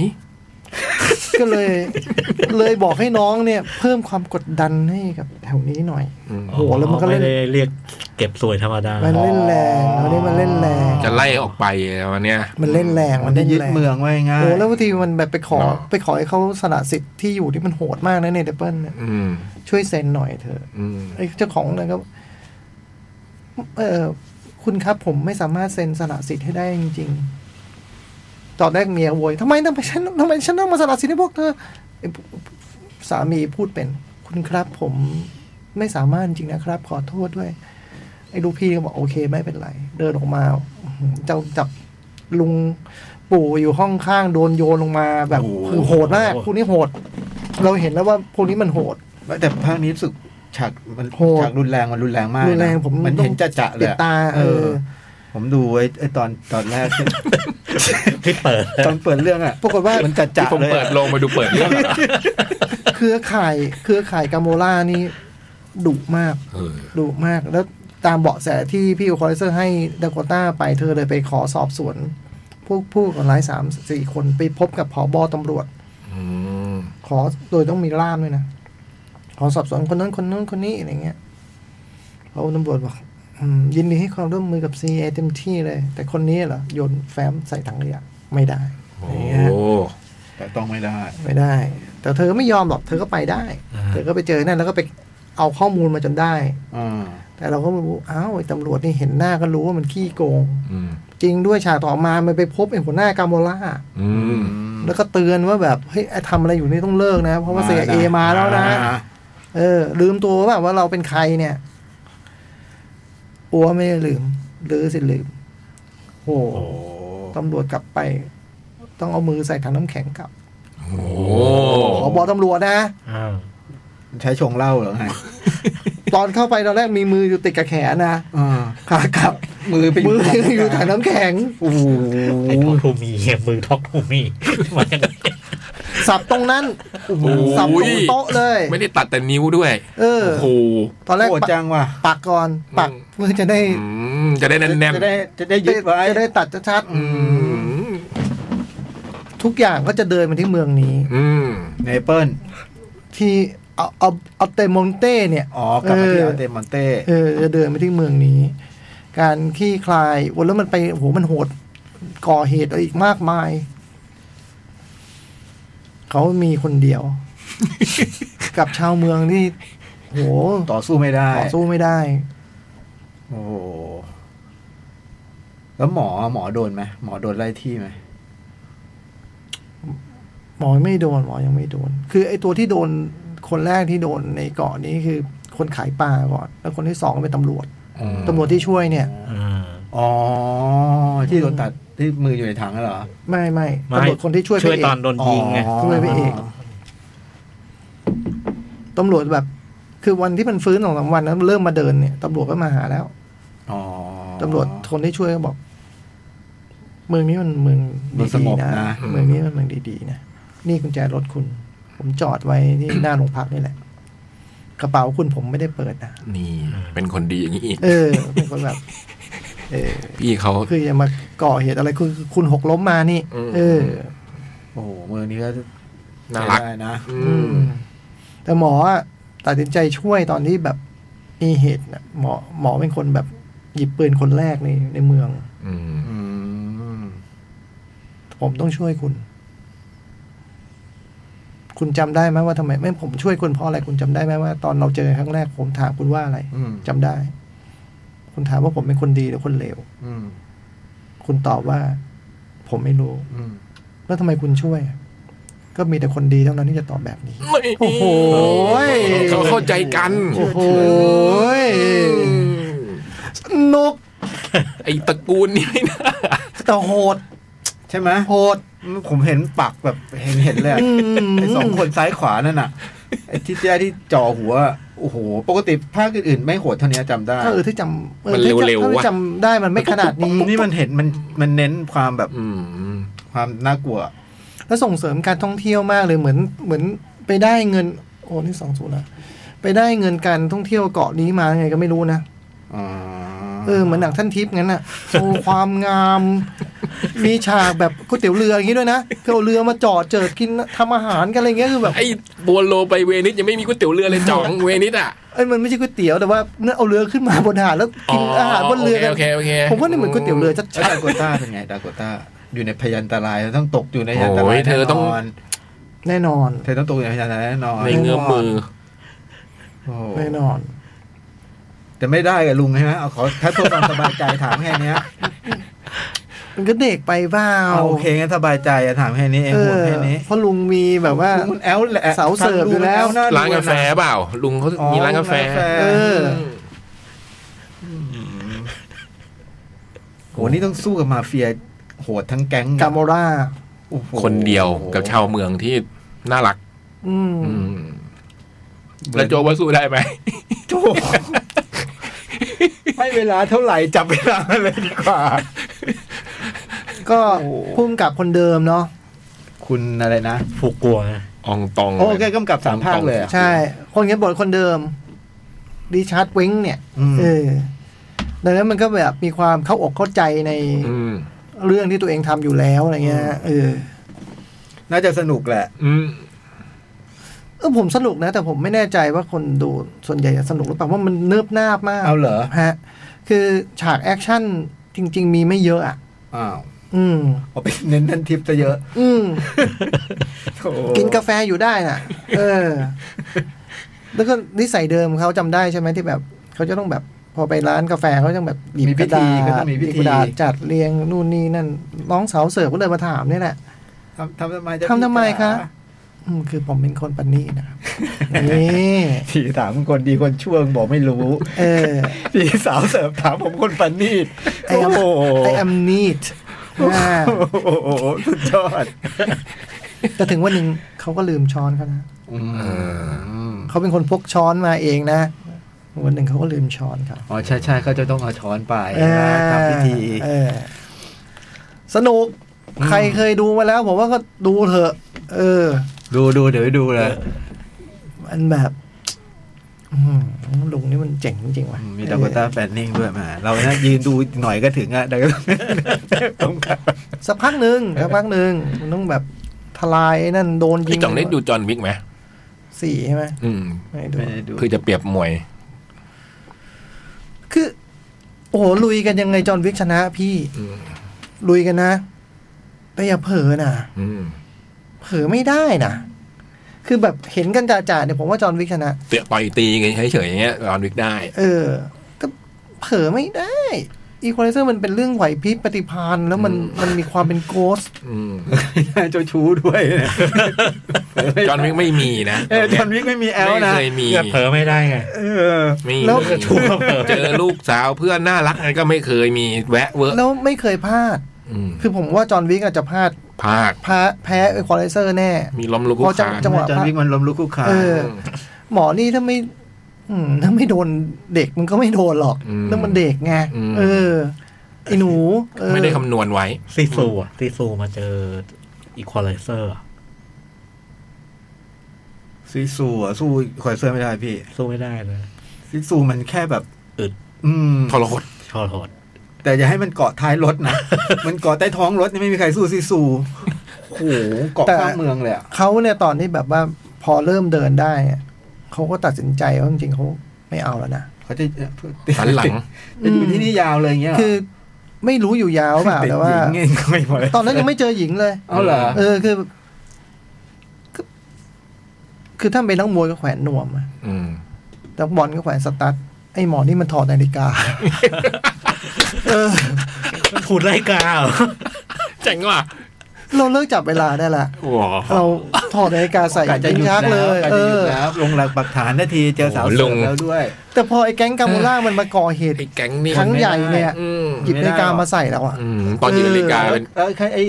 Speaker 4: ก็เลย เลยบอกให้น้องเนี่ย เพิ่มความกดดันให้กับแถวนี้หน่อย
Speaker 2: โอ้
Speaker 4: โหแล้วมันก็เล่น
Speaker 2: ไได้เรียกเก็บสวยธรรมดา
Speaker 4: มันเล่นแรงเราได้มันเล่นแรง
Speaker 1: จะไล่ออกไปวันเนี้ย
Speaker 4: มันเล่นแรง
Speaker 3: มันได้
Speaker 4: ล่
Speaker 3: ยึด
Speaker 4: แร
Speaker 3: เมืองไว้ง่าย
Speaker 4: โอ้แล้วบางทีมันแบบไปขอ
Speaker 1: เนอะ
Speaker 4: ไปขอให้เขาสละสิทธิ์ที่อยู่ที่มันโหดมากนะในเดปเปิลเนี่ย
Speaker 1: อืม
Speaker 4: ช่วยเซ็นหน่อยเถอะ
Speaker 1: อืม
Speaker 4: ไอ้เจ้าของเลยก็เออคุณครับผมไม่สามารถเซ็นสละสิทธิ์ให้ได้จริงๆตอนแรกเมียโวยทำไมทำไมฉันทำไมฉันต้องมาสละสิทธิ์ให้พวกเธอไอ้สามีพูดเป็น คุณครับผมไม่สามารถจริงนะครับ ขอโทษด้วย ไอ้ลูกพี่ก็บอกโอเคไม่เป็นไร เดินออกมาอื้อหือเจ้าจับลุงปู่อยู่ห้องข้างโดนโยนลงมาแบบคือโหดมากพวกนี้โหด เราเห็นแล้วว่าพวกนี้มันโหด
Speaker 3: แต่ภาคนี้รู้สึกฉากมัน
Speaker 4: โหด
Speaker 3: ฉากรุนแรงมันรุนแรงมากนะ
Speaker 4: รุนแรงผม
Speaker 3: มันเห็น
Speaker 4: ต้
Speaker 3: จะ
Speaker 4: อง
Speaker 3: จะๆเล
Speaker 4: ปิ
Speaker 3: ย
Speaker 4: ด
Speaker 3: อะ
Speaker 4: ตา
Speaker 3: เอ
Speaker 4: เอ
Speaker 3: อ
Speaker 4: อ
Speaker 3: ผมดูไว้ไอ้ตอนตอนแร ก
Speaker 2: ที่เปิด
Speaker 3: ตอนเปิดเรื่องอะ
Speaker 4: ปรากฏว่า
Speaker 3: มันจะจะ
Speaker 1: ที่ผม
Speaker 3: เลย
Speaker 1: เปิด
Speaker 3: อะ
Speaker 1: ลงมาดูเปิดเรื่องอะ
Speaker 4: เครือข่ายเครือข่ายกาโมล่านี่ดุมาก
Speaker 1: เออ
Speaker 4: ดุมาก แล้วตามเบาะแสที่พี่โคอร์เซอร์ให้ดากต้าไปเธอเลยไปขอสอบสวน พวกผู้ก่อร้ายสามสี่คนไปพบกับผอบอตำรวจ
Speaker 1: อืม
Speaker 4: ขอโดยต้องมีล่ามด้วยนะ ขอสอบสวนคนนั้นคนนู้นคนนี้อะไรเงี้ยเขาตำรวจบอกอืมยินดีให้ความร่วมมือกับ CIA เต็มที่เลย แต่คนนี้เหรอโยนแฟ้มใส่ถังขยะไม่ได้
Speaker 1: โอ้
Speaker 4: เนี่ย
Speaker 3: แต่ต้องไม่ได้
Speaker 4: ไม่ได้ แต่เธอไม่ยอมหรอกเธอก็ไปได้
Speaker 2: อ่า
Speaker 4: เธอก็ไปเจอนั่นแล้วก็ไปเอาข้อมูลมาจนได้
Speaker 3: อ่า
Speaker 4: แต่เราก็ไม่รู้อ้าวไอ้ตำรวจนี่เห็นหน้าก็รู้ว่ามันขี้โกง
Speaker 1: อืม
Speaker 4: จริงด้วยฉากต่อมามันไปพบไอ้หัวหน้ากาโมล่า
Speaker 1: อืม
Speaker 4: แล้วก็เตือนว่าแบบเฮ้ยไอ้ทำอะไรอยู่นี่ต้องเลิกนะ เพราะว่าเซเอมาแล้วนะ เออ ลืมตัวว่าว่าเราเป็นใครเนี่ยอัวไม่ได้ลืมหรือสิลืม โอ้
Speaker 3: โอ้
Speaker 4: ตำรวจกลับไป ต้องเอามือใส่ถังน้ำแข็งกลับ
Speaker 1: โอ้
Speaker 4: ขอบอกตำรวจนะ
Speaker 2: อ้าว
Speaker 3: ใช้ชงเหล้าเหรอฮะ
Speaker 4: ตอนเข้าไปตอนแรกมีมืออยู่ติดกับแขนนะ
Speaker 3: อ่า
Speaker 4: ขากลับ
Speaker 3: มือไป
Speaker 4: มืออยู่ถังน้ำแข็ง
Speaker 3: โอ้โห
Speaker 2: ไอ้ท็อกทูมีเนี่ยมือท็อกทูมีมาจากไหน
Speaker 4: สับตรงนั้นสับตรงโต๊ะเลย
Speaker 1: ไม่ได้ตัดแต่นิ้วด้วย
Speaker 4: เออ
Speaker 1: โอ้โห
Speaker 4: ตอนแรก
Speaker 3: โหดจังว่ะ
Speaker 4: ปักก่อนปักเพื่อจะได้
Speaker 1: อืม จะได้แน่น
Speaker 3: จะได้จะได้ยึดไว้
Speaker 4: จะได้ตัดชัดๆ
Speaker 1: ๆอืม
Speaker 4: ทุกอย่างก็จะเดินมาที่เมืองนี้
Speaker 1: อืม
Speaker 3: เนเปิล
Speaker 4: ที่เอาเอาเอาเตมงเต้เนี่ย
Speaker 3: อ๋อกลับมาที่อาเตมอนเต้
Speaker 4: เออจะเดินไปที่เมืองนี้ การขี้คลายวนแล้วมันไปโหมันโหด ก่อเหตุอะไรอีกมากมาย เขามีคน เดียว กับชาวเมืองที่โห
Speaker 3: ต่อสู้ไม่ได้
Speaker 4: ต่อสู้ไม่ได้
Speaker 3: โอ้โหแล้วหมอหมอโดนไหมหมอโดนไล่ที่ไหม
Speaker 4: หมอไม่โดนหมอยังไม่โดน คือไอ้ตัวที่โดนคนแรกที่โดนในเกาะนี้คือคนขายปลาก่อน แล้วคนที่สองเป็นตำรวจ
Speaker 1: อืม
Speaker 4: ตำรวจที่ช่วยเนี่ย
Speaker 2: อ่า
Speaker 3: อ๋อที่โดนตัดที่มืออยู่ในถังเหรอ
Speaker 4: ไม่ไม่
Speaker 2: ไม่
Speaker 4: ตำรวจคนที่ช่วย
Speaker 2: ช่วย
Speaker 4: พระเก
Speaker 2: ตอนโดนยิงไง
Speaker 3: อ๋อ
Speaker 4: ช่วยพระเอก ตำรวจแบบ คือวันที่มันฟื้นสองสามวันนั้นเริ่มมาเดินเนี่ยตำรวจก็มาหาแล้ว
Speaker 3: อ๋อ
Speaker 4: ตำรวจคนที่ช่วยก็บอก เมืองนี้มันเมือง
Speaker 3: เมืองสง
Speaker 4: ดี
Speaker 3: บ
Speaker 4: ๆนะ
Speaker 3: นะ
Speaker 4: เมืองนี้มันเมืองดีๆนะนี่กุญแจรถคุณ ผมจอดไว้ที่ หน้าโรงพักนี่แหละ กระเป๋าคุณผมไม่ได้เปิดนะ
Speaker 1: นี่ เป็นคนดีอย่างนี้อีก
Speaker 4: เออเป็นคนแบบ เออ
Speaker 1: พี่เขา
Speaker 4: คืออย่ามาก่อเหตุอะไรคือคือคุณหกล้มมานี่
Speaker 1: อืม
Speaker 4: เออ
Speaker 3: โอ้โหมือนี้ก็
Speaker 1: น่ารัก
Speaker 3: ใช้ได้นะ
Speaker 1: อื
Speaker 4: อื
Speaker 1: ม
Speaker 4: มแต่หมออะตัดสินใจช่วยตอนที่แบบมีเหตุน่ะหมอหมอเป็นคนแบบหยิบปืนคนแรกในในเมือง
Speaker 1: อืม
Speaker 3: อืม
Speaker 4: ผมต้องช่วยคุณ คุณจำได้ไหมว่าทำไม ไม่ผมช่วยคุณเพราะอะไรคุณจำได้ไหมว่าตอนเราเจอครั้งแรกผมถามคุณว่าอะไร
Speaker 3: อืม
Speaker 4: จำได้ คุณถามว่าผมเป็นคนดีหรือคนเลว
Speaker 3: อืม
Speaker 4: คุณตอบว่า ผมไม่รู้
Speaker 3: อืม
Speaker 4: แล้วทำไมคุณช่วยอะก็มีแต่คนดีเท่านั้นที่จะตอบแบบนี้
Speaker 1: ไม่
Speaker 4: โอ้โห
Speaker 1: เขาเข้าใจกัน
Speaker 4: โอ้โหยสนุก
Speaker 1: ไอตระกูลนี่ไม่น่า
Speaker 4: แต่โหด
Speaker 3: ใช่ไหม
Speaker 4: โหด
Speaker 3: ผมเห็นปักแบบเห็นเห็นเลยอะไอ้สองคนซ้ายขวานั่นน่ะไอ้ที่เจ้าที่จ่อหัว โอ้โห ปกติภาคอื่นๆ ไม่โหดเท่านี้จำได้
Speaker 4: ถ้าเออถ้าจำออ
Speaker 1: มัน
Speaker 4: ถ้าจำ
Speaker 1: เร็ว
Speaker 4: ถ้า
Speaker 1: ๆว่ะ
Speaker 4: จำได้มันไม่ขนาดนี้
Speaker 3: นี่มันเห็นมันมันเน้นความแบบ
Speaker 1: อืม
Speaker 3: ความน่ากลัว
Speaker 4: แล้วส่งเสริมการท่องเที่ยวมากเลยเหมือนเหมือนไปได้เงิน โอ้นี่สองศูนย์ละไปได้เงินการท่องเที่ยวเกาะนี้มาไงก็ไม่รู้นะ
Speaker 3: อ๋อ
Speaker 4: เออเหมือนหนังท่านทิพย์งั้นน่ะโชว์ความงาม มีฉากแบบก๋วยเตี๋ยวเรืออย่างนี้ด้วยนะคือเอาเรือมาจอดเจิดกินทำอาหารกันอะไรเงี้ยคือแบบ
Speaker 1: ไอ้บัวโลไปเวนิสยังไม่มีก๋วยเตี๋ยวเรือเลยจ่องเวนิสอ่ะ
Speaker 4: ไอ้ยมันไม่ใช่ก๋วยเตี๋ยวแต่ว่าเนี่ยเอาเรือขึ้นมาบนหาดแล้วกินอาหารบนเรือกัน
Speaker 1: โอเคโอเคโอเค
Speaker 4: ผมว่านี่เหมือนก๋วยเตี๋ยวเรือชัด
Speaker 3: ดาโกต้าเป็นไงดาโกต้าอยู่ในพยันตรายต้องตกอยู่ในพยันตรายแน่นอน
Speaker 4: ๆแน่นอน
Speaker 3: เธอต้องตกอยู่ในพยันตรายแน่นอน
Speaker 1: ในเงื้อมือ
Speaker 3: โอ้โห
Speaker 4: แน่นอน
Speaker 3: แต่ไม่ได้กับลุงใช่ไหมเอาขอถ้าโทษความสบายใจถามแค่เนี้ย
Speaker 4: มันก็เด็กไปเปล่า
Speaker 3: เอาโอเคงั้นสบายใจอะถามแค่นี้เอง
Speaker 4: เอ
Speaker 3: ห่วง
Speaker 4: อ
Speaker 3: แค่นี้
Speaker 4: เพราะลุงมีแบบว่า
Speaker 3: ลุงมันแอลแหละ
Speaker 4: เสาเสิร์ฟอยู่แล้ว
Speaker 3: ฟังดูน่ดู
Speaker 1: ร้านกาแฟเปล่า ลุงเขา
Speaker 3: อ๋อ
Speaker 1: มีร้านกาแฟ
Speaker 4: เออ
Speaker 3: โหนี่ต้องสู้กับมาเฟียโหดทั้งแก๊ง
Speaker 4: กาโมรา
Speaker 3: โอ้โห
Speaker 1: คนเดียวกับชาวเมืองที่น่ารัก
Speaker 4: อืม
Speaker 1: อืมแล้วโจว่าสู้ได้ไหม
Speaker 3: โถูกให้เวลาเท่าไหร่จับเวลามาเลยดีกว่า
Speaker 4: ก็
Speaker 3: โอ้โห
Speaker 4: พุ่มกับคนเดิมเนาะ
Speaker 3: คุณอะไรนะ
Speaker 2: ผูกกลัว
Speaker 1: อองตอง
Speaker 3: โอ้แกกำกับสามภาคเลยอะ
Speaker 4: ใช่ คนเขียนบทคนเดิมดิชาร์ดเว้งเนี่ย
Speaker 3: อืม
Speaker 4: เออดังนั้นมันก็แบบมีความเข้าอกเข้าใจใน
Speaker 1: อืม
Speaker 4: เรื่องที่ตัวเองทำอยู่แล้วอะไรเงี้ยเออ
Speaker 3: น่าจะสนุกแหละ
Speaker 1: อืม
Speaker 4: เออผมสนุกนะ แต่ผมไม่แน่ใจว่าคนดูส่วนใหญ่จะสนุกหรือเปล่าว่ามันเนิบนาบมาก
Speaker 3: เอาเหรอ
Speaker 4: ฮะ คือฉากแอคชั่นจริง ๆ มีไม่เยอะอ่ะ
Speaker 3: อ้าว
Speaker 4: อืม
Speaker 3: เอาไปเน้นทันทิปซะเยอะ
Speaker 4: อืม
Speaker 3: โถ่
Speaker 4: กินกาแฟอยู่ได้น่ะ เออ แล้วก็นิสัยเดิมเขาจำได้ใช่ไหมที่แบบเขาจะต้องแบบ พอไปร้านกาแฟเขาต้องแบบหยิบ
Speaker 3: มี
Speaker 4: ก
Speaker 3: พิ
Speaker 4: ระ
Speaker 3: ธี
Speaker 4: ดาษ
Speaker 3: ก็ต้องมีพิ
Speaker 4: หยิบก
Speaker 3: ธี
Speaker 4: ระดาษจัดเรียงนู่นนี่นั่นน้องสาวเสิร์ฟก็เลยมาถามนี่แหละ
Speaker 3: ทำทำทำไมจะ
Speaker 4: ทำทำไมคะ อืมคือผมเป็นคนปันนี่นะครับนี่
Speaker 3: ทีถามคนดีคนชั่วมึงบอกไม่รู้
Speaker 4: เออ
Speaker 3: ทีสาวเสิร์ฟถามผมคนปันนี่
Speaker 4: ไอ้
Speaker 3: โอ้
Speaker 4: อำ
Speaker 3: โห
Speaker 4: I am neat อ่า
Speaker 3: โอ้โหสุดยอด
Speaker 4: แต่ถึงวันหนึ่งเขาก็ลืมช้อนเขานะ
Speaker 3: อืม
Speaker 4: เขาเป็นคนพกช้อนมาเองนะวันหนึ่งเขาก็ลืมช้อนครับ
Speaker 3: อ๋อใช่ใช่เขาจะต้องเอาช้อนไป
Speaker 4: อ่า
Speaker 3: ทำพิธี
Speaker 4: เออสนุก
Speaker 3: อืม
Speaker 4: ใครเคยดูมาแล้ว ผมว่าก็ดูเถอะ เออ
Speaker 3: ดูดูเดี๋ยวไปดูเลย
Speaker 4: มันแบบ อืมลุงนี่มันเจ๋งจริงๆว่ะ
Speaker 3: มีดาโกต้าแฟนนิ่งด้วยแหมาเราเนี่ยยืนดูหน่อยก็ถึงอะด าโกต้าตรงกลาง
Speaker 4: เออสักพักหนึ่งสักพักหนึ่งมันต้องแบบทลายไอ้นั่นโดนยิ
Speaker 1: พี่
Speaker 4: ง
Speaker 1: จ่องได้ดูจอห์นวิกไหม
Speaker 4: สี่ใช่ไหม
Speaker 1: อืม
Speaker 4: ไม่ดู
Speaker 3: ไม่ได้ดู
Speaker 1: คือจะเปรียบมวย
Speaker 4: คือ โอ้โหลุยกันยังไงจอห์นวิกชนะพี่
Speaker 1: อืม
Speaker 4: ลุยกันนะ แต่อย่าเผลอนะ
Speaker 1: อืม
Speaker 4: เผลอไม่ได้นะ คือแบบเห็นกันจ่าๆเนี่ยผมว่าจอห์นวิกชนะ
Speaker 1: เตะต่อยตีกันเฉยๆอย่างเงี้ยจอห์นวิกได้
Speaker 4: เออ ก็เผลอไม่ได้ อีควอไลเซอร์มันเป็นเรื่องไหวพริบปฏิพานแล้วมัน
Speaker 1: อืม
Speaker 4: มันมีความเป็นโกส
Speaker 1: อืม
Speaker 3: เจ้าชู้ด้วย เนี่ย
Speaker 1: จอห์นวิกไม่มีนะ
Speaker 3: เออจอห์นวิกไม่มีแอล
Speaker 1: ไม่
Speaker 3: นะ
Speaker 1: เคยมี
Speaker 2: แต่เผลอไม่ได้ไง
Speaker 3: เออ
Speaker 1: ไม่
Speaker 2: แล้ว
Speaker 1: เคยเจอลูกสาวเพื่อนน่ารักอะไรก็ไม่เคยมีแวะเวอะ
Speaker 4: แล้วไม่เคยพลาด
Speaker 1: อืม
Speaker 4: คือผมว่าจอห์นวิกอาจจะพลาด
Speaker 1: ภาค
Speaker 4: พลาแพ้อีควอไลเซอร์แน่
Speaker 1: มีล้มลุกคลุกคลาน
Speaker 4: จังหวะ
Speaker 3: จอห์นวิกมันล้มลุกคลุกคลาน
Speaker 4: เออ หมอนี่ถ้าไม่ อืมถ้าไม่โดนเด็กมันก็ไม่โดนหรอก
Speaker 1: ม
Speaker 4: แล้วมันเด็กไง
Speaker 1: อืม
Speaker 4: เออไอหนูเออ
Speaker 1: ไม่ได้คำนวณไว้
Speaker 2: ซีซูอ่ะซีซูมาเจออีควอไลเซอร์
Speaker 3: ซีซูอะสู้คอยเสื้อไม่ได้พี่
Speaker 2: สู้ไม่ได้เลย
Speaker 3: ซีซูมันแค่แบบ
Speaker 2: อึด
Speaker 3: อืม
Speaker 1: ทรหด
Speaker 2: ชอหด
Speaker 3: แต่อย่าให้มันเกาะท้ายรถนะ มันเกาะใต้ท้องรถนี่ไม่มีใครสู้ซีซูโอ้โหเกาะข้างเมืองเลยอะ
Speaker 4: เขาเนี่ยตอนที่แบบว่าพอเริ่มเดินได้อะเขาก็ตัดสินใจว่าจริงๆเขาไม่เอาแล้วนะ
Speaker 3: เขาจะ
Speaker 1: สันหลัง
Speaker 3: จะ อยู่ที่นี่ยาวเลยอย่างเงี้ย
Speaker 4: คือไม่รู้อยู่ยาวเปล่า
Speaker 3: ติด
Speaker 4: แต่
Speaker 3: ห
Speaker 4: ว่า
Speaker 3: ญิงเองก็ไม่พอเลย
Speaker 4: ตอนนั้นยังไม่เจอหญิงเลย
Speaker 3: เอาเหรอ
Speaker 4: เออคือคือคือถ้าเป็นนักมวยก็แขวนนวมอะ
Speaker 1: อืม
Speaker 4: นักบอลก็แขวนสตั๊ดไอ้หมอนี่มันถอดนาฬิ กา เออ
Speaker 2: ถูดไล่กาว
Speaker 1: เจ๋งว่ะ
Speaker 4: เราเลิกจับเวลาได้ละ
Speaker 1: โอ้โห
Speaker 4: เราถอดนาฬิกาใส่
Speaker 3: กาจะหยุด
Speaker 4: ชัก
Speaker 3: แล้
Speaker 4: เล
Speaker 3: วย กา
Speaker 4: เอ
Speaker 3: จะหยุ
Speaker 4: อ
Speaker 3: ดแล้วลงหลักปักฐานนาทีเจอสาว
Speaker 1: โอ้โห
Speaker 3: เสิ
Speaker 1: ล
Speaker 3: ร์ฟ
Speaker 1: ง
Speaker 3: แล้วด้วย
Speaker 4: แต่พอไอ้แก๊งกาโมูล่ามันมาก่อเหตุ
Speaker 1: ไอ้แก๊งนี่
Speaker 4: ครั้งใหญ่เนี่ย
Speaker 1: อืม
Speaker 4: หยิบนาฬิกามาใส่แล้วอ่ะ
Speaker 1: อืมตอนหยิบนาฬิกาเป็น
Speaker 3: แล้วแค่ไอ้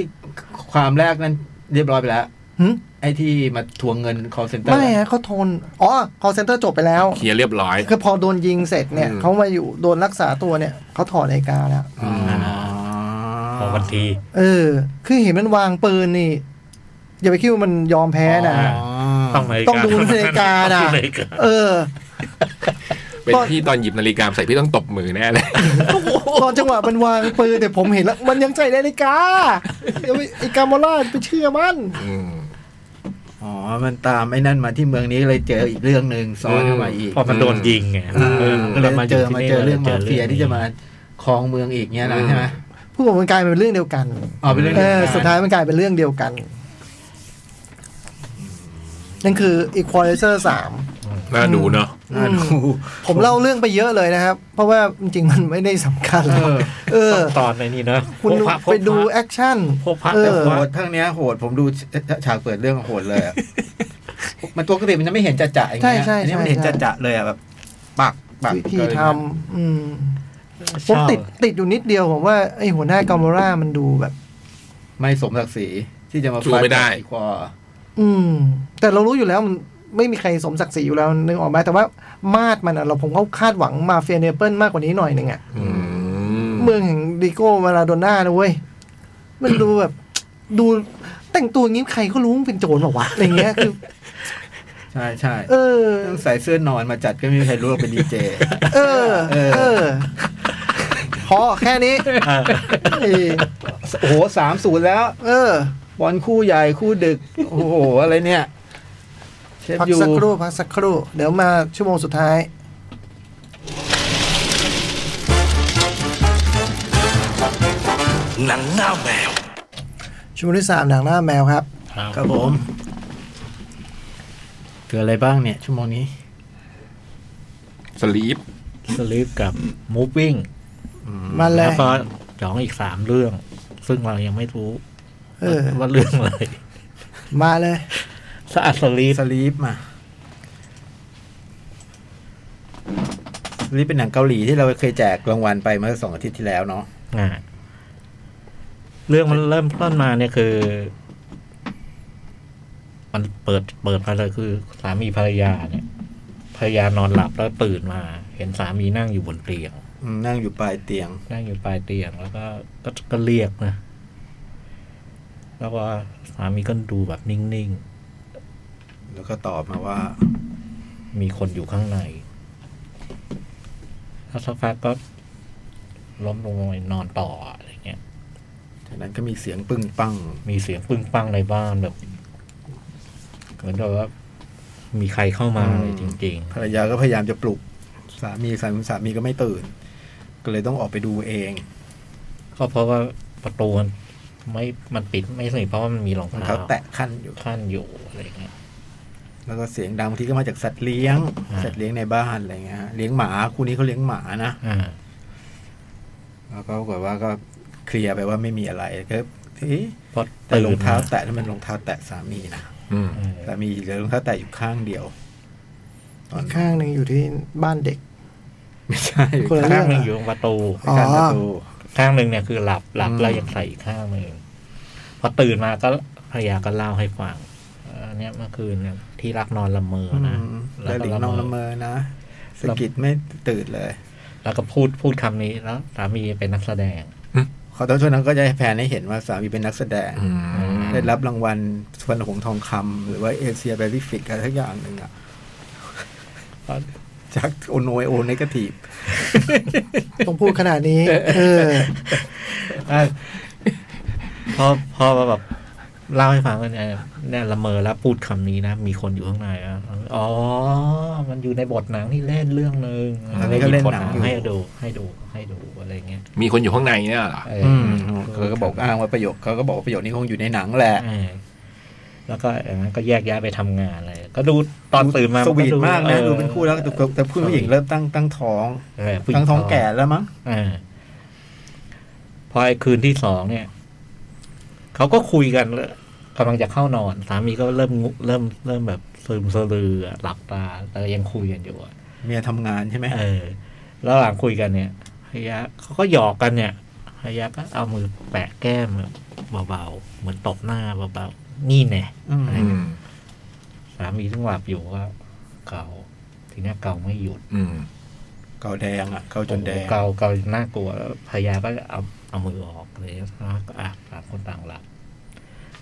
Speaker 3: ความแรกนั้นเรียบร้อยไปแล้ว
Speaker 4: หึ
Speaker 3: ไอ้ที่มาทวงเงิน call center
Speaker 4: ไม่ฮะเขาทน อ๋อ call center จบไปแล้ว
Speaker 1: เคลียร์เรียบร้อย
Speaker 4: คือพอโดนยิงเสร็จเนี่ย
Speaker 1: อืม
Speaker 4: เขามาอยู่โดนรักษาตัวเนี่ยเขาถอดนาฬิกาแล้ว
Speaker 3: อ๋อ
Speaker 2: พอวันที
Speaker 4: เออ คือเห็นมันวางปืนนี่ อย่าไปคิดว่ามันยอมแพ้นะ
Speaker 2: อ๋ ต้อง
Speaker 3: ไป
Speaker 2: นาฬิกา
Speaker 4: ต้องดูนาฬิกานะ
Speaker 2: ต้องดูฬิกา
Speaker 4: เออ
Speaker 1: เป็น
Speaker 4: ตอน
Speaker 1: พี่ตอนหยิบนาฬิกาใส่พี่ต้องตบมือแน่เลย
Speaker 4: ตอนจังหวะมันวางปืนแต่ยผมเห็นแล้ว มันยังใส่นาฬิกาเดี๋ยวไอ้ไอ้กาโมล่าไปเชื่อมัน
Speaker 1: อืม
Speaker 3: อ๋อ มันตามไอ้นั่นมาที่เมืองนี้เลยเจออีกเรื่องหนึ่งซ้อนเข้ามาอีก
Speaker 2: พอมันโดนยิงไง
Speaker 3: อ่า
Speaker 2: เออ
Speaker 3: ก็เลย
Speaker 2: า
Speaker 3: มาเจอมาเจอเรื่องมาเฟียที่จะมา
Speaker 2: เ
Speaker 3: ครองเมืองอีกเนี้ยนะใช่ไหม
Speaker 4: ผู้ผมมันกลายเป็นเรื่องเดียวกัน
Speaker 3: อ๋อเป็นเรื่อง
Speaker 4: เอ
Speaker 3: เดีว
Speaker 4: อ
Speaker 3: กัน
Speaker 4: สุดท้ายมันกลายเป็นเรื่องเดียวกัน นั่นคือ Equalizer 3
Speaker 1: น่าดูเนาะ
Speaker 3: น่าดู
Speaker 4: ผมเล่าเรื่องไปเยอะเลยนะครับ เพราะว่าจริงๆมันไม่ได้สำคัญหรอก
Speaker 3: เออ
Speaker 4: เอ
Speaker 2: เอ
Speaker 4: อ
Speaker 2: อตอนในนี้เนอะ
Speaker 4: คุณ
Speaker 2: พบพระพบพระ
Speaker 4: ไปดูแอคชั่น
Speaker 2: พบพระ
Speaker 4: เอ
Speaker 3: แต่
Speaker 4: อ
Speaker 3: โหดทั้งเนี้ยโหดผมดูฉากเปิดเรื่องโหด เลยอะ มันตัวกติมันจะไม่เห็นจะจะๆอย่างเงี้ยอันนี้มันเห็นจะจะๆเลยอะแบบปากปาก
Speaker 4: วิธีทำอืมผ
Speaker 2: ช
Speaker 4: ม
Speaker 2: อบ
Speaker 4: ติดติดอยู่นิดเดียวผมว่าไอหัวหน้ากาโมล่ามันดูแบบ
Speaker 3: ไม่สมศักดิ์ศรีที่จะมา
Speaker 1: สู้ไม่ได้
Speaker 3: ฟากับควอ
Speaker 4: อืม แต่เรารู้อยู่แล้วมันไม่มีใครสมศักดิ์ศรีอยู่แล้วนึกออกไหมแต่ว่ามาดมันอะเราผมก็คาดหวังมาเฟียเนเปิลมากกว่านี้หน่อยหนึ่งอะ
Speaker 1: อืม
Speaker 4: เมืองแห่งดิโก้มาราโดน่านะเว้ย มันดูแบบ ดูแต่งตัวอย่างงี้ใครก็รู้มันเป็นโจรหรอวะอะไรเงี้ยคือ
Speaker 3: ใช่ใช่
Speaker 4: เออ
Speaker 3: ต้องใส่เสื้อนอนมาจัดก็ไม่มีใครรู้ว่าเป็นดีเจ
Speaker 4: เออ เออ พอแค่นี้
Speaker 2: อ่า
Speaker 4: เออ
Speaker 3: โอ้โหสามศูนย์แล้ว
Speaker 4: เออบ
Speaker 3: อลคู่ใหญ่คู่ดึก โอ้โห อะไรเนี่ย เชฟ
Speaker 4: พัก
Speaker 3: ยู
Speaker 4: สักครู่พักสักครู่ เดี๋ยวมาชั่วโมงสุดท้าย
Speaker 5: หนังหน้าแมว
Speaker 4: ชั่วโมงที่สามหนังหน้าแมวครับ
Speaker 3: ครับผมเกิดอะไรบ้างเนี่ย ชั่วโมงนี้
Speaker 1: สลีป
Speaker 2: สลิปกับมูฟวิ่ง
Speaker 4: มาเล
Speaker 2: แล้ว
Speaker 4: ย
Speaker 2: ก็จ้องอีกสามเรื่อง ซึ่งเรายังไม่รู้
Speaker 4: เออ
Speaker 2: ว่าเรื่องอะไร
Speaker 4: มาเลย
Speaker 2: สะอาดสลิป
Speaker 3: สลีปมา สลีปเป็นหนังเกาหลีที่เราเคยแจกรางวัลไปเมื่อสองอาทิตย์ที่แล้วเนาะ
Speaker 2: อ่าเรื่องมันเริ่มต้นมาเนี่ยคือ มันเปิดเปิดมาเลยคือ สามีภรรยาเนี่ยภรรยานอนหลับแล้วตื่นมา เห็นสามีนั่งอยู่บนเตียง
Speaker 3: อืมนั่งอยู่ปลายเตียง
Speaker 2: นั่งอยู่ปลายเตียงแล้วก็ก็ก็เรียกนะ แล้วก็สามีก็ดูแบบนิ่ง
Speaker 3: แล้วก็ตอบมาว่า
Speaker 2: ๆ มีคนอยู่ข้างใน แล้วสักพักก็ล้มลงไปนอนต่ออะไรเงี้ย
Speaker 3: จากนั้นก็มีเสียงปึ้งปัง
Speaker 2: มีเสียงปึ้งปังในบ้านแบบ เหมือนกับว่ามีใครเข้ามา
Speaker 3: อืม
Speaker 2: เลยจริง
Speaker 3: ภรรยาก็พยายามจะปลุก สามีสามีสามีก็ไม่ตื่น ก็เลยต้องออกไปดูเอง
Speaker 2: ๆ ก็เพราะว่าประตูมันไม่มันปิดไม่สนิทเพราะว่ามันมีรอง
Speaker 3: มัน
Speaker 2: เท้า
Speaker 3: เขาแตะขั้นอยู่
Speaker 2: ขั้นอยู่อะไรเงี้ย
Speaker 3: แล้วก็เสียงดังบางทีก็มาจากสัตว์เลี้ยง
Speaker 2: อ่า
Speaker 3: สัตว์เลี้ยงในบ้านอะไรเงี้ยฮะเลี้ยงหมาคู่นี้เขาเลี้ยงหมานะ
Speaker 2: อ่า
Speaker 3: แล้วก็ปรากฏว่าก็เคลียร์ไปว่าไม่มีอะไรก็เอ๊ะ
Speaker 2: เพราะ
Speaker 3: แต่รองเท้า
Speaker 2: ตื่นม
Speaker 3: แตะนั่นมันรองเท้าแตะสามีนะ
Speaker 1: อืม
Speaker 2: เออ
Speaker 3: สามีเหลือรองเท้าแตะอยู่ข้างเดียว ตอน
Speaker 4: อีกข้างหนึ่งอยู่ที่บ้านเด็ก
Speaker 3: ไม่ใช่
Speaker 4: คนละ
Speaker 2: ข้างหนึ่งอยู่ตรงประตู
Speaker 4: อ๋อ
Speaker 3: ข้างประตู
Speaker 2: ข้างหนึ่งเนี่ยคือหลับหลับ
Speaker 3: อืม
Speaker 2: แล้วยังใส่อีกข้างหนึ่งพอตื่นมาก็ภรรยาก็เล่าให้ฟังเอ่อเนี่ยเมื่อคืนเนี่ยที่รักนอนละเมอ
Speaker 3: อื
Speaker 2: นะ
Speaker 3: มแล้วหลิงนองละเมอนะสะกิดไม่ตื่นเลย
Speaker 2: แล้วก็พูดพูดคำนี้แล้วสามีเป็นนักแสดง
Speaker 3: ขอโทษช่วงนั้นก็จะให้แพนให้เห็นว่าสามีเป็นนักแสดง
Speaker 1: อืม
Speaker 3: ได้รับรางวัลสวรรณหงส์ทองคำหรือว่าเอเชียแปซิฟิกอะไรทักอย่างหนึ่งอ่ะ จากโอนยโอนในกระถีบ
Speaker 4: ต้องพูดขนาดนี้ เออ
Speaker 2: ได้พอพอแบบเล่าให้ฟังว่าเนี่ยเนี่ยละเมอแล้วพูดคำนี้นะ มีคนอยู่ข้างในนะอ๋อ มันอยู่ในบทหนังที่เล่นเรื่องหนึ่ง
Speaker 1: อันนี้ก็เล่นหนังอยู่
Speaker 2: ให้ดู ให้ดูให้ดูอะไรเงี้ย
Speaker 1: มีคนอยู่ข้างในเนี่ยเหรอ
Speaker 2: เอออ
Speaker 3: เขาก็บอกอ้างว่าประโยคเขาก็บอกว่าประโยคนี้คงอยู่ในหนังแหละ
Speaker 2: เออแล้วก็อย่างนั้นก็แยกย้ายไปทำงานเลย ก็ดูตอนตื่นมา
Speaker 3: สวีท
Speaker 2: ดู
Speaker 3: มากนะ
Speaker 2: ออ
Speaker 3: ดูเป็นคู่แล้วแต่แต่ผู้หญิงเริ่มตั้งตั้งท้อง
Speaker 2: เออผู้หญิ
Speaker 3: ตั้งท้องแก่แล้วมั้ง
Speaker 2: เออพอไอ้คืนที่สองเนี่ย เขาก็คุยกันกำลังจะเข้านอน สามีก็เริ่มงุเริ่มเริ่มแบบซึมสลืออะหลับตา แต่ยังคุยกันอยู่อะ
Speaker 3: เมียทำงานใช่ไหม
Speaker 2: เออ แล้วหลังคุยกันเนี่ยพยาเขาก็หยอกกันเนี่ยพยาก็เอามือแปะแก้มเบาๆเหมือนตบหน้าเบาๆนี่แน่
Speaker 3: อืม
Speaker 1: อืม
Speaker 2: สามีทั้งหลับอยู่ก็เกาทีเนี้ยเกาไม่หยุด
Speaker 1: อืม
Speaker 3: เกาแดงอ่ะเกาจนแดง
Speaker 2: เกาเกาน่ากลัวแล้วภรรยาก็เอาเอามือออกเลยแล้วก็อ่ะต่างคนต่างหลับ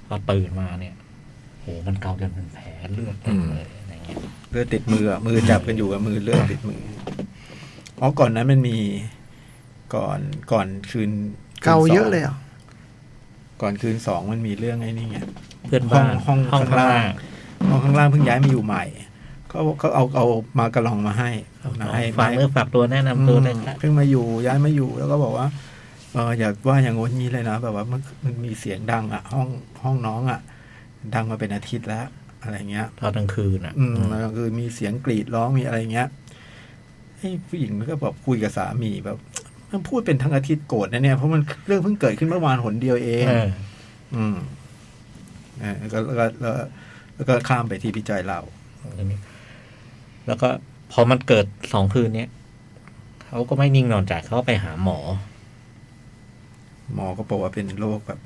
Speaker 2: พอตื่นมาเนี่ยโหมันเกาจนเป็นแผลเลือดเต็มเลยอะไรเงี้ย
Speaker 3: เลือดติดมืออะมือจับกันอยู่กับมือเลือดติดมือ อ๋อก่อนนั้นมันมีก่อนก่อนคืนคืน
Speaker 4: เกาเยอะ
Speaker 3: สง
Speaker 4: เลยเหรอ่ะ
Speaker 3: ก่อนคืนสองมันมีเรื่องไอ้นี่ไง
Speaker 2: เพื่อนบ้าน
Speaker 3: ห้องห้
Speaker 2: ห้
Speaker 3: อ
Speaker 2: อง ง
Speaker 3: ข้าง
Speaker 2: ล่าง
Speaker 3: ล่างห้องข้างล่างเพิ่งย้ายมาอยู่ใหม่เขาเขาเอาเอามากระลองมาให้มาให้
Speaker 2: ฝากเมื่อฝากตัวแนะนำตัวนะ
Speaker 3: อืม
Speaker 2: ครับ
Speaker 3: เพิ่งมาอยู่ย้ายมาอยู่แล้วก็บอกว่าเอออยากว่าอย่างงู้นนี้เลยนะแบบว่ามันมันมีเสียงดังอ่ะ ห้องห้องน้องอ่ะ ดังมาเป็นอาทิตย์แล้วอะไรเงี้ย
Speaker 2: ตอนกลางคืนอ่ะ
Speaker 3: อืมแล้วคือมีเสียงกรีดร้องมีอะไรเงี้ยไอ้ผู้หญิงมันก็แบบคุยกับสามีแบบ มันพูดเป็นทั้งอาทิตย์โกรธนะเนี่ยเพราะมันเรื่องเพิ่งเกิดขึ้นเมื่อวานหนเดียวเอง
Speaker 2: เออ
Speaker 3: อืมเออแล้วก็แล้วก็แล้วก็ข้ามไปที่พี่จอยเรา
Speaker 2: แล้วก็พอมันเกิดสองคืนเนี้ยเขาก็ไม่นิ่งนอนใจเขาก็ไปหาหมอ
Speaker 3: หมอก็บอกว่าเป็นโรคแบบ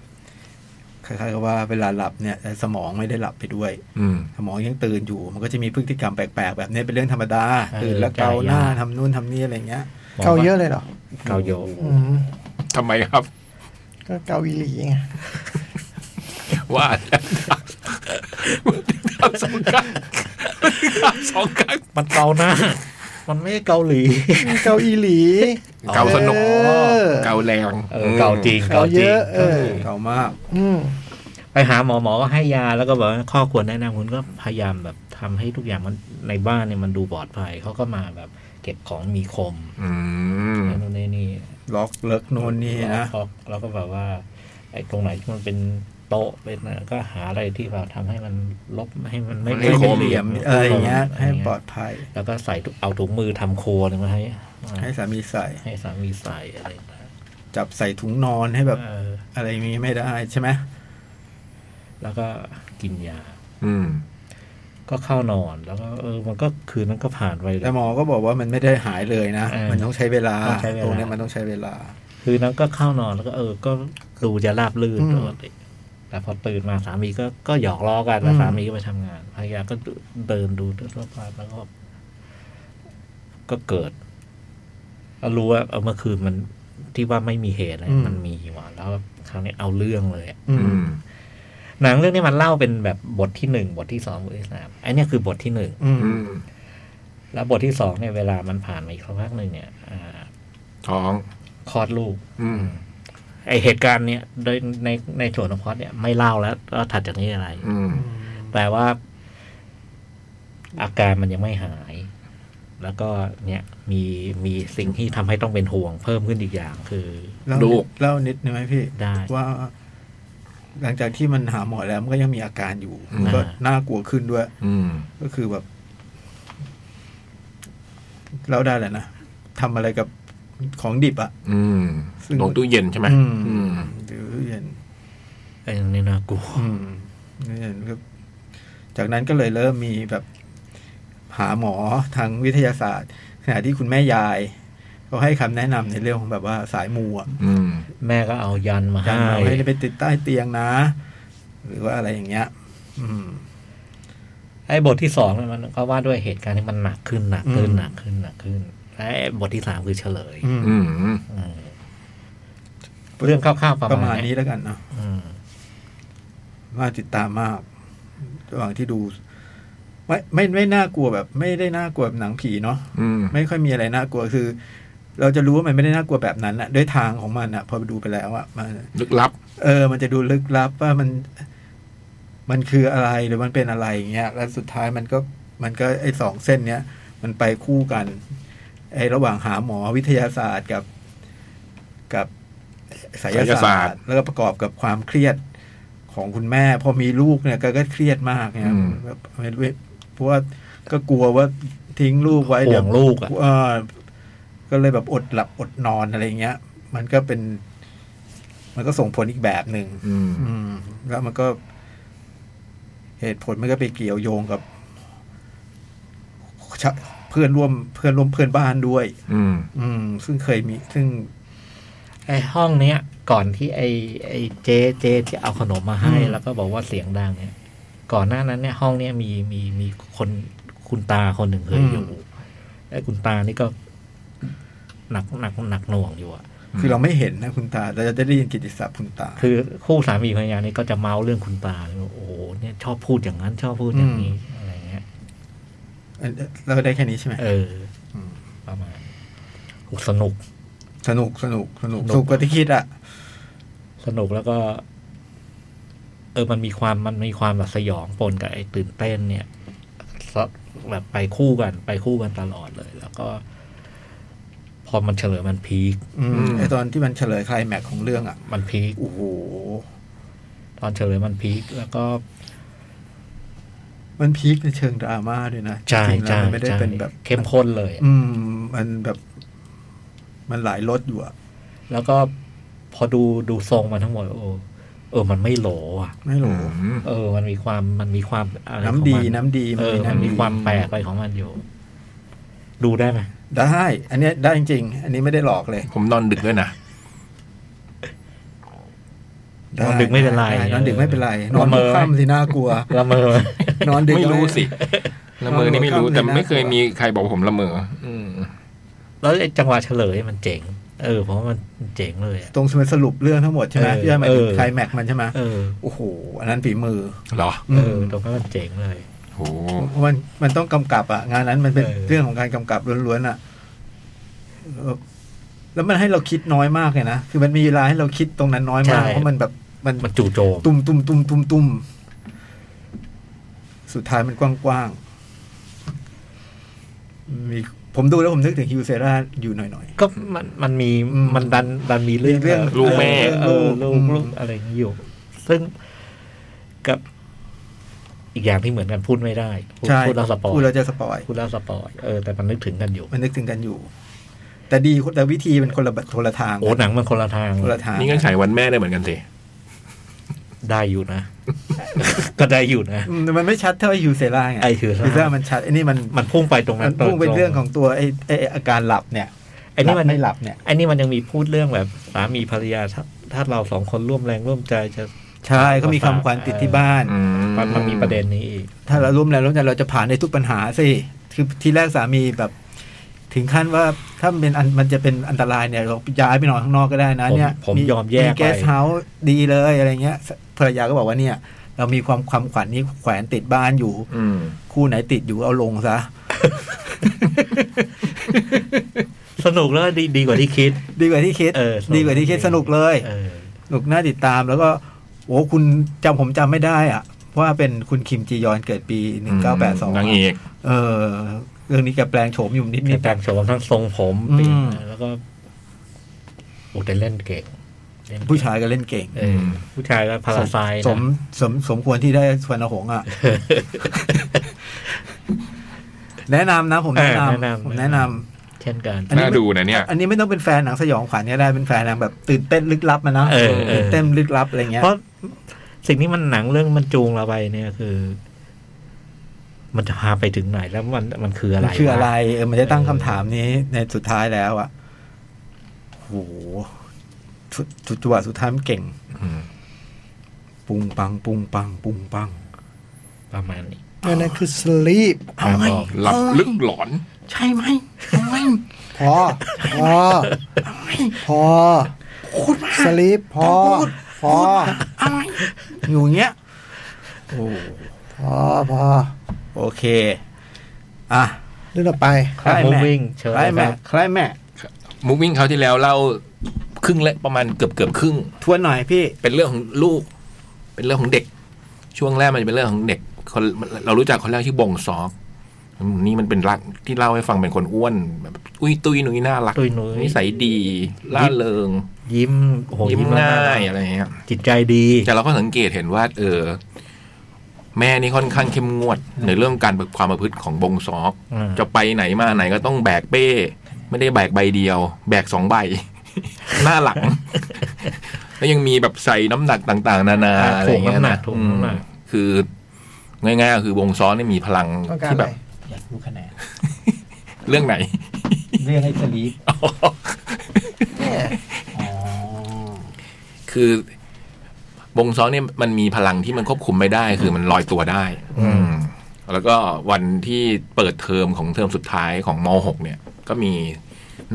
Speaker 3: คล้ายๆกับว่าเวลาหลับเนี่ยสมองไม่ได้หลับไปด้วย
Speaker 1: อืม
Speaker 3: สมองยังตื่นอยู่ มันก็จะมีพฤติกรรมแปลกๆแบบนี้เป็นเรื่องธรรมดา
Speaker 2: เออ
Speaker 3: ตื่นแล้วเกาหน้า
Speaker 2: จ่ายยา
Speaker 3: ทำนู่นทำนี่อะไรเงี้ย
Speaker 2: หม
Speaker 4: เกาเยอะเลยเหรอ
Speaker 2: เกาเยอะ
Speaker 4: อืม
Speaker 1: ทำไมครับ
Speaker 4: ก็เกาอีหลีไง
Speaker 1: ว่าแล้ว มันถึงทำสองครั้ง มันถึงทำสองครั้ง
Speaker 2: มันเกาหน้า มันไม่ได้เกาหลี
Speaker 4: เกาอีหลี
Speaker 1: เกาสนุก
Speaker 4: เออ
Speaker 1: เกาแรง
Speaker 2: เออเกาจริง
Speaker 4: เกาเย
Speaker 2: จริง
Speaker 4: อะเออ
Speaker 3: เกามาก
Speaker 4: อืม
Speaker 2: ไปหาหมอหมอก็ให้ยาแล้วก็บอกว่าข้อควรแนะนำคุณก็พยายามแบบทำให้ทุกอย่างมันในบ้านเนี่ยมันดูปลอดภัยเขาก็มาแบบ เก็บของมีคม
Speaker 1: อืม
Speaker 2: นั่นนู่นนี่นี่
Speaker 3: ล็อกเลิกโน่นนี่นะ
Speaker 2: เราก็เราก็แบบว่าไอ้ตรงไหนที่มันเป็นโต๊ะเป็นอะไรก็หาอะไรที่แบบทำให้มันลบให้มันไม่
Speaker 1: ให้
Speaker 2: ไ
Speaker 3: ไม่เป็นเหลี่ยมอะไรอย่างเงี้ย ให้ปลอดภัย
Speaker 2: แล้วก็ใส่ถุงเอาถุงมือทำโครัวเนี่ยมาให้
Speaker 3: ให้สามีใส่
Speaker 2: ให้สามีใส่อะไรอย่างเงี้ย
Speaker 3: จับใส่ถุงนอนให้แบบ
Speaker 2: เออ
Speaker 3: อะไรอย่างงี้ไม่ได้ใช่ไหม
Speaker 2: แล้วก็กินยา
Speaker 1: อืม
Speaker 2: ก็เข้านอนแล้วก็เออมันก็คืนนั้นก็ผ่านไปเลย
Speaker 3: แต่หมอก็บอกว่ามันไม่ได้หายเลยนะ
Speaker 2: เออ
Speaker 3: มันต้องใช้เวลา
Speaker 2: ต้องใช้เวลา
Speaker 3: ตรงเนี้ยมันต้องใช้เวลา
Speaker 2: คืนนั้นก็เข้านอนแล้วก็เออ ก็ดูจะราบลื่น
Speaker 3: อืม
Speaker 2: ปกติแต่พอตื่นมาสามีก็ก็หยอกล้อกันแล้วสามีก็ไปทำงานภรรยาก็เดินดูรอบๆแล้วก็ ก็เกิดก็รู้ว่าเอาเมื่อคืนมันที่ว่าไม่มีเหตุอะไร
Speaker 3: อืม
Speaker 2: มันมีว่ะแล้วคราวนี้เอาเรื่องเลยอะ
Speaker 3: อื
Speaker 1: อื
Speaker 3: ม
Speaker 1: ม
Speaker 2: หนังเรื่องนี้มันเล่าเป็นแบบบทที่หนึ่งบทที่สองบทที่สามไอ้เนี่ยคือบทที่หนึ่ง
Speaker 3: อืม
Speaker 1: อืม
Speaker 2: แล้วบทที่สองเนี่ยเวลามันผ่านมาอีกสักพักหนึ่งเนี่ยอ่า
Speaker 1: ท้อง
Speaker 2: คลอดลูก
Speaker 1: อืม
Speaker 2: ไอเหตุการณ์เนี่ยโดยในในส่วนของพอดเนี่ยไม่เล่าแล้วว่าถัดจากนี้อะไร
Speaker 1: อืม
Speaker 2: แต่ว่า อาการมันยังไม่หาย แล้วก็เนี่ยมีมีสิ่งที่ทำให้ต้องเป็นห่วง เพิ่มขึ้นอีกอย่างคือ
Speaker 3: เล่า
Speaker 1: ลูก
Speaker 3: เล่านิดนึงไหมพี่
Speaker 2: ได้
Speaker 3: ว่า หลังจากที่มันหาหมอแล้วมันก็ยังมีอาการอยู่ มันก็
Speaker 2: อ่า
Speaker 3: น่ากลัวขึ้นด้วย
Speaker 1: อืม
Speaker 3: ก็คือแบบเล่าได้แหละนะทำอะไรกับของดิบอะ
Speaker 1: อืม
Speaker 3: ซึ่ง
Speaker 1: ลงตู้เย็นใช่ไหม
Speaker 3: อืม
Speaker 1: อืม
Speaker 3: เดี๋ยวเย็น
Speaker 2: ไอ้นี่น่ากลัว
Speaker 3: อืมนี่ก็จากนั้นก็เลยเริ่มมีแบบหาหมอทางวิทยาศาสตร์ขณะที่คุณแม่ยายเขาให้คำแนะนำในเรื่องของแบบว่าสายมูอะ
Speaker 1: อืม
Speaker 2: แม่ก็เอายันมา
Speaker 3: ยั
Speaker 2: ให้
Speaker 3: นเอาให้ไปติดใต้เตียงนะ หรือว่าอะไรอย่างเงี้ย อืม
Speaker 2: ไอ้บทที่สองเนี่ยมันก็ว่าด้วยเหตุการณ์ที่มันหนักขึ้นหนักขึ้น
Speaker 3: อืม
Speaker 2: หนักขึ้นหนักขึ้นและไอ้บทที่สามคือเฉลย
Speaker 3: อืม
Speaker 1: อืม
Speaker 2: อืมเรื่องคร่าวๆประ
Speaker 3: ประ
Speaker 2: มา
Speaker 3: มา
Speaker 2: ณ
Speaker 3: ณ
Speaker 2: เนี้
Speaker 3: นี้
Speaker 2: ย
Speaker 3: แล้วกันเนาะ
Speaker 2: อืม
Speaker 3: ว่าติดตามมากระหว่างที่ดู ไม่ไม่ไม่น่ากลัวแบบ ไม่ได้น่ากลัวแบบหนังผีเนาะ
Speaker 1: อืม
Speaker 3: ไม่ค่อยมีอะไรน่ากลัวคือ เราจะรู้ว่ามันไม่ได้น่ากลัวแบบนั้นอะด้วยทางของมันอะพอดูไปแล้วอะมัน
Speaker 1: ลึกลับ
Speaker 3: เออ มันจะดูลึกลับว่ามัน มันคืออะไรหรือมันเป็นอะไรอย่างเงี้ย แล้วสุดท้ายมันก็ มันก็ไอ้สองเส้นเนี้ย มันไปคู่กัน ไอ้ระหว่างหาหมอวิทยาศาสตร์กับ กับไสาย
Speaker 1: ไสย
Speaker 3: ศา
Speaker 1: ศา
Speaker 3: ส
Speaker 1: ส
Speaker 3: ต
Speaker 1: ตร์
Speaker 3: ร์ แล้วก็ประกอบกับความเครียดของคุณแม่ พอมีลูกเนี่ยก็ก็เครียดมากเนี่ย
Speaker 1: อืม
Speaker 3: แบบไม่รู้เพราะว่าก็กลัวว่าทิ้งลูกไว้เดี๋ยว
Speaker 2: ห่วงลูกอะ
Speaker 3: เออก็เลยแบบอดหลับอดนอนอะไรเงี้ย มันก็เป็น มันก็ส่งผลอีกแบบหนึ่ง
Speaker 1: อืม
Speaker 3: อืม แล้วมันก็เหตุผลมันก็ไปเกี่ยวโยงกับชะเพื่อนร่วมเพื่อนร่วมเพื่อนบ้านด้วย
Speaker 1: อืม
Speaker 3: อืม ซึ่งเคยมี ซึ่ง
Speaker 2: ไอห้องเนี้ยก่อนที่ไอไอเจ๊เจ๊ที่เอาขนมมาให้
Speaker 3: อืม
Speaker 2: แล้วก็บอกว่าเสียงดังเนี่ย ก่อนหน้านั้นเนี่ยห้องเนี้ยมีมีมีคนคุณตาคนหนึ่งเคยอยู่ไอคุณตานี่ก็หนักหนักหนักหน่วงอยู่อะ
Speaker 3: คือเราไม่เห็นนะคุณตาแต่เราจะได้ยินกิตติศัพท์คุณตา
Speaker 2: คือคู่สามีภรรยานี่ก็จะเมาเรื่องคุณตาเลยว่าโอ้โหเนี่ยชอบพูดอย่างนั้น ชอบพูดอย่างนี้อะไรเงี้ย
Speaker 3: เราได้แค่นี้ใช่ไหม
Speaker 2: เออ ประมาณ โอ้สนุก
Speaker 3: สนุกสนุกสนุก
Speaker 2: สนุก
Speaker 3: สนุกกว่าที่คิดอ่ะ
Speaker 2: สนุกแล้วก็ เออมันมีความมันมีความแบบสยองปนกับไอ้ตื่นเต้นเนี่ยสแบบไปคู่กัน ไปคู่กันตลอดเลย แล้วก็ พอมันเฉลยมันพีค
Speaker 3: อืม
Speaker 1: อืม
Speaker 3: ไอตอนที่มันเฉลยไคลายแม็กซ์ของเรื่องอ่ะ
Speaker 2: มันพีค
Speaker 3: โอ้โห
Speaker 2: ตอนเฉลยมันพีคแล้วก็
Speaker 3: มันพีคในเชิงดราม่าด้วยนะ
Speaker 2: ใช่
Speaker 3: จริงๆแล้
Speaker 2: ใช่
Speaker 3: วมันไม่ได้
Speaker 2: ใช่
Speaker 3: เป็นแบบ
Speaker 2: เข้มข้นเลย
Speaker 3: อืม มันแบบ มันหลายรสอยู่อ่ะ
Speaker 2: แล้วก็พอดูดูทรงมันทั้งหมด โอ้เออ มันไม่โหลอ่ะ
Speaker 3: ไม่หรู
Speaker 1: อืม
Speaker 2: เออ มันมีความมันมีความอะไรของมั
Speaker 3: น้ำดีน้ำดี
Speaker 2: เออ มัน
Speaker 3: น้ำ
Speaker 2: มี
Speaker 3: ดี
Speaker 2: ความแปลกอะไรของมันอยู่ ดูได้ไหม
Speaker 3: ได้ อันเนี้ยได้จริงๆอันนี้ไม่ได้หลอกเลย
Speaker 1: ผมนอนดึกด้วยนะ
Speaker 2: นอนดึกไม่เป็นไร
Speaker 3: ด้นอนดึกไม่เป็นไร น
Speaker 2: ละ
Speaker 3: อน
Speaker 2: เม
Speaker 3: หัว
Speaker 2: อ
Speaker 3: ค่ำสิน่ากลัว
Speaker 2: ละเมอ
Speaker 3: นอนดึก
Speaker 1: ไม่รู้สิละเมอนี่ไม่รู้
Speaker 3: นอนดึ
Speaker 1: แต่
Speaker 3: กค่ำเลยนะ
Speaker 1: ไม่เคยมีใครบอกผมละเมออืม
Speaker 2: แล้วไอ้จังหวะเฉลยมันเจ๋ง เออ เพราะว่ามันเจ๋งเลยอะ
Speaker 3: ตรงที่มันสรุปเรื่องทั้งหมดใช่ไหม
Speaker 2: เออ
Speaker 3: ที่ให้มัน
Speaker 2: เออ
Speaker 3: ไคลายแม็กซ์มันใช่ไหม
Speaker 2: เออ
Speaker 3: โอ้โห อันนั้นฝีมือ
Speaker 1: เหรอ
Speaker 3: อื
Speaker 2: เออ
Speaker 3: ม
Speaker 2: ตรงนั้นมันเจ๋งเลย
Speaker 1: โห
Speaker 3: เพราะมันมันต้องกำกับอ่ะ งานนั้นมันเป็น
Speaker 2: เออ
Speaker 3: เรื่องของการกำกับล้วนๆอ่ะเออแล้วมันให้เราคิดน้อยมากเลยนะ คือมันมีเวลาให้เราคิดตรงนั้นน้อยมาก เพราะมันแบบมัน
Speaker 2: มันจู่โจม
Speaker 3: ตุ่มตุ่มตุ่มตุ่มตุ่มสุดท้ายมันกว้างๆมีผมดูแล้วผมนึกถึงฮิวเซราอยู่หน่อย
Speaker 2: ก็มันมันมี
Speaker 3: อืม
Speaker 2: มันดันดันมีเรื่อง
Speaker 3: มีเรื่อง
Speaker 1: ลูกแม่
Speaker 2: เออ
Speaker 3: เรื่
Speaker 2: ลู
Speaker 3: อง
Speaker 2: ก
Speaker 3: ลูก
Speaker 2: ลูก
Speaker 3: อืม
Speaker 2: อะไรอย่างนี้อยู่ ซึ่งกับอีกอย่างที่เหมือนกันพูดไม่ได้พูด
Speaker 3: ๆ ใช่
Speaker 2: พูดแล้วสปอย
Speaker 3: พูดเราจะสปอย
Speaker 2: พูดแล้วสปอยเออแต่มันนึกถึงกันอยู่
Speaker 3: มันนึกถึงกันอยู่ แต่ดีแต่วิธีเป็นคนละแบบคนละทาง
Speaker 2: โอ้หนังมันคนละทาง
Speaker 3: คนละทาง
Speaker 1: นี่ก็ฉายวันแม่ได้เหมือนกันสิ
Speaker 2: ได้อยู่นะ ก็ได้อยู่นะ
Speaker 3: อืมมันไม่ชัดเท่าฮิวเซราไง
Speaker 2: ไอ้ Hugh Sarah
Speaker 3: ฮิวเซรามันชัดไอ้นี่มัน
Speaker 2: มันพุ่งไปตรง
Speaker 3: มั
Speaker 2: นั้น น
Speaker 3: พุ่งเป็น
Speaker 2: ต
Speaker 3: เรื่องของตัวไอ้ไอ้ไอ้อาการหลับเนี่ย
Speaker 2: ไอ้นี่มัน
Speaker 3: ไม่หลับเนี่ย
Speaker 2: ไอ้นี่มันยังมีพูดเรื่องแบบสามีภรรยาถ้าถ้าเราสองคนร่วมแรงร่วมใจจะ
Speaker 3: ใช่เขามีคำขวัญติดที่บ้าน
Speaker 1: อื
Speaker 2: มันมันมีประเด็นนี้อีก
Speaker 3: ถ้าเราร่วมแรงร่วมใจเราจะผ่านในทุกปัญหาสิคือทีแรกสามีแบบ ถึงขั้นว่าถ้ามันเป็นอันมันจะเป็นอันตรายเนี่ยเราย้ายไปนอนข้างนอกก็ได้นะ เนี่ย
Speaker 2: ผมผมยอมแยก
Speaker 3: มีแก๊ส
Speaker 2: ไป
Speaker 3: เฮาส์ดีเลยอะไรเงี้ยภรรยาก็บอกว่าเนี่ย เรามีความความขวัญนี้แขวนติดบ้านอยู่
Speaker 1: อืม
Speaker 3: คู่ไหนติดอยู่เอาลงซะ
Speaker 2: สนุกแล้วดีดีกว่าที่คิด
Speaker 3: ดีกว่าที่คิด
Speaker 2: เออสนุก
Speaker 3: ดีกว่าที่คิดสนุกเลย
Speaker 2: เออ
Speaker 3: สนุกน่าติดตามแล้วก็โอ้คุณจำผมจำไม่ได้อะว่าเป็นคุณคิมจียอนเกิดปี
Speaker 1: นาง
Speaker 3: 1982
Speaker 1: เอก
Speaker 3: เออ เรื่องนี้แกแปลงโฉมอยู่นิด
Speaker 2: มี
Speaker 3: นิด
Speaker 2: แต่งโฉมทั้งทรงผม
Speaker 3: อืม
Speaker 2: เปลี่ยนแล้วก็โอ้แต่เล่นเก่งเล่นเก่ง
Speaker 3: ผู้ชายก็เล่นเก่ง
Speaker 2: เออผู้ชายก็พาราไซน์
Speaker 3: สมสมสมควรที่ได้สวรรณห งส์อ่ะ แนะนำนะผมแนะนำผมแนะนำ
Speaker 2: เช่นกัน
Speaker 3: อันนี้
Speaker 1: น่าดูนะเนี่ย
Speaker 3: อันนี้ไม่ต้องเป็นแฟนหนังสยองขวัญก็ได้เป็นแฟนหนังแบบตื่นเต้นลึกลับมานะ
Speaker 2: เออเออ
Speaker 3: ตื่นเต้นลึกลับอะไรเงี้ย
Speaker 2: เพราะสิ่งนี้มันหนังเรื่องมันจูงเราไปเนี่ยคือ มันจะพาไปถึงไหนแล้วมันมันคืออะไร
Speaker 3: มันคืออะไร
Speaker 2: ว
Speaker 3: เออมันจะตั้ง
Speaker 2: เออ
Speaker 3: คำถามนี้ในสุดท้ายแล้วอ่ะโหสุดสุดจังหวะสุดท้ายมันเก่ง
Speaker 1: อืม
Speaker 3: ปุงปังปุงปังปุงปัง
Speaker 2: ประมาณนี้
Speaker 4: นั่นนะคือ sleep
Speaker 2: ครับผม
Speaker 1: หลับลึกหลอน
Speaker 3: ใช่ไหมใช่ไหม
Speaker 4: พอ พอ พอ
Speaker 3: พูดมา
Speaker 4: sleep พอ พอ
Speaker 3: อะไรอยู่เงี้ยโอ้
Speaker 4: พอ พอ
Speaker 3: โอเค อ่ะ
Speaker 4: เรื่องต่อไป
Speaker 2: ครับ
Speaker 3: ได้
Speaker 2: moving เชิญ
Speaker 3: ใคร
Speaker 2: ค
Speaker 3: แม่
Speaker 2: รับ
Speaker 3: ใครแม่
Speaker 1: มูวิ่งเขาวที่แล้วเล่าครึ่งและประมาณเกือบเกือบครึ่ง
Speaker 3: ทวนหน่อยพี่
Speaker 1: เป็นเรื่องของลูก เป็นเรื่องของเด็ก ช่วงแรกมันจะเป็นเรื่องของเด็กคนเรารู้จักคนแรกชื่อบงซอกนี่มันเป็นรักที่เล่าให้ฟังเป็นคนอ้วนแบบอุ้ยตุ้ยหนุ่ยน่ารัก
Speaker 2: ตุยหนุ้ย
Speaker 1: นิสัยดีล่าเริง
Speaker 2: ยิ้มโอ้โห
Speaker 1: ยิ้ม
Speaker 2: แล้ว
Speaker 1: ง่า
Speaker 2: รัก
Speaker 1: ยอะไรเงี้ย
Speaker 2: จิตใจดี
Speaker 1: แต่เราก็สังเกตเห็นว่า เออ แม่นี่ค่อนข้างเข้มงวด ในเรื่องการประความประพฤติของบงซอก
Speaker 2: อ่า
Speaker 1: จะไปไหนมาไหนก็ต้องแบกเป้ ไม่ได้แบกใบเดียว แบกสองใบ หน้าหลัง แล้วยังมีแบบใส่น้ำหนักต่าง ๆ นานาอะไรอ
Speaker 2: ถ่วง
Speaker 1: ย่างเงี้ย
Speaker 2: น้ำหนัก
Speaker 1: นะ
Speaker 2: ถ่วงน้ำหนัก
Speaker 1: อืมคือง่ายๆก็คือวงซ้อนนี่มีพลัง
Speaker 4: ต้องการ
Speaker 1: ที่
Speaker 4: อะ
Speaker 1: แบ
Speaker 4: ไร
Speaker 1: บ
Speaker 3: อยากดูคะแนน
Speaker 1: เรื่องไหน
Speaker 3: เรื่องให้สลีป
Speaker 1: คือวงซ้อนเนี่ยมันมีพลังที่มันควบคุมไม่ได้ คือมันลอยตัวได้ อืม แล้วก็วันที่เปิดเทอมของเทอมสุดท้ายของม .6 เนี่ย ก็มี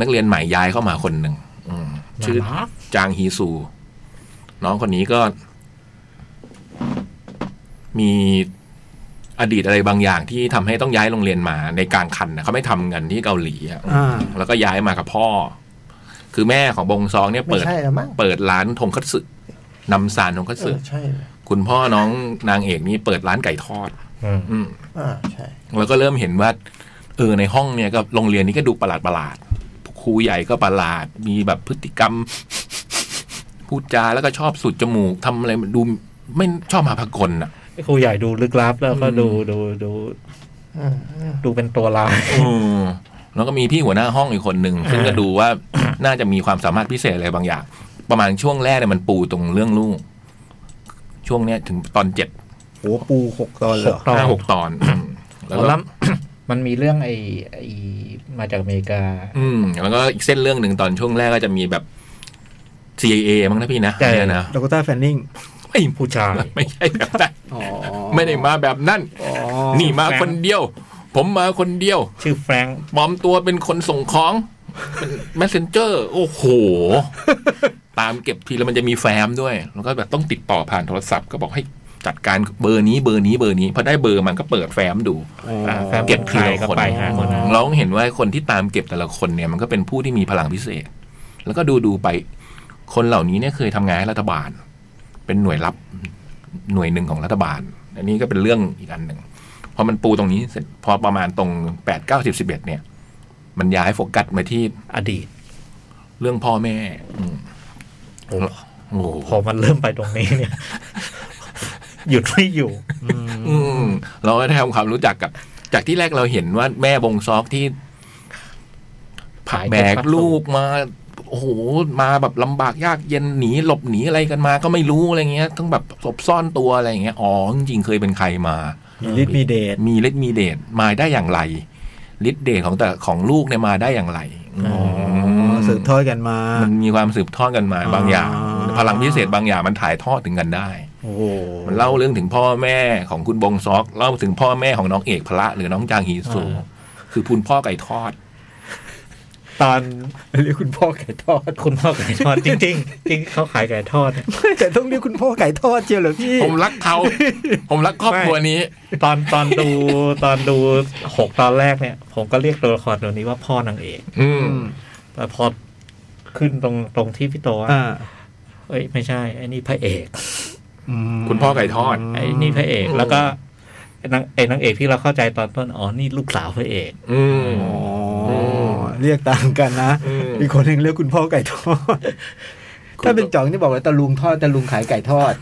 Speaker 1: นักเรียนใหม่ย้ายเข้ามาคนหนึ่งอืมชื่อ
Speaker 2: น่ารัก
Speaker 1: จางฮีซู น้องคนนี้ก็ มี อดีตอะไรบางอย่างที่ทำให้ต้องย้ายโรงเรียนมาในกลางคันนะเขาไม่ทำกันที่เกาหลีอะ
Speaker 5: อ่า
Speaker 1: แล้วก็ย้ายมากับพ่อ คือแม่ของบงซองเนี่ย
Speaker 4: ไม่
Speaker 1: เปิด
Speaker 4: ใช่แล้วมั้ง
Speaker 1: เปิดร้านทงคัตสึนำสารทงคัต
Speaker 4: เอ
Speaker 1: สึ
Speaker 4: อใช่
Speaker 1: คุณพ่อน้องนางเอกนี่เปิดร้านไก่ทอด
Speaker 2: อืม
Speaker 1: อืม
Speaker 4: อ่าใช่
Speaker 1: แล้วก็เริ่มเห็นว่าเออในห้องเนี่ยก็โรงเรียนนี้ก็ดูประหลาดประหลาดครูใหญ่ก็ประหลาด มีแบบพฤติกรรม พูดจาแล้วก็ชอบสุดจมูกทำอะไรดูไม่ชอบมาพากลอ่ะ
Speaker 2: ครูใหญ่ดูลึกลับแล้วก็ดูดูดู
Speaker 4: อืมอืม
Speaker 2: ดูเป็นตัวร้าย
Speaker 1: อืมแล้วก็มีพี่หัวหน้าห้องอีกคนหนึ่งซึ่งก็ดูว่า น่าจะมีความสามารถพิเศษอะไรบางอย่าง ประมาณช่วงแรกเนี่ยมันปูตรงเรื่องลูก ช่วงเนี้ยถึงตอนเจ็ด
Speaker 5: โหปูหกตอนเหรอ
Speaker 2: ตอน
Speaker 1: ห้าหกตอนอืมแล้วก็
Speaker 2: แล้ว มันมีเรื่องไอ้ไอ้มาจากอเมริกา
Speaker 1: อืมแล้วก็อีกเส้นเรื่องหนึ่งตอนช่วงแรกก็จะมีแบบ CIA มั้งนะพี่นะ
Speaker 2: ใช่
Speaker 1: เนี่ยนะ
Speaker 5: ดากต้าแฟนนิง
Speaker 1: ไม่
Speaker 2: ผู้ชาย
Speaker 1: ไม่ใช่แบบนั้น
Speaker 5: อ๋อ
Speaker 1: ไม่ได้มาแบบนั้น
Speaker 5: อ๋อ
Speaker 1: นี่มาคนเดียว ผมมาคนเดียว
Speaker 2: ชื่อแฟรงค์
Speaker 1: ปลอมตัวเป็นคนส่งของ เป็น messenger โอ้โห ตามเก็บทีแล้วมันจะมีแฟ้มด้วย แล้วก็แบบต้องติดต่อผ่านโทรศัพท์ก็บอกให้จัดการเบอร์นี้เบอร์นี้เบอร์นี้พอได้เบอร์มันก็เปิดแฟ้มดู
Speaker 5: อ๋อ
Speaker 2: อ่าแฟรงค์
Speaker 1: เก็บ
Speaker 2: ใค
Speaker 1: ที
Speaker 2: ร
Speaker 1: ละ
Speaker 2: ก็
Speaker 1: คน
Speaker 2: ไปหาคนนั้น
Speaker 1: เราเห็นว่าคนที่ตามเก็บแต่ละคนเนี่ยมันก็เป็นผู้ที่มีพลังพิเศษ แล้วก็ดูดูไป คนเหล่านี้เนี่ยเคยทำงานให้รัฐบาล เป็นหน่วยลับหน่วยหนึ่งของรัฐบาล อันนี้ก็เป็นเรื่องอีกอันหนึ่งพอมันปูตรงนี้เสร็จพอประมาณตรงแปดเก้าสิบสิบเอ็ดเนี่ย มันย้ายโฟกัสมาที่
Speaker 2: อดีต
Speaker 1: เรื่องพ่อแม่อืมโอ้โห
Speaker 2: พอมันเริ่มไปตรงนี้เนี่ย หยุดไม่อยู่
Speaker 1: อืมเราก็ได้ทำความรู้จักกับ จากที่แรกเราเห็นว่าแม่บงซอกที่
Speaker 2: ขาย
Speaker 1: แบกลูกมา โอ้โหมาแบบลำบากยากเย็นหนีหลบหนีอะไรกันมา ก็ไม่รู้อะไรเงี้ยต้องแบบหลบซ่อนตัวอะไรเงี้ยอ๋อจริงๆเคยเป็นใครมา
Speaker 5: มีฤทธิ์มีเดช
Speaker 1: มีฤทธิ์มีเดชมาได้อย่างไรฤทธิ์เดชของแต่ของลูกเนี่ยมาได้อย่างไรม
Speaker 5: อ๋อสืบทอดกันมา
Speaker 1: มันมีความสืบทอดกันมาบางอย่าง
Speaker 5: อ๋อ
Speaker 1: พลังพิเศษบางอย่างมันถ่ายทอดถึงกันได้
Speaker 5: โอ้โห
Speaker 1: มันเล่าเรื่องถึงพ่อแม่ของคุณบงซอกเล่าถึงพ่อแม่ของน้องเอกพระหรือน้องจางฮีซู
Speaker 2: อ่า
Speaker 1: คือคุณพ่อไก่ทอด
Speaker 2: ตอน
Speaker 5: เรียกคุณพ่อไก่ทอด
Speaker 2: คุณพ่อขายทอด จริงๆจริงเขาขายไก่ทอด
Speaker 5: แต่ต้องเรียกคุณพ่อไก่ทอดเจียวเหรอพี่
Speaker 1: ผมรักเขา ผมรักครอบครัวนี้
Speaker 2: ตอนตอนดูตอนดูหกตอนแรกเนี่ย ผมก็เรียกตัวละครตัวนี้ว่าพ่อนางเอก
Speaker 1: อืม
Speaker 2: แต่พอขึ้นตรงตรงที่พี่โตว่า
Speaker 5: อ่า
Speaker 2: เอ้ยไม่ใช่ไอ้นี่พระเอก
Speaker 5: อืม
Speaker 1: คุณพ่อไก่ทอด
Speaker 2: ไอ้นี่พระเอกแล้วก็ไอ้นางไอ้นางเอกที่เราเข้าใจตอนต้นอ๋อนี่ลูกสาวพระเอก
Speaker 1: อืม
Speaker 5: อ๋ออเรียกต่างกันนะ
Speaker 1: อืม
Speaker 5: อีกคนหนึ่งเรียกคุณพ่อไก่ทอด
Speaker 3: ถ้าเป็นจ่องนี่บอกเลยตะลุงทอดตะลุงขายไก่ทอด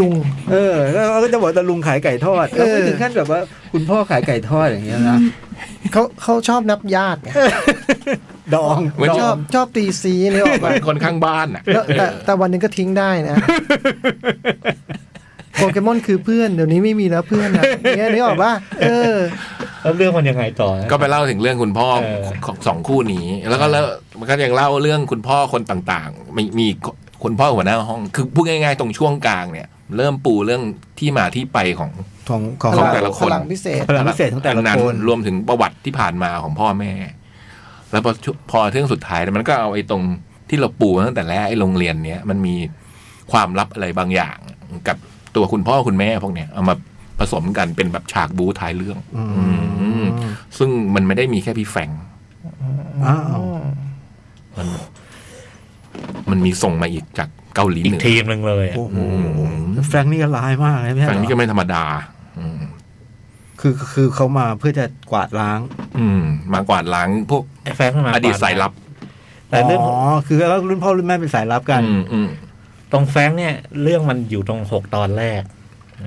Speaker 4: ลุง
Speaker 5: เออแล้วก็จะบอกตะลุงขายไก่ทอด
Speaker 3: เราไม่ถึงขั้นแบบว่าคุณพ่อขายไก่ทอดอย่างเงี้ยนะ
Speaker 4: เขาเขาชอบนับญาติไง
Speaker 5: ดอง
Speaker 1: เหมือน
Speaker 4: ชอบชอบตีซีนี่ออก
Speaker 1: เหมื
Speaker 4: มา
Speaker 1: อนคนข้างบ้านอ่ะ
Speaker 4: แล้วแต่แต่วันหนึ่งก็ทิ้งได้นะ โปเกมอนคือเพื่อน เดี๋ยวนี้ไม่มีแล้วเพื่อนนะอย่างเงี้ยนึกออกป่ะเออ
Speaker 2: แล้วเรื่องมันยังไงต่อนะ
Speaker 1: ก็ไปเล่าถึงเรื่องคุณพ่อ
Speaker 2: เออ
Speaker 1: ของสองคู่นี้ แล้วก็แล้วมันก็ยังเล่าเรื่องคุณพ่อคนต่างๆ มีมีคุณพ่อหัวหน้าห้อง คือพูดง่ายๆตรงช่วงกลางเนี่ย เริ่มปูเรื่องที่มาที่ไปของ
Speaker 5: ของของ
Speaker 1: ของแต่ละคน
Speaker 4: พลังพิเศษ
Speaker 5: พลังพิเศษของแต่ละ
Speaker 1: ดั
Speaker 5: คน
Speaker 1: รวมถึงประวัติที่ผ่านมาของพ่อแม่ แล้วพอช่วงพอเรื่องสุดท้ายเนี่ยมันก็เอาไอ้ตรงที่เราปูมาตั้งแต่แรกไอ้โรงเรียนเนี้ยมันมีความลับอะไรบางอย่าง กับตัวคุณพ่อคุณแม่พวกเนี้ยเอามาผสมกันเป็นแบบฉากบูท้ายเรื่อง
Speaker 5: อืม
Speaker 1: ซึ่งมันไม่ได้มีแค่พี่แฟรงค์
Speaker 5: อ้าว
Speaker 1: มัน มันมีส่งมาอีกจากเกาหลี
Speaker 2: อี
Speaker 1: เห
Speaker 2: ก
Speaker 1: นือ
Speaker 2: ทีมหนึ่งเลยอะ
Speaker 5: โอ้โห
Speaker 1: อืม
Speaker 5: แฟรงค์นี่ก็ร้ายมากนะพี่
Speaker 1: แฟรงค์นี่ก็ไม่ธรรมดา อืม
Speaker 5: คือคือเขามาเพื่อจะกวาดล้าง
Speaker 1: อืม มากวาดล้างพวก
Speaker 2: ไอ้แฟนมันมา
Speaker 1: อดีตสายลับ
Speaker 2: แต่เรื่อง
Speaker 5: อ๋อ คือแล้วรุ่นพ่อรุ่นแม่เป็นสายลับกัน
Speaker 1: อืมอืม
Speaker 2: ตรงแฟงเนี่ย เรื่องมันอยู่ตรงหกตอนแรก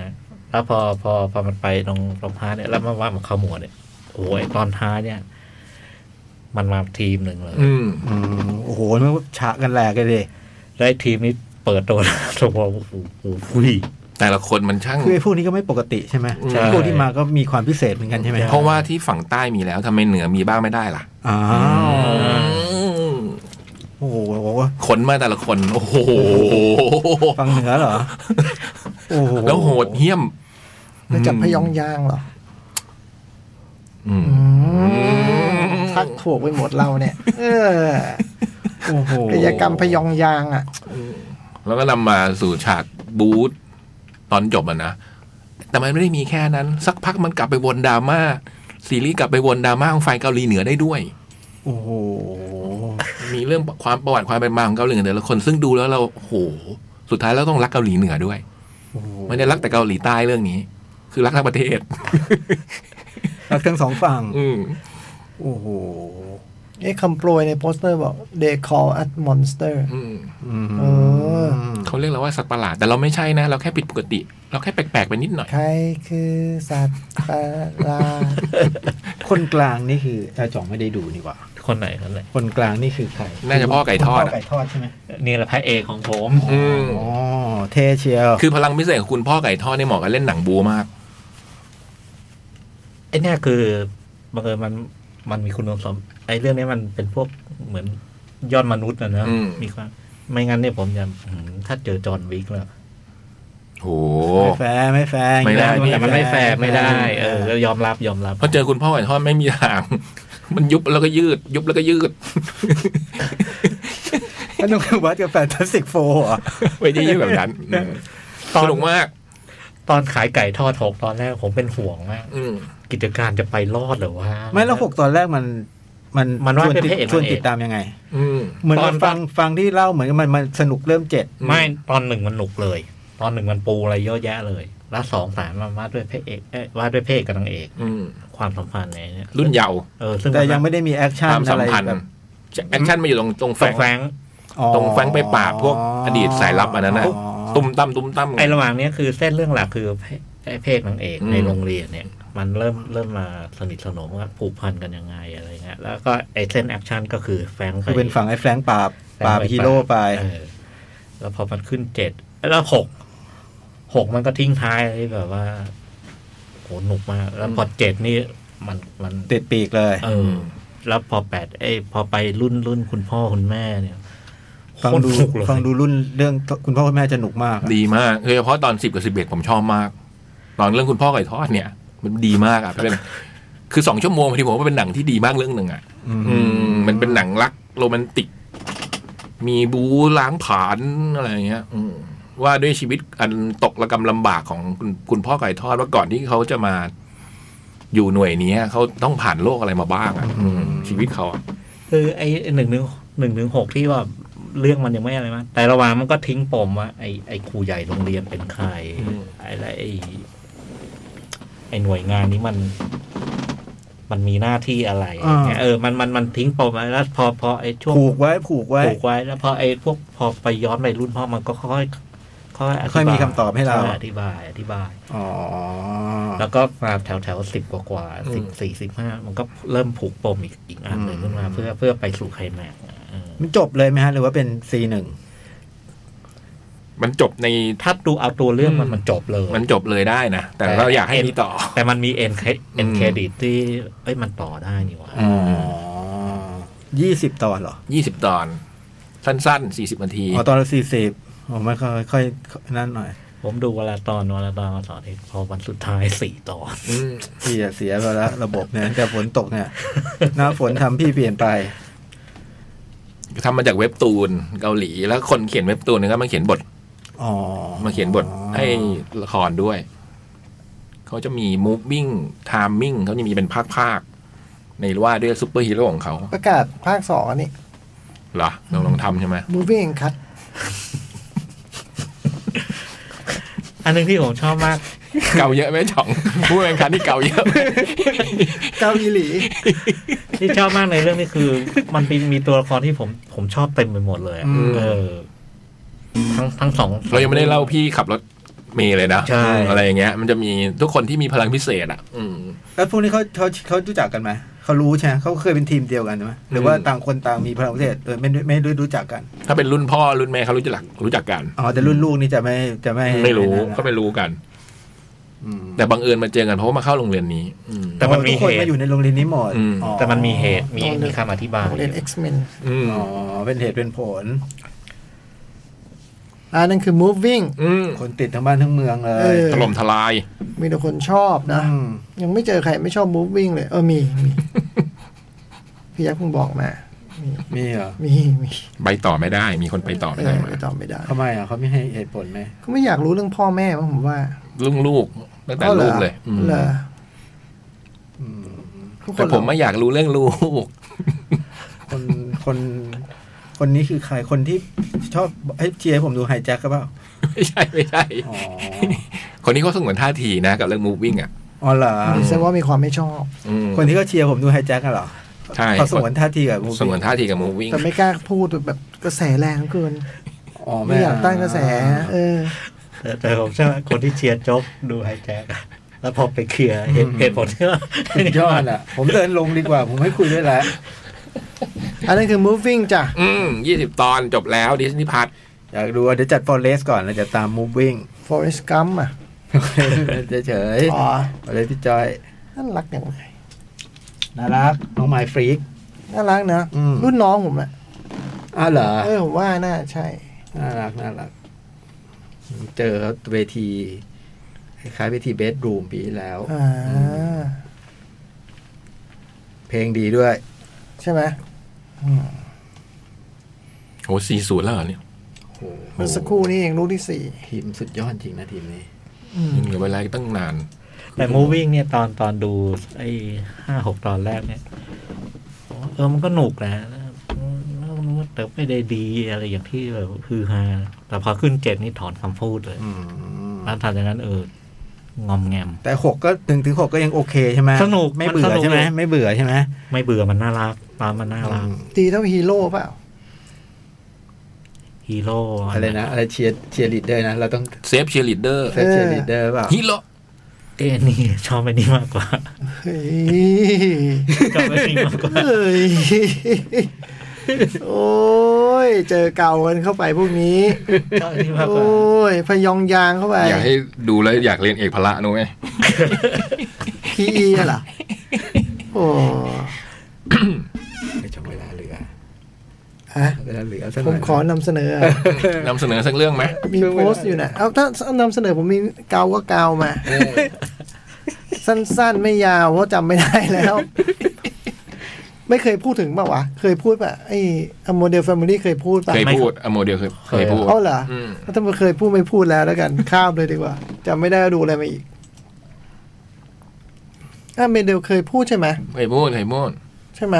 Speaker 2: นะแล้วพอพอพอมันไปตรงตรงท้ายเนี่ยแล้วมาว่ามันขมวดเนี่ยโอ้ยตอนท้ายเนี่ย มันมาทีมหนึ่งเลย
Speaker 1: อืม
Speaker 5: อืมโอ้โหมันก็ฉะกันแหลกเลยดิ
Speaker 2: แล้วไอ้ทีมนี้เปิดตัว ตัวโอ้โหโอ้โห
Speaker 1: แต่ละคนมันช่าง
Speaker 5: คือไอ้พวกนี้ก็ไม่ปกติใช่ไหม
Speaker 1: ใช่
Speaker 5: พวกที่มาก็มีความพิเศษเหมือนกันใช่ไหม
Speaker 2: ใช่
Speaker 1: เพราะว่าที่ฝั่งใต้มีแล้วทำไมเหนือมีบ้างไม่ได้ล่ะ
Speaker 5: อ้าวโอ้โห
Speaker 1: ขนมาแต่ละคน โอ้โห
Speaker 5: ฟังเหนือเหรอ โอ้โห
Speaker 1: แล้วโหดเหี้ยม
Speaker 4: แล้วจับพยองยางเหรอ
Speaker 1: อืม
Speaker 4: อืมทักถ่วงไปหมดเราเนี่ย เออ
Speaker 5: โอ้โห
Speaker 4: กิจกรรมพยองยางอ่ะ
Speaker 1: แล้วก็นำมาสู่ฉากบูธตอนจบอะนะ แต่มันไม่ได้มีแค่นั้น สักพักมันกลับไปวนดราม่าซีรีส์กลับไปวนดราม่าของฝ่ายเกาหลีเหนือได้ด้วย
Speaker 3: โอ้โห
Speaker 1: มีเรื่องความประวัติความเป็นมาของเกาหลีเหนือแต่ละคนซึ่งดูแล้วเราโอ้โหสุดท้ายแล้วต้องรักเกาหลีเหนือด้วย
Speaker 3: โอ้โห
Speaker 1: ไม่ได้รักแต่เกาหลีใต้เรื่องนี้ คือรักทั้งประเทศ
Speaker 3: รักทั้งสองฝั่ง
Speaker 1: อืม
Speaker 3: โอ้โห
Speaker 4: เอ๊ะคำโปรยในโปสเตอร์บอก they call us monster
Speaker 1: อืม
Speaker 3: อืม
Speaker 4: เออ
Speaker 1: เขาเรียกเราว่าสัตว์ประหลาดแต่เราไม่ใช่นะ เราแค่ผิดปกติ เราแค่แปลกๆไปนิดหน่อย
Speaker 4: ใครคือสัตว์ประหลาด
Speaker 3: คนกลางนี่คืออาจ่องไม่ได้ดูนี่หว่า
Speaker 2: คนไหนคนไหน
Speaker 3: คนกลางนี่คือใคร
Speaker 1: น่าจะพ่อไก่ทอด
Speaker 3: พ่อ
Speaker 1: อะ
Speaker 3: ไก่ทอดใช่ไหม
Speaker 2: นี่แหละพระเอกของผม
Speaker 1: อืม
Speaker 3: อ๋อเท่เชียว
Speaker 1: คือพลังพิเศษของคุณพ่อไก่ทอดเนี่ยเหมาะกับเล่นหนังบูมาก
Speaker 2: ไอเนี่ยคือบังเอิญมันมันมีคุณสมบัติไอเรื่องนี้มันเป็นพวกเหมือนยอดมนุษย์นะนะ
Speaker 1: อืม
Speaker 2: มีความไม่งั้นเนี่ยผมจะอืมถ้าเจอจอห์นวิกแล้ว
Speaker 1: โห
Speaker 3: ไม่แฟร์ไม่แฟร์
Speaker 1: ไม่ได้
Speaker 3: อย่าง
Speaker 2: แต่มันไม่แฟร์ไม่ได้ เออก็
Speaker 3: แฟร์
Speaker 2: ยอมรับยอมรับ
Speaker 1: พอเจอคุณพ่อไก่ทอดไม่มีทาง มันยุบแล้วก็ยืด ยุบแล้วก็ยืด
Speaker 3: แล้วน้องวัดกับแฟนทัสติกโฟร์อ่ะ
Speaker 1: ไม่ได้ยืด แบบนั้นอืม
Speaker 2: ตอ
Speaker 1: ส
Speaker 2: น
Speaker 1: นุกมาก
Speaker 2: ตอนขายไก่ทอดหกตอนแรกผมเป็นห่วงมาก
Speaker 1: อืม
Speaker 2: กิจการจะไปรอดเหรือว่า
Speaker 3: ไม่แล้วหกตอนแรกมัน มัน
Speaker 2: มันว่า
Speaker 3: ชวน
Speaker 2: เป็นพ
Speaker 3: ติด
Speaker 2: ระเอก
Speaker 3: ชวน
Speaker 2: นางเอก
Speaker 3: ติดตามยังไง
Speaker 1: อืม
Speaker 3: เหมือน
Speaker 2: ตอน
Speaker 3: มันฟังฟังที่เล่าเหมือนมันมันสนุกเริ่มเจ็ด
Speaker 2: ไม่ตอนหนึ่งมันหนุกเลย ตอนหนึ่งมันปูอะไรเยอะแยะเลยแล้วสองสามมันว่าด้วยพระเอกเอ้ยว่าด้วยพระเอกกับนางเอก
Speaker 1: อืม
Speaker 2: ความสัมพันธ์อะไรเนี่ย
Speaker 1: รุ่นเยาว์
Speaker 2: เออซึ่ง
Speaker 3: แต่ยังไม่ได้มีแอคชั่น
Speaker 1: ความสั
Speaker 3: อะ
Speaker 1: ม
Speaker 3: ไร
Speaker 1: พันธ์
Speaker 3: แบบ
Speaker 1: แอคชั่นมาอยู่ตรงตรงแฟ
Speaker 2: แฟรง ง
Speaker 1: ค์
Speaker 2: แฟรงค์
Speaker 3: อ๋อ
Speaker 1: ตรงแฟรงค์ไปปราบพวกอดีตสายลับอันนั้นนะ
Speaker 3: อ๋อ
Speaker 1: ตุ้มตั้มตุ้มตั้ม
Speaker 2: ไอ้ระหว่างเนี้ยคือเส้นเรื่องหลักคือเพไอ้เพศนางเอก
Speaker 1: อืม
Speaker 2: ในโรงเรียนเนี่ย มันเริ่มเริ่มมาสนิทสนมว่าผูกพันกันยังไงอะไรเงี้ยแล้วก็ไอ้เส้นแอคชั่นก็คือแฟรงค์
Speaker 3: คือเป็นฝั่งไอ้แฟรงค์ปราบ
Speaker 2: แฟงค์
Speaker 3: ปราบฮีโร่ไป
Speaker 2: เออแล้วพอมันขึ้นเจ็ดแล้วหกหกมันก็ทิ้งท้ายที่แบบว่าโหหนุกมาก แล้วพอเจ็ดนี่มันมัน
Speaker 3: ติดปีกเลย
Speaker 2: เออ แล้วพอแปดไอ้พอไปรุ่นรุ่นคุณพ่อคุณแม่เนี่ย
Speaker 3: ฟังดู
Speaker 2: โคตรหนุกเลย
Speaker 3: ฟังดูรุ่นเรื่องคุณพ่อคุณแม่จะหนุกมากอะ
Speaker 1: ดีมากโดยเฉพาะตอนสิบกับสิบเอ็ดผมชอบมาก ตอนเรื่องคุณพ่อไก่ทอดเนี่ย มันดีมากอ่ะเป็นคือสองชั่วโมงพอดีผมว่าเป็นหนังที่ดีมากเรื่องหนึ่งอ่ะ
Speaker 3: อืม
Speaker 1: อืม มันเป็นหนังรักโรแมนติก มีบูล้างผลาญอะไรอย่างเงี้ย อืมว่าด้วยชีวิตอันตกระกำลำบากของคุณคุณพ่อไก่ทอดว่าก่อนที่เขาจะมาอยู่หน่วยนี้เขาต้องผ่านโลกอะไรมาบ้างอ่ะอืมชีวิตเขาอะ
Speaker 2: คือไอ้หนึ่งหนึ่งหนึ่งหนึ่งหกที่ว่าเรื่องมันยังไม่อะไรมากแต่ระหว่างมันก็ทิ้งปมว่าไอ้ไอ้ครูใหญ่โรงเรียนเป็นใคร
Speaker 1: อืม
Speaker 2: ไอ้และไอ้ไอ้หน่วยงานนี้มัน มันมีหน้าที่อะไรอย่างเงี้ยเออมันมันมันทิ้งปมไว้แล้วพอพอไอ้ช่วง
Speaker 3: ผูกไว้ผูกไว้
Speaker 2: ผูกไว้ แล้วพอไอ้พวกพอไปย้อนไปรุ่นพ่อมันก็ค่อยๆค่อยๆ
Speaker 3: ค่อยมีคำตอบให้เรา
Speaker 2: ช่อธิบาย อธิบาย
Speaker 3: อ๋อ
Speaker 2: แล้วก็มาแถวแถวสิบกว่ากว่าสิบสี่สิบห้ามันก็เริ่มผูกปมอีกอีกอันหนึ่งขึ้นมาเพื่อเพื่อไปสู่ไคลแม็กซ์อ่ะเออ
Speaker 3: มันจบเลยไหมฮะ หรือว่าเป็นซีหนึ่ง
Speaker 1: มันจบใน
Speaker 2: ถ้าดูเอาตัวเรื่องมั
Speaker 1: อื
Speaker 2: น
Speaker 1: ม
Speaker 2: มันจบเลย
Speaker 1: มันจบเลยได้นะ แต่เราอยากให้มีต่อ
Speaker 2: แต่มันมีเอ็นเค
Speaker 1: อืม
Speaker 2: เครดิตที่เอ้ยมันต่อได้นี่หว่า
Speaker 3: อ๋อยี่สิบตอนเหรอ
Speaker 1: ยี่สิบตอน สั้นๆสี่สิบนาที
Speaker 3: อ๋อ ตอนละสี่สิบผมไม่ค่อยค่อยนั่นหน่อย
Speaker 2: ผมดูเวลาตอนเวลาตอนวันเสาร์อนเองพอวันสุดท้าย สี่ตอน
Speaker 1: อืม
Speaker 3: พี่อะเสียไปแล้วระบบเนี่ยแต่ฝนตกเนี่ย หน้าฝนทำพี่เปลี่ยนไป
Speaker 1: ทำมาจากเว็บตูนเกาหลี แล้วคนเขียนเว็บตูนเนี่ยก็มาเขียนบท
Speaker 3: อ๋อ
Speaker 1: มาเขียนบทให้ละครด้วย เขาจะมี moving timing เขาจะมีเป็นภาคภาคๆในว่าด้วยซูเปอร์ฮีโร่ของเขา
Speaker 4: ประกาศภาคสองอันนี่
Speaker 1: เหรอลองลองทำ ใช่ไหม
Speaker 4: moving cut
Speaker 2: อันหนึงที่ผมชอบมาก
Speaker 1: เก่าเยอะไหมจ่อง ผู้แข่งขันที่เก่าเยอะไหม
Speaker 4: เกาอีหลี
Speaker 2: ที่ชอบมากในเรื่องนี้คือ มันเป็นมีตัวละครที่ผมผมชอบเต็มไปหมดเลยอะเออ ทั้งทั้งสอง
Speaker 1: เรายังไม่ได้เล่าพี่ขับรถเมย์เลยนะ
Speaker 2: ใช่
Speaker 1: อะไรอย่างเงี้ย มันจะมีทุกคนที่มีพลังพิเศษอ่ะ อืม
Speaker 3: แล้วพวกนี้เขาเขาเขารู้จักกันไหม เขารู้ใช่ไหมเขาเคยเป็นทีมเดียวกันไหมหรือว่า
Speaker 1: อืม
Speaker 3: ต่างคนต่างมีพลังพิเศษโดยไม่ไม่ได้รู้จักกัน
Speaker 1: ถ้าเป็นรุ่นพ่อรุ่นแม่เขารู้จักรู้จักกัน
Speaker 3: อ๋อ แต่รุ่นลูกนี่จะไม่จะไม่
Speaker 1: ไม่รู้
Speaker 3: นั่นนะ
Speaker 1: ก็ไม่รู้กัน
Speaker 3: อืม
Speaker 1: แต่บังเอิญมาเจอกันเพราะว่ามาเข้าโรงเรียนนี้ อืม
Speaker 2: แต่มันมี
Speaker 3: ทุกคน
Speaker 2: เห
Speaker 3: มา
Speaker 2: ตุ
Speaker 3: อยู่ในโรงเรียนนี้หมด
Speaker 1: อืม
Speaker 3: อ๋อ
Speaker 2: แต่มันมีเหตุมีมีคำอธิบาย
Speaker 4: เรียน X-Men
Speaker 1: อืม
Speaker 3: อ๋อ เป็นเหตุเป็นผล
Speaker 4: อันนั้นคือ moving
Speaker 1: อืม
Speaker 3: คนติดทั้งบ้านทั้งเมืองเล
Speaker 4: เอย อ
Speaker 1: ถล่มทลาย
Speaker 4: มีแต่คนชอบนะ
Speaker 3: อืม
Speaker 4: ยังไม่เจอใครไม่ชอบ moving เลย เออมีมี พี่ยักษ์เพิ่งบอกมา
Speaker 3: มีเหรอ
Speaker 4: มีมี
Speaker 1: ไปต่อไม่ได้ มีคนไปต่อ
Speaker 4: เอ
Speaker 1: ไม่ได้
Speaker 4: อ
Speaker 1: มา
Speaker 4: ไปตอบไม่ได้
Speaker 3: ทำไมอ่ะเขาไม่ให้เหตุผลไหม
Speaker 4: ก็ไม่อยากรู้เรื่องพ่อแม่มั้งผมว่า
Speaker 1: เรื่องลูกตั้งแต่
Speaker 4: อ๋อหร
Speaker 1: ลู
Speaker 4: อก
Speaker 1: เลยอืม
Speaker 4: เหรอ
Speaker 3: อืม
Speaker 4: ทุกค
Speaker 1: แต่
Speaker 4: น
Speaker 1: ผมไม่อยากรู้เรื่องลูก
Speaker 3: คนคนคนนี้คือใครคนที่ชอบไอ้ยเชียร์ให้ผมดูไฮแจ็คก็เปล่า
Speaker 1: ไม่ใช่ไม่ใช่
Speaker 3: อ๋อ
Speaker 1: คนนี้เขาสงวนท่าทีนะกับเรื่อง moving อ่ะ
Speaker 3: อ๋อเหรอ
Speaker 4: ดิฉันว่ามีความไม่ชอบ
Speaker 1: อืม
Speaker 3: คนที่ก็เชียร์ผมดูไฮแจ็คกันเหรอ
Speaker 1: ใช่
Speaker 3: เขาสงวนท่าทีกับมูฟ
Speaker 1: สงวนท่าทีกับ moving
Speaker 4: แต่ไม่กล้าพูดแบบกระแสแรงเกิน
Speaker 3: อ๋อ
Speaker 4: ไม่อยากตั้งกระแส เออ
Speaker 2: แต่แต่ผมเชื่อว่าคนที่เชียร์โจ๊กดูไฮแจ็คอะแล้วพอไปเคลียร์เหตุเหตุผลที่ว่า
Speaker 3: สุดยอดอ่ะ ผมเดินลงดีกว่า ผมไม่คุยด้วยแล้ว
Speaker 4: อันนั้นคือ moving จ้ะ
Speaker 1: อืมยี่สิบตอนจบแล้วดิสนีย์พัท
Speaker 3: อยากดูอ่ะเดี๋ยวจัดฟอเรสก่อนแล้วจะตามมูฟวิ่ง
Speaker 4: forest gump อ่ะ
Speaker 3: เฉย
Speaker 4: อ๋อ
Speaker 3: ๆอะไรพี่จอย
Speaker 4: น่ารักอย่างไร
Speaker 3: น่ารักน้องไมฟรีก
Speaker 4: น่ารักนะ
Speaker 3: อืม
Speaker 4: รุ่นน้องผมแหละ
Speaker 3: อ้าวเหรอ
Speaker 4: เออผมว่าน่าใช่
Speaker 3: น่ารักน่ารัก เจอเวทีคล้ายๆเวทีเบสรูมปีที่แล้ว
Speaker 4: อ่า
Speaker 3: เพลงดีด้วย
Speaker 4: ใช่ไหม
Speaker 1: โอ้สี่ศูนย์แล้วเหรอเนี่ย
Speaker 3: โอ้โห
Speaker 4: เมื่อสักครู่นี้เองลูกที่สี่
Speaker 3: ทีมสุดยอดจริงนะทีมนี้
Speaker 1: ยังเหลือเวลาอีกตั้งนาน
Speaker 2: แต่มูวิ่งเนี่ยตอนตอนดูไอ้ห้าหกตอนแรกเนี่ยเออมันก็หนุกนะแต่ไม่ได้ดีอะไรอย่างที่แบบฮือฮาแต่พอขึ้นเจ็ดนี่ถอนคำพูดเลย
Speaker 3: อืม
Speaker 2: แล้วทำจากนั้นเอองอมแงม
Speaker 3: แต่หกก็ถึงถึงหกก็ยังโอเคใช่ไหม
Speaker 2: สนุก
Speaker 3: ไม่เบื่
Speaker 2: มัน
Speaker 3: อ
Speaker 2: สนุก
Speaker 3: ใช่ไหม
Speaker 2: เลย
Speaker 3: ไม่เบื่อใช่ไหม
Speaker 2: ไม่เบื่อมันน่ารักตอนมันน่ารัก
Speaker 4: ตีเท่าฮีโร่เปล่า
Speaker 2: ฮีโร่
Speaker 3: อะไรนะ อะไรเชียร์เชียร์ลีดเดอร์นะ เราต้อง
Speaker 1: เซฟเชียร์ลีดเดอร์
Speaker 3: เซฟเชียร์ลีดเดอร์เปล่า
Speaker 1: ฮิโร่
Speaker 2: เอ้ยนี่ชอบไอ้นี่มากกว่า
Speaker 4: เฮ้ย
Speaker 2: ชอบไอ้นี่มากกว่า
Speaker 4: เฮ้ย โอ้ย เจอเก่ากันเข้าไปพวกนี้
Speaker 2: ชอบไอ้นี่มากก
Speaker 4: โอ้
Speaker 2: ว่าย
Speaker 4: พยองยางเข้าไป
Speaker 1: อยากให้ดูแล้วอยากเรียนเอกพละนุ้ย
Speaker 4: พีเอะเหรอ โอ้
Speaker 3: ในช่วงเวลาเหลือ
Speaker 4: ฮะ
Speaker 3: เวลาเหลือสักห
Speaker 4: ผ
Speaker 3: น่
Speaker 4: ม
Speaker 3: อย
Speaker 4: ขอนำเสนอ
Speaker 1: นำเสนอสักเรื่องไหม
Speaker 4: มีโพสต์อยู่นะ เอาถ้านำเสนอผมมีเกาก็เกามา สั้นๆ ไม่ยาวเพราะจำไม่ได้แล้ว ไม่เคยพูดถึงป่าวะ เคยพูดป่ะ ไอ้โมเดลแฟมิลี่เคยพูดป่ะ
Speaker 1: เคยพูดอะโมเดลเคยเคยพูด
Speaker 4: เอาเหรอ
Speaker 1: อืม
Speaker 4: ถ้าไม่เคยพูดไม่พูดแล้วแล้วกัน ข้ามเลยดีกว่าจำไม่ได้ก็ดูอะไรมาอีกอ่ะโมเดลเคยพูดใช่ไหม
Speaker 1: เคยพูดเคยพูด
Speaker 4: ใช่ไหม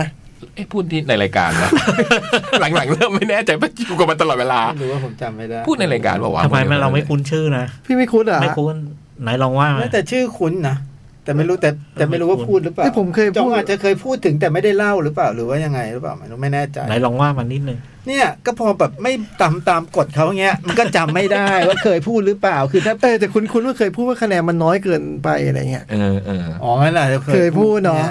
Speaker 1: เอ้พูดที่ในรายการนะ หลังๆเริ่มไม่แน่ใจเพราะอยู่กับมันตลอดเวลา
Speaker 3: ไม่รู้ว่าผมจำไม่ได้
Speaker 1: พูดในรายการบอกว่าวะ
Speaker 2: ทำไมมันเราไม่คุ้นชื่อนะ
Speaker 4: พี่ไม่คุ้นเหรอ
Speaker 2: ไม่คุ้นไหนลองว่ามา
Speaker 3: ไม่แต่ชื่อคุ้นนะแต่ไม่รู้แต่แต่ไม่รู้ว่าพูดหรือเปล่า
Speaker 4: ที่ผมเคย
Speaker 3: จอ
Speaker 4: พู
Speaker 3: ง
Speaker 4: ด
Speaker 3: อาจจะเคยพูดถึงแต่ไม่ได้เล่าหรือเปล่าหรือว่ายังไงหรือเปล่าไม่รู้ไม่แน่ใจ
Speaker 2: ไหนลองว่ามันนิดนึง
Speaker 3: เนี่ยก็พอแบบไม่ตามตามกฎเขาเงี้ย มันก็จำไม่ได้ว่าเคยพูดหรือเปล่าคือถ้า
Speaker 4: เออแต่คุณคุณว่าเคยพูดว่าคะแนนมันน้อยเกินไปอะไรเงี้ย
Speaker 1: เออเออ
Speaker 3: อ๋อนั่นแหละ
Speaker 4: เคยพูดเนอะ
Speaker 3: ย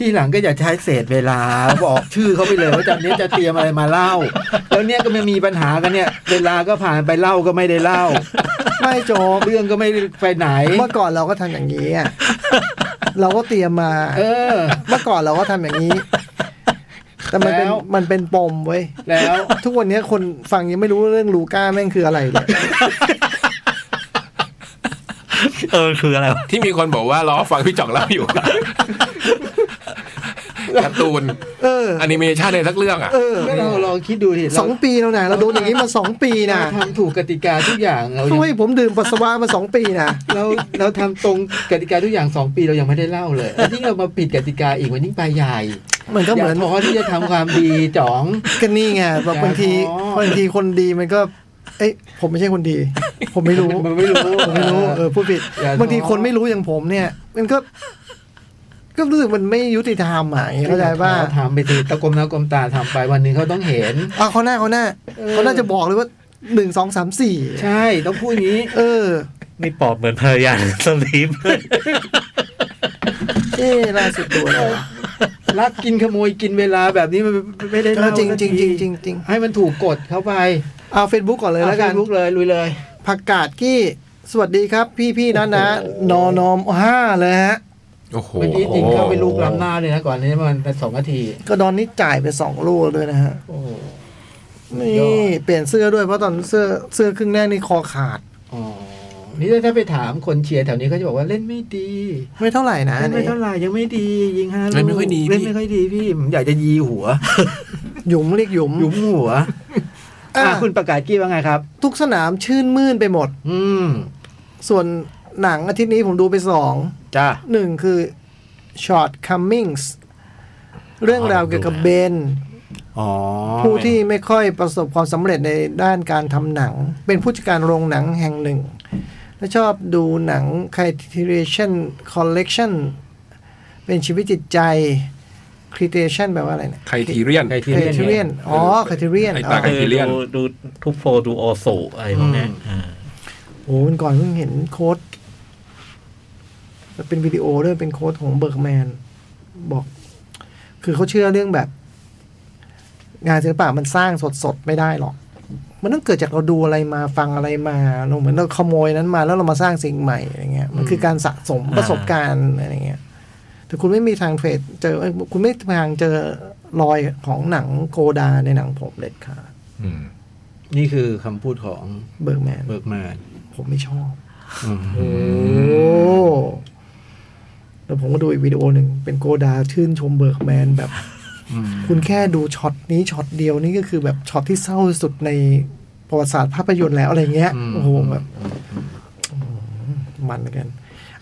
Speaker 3: ที่หลังก็อย่าใช้เศษเวลาบอกชื่อเขาไปเลยว่าจากนี้จะเตรียมอะไรมาเล่า แล้วเนี่ยก็ไม่มีปัญหากันเนี่ย เวลาก็ผ่านไปเล่าก็ไม่ได้เล่า
Speaker 4: ไม่โจบ
Speaker 3: เรื่องก็ไม่ไปไหน
Speaker 4: เมื่อก่อนเราก็ทำอย่างนี้อะเราก็เตรียมมา
Speaker 3: เออ
Speaker 4: เมื่อก่อนเราก็ทำอย่างนี้ แต่มันเป็น
Speaker 3: แล้ว
Speaker 4: มันเป็นปมเว้ย
Speaker 3: แล้ว
Speaker 4: ทุกวันนี้คนฟังยังไม่รู้เรื่องลูก้าแม่งคืออะไรเลย
Speaker 2: เออคืออะไรวะ
Speaker 1: ที่มีคนบอกว่าล้อฟังพี่จ่องเล่า อยู่ การ์ตูน
Speaker 4: เออ
Speaker 1: แอนิเมชันอะไรสักเรื่องอ่ะ
Speaker 4: เออ
Speaker 3: ก็เราลองคิดดูดิ
Speaker 4: สองปีแล้วนะเราโดนอย่างนี้มาสองปี
Speaker 3: เรา
Speaker 4: นะ
Speaker 3: ทำถูกกติกาทุกอย่างเรายัง
Speaker 4: เฮ้ยผมดื่มปัสสาวะมาสองปี นะ
Speaker 3: เราเราทำตรงกติกาทุกอย่างสองปีเรายังไม่ได้เล่าเลยแล้วยิ่งเรามาปิดกติกาอีกมันยิ่งไปใหญ่
Speaker 4: มันก็เหมือน
Speaker 3: ย่าท้อที่จะทำความดีจ๋อง
Speaker 4: กันนี่ไงแบบบางที
Speaker 3: อ๋อ
Speaker 4: บางทีคนดีมันก็ เอ้ยผมไม่ใช่คนดี ผมไม่รู้
Speaker 3: มันไม่รู้
Speaker 4: ผมไม่รู้เออพูดผิด
Speaker 3: อย่
Speaker 4: บางทีคนไม่รู้อย่างผมเนี่ย มันก็ ก็รู้สึกมันไม่ยุติธรรมอ่ะอย่างเงี้ยเข้าใจป่ะ
Speaker 3: เขทำไปทีตะกลมแล้วกลมตาทำไปวันหนึ่งเขาต้องเห็น
Speaker 4: อ่ะเขาหน้าเขาหน้า
Speaker 3: เออ
Speaker 4: เขาน่าจะบอกเลยว่าหนึ่งสองสามสี่
Speaker 3: ใช่ต้องพูดอย่างนี้
Speaker 4: เออ
Speaker 2: นี่ปอบเหมือนภรรยา สลีป
Speaker 4: เอ๊ะล่าสุดตัวอะไรวะ
Speaker 3: รักกินขโมยกินเวลาแบบนี้มันไม่ได้
Speaker 4: เออ
Speaker 3: เล่า
Speaker 4: จริง
Speaker 3: สัก
Speaker 4: จริง
Speaker 3: ที
Speaker 4: จริงจริงจริง
Speaker 3: ให้มันถูกกฎเข้าไป
Speaker 4: เอาเฟซบุ๊กก่อนเลยแล้วกัน
Speaker 3: ลุกเลยลุยเลย
Speaker 4: ผักกาดกี้ สวัสดีครับ พี่พี่นะนะนอนอมห้าเลยฮะ
Speaker 1: โอ้โห
Speaker 3: เมื่อกี้ยิงเข้าไปลูกล้ำหน้าเลยนะก่อนนี้มันเป็นสองนาที
Speaker 4: ก็ดอนนี่จ่ายไปสองลูกด้วยนะฮะ
Speaker 3: โอ้โห
Speaker 4: นี่ เปลี่ยนเสื้อด้วยเพราะตอนเสื้อเสื้อครึ่งแรกนี่คอขาด
Speaker 3: อ๋อนี่ถ้าไปถามคนเชียร์แถวนี้เขาจะบอกว่าเล่นไม่ดี
Speaker 4: ไม่เท่าไหร่นะ
Speaker 3: เล่นไม่
Speaker 4: นี่
Speaker 3: เท่าไหร่ยังไม่ดี ยิงห้าลูกเล่นไม่ค่อยดีพี่ผมอยากจะยี หัว
Speaker 4: หยุมเรียกหยุม
Speaker 3: หยุมหัว
Speaker 4: อ่ะ
Speaker 3: อ่ะคุณประกาศกี้ว่าไงครับ
Speaker 4: ทุกสนามชื่นมื่นไปหมด
Speaker 3: อืม
Speaker 4: ส่วนหนังอาทิตย์นี้ผมดูไปสอง
Speaker 1: จ้า
Speaker 4: หนึ่งคือ Short Cummings เรื่องราวเกี่ยวกับเบน
Speaker 5: อ๋อ
Speaker 4: ผู้ที่ไม่ค่อยประสบความสำเร็จในด้านการทำหนัง เป็นผู้จัดการโรงหนังแห่งหนึ่ง และชอบดูหนัง Criterion Collection เป็นชีวิตจิตใจ Criterion แปลว่าอะไรเนี่ย
Speaker 1: ใครทีเรียน
Speaker 5: ใครที่เรียน
Speaker 4: Criterion อ๋อ Criterion
Speaker 1: ไอ้
Speaker 4: อ๋
Speaker 1: ตา
Speaker 4: อ
Speaker 1: ไก่
Speaker 2: คือดูดูทุกโฟดูโอโซอะไรพวกเนี้ยอ่า
Speaker 4: โอ้โหวันก่อนเพิ่งเห็นโค้ดเป็นวิดีโอด้วยเป็นโค้ดของเบิร์กแมน บอก คือเขาเชื่อเรื่องแบบ งานศิลปะมันสร้างสดๆ ไม่ได้หรอก มันต้องเกิดจากเราดูอะไรมาฟังอะไรมาเราเหมือนเราขโมยนั้นมาแล้วเรามาสร้างสิ่งใหม่อะไรเงี้ยมันคือการสะสมประสบการณ์อะไรเงี้ยแต่คุณไม่มีทางเทรดเจอเอ้ยคุณไม่มีทางเจอรอยของหนังโกดาในหนังผมเด็ดขาด
Speaker 1: อืม
Speaker 5: นี่คือคำพูดของ
Speaker 4: เบิร์กแมน
Speaker 5: เบิร์กแมน
Speaker 4: ผมไม่ชอบ
Speaker 5: อืม
Speaker 4: โอ้แล้วผมก็ดูอีกวิดีโอหนึ่ง เป็นโกดาชื่นชมเบิร์กแมนแบบ
Speaker 5: อืม
Speaker 4: คุณแค่ดูช็อตนี้ช็อตเดียวนี่ก็คือแบบช็อตที่เศร้าที่สุดในประวัติศาสตร์ภาพยนตร์แล้วอะไรเงี้ย โอ้โหแบบมันเหมือนกัน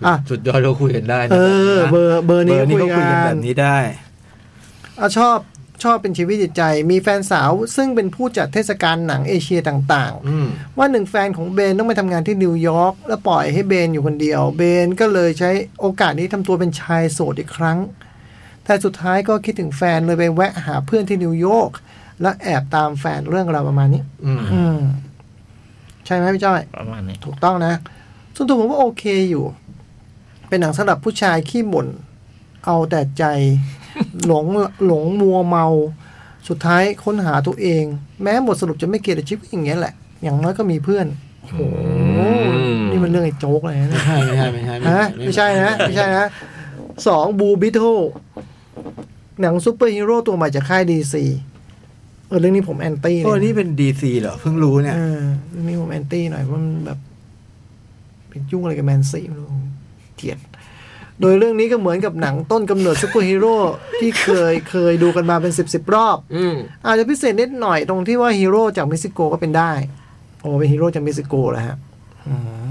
Speaker 4: อ่ะ
Speaker 5: สุดยอดเราคุยกันได้นะ
Speaker 4: เออ เบอร์เบอร์
Speaker 5: เบ
Speaker 4: นี้
Speaker 5: อร์นี้ก็
Speaker 4: ก็
Speaker 5: คุ
Speaker 4: คุ
Speaker 5: ย
Speaker 4: ย
Speaker 5: กัน
Speaker 4: กั
Speaker 5: แบ
Speaker 4: น
Speaker 5: บนี้ได้
Speaker 4: อาชอบชอบเป็นชีวิตจิตใจ มีแฟนสาวซึ่งเป็นผู้จัดเทศกาลหนังเอเชียต่าง
Speaker 5: อืม
Speaker 4: ๆ ว่าหนึ่งแฟนของเบนต้องไปทำงานที่นิวยอร์กแล้วปล่อยให้เบนอยู่คนเดียว เบนก็เลยใช้โอกาสนี้ทำตัวเป็นชายโสดอีกครั้ง แต่สุดท้ายก็คิดถึงแฟนเลยไปแวะหาเพื่อนที่นิวยอร์กและแอบตามแฟนเรื่องราวประมาณนี้
Speaker 5: อืม
Speaker 4: อืม ใช่ไหมพี่จ้อย
Speaker 2: ประมาณนี้
Speaker 4: ถูกต้องนะ ส่วนตัวผมว่าโอเคอยู่ เป็นหนังสำหรับผู้ชายขี้บ่น เอาแต่ใจ หลงหลงมัวเมา สุดท้ายค้นหาตัวเอง แม้บทสรุปจะไม่เกี่ยวกับชีวิตอย่างเงี้ยแหละ อย่างน้อยก็มีเพื่อน โอ้โห นี่มันเรื่องไอ้โจ๊กเลยนะ
Speaker 5: ไม่ใช่ไม่ใช่ไม่ใช่
Speaker 4: ฮะไม่ใช่นะ ไม่ใช่นะสองบูบิท l e หนังซูเปอร์ฮีโร่ตัวใหม่จากค่ายดีซีเออเรื่องนี้ผมแอนตี้เล
Speaker 5: โอ้
Speaker 4: ยนะ
Speaker 5: นี่เป็นดีซีเหรอเพิ่งรู้เนี่ย
Speaker 4: เออเรื่องนี้ผมแอนตี้หน่อยว่ามันแบบเป็นยุ่งอะไรกับแมนซี่ไม่รู้เกลียด โดยเรื่องนี้ก็เหมือนกับหนังต้นกำเนิดซูเปอร์ฮีโร่ ที่เคยเคยดูกันมาเป็นสิบสิบรอบ
Speaker 1: อืม
Speaker 4: อาจจะพิเศษนิดหน่อยตรงที่ว่าฮีโร่จากเม็กซิโกก็เป็นได้ โอ้เป็นฮีโร่จากเม็กซิโกแล้วฮะอืม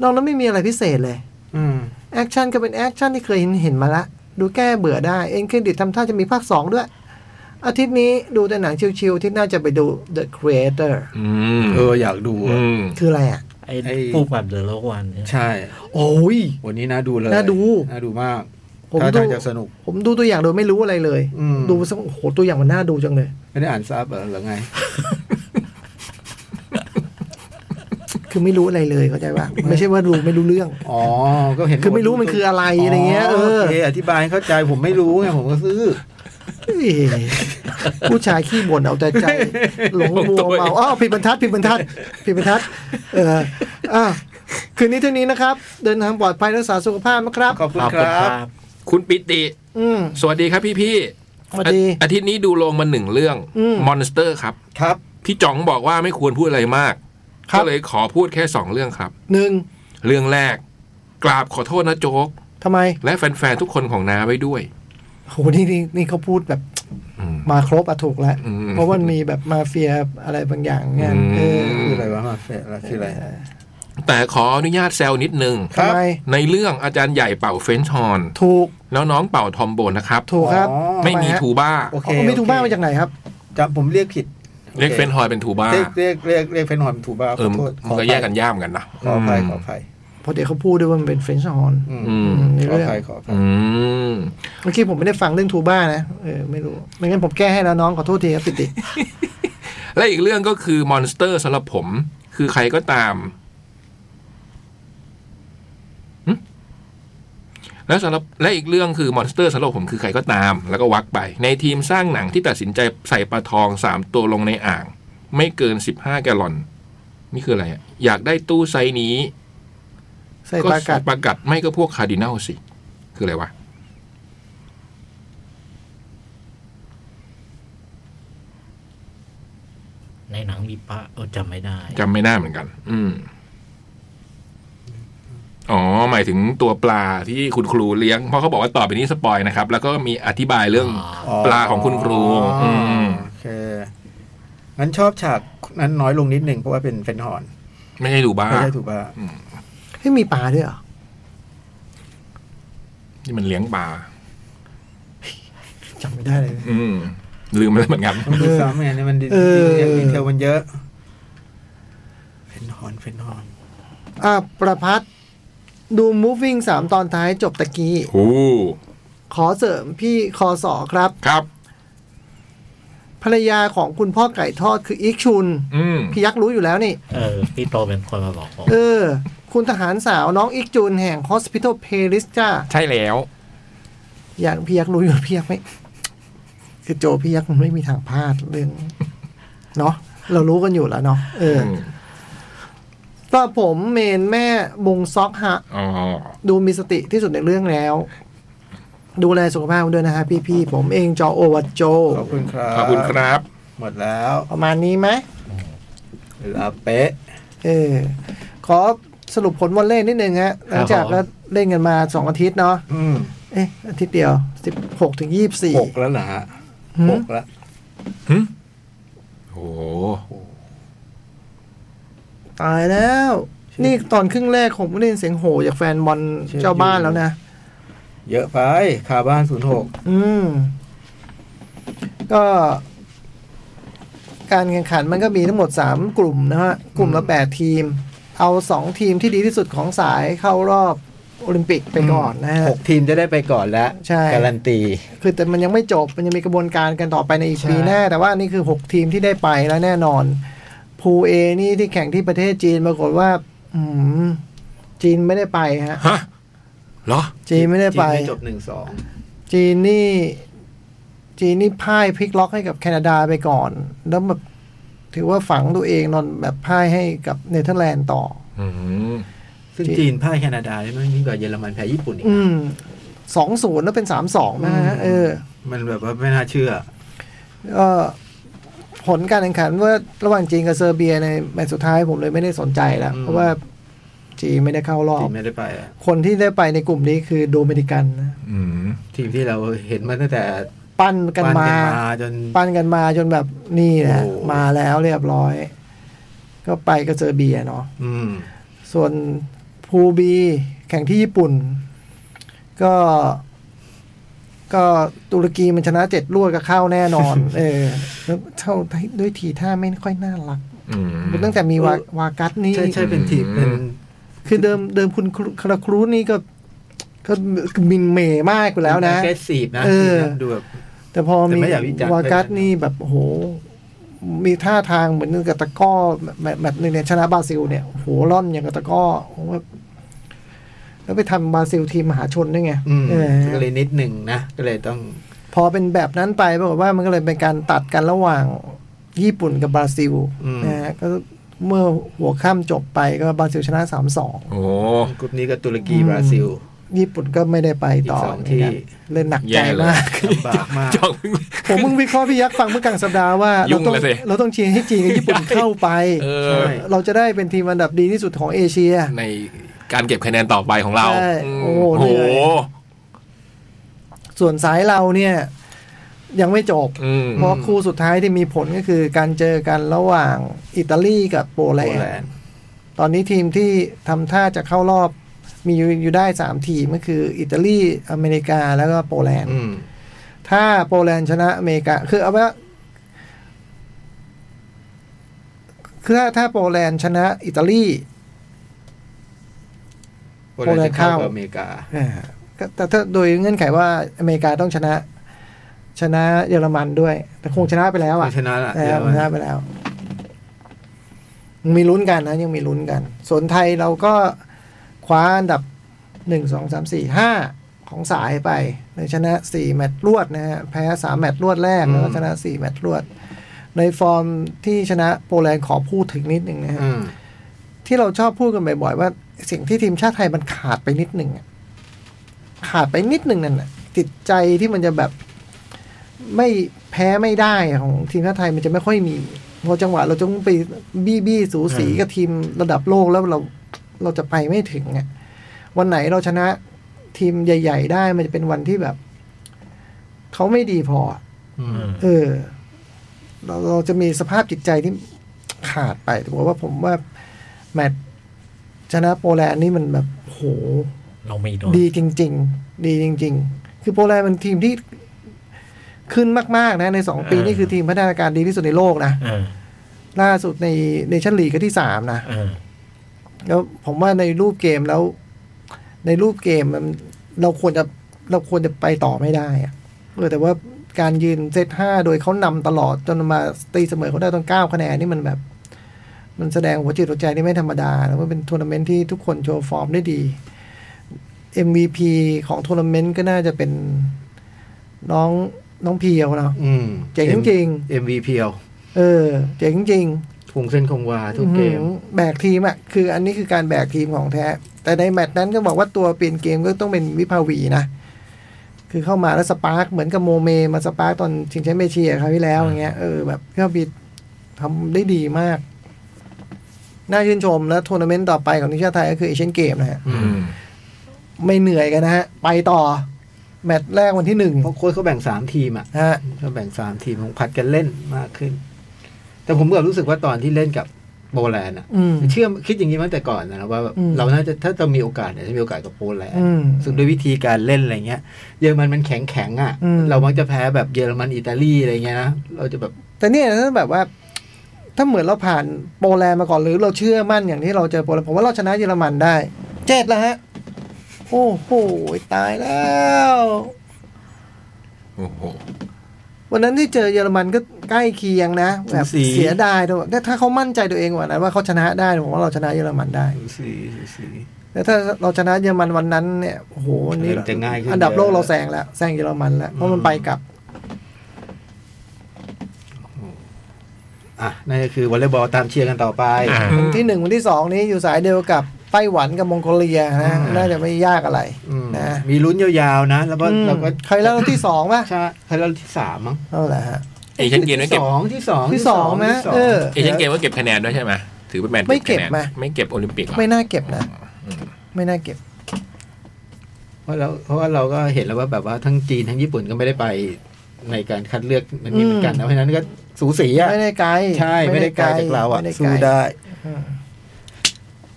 Speaker 4: นอกนั้นไม่มีอะไรพิเศษเลย
Speaker 5: อืม
Speaker 4: แอคชั่นก็เป็นแอคชั่นที่เคยเห็นเห็นมาละ ดูแก้เบื่อได้ เอ็นเครดิตทำท่าจะมีภาคสองด้วย อาทิตย์นี้ดูแต่หนังชิวๆอาที่น่าจะไปดู The Creator
Speaker 1: อืม
Speaker 5: เอออยากดูอะ
Speaker 1: อืม
Speaker 4: คืออะไรอ่ะ
Speaker 2: ไอ้
Speaker 5: ไอ้
Speaker 2: พูดแบบเดอะโลกวันเนี่ย
Speaker 5: ใช่
Speaker 4: โอ้ย
Speaker 5: วันนี้น่าดูเลย
Speaker 4: น่าดู
Speaker 5: น่าดูมาก
Speaker 4: ผม
Speaker 5: ถ้า
Speaker 4: ดู
Speaker 5: ทางจะสนุก
Speaker 4: ผมดูตัวอย่างโดยไม่รู้อะไรเลย
Speaker 5: อืม
Speaker 4: ดูสักโอ้โหตัวอย่างมันน่าดูจังเลย
Speaker 5: ไม่ได้อ่านซับเหรอหรือไง
Speaker 4: คือไม่รู้อะไรเลยเข้าใจป่ะ ไม่ใช่ว่าดูไม่รู้เรื่อง
Speaker 5: อ๋อ ก็เห็น
Speaker 4: คือไม่รู้มันคืออะไรอะไรเงี้ยเออ
Speaker 5: โอเคอธิบายให้เข้าใจผมไม่รู้ไงผมก็ซื้อ
Speaker 4: เอ้ยผู้ชายขี้บ่นเอาแต่ใจ หลงมัวเมาอ้าวผิดบรรทัดผิดบรรทัดผิดบรรทัด เอออ่ะคืนนี้เท่านี้นะครับ เดินทางปลอดภัยรักษาสุขภาพนะครับ
Speaker 5: ขอบคุณครับ
Speaker 1: คุณปิติ
Speaker 4: อืม
Speaker 1: สวัสดีครับพี่พี่
Speaker 4: สวัสดี
Speaker 1: อาอาทิตย์นี้ดูลงมาหนึ่งเรื่อง
Speaker 4: อืม
Speaker 1: มอนสเตอร์ครับ
Speaker 5: ครับ
Speaker 1: พี่จ๋องบอกว่าไม่ควรพูดอะไรมาก
Speaker 5: ครับ
Speaker 1: ก็เลยขอพูดแค่สองเรื่องครับ
Speaker 4: หนึ่ง
Speaker 1: เรื่องแรก กราบขอโทษนะโจ๊ก
Speaker 4: ทำไม
Speaker 1: และแฟนๆทุกคนของน้าไว้ด้วย
Speaker 4: โหนี่นี่นี่เขาพูดแบบ
Speaker 1: อืม
Speaker 4: มาครบอะถูกแล้ว
Speaker 1: อืม
Speaker 4: เพราะมันมีแบบมาเฟียอะไรบางอย่างงานเออ
Speaker 5: คืออะไรวะมาเฟะอะไรคืออะไร
Speaker 1: แต่ขออนุญาตแซวนิดนึง
Speaker 5: ครั
Speaker 4: ทำ
Speaker 5: บ
Speaker 4: ไม
Speaker 1: ในเรื่องอาจารย์ใหญ่เป่าเฟรนช์ฮอร์น
Speaker 4: ถูก
Speaker 1: แล้วน้องเป่าทอมโบนนะครับ
Speaker 4: ถูกครับ
Speaker 5: อ๋อ
Speaker 1: ไม่มี
Speaker 4: ทำไมฮะ
Speaker 1: ทูบ้า
Speaker 5: โอเค
Speaker 4: อ๋อมีถูกบ้าง
Speaker 5: โอ
Speaker 4: มา
Speaker 5: เค
Speaker 4: จากไหนครับ
Speaker 5: จำผมเรียกผิด
Speaker 1: เรียกเฟรนช์ฮอร์นเป็นทูบ้า
Speaker 5: เรียกเรียกเรียกเรียกเฟนหอยเป็นถูกบ้าข
Speaker 1: เออ
Speaker 5: อ
Speaker 1: มัน
Speaker 5: โทษ
Speaker 1: มันก็แยกกันย่ามกันนะ
Speaker 5: ขออภัย
Speaker 1: ม
Speaker 5: ขออภัย
Speaker 4: เพราะเดี๋ยวเขาพูดด้วยว่ามันเป็นเฟรนช์ฮอน
Speaker 5: อืม
Speaker 1: อืม
Speaker 4: ใน
Speaker 5: ขอ
Speaker 4: เรื่
Speaker 5: อ
Speaker 4: อง
Speaker 5: ภัยขออภัย
Speaker 1: อืม
Speaker 4: เมื่อกี้ผมไม่ได้ฟังเรื่องทูบ้านะ เออ ไม่รู้ ไม่งั้นผมแก้ให้แล้วน้องขอโทษทีครับปิติ
Speaker 1: และอีกเรื่องก็คือมอนสเตอร์สำหรับผม คือใครก็ตามหึแล้วสำหรับและอีกเรื่องคือมอนสเตอร์สำหรับผมคือใครก็ตาม แล้วก็วักไป ในทีมสร้างหนังที่ตัดสินใจใส่ปลาทองสามตัวลงในอ่าง ไม่เกินสิบห้าแกลลอน นี่คืออะไรอะอยากได้ตู้ไซส์นี้
Speaker 4: ใส่
Speaker 1: ก็
Speaker 4: ปลากัด
Speaker 1: ปลากัดไม่ก็พวกคาร์ดินัลสิ คืออะไรวะ
Speaker 2: ในหนังมีปะเออจำไม่ได้
Speaker 1: จำไม่ได้เหมือนกัน อืม อ๋อ หมายถึงตัวปลาที่คุณครูเลี้ยง เพราะเขาบอกว่าต่อไปนี้สปอยนะครับ แล้วก็มีอธิบายเรื่อง
Speaker 5: อ๋อ
Speaker 1: ปลาของคุณครูอืม
Speaker 5: โอเคงั้นชอบฉากนั้นน้อยลงนิดหนึ่งเพราะว่าเป็นเฟนหอน
Speaker 1: ไม่ใช่ดูบ้า
Speaker 5: ไม่ใช่ถูกบ้า
Speaker 4: เฮ้ยมีปลาด้วยเหรอ
Speaker 1: ที่มันเลี้ยงปลา
Speaker 4: จำไม่ได้เลย
Speaker 1: อืม ลืมไปแล้วเหมือนกัน
Speaker 5: มันดูซ้ำไงเนี่ยมันดี
Speaker 4: เออ
Speaker 5: ดีเทลมันเยอะ เป็นฮอนเป็นฮอน
Speaker 4: อ่ะประพัดดู moving สามตอนท้ายจบตะกี้
Speaker 1: โอ้
Speaker 4: ขอเสริมพี่คอสอครับ
Speaker 1: ครับ
Speaker 4: ภรรยาของคุณพ่อไก่ทอดคืออิกชุน
Speaker 1: อืม
Speaker 4: พี่ยักษ์รู้อยู่แล้วนี่
Speaker 2: เออ พี่โตเป็นคนมาบอกผม
Speaker 4: เออ คุณทหารสาวน้องอิกจุนแห่ง Hospital p a l i s จ้า
Speaker 1: ใช่แล้ว
Speaker 4: อยากพี่ยักษ์รู้อยู่ พี่ยักษ์ไม่คือโจพี่ยักษ์มันไม่มีทางพลาดเรื่องเนาะเรารู้กันอยู่แล้วเนาะเออ
Speaker 1: ม
Speaker 4: ต่อผมเมนแม่บงซอกฮะ
Speaker 1: อ๋อ
Speaker 4: ดูมีสติที่สุดในเรื่องแล้ว ดูแลสุขภาพด้วยนะฮะพี่ๆ ผมเองจอโอวัดโจ
Speaker 5: ขอบคุณครับ
Speaker 1: ขอบคุณครับ
Speaker 5: หมดแล้ว
Speaker 4: ประมาณนี้ไหม
Speaker 5: เวลาเป๊ะ
Speaker 4: เออ ขอสรุปผลวันเล่นนิดนึงฮะ หลังจากก็เล่นกันมาสองอาทิตย์เนาะ
Speaker 5: อืม
Speaker 4: เอ๊ะ อาทิตย์เดียวสิบหกถึงยี่สิบสี่
Speaker 5: หกแล้วเหรอฮะ
Speaker 4: หืม
Speaker 5: หกแล้ว
Speaker 1: โอ้โห
Speaker 4: ตายแล้ว นี่ตอนครึ่งแรกผมก็ได้ยินเสียงโห่จากแฟนบอลเจ้าบ้านแล้วนะ
Speaker 5: เยอะไปคาบ้านศูนย์หก
Speaker 4: อืม ก็ การแข่งขันมันก็มีทั้งหมดสามกลุ่มนะฮะ กลุ่มละแปดทีม เอาสองทีมที่ดีที่สุดของสายเข้ารอบโอลิมปิกไปก่อนนะฮะ
Speaker 5: หกทีมจะได้ไปก่อนแล้ว
Speaker 4: ใช่
Speaker 5: การันตี
Speaker 4: คือแต่มันยังไม่จบ มันยังมีกระบวนการกันต่อไปในอีก
Speaker 5: ใช่
Speaker 4: ปีหน้า แต่ว่านี่คือ 6 ทีมที่ได้ไปแล้วแน่นอนพูเอนี่ที่แข่งที่ประเทศจีนปรากฏว่า อืมจีนไม่ได้ไปฮะ
Speaker 1: ฮะเหรอ
Speaker 4: จีนไม่ได้ไป
Speaker 5: จีนจบหนึ่งสอง
Speaker 4: จีนนี่ จีนนี่พ่ายพลิกล็อกให้กับแคนาดาไปก่อน แล้วแบบถือว่าฝังตัวเองนอนแบบพ่ายให้กับเนเธอร์แลนด์ต่อ
Speaker 1: อืม
Speaker 5: ซึ่ง
Speaker 4: จีน
Speaker 5: จีนพ่ายแคนาดาได้มั้ยยิ่งกว่าเยอรมันแพ้ญี่ปุ่นอีก
Speaker 4: อื
Speaker 5: นะ
Speaker 4: มสองศูนย์แล้วเป็นสามสองนะฮะเออ
Speaker 5: มันแบบว่าไม่น่าเชื่อ
Speaker 4: เอ่อผลการแข่งขันว่าระหว่างจีนกับเซอร์เบียในแมตช์สุดท้ายผมเลยไม่ได้สนใจแล้ว
Speaker 5: อืม
Speaker 4: เพราะว่าจีนไม่ได้เข้ารอ
Speaker 5: จี
Speaker 4: บ
Speaker 5: นไม่ได้ไปอะ
Speaker 4: คนที่ได้ไปในกลุ่มนี้คือโดมินิกันนะ
Speaker 1: อืม
Speaker 5: ทีมที่เราเห็นมาตั้งแต่
Speaker 4: ปั้นกันมา
Speaker 5: ปั้นจน
Speaker 4: ปั้นกันมาจนแบบนี่แหละ
Speaker 5: โอ้
Speaker 4: มาแล้วเรียบร้อย ก็ไปกับเซอร์เบียเนาะ
Speaker 5: อืม
Speaker 4: ส่วนภูบีแข่งที่ญี่ปุ่น ก็ ก็ตุรกีมันชนะเจ็ดลวดก็เข้าแน่น อน เออแล้วเท่าด้วยทีท่าไม่ค่อยน่ารัก
Speaker 1: อืม
Speaker 4: ตั้งแต่มีวา
Speaker 5: เออ
Speaker 4: วากัสนี่
Speaker 5: ใช่ใช่เป็นทีมเป็น
Speaker 4: คือเดิมเดิมคุณครูคาราครูนี่ก็ก็มินเหมมากอยู่แล้วนะ
Speaker 5: แกสีบนะ
Speaker 4: เออ
Speaker 5: ทีมนั้นดูแบบ
Speaker 4: แต่พอมี
Speaker 5: แต่ไม่อยากวิจารณ์
Speaker 4: วากัสนี่แบบโอ้โห มีท่าทางเหมือนกับตะกร้อแบบแบบหนึ่งเนี่ยชนะบราซิลเนี่ยโอ้โหร่อนอย่างกับตะกร้อโอ้โหแบบแล้วไปทำบราซิลทีมมหาชนด้วยไง
Speaker 5: อืม
Speaker 4: เออ
Speaker 5: ก็เลยนิดหนึ่งนะ ก็เลยต้อง
Speaker 4: พอเป็นแบบนั้นไปปรากฏว่ามันก็เลยเป็นการตัดกันระหว่างญี่ปุ่นกับบราซิล
Speaker 5: อืม
Speaker 4: นะฮะก็เมื่อหัวข้ามจบไปก็บราซิลชนะสามสอง
Speaker 1: โอ้โห
Speaker 5: กลุ่มนี้ก็ตุรกี
Speaker 4: อืม
Speaker 5: บราซิล
Speaker 4: ญี่ปุ่นก็ไม่ได้ไปต่อ
Speaker 5: อีกสองที่
Speaker 4: เหมือนกันเล่นหนักใจ
Speaker 1: แย่เลย
Speaker 4: มาก
Speaker 5: ลำบากมาก
Speaker 1: จอกเพิ่ง
Speaker 4: ผมเพิ่งวิเคราะห์พี่ยักษ์ฟังเมื่อกลางสัปดาห์ว่า
Speaker 1: ยุ่
Speaker 4: เรา
Speaker 1: ง
Speaker 4: ต้อง
Speaker 1: แล้วสิ
Speaker 4: เราต้องเชียร์ให้จีนกับญี่ปุ่นเข้าไป
Speaker 1: เอ
Speaker 5: ใช่
Speaker 1: อ
Speaker 4: เราจะได้เป็นทีมอันดับดีที่สุดของเอเชีย
Speaker 1: ในการเก็บคะแนนต่อไปของเรา
Speaker 4: ใช่
Speaker 1: ม
Speaker 4: โอ้โห
Speaker 1: โอ้โห
Speaker 4: เหนื่อย ส่วนสายเราเนี่ย ยังไม่จบ
Speaker 1: อืม
Speaker 4: เพราะคู่สุดท้ายที่มีผลก็คือการเจอกันระหว่างอิตาลีกับโปแล
Speaker 5: โป
Speaker 4: น
Speaker 5: แลน
Speaker 4: ด์
Speaker 5: ด์
Speaker 4: ตอนนี้ทีมที่ทำท่าจะเข้ารอบ มีอยู่อยู่ได้สามทีมก็คืออิตาลีอเมริกาแล้วก็โปแลนด์
Speaker 5: อืม
Speaker 4: ถ้าโปแลนด์ชนะอเมริกา คือเอาไว้ว่าคือถ้าถ้าโปแลนด์ชนะอิตาลี
Speaker 5: โปแลนด์จะเข้า
Speaker 4: โปแลนด์เข้า
Speaker 5: กับอเมริกา
Speaker 4: อ่าก็แต่ถ้าโดยเงื่อนไขว่าอเมริกาต้องชนะ ชนะเยอรมันด้วย แต่คงชนะไปแล้วอ่ะ
Speaker 5: ชนะละ
Speaker 4: แล้
Speaker 5: เดี๋ยว ว
Speaker 4: ชนะไปแล้ว มีลุ้นกันนะยังมีลุ้นกัน ส่วนไทยเราก็คว้าอันดับหนึ่งสองสามสี่ห้าของสายไปในชนะสี่แมตช์รวดนะฮะแพ้สามแมตช์รวดแรกแล้วก็ชนะสี่แมตช์รวด ในฟอร์มที่ชนะโปแลนด์ขอพูดถึงนิดหนึ่งนะฮะ
Speaker 5: อืม
Speaker 4: ที่เราชอบพูดกันบ่อยๆว่าสิ่งที่ทีมชาติไทยมันขาดไปนิดหนึ่งอะขาดไปนิดหนึ่งนั่นแหะจิตใจที่มันจะแบบไม่แพ้ไม่ได้ของทีมชาติไทยมันจะไม่ค่อยมีพอจังหวะเราจะต้องไปบี้บี้สูสีกับทีมระดับโลกแล้วเราเราจะไปไม่ถึงอะวันไหนเราชนะทีมใหญ่ ๆ ได้มันจะเป็นวันที่แบบเขาไม่ดีพออะ
Speaker 5: อืม
Speaker 4: เออเราเราจะมีสภาพจิตใจที่ขาดไปแต่ผมว่าผมว่าแมตช์ ชนะโปแลนด์นี่มันแบบโห
Speaker 2: เราไม่โดน
Speaker 4: ดีจริง ๆ ดีจริง ๆ คือโปแลนด์เป็นทีมที่ขึ้นมาก ๆ นะ ในสองปีนี่คือทีมพัฒนาการดีที่สุดในโลกนะ
Speaker 2: เออ
Speaker 4: ล่าสุดในในชั้นลีกก็ที่สามนะ
Speaker 2: เออ
Speaker 4: แล้วผมว่าในรูปเกมแล้ว ในรูปเกมมันเราควรจะเราควรจะไปต่อไม่ได้อะเออแต่ว่าการยืนเซตห้าโดยเขานำตลอดจนมาตีเสมอเขาได้ตอนเก้าคะแนนนี่มันแบบ มันแสดงหัวจิตหัวใจนี่ไม่ธรรมดา แล้วก็เป็นทัวร์นาเมนต์ที่ทุกคนโชว์ฟอร์มได้ดี MVP ของทัวร์นาเมนต์ก็น่าจะเป็นน้องน้องเพียวเนาะ
Speaker 3: อืม
Speaker 4: เจ๋งจริง
Speaker 3: MVP เอา
Speaker 4: เออ เจ๋งจริง
Speaker 3: คงเส้นคงวาทุกเกม
Speaker 4: อื้อหือแบกทีมอ่ะ คืออันนี้คือการแบกทีมของแท้ แต่ในแมตช์นั้นก็บอกว่าตัวเปลี่ยนเกมก็ต้องเป็นวิภาวีนะ คือเข้ามาแล้วสปาร์กเหมือนกับโมเม มาสปาร์กตอนชิงแชมป์เอเชียคราวที่แล้วอย่างเงี้ยเออแบบวิภาวีทำได้ดีมาก น่าชื่นชมแล้วทัวร์นาเมนต์ต่อไปของทีมชาติไทยก็คือเอเชียนเกมนะฮะ
Speaker 1: อืม
Speaker 4: ไม่เหนื่อยกันนะฮะ ไปต่อ แมตช์แรกวันที่หนึ่ง
Speaker 3: เพราะโค้ชเขาแบ่งสามทีมอ่ะ
Speaker 4: ฮะ
Speaker 3: เขาแบ่งสามทีมของผัดกันเล่นมากขึ้น แต่ผมก็รู้สึกว่าตอนที่เล่นกับโปแลนด์อ่ะ
Speaker 4: อืม
Speaker 3: เชื่อคิดอย่างนี้มาตั้งแต่ก่อนนะว่าแบบ
Speaker 4: อืม
Speaker 3: เราน่าจะถ้าเรามีโอกาสเนี่ยจะมีโอกาสกับโปแลน
Speaker 4: อื
Speaker 3: ด์
Speaker 4: ม
Speaker 3: ซึ่งด้วยวิธีการเล่นอะไรเงี้ยเยอรมันมันแข็งแข็งๆอ่ะ
Speaker 4: อืม
Speaker 3: เรามักจะแพ้แบบเยอรมันอิตาลีอะไรเงี้ยนะเราจะแบบ
Speaker 4: แต่เนี่ยถ้าแบบว่า ถ้าเหมือนเราผ่านโปแลนด์มาก่อนหรือเราเชื่อมั่นอย่างที่เราเจอโปแลนด์ผมว่าเราชนะเยอรมันได้ เจ็ดแล้วฮะ โอ้โหตายแล้ว
Speaker 1: โอ้โห
Speaker 4: วันนั้นที่เจอเยอรมันก็ใกล้เคียงนะแบบเสียดายด้วยแต่ถ้าเขามั่นใจตัวเองกว่านั้นว่าเขาชนะได้ผมว่าเราชนะเยอรมันได้
Speaker 3: สีสี
Speaker 4: แต่ถ้าเราชนะเยอรมันวันนั้นเนี่ยโอ้โหวันนี้
Speaker 3: จะง่ายขึ้น
Speaker 4: อันดับโลกเราแซงแล้วแซงเยอรมันแล้วเพราะมันไปกลับ
Speaker 3: อ่ะนั่นก็คือวอลเลย์บอลตามเชียร์กันต่อไป
Speaker 2: อ่า
Speaker 4: วันที่หนึ่งวันที่สองนี้อยู่สายเดียวกับไต้หวันกับมองโกเลียนะน่าจะไม่ยากอะไร
Speaker 3: อืม
Speaker 4: นะ
Speaker 3: มีลุ้นยาวๆนะ แล้วก็
Speaker 4: อืม
Speaker 3: แล้วก็
Speaker 4: ใครเล่าที่สองป่ะ
Speaker 3: ใช่ไทยแลนด์ที่สามมั้ง
Speaker 4: เอาแหละฮะ
Speaker 1: เอเชียนเกมไม่เก็บ
Speaker 3: ที่สองที่สอง
Speaker 4: ที่สองนะ
Speaker 3: ที่สง
Speaker 4: เออ
Speaker 1: เอเชียนเกมก็เก็บคะแนนด้วยใช่ไหมถือเป็นแมตช์
Speaker 4: ไม่เก็บ
Speaker 1: คะแนน
Speaker 4: ไหม
Speaker 1: ไม่เก็บโอลิมปิกเหรอ
Speaker 4: ไม่น่าเก็บนะ ไม่น่าเก็บ
Speaker 3: เพราะเราเพราะว่าเราก็เห็นแล้วว่าแบบว่าทั้งจีนทั้งญี่ปุ่นก็ไม่ได้ไปในการคัดเลือกมันนี้เหมือนกันนะเพราะฉะนั้นก็สูสีอะ
Speaker 4: ไม่ได้ไกล
Speaker 3: ใช่ ไม่ได้ไกลจากเราอ่ะ
Speaker 4: ม่
Speaker 3: สู้
Speaker 4: ไกล
Speaker 3: ได้
Speaker 4: อืม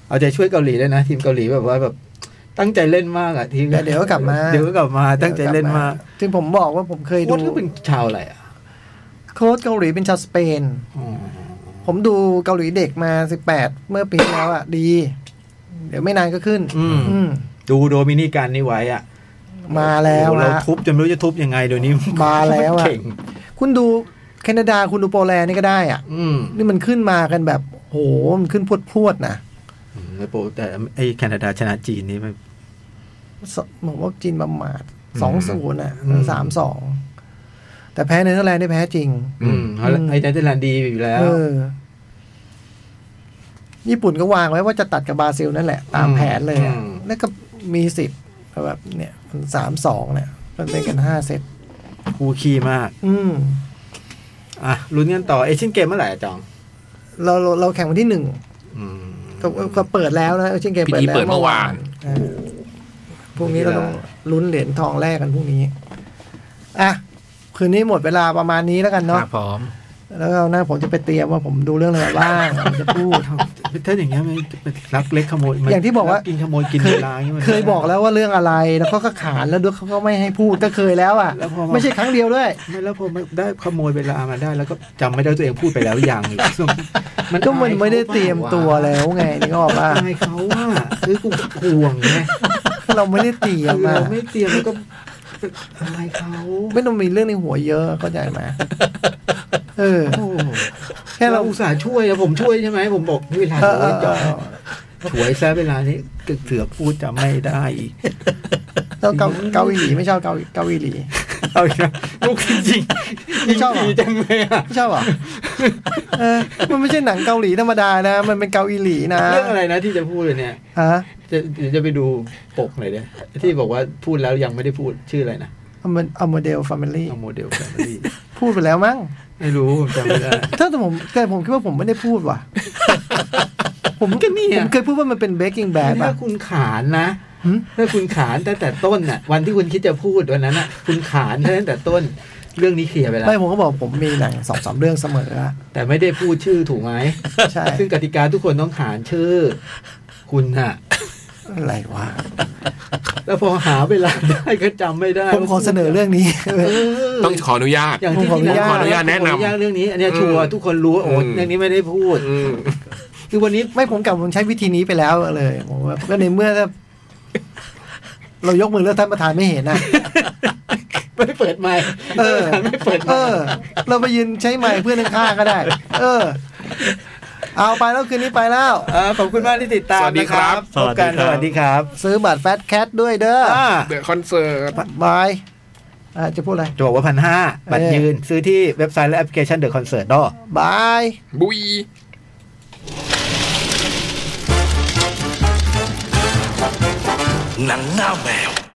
Speaker 3: เอาใจช่วยเกาหลีด้วยนะ ทีมเกาหลีแบบว่าแบบ ตั้งใจเล่นมากอ่ะทีม
Speaker 4: แต่เดี๋ยวก็กลับมา
Speaker 3: เดี๋ยวก็กลับมาตั้งใจเล่นมาก
Speaker 4: ที่ผมบอกว่าผมเคยดู
Speaker 3: โค้ชก็เป็นชาวอะไรอ่ะ
Speaker 4: โค้ชเกาหลีเป็นชาวสเปน
Speaker 3: อ๋อ
Speaker 4: ผมดูเกาหลีเด็กมาสิบแปดเมื่อปีที่แล้วอ่ะดี เดี๋ยวไม่นานก็ขึ้น
Speaker 3: อืม
Speaker 4: อืม
Speaker 3: ดูโดมินิกันนี่ไว้อ่ะ
Speaker 4: มาแล้ว
Speaker 3: โอ้โหเรา
Speaker 4: นะ
Speaker 3: ทุบจนไม่รู้จะทุบยังไงเดี๋ยวนี้
Speaker 4: มาแล้วอะ
Speaker 3: เก่ง
Speaker 4: คุณดูแคนาดาคุณดูโปแลนด์นี่ก็ได้อ่ะ
Speaker 3: อืม
Speaker 4: นี่มันขึ้นมากันแบบโหมันขึ้นพวดพวดๆนะ
Speaker 3: ไอโปแต่ไอแคนาดาชนะจีนนี่มัน
Speaker 4: สผมว่าจีนประมาทสองศูนย์นะ
Speaker 3: อืม
Speaker 4: สามสอง แต่แพ้เนเธอร์แลนด์ได้แพ้จริง
Speaker 3: อืมเพราะไอเนเธอร์แลนด์ดีอยู่แล้ว
Speaker 4: เออ ญี่ปุ่นก็วางไว้ว่าจะตัดกับบราซิลนั่นแหละ ตามแผนเลยอะ
Speaker 3: อืม
Speaker 4: แล้วก็มีสิทธิ์แบบเนี่ยสามสองเนี่ย มันเป็นกันห้าเซต
Speaker 3: คู่ขี้มาก
Speaker 4: อืม
Speaker 3: อ่ะลุ้นกันต่อเอเชียนเกมเมื่อไหร่อะจอง
Speaker 4: เราเราเราแข่งวันที่หนึ่ง
Speaker 3: อืม
Speaker 4: ก็ก็เปิดแล้วนะเอเชียนเกม
Speaker 1: พิ
Speaker 4: เปิด
Speaker 1: ธี
Speaker 4: แล้ว
Speaker 1: เปิดเมื่อวาน
Speaker 4: เออพรุ่งนี้เราต้องลุ้นเหรียญทองแรกกันพรุ่งนี้ อ่ะ คืนนี้หมดเวลาประมาณนี้แล้วกันเนาะ
Speaker 2: ครับพร้อม
Speaker 4: แล้วเอาหน้าผมจะไปเตรียมว่าผมดูเรื่องอะไรบ้าง ผมจะพู ด
Speaker 3: ถ้าอย่างเงี้ยมันรักเล็กขโมยมัน
Speaker 4: อย่างที่บอกว่า
Speaker 3: รักินขโมยกินเวลาอย่างเงี้ยมัน
Speaker 4: เคยบอกแล้วว่าเรื่องอะไรแล้วเขาก็ขานแล้วด้วยเขาก็ไม่ให้พูดก็เคยแล้วอ่ะ
Speaker 3: แล้วพอมา
Speaker 4: ไม่ใช่ครั้งเดียวด้วย
Speaker 3: ไม่แล้วพอมันได้ขโมยเวลามาได้ แล้วก็จำไม่ได้ว่าตัวเองพูดไปแล้วหรือยัง อีกมัน
Speaker 4: ก็มันไม่ได้เตรียมตัว
Speaker 3: เลย
Speaker 4: แล้ว ไงนึกออกป่ะ
Speaker 3: อายเขาว่าคือกูห่วงไง
Speaker 4: เราไม่ได้เตรียม
Speaker 3: คือ
Speaker 4: มา
Speaker 3: เราไม่เตรียมแล้วก็อายเขา
Speaker 4: ไม่ต้องมีเรื่องในหัวเยอะเข้าใจ ไหมเออ
Speaker 3: โอ้
Speaker 4: แค่
Speaker 3: แค่
Speaker 4: เรา
Speaker 3: เราอุตส่าห์ช่วยนะผมช่วยใช่ไหมผมบอกเวลา
Speaker 4: เอ
Speaker 3: เหลื
Speaker 4: อเอ
Speaker 3: อ
Speaker 4: อเอ
Speaker 3: จะ
Speaker 4: อ
Speaker 3: ถวยซะเวลานี้เสือกพูดจำไม่ได้อีก
Speaker 4: แล้วเกาเกาหลีไม่ชอบเกาเกาหลี
Speaker 3: เอาอีกแล้วลูกจริง
Speaker 4: ไม่ชอบเหรอ
Speaker 3: ดีจังเลยอ่ะ
Speaker 4: ไม่ช อบเหรอเออมันไม่ใช่หนังเกาหลีธรรมดานะ มันเป็นเกาหลีนะ
Speaker 3: เรื่องอะไรนะที่จะพูดเลยเนี่ย
Speaker 4: ฮะ
Speaker 3: จะเดี๋ยวจะไปดูปกหน่อยเด้ที่บอกว่าพูดแล้วยังไม่ได้พูดชื่ออะไรนะ
Speaker 4: เอามันเอาโมเดลฟามิลี่
Speaker 3: เอาโมเดลแฟมิลี่
Speaker 4: พูดไปแล้วมั้ง
Speaker 3: ไม่รู้ผมจำไม่ได้
Speaker 4: ถ้าแต่ผมแต่ผมคิดว่าผมไม่ได้พูด ว่ะ ผม
Speaker 3: ก็เนี่ย
Speaker 4: ผมเคยพูดว่ามันเป็น breaking bad
Speaker 3: ถ้า
Speaker 4: ป่ะ
Speaker 3: คุณขานนะ
Speaker 4: หึ
Speaker 3: ถ้าคุณขานตั้งแต่ต้นน่ะ วันที่คุณคิดจะพูดวันนั้นน่ะ คุณขานตั้งแต่ต้น เรื่องนี้เคลียร์ไปแล้ว
Speaker 4: ไม่ผมก็บอกผมมีหนังสองสามเรื่องเสมออะ
Speaker 3: แต่ไม่ได้พูดชื่อถูกไหม
Speaker 4: ใช่
Speaker 3: ซึ่งกติกาทุกคนต้องขานชื่อ คุณน่ะ
Speaker 4: อะไรวะ
Speaker 3: แล้วพอหาเวลาได้ก็จำไม่ได้
Speaker 4: ผมขอเสนอเรื่องนี้
Speaker 1: ต้องขออนุญาต
Speaker 3: อย่างที่
Speaker 4: ผมขออนุญาต
Speaker 1: ขออนุญาตแนะนำ
Speaker 3: ขออญาตเรื่องนี้ อันเนี้ยชัวร์
Speaker 1: อืม
Speaker 3: ทุกคนรู้ว่าโอ้
Speaker 1: อืม
Speaker 3: เรื่องนี้ไม่ได้พูด
Speaker 1: อืม
Speaker 3: คือวันนี้
Speaker 4: ไม่ผมกลับผมใช้วิธีนี้ไปแล้วเลยผมว่าก็ในเมื่อถ้าเรายกมือเลือกท่านประธานไม่เห็นนะ
Speaker 3: ไม่เปิดไมค์
Speaker 4: เออ
Speaker 3: ไม่เปิดไม
Speaker 4: เออ
Speaker 3: ค์
Speaker 4: เราไปยืนใช้ไม้เพื่อนข้างๆก็ได้ เออ เอาไปแล้วคืนนี้ไปแล้ว
Speaker 3: อ่าขอบคุณมากที่ติดตาม
Speaker 1: สวัสดี
Speaker 3: นะค
Speaker 1: ครั
Speaker 3: รับบ พบกันส
Speaker 2: สวั
Speaker 3: วัส
Speaker 2: สดี
Speaker 3: ดีค
Speaker 2: ครั
Speaker 3: รับบ
Speaker 4: ซื้อบัตรแฟตแคทด้วยเด้อ
Speaker 3: อ่า
Speaker 1: เดอะคอนเสิร์ต
Speaker 4: บาย อ่ะจะพูดอะไร
Speaker 3: จะบอกว่าพันห้าบัตรยืนซื้อที่เว็บไซต์และแอปพลิเคชันเดอะคอนเสิร์ตดอ
Speaker 4: บาย
Speaker 1: บุยหนังหน้าแมว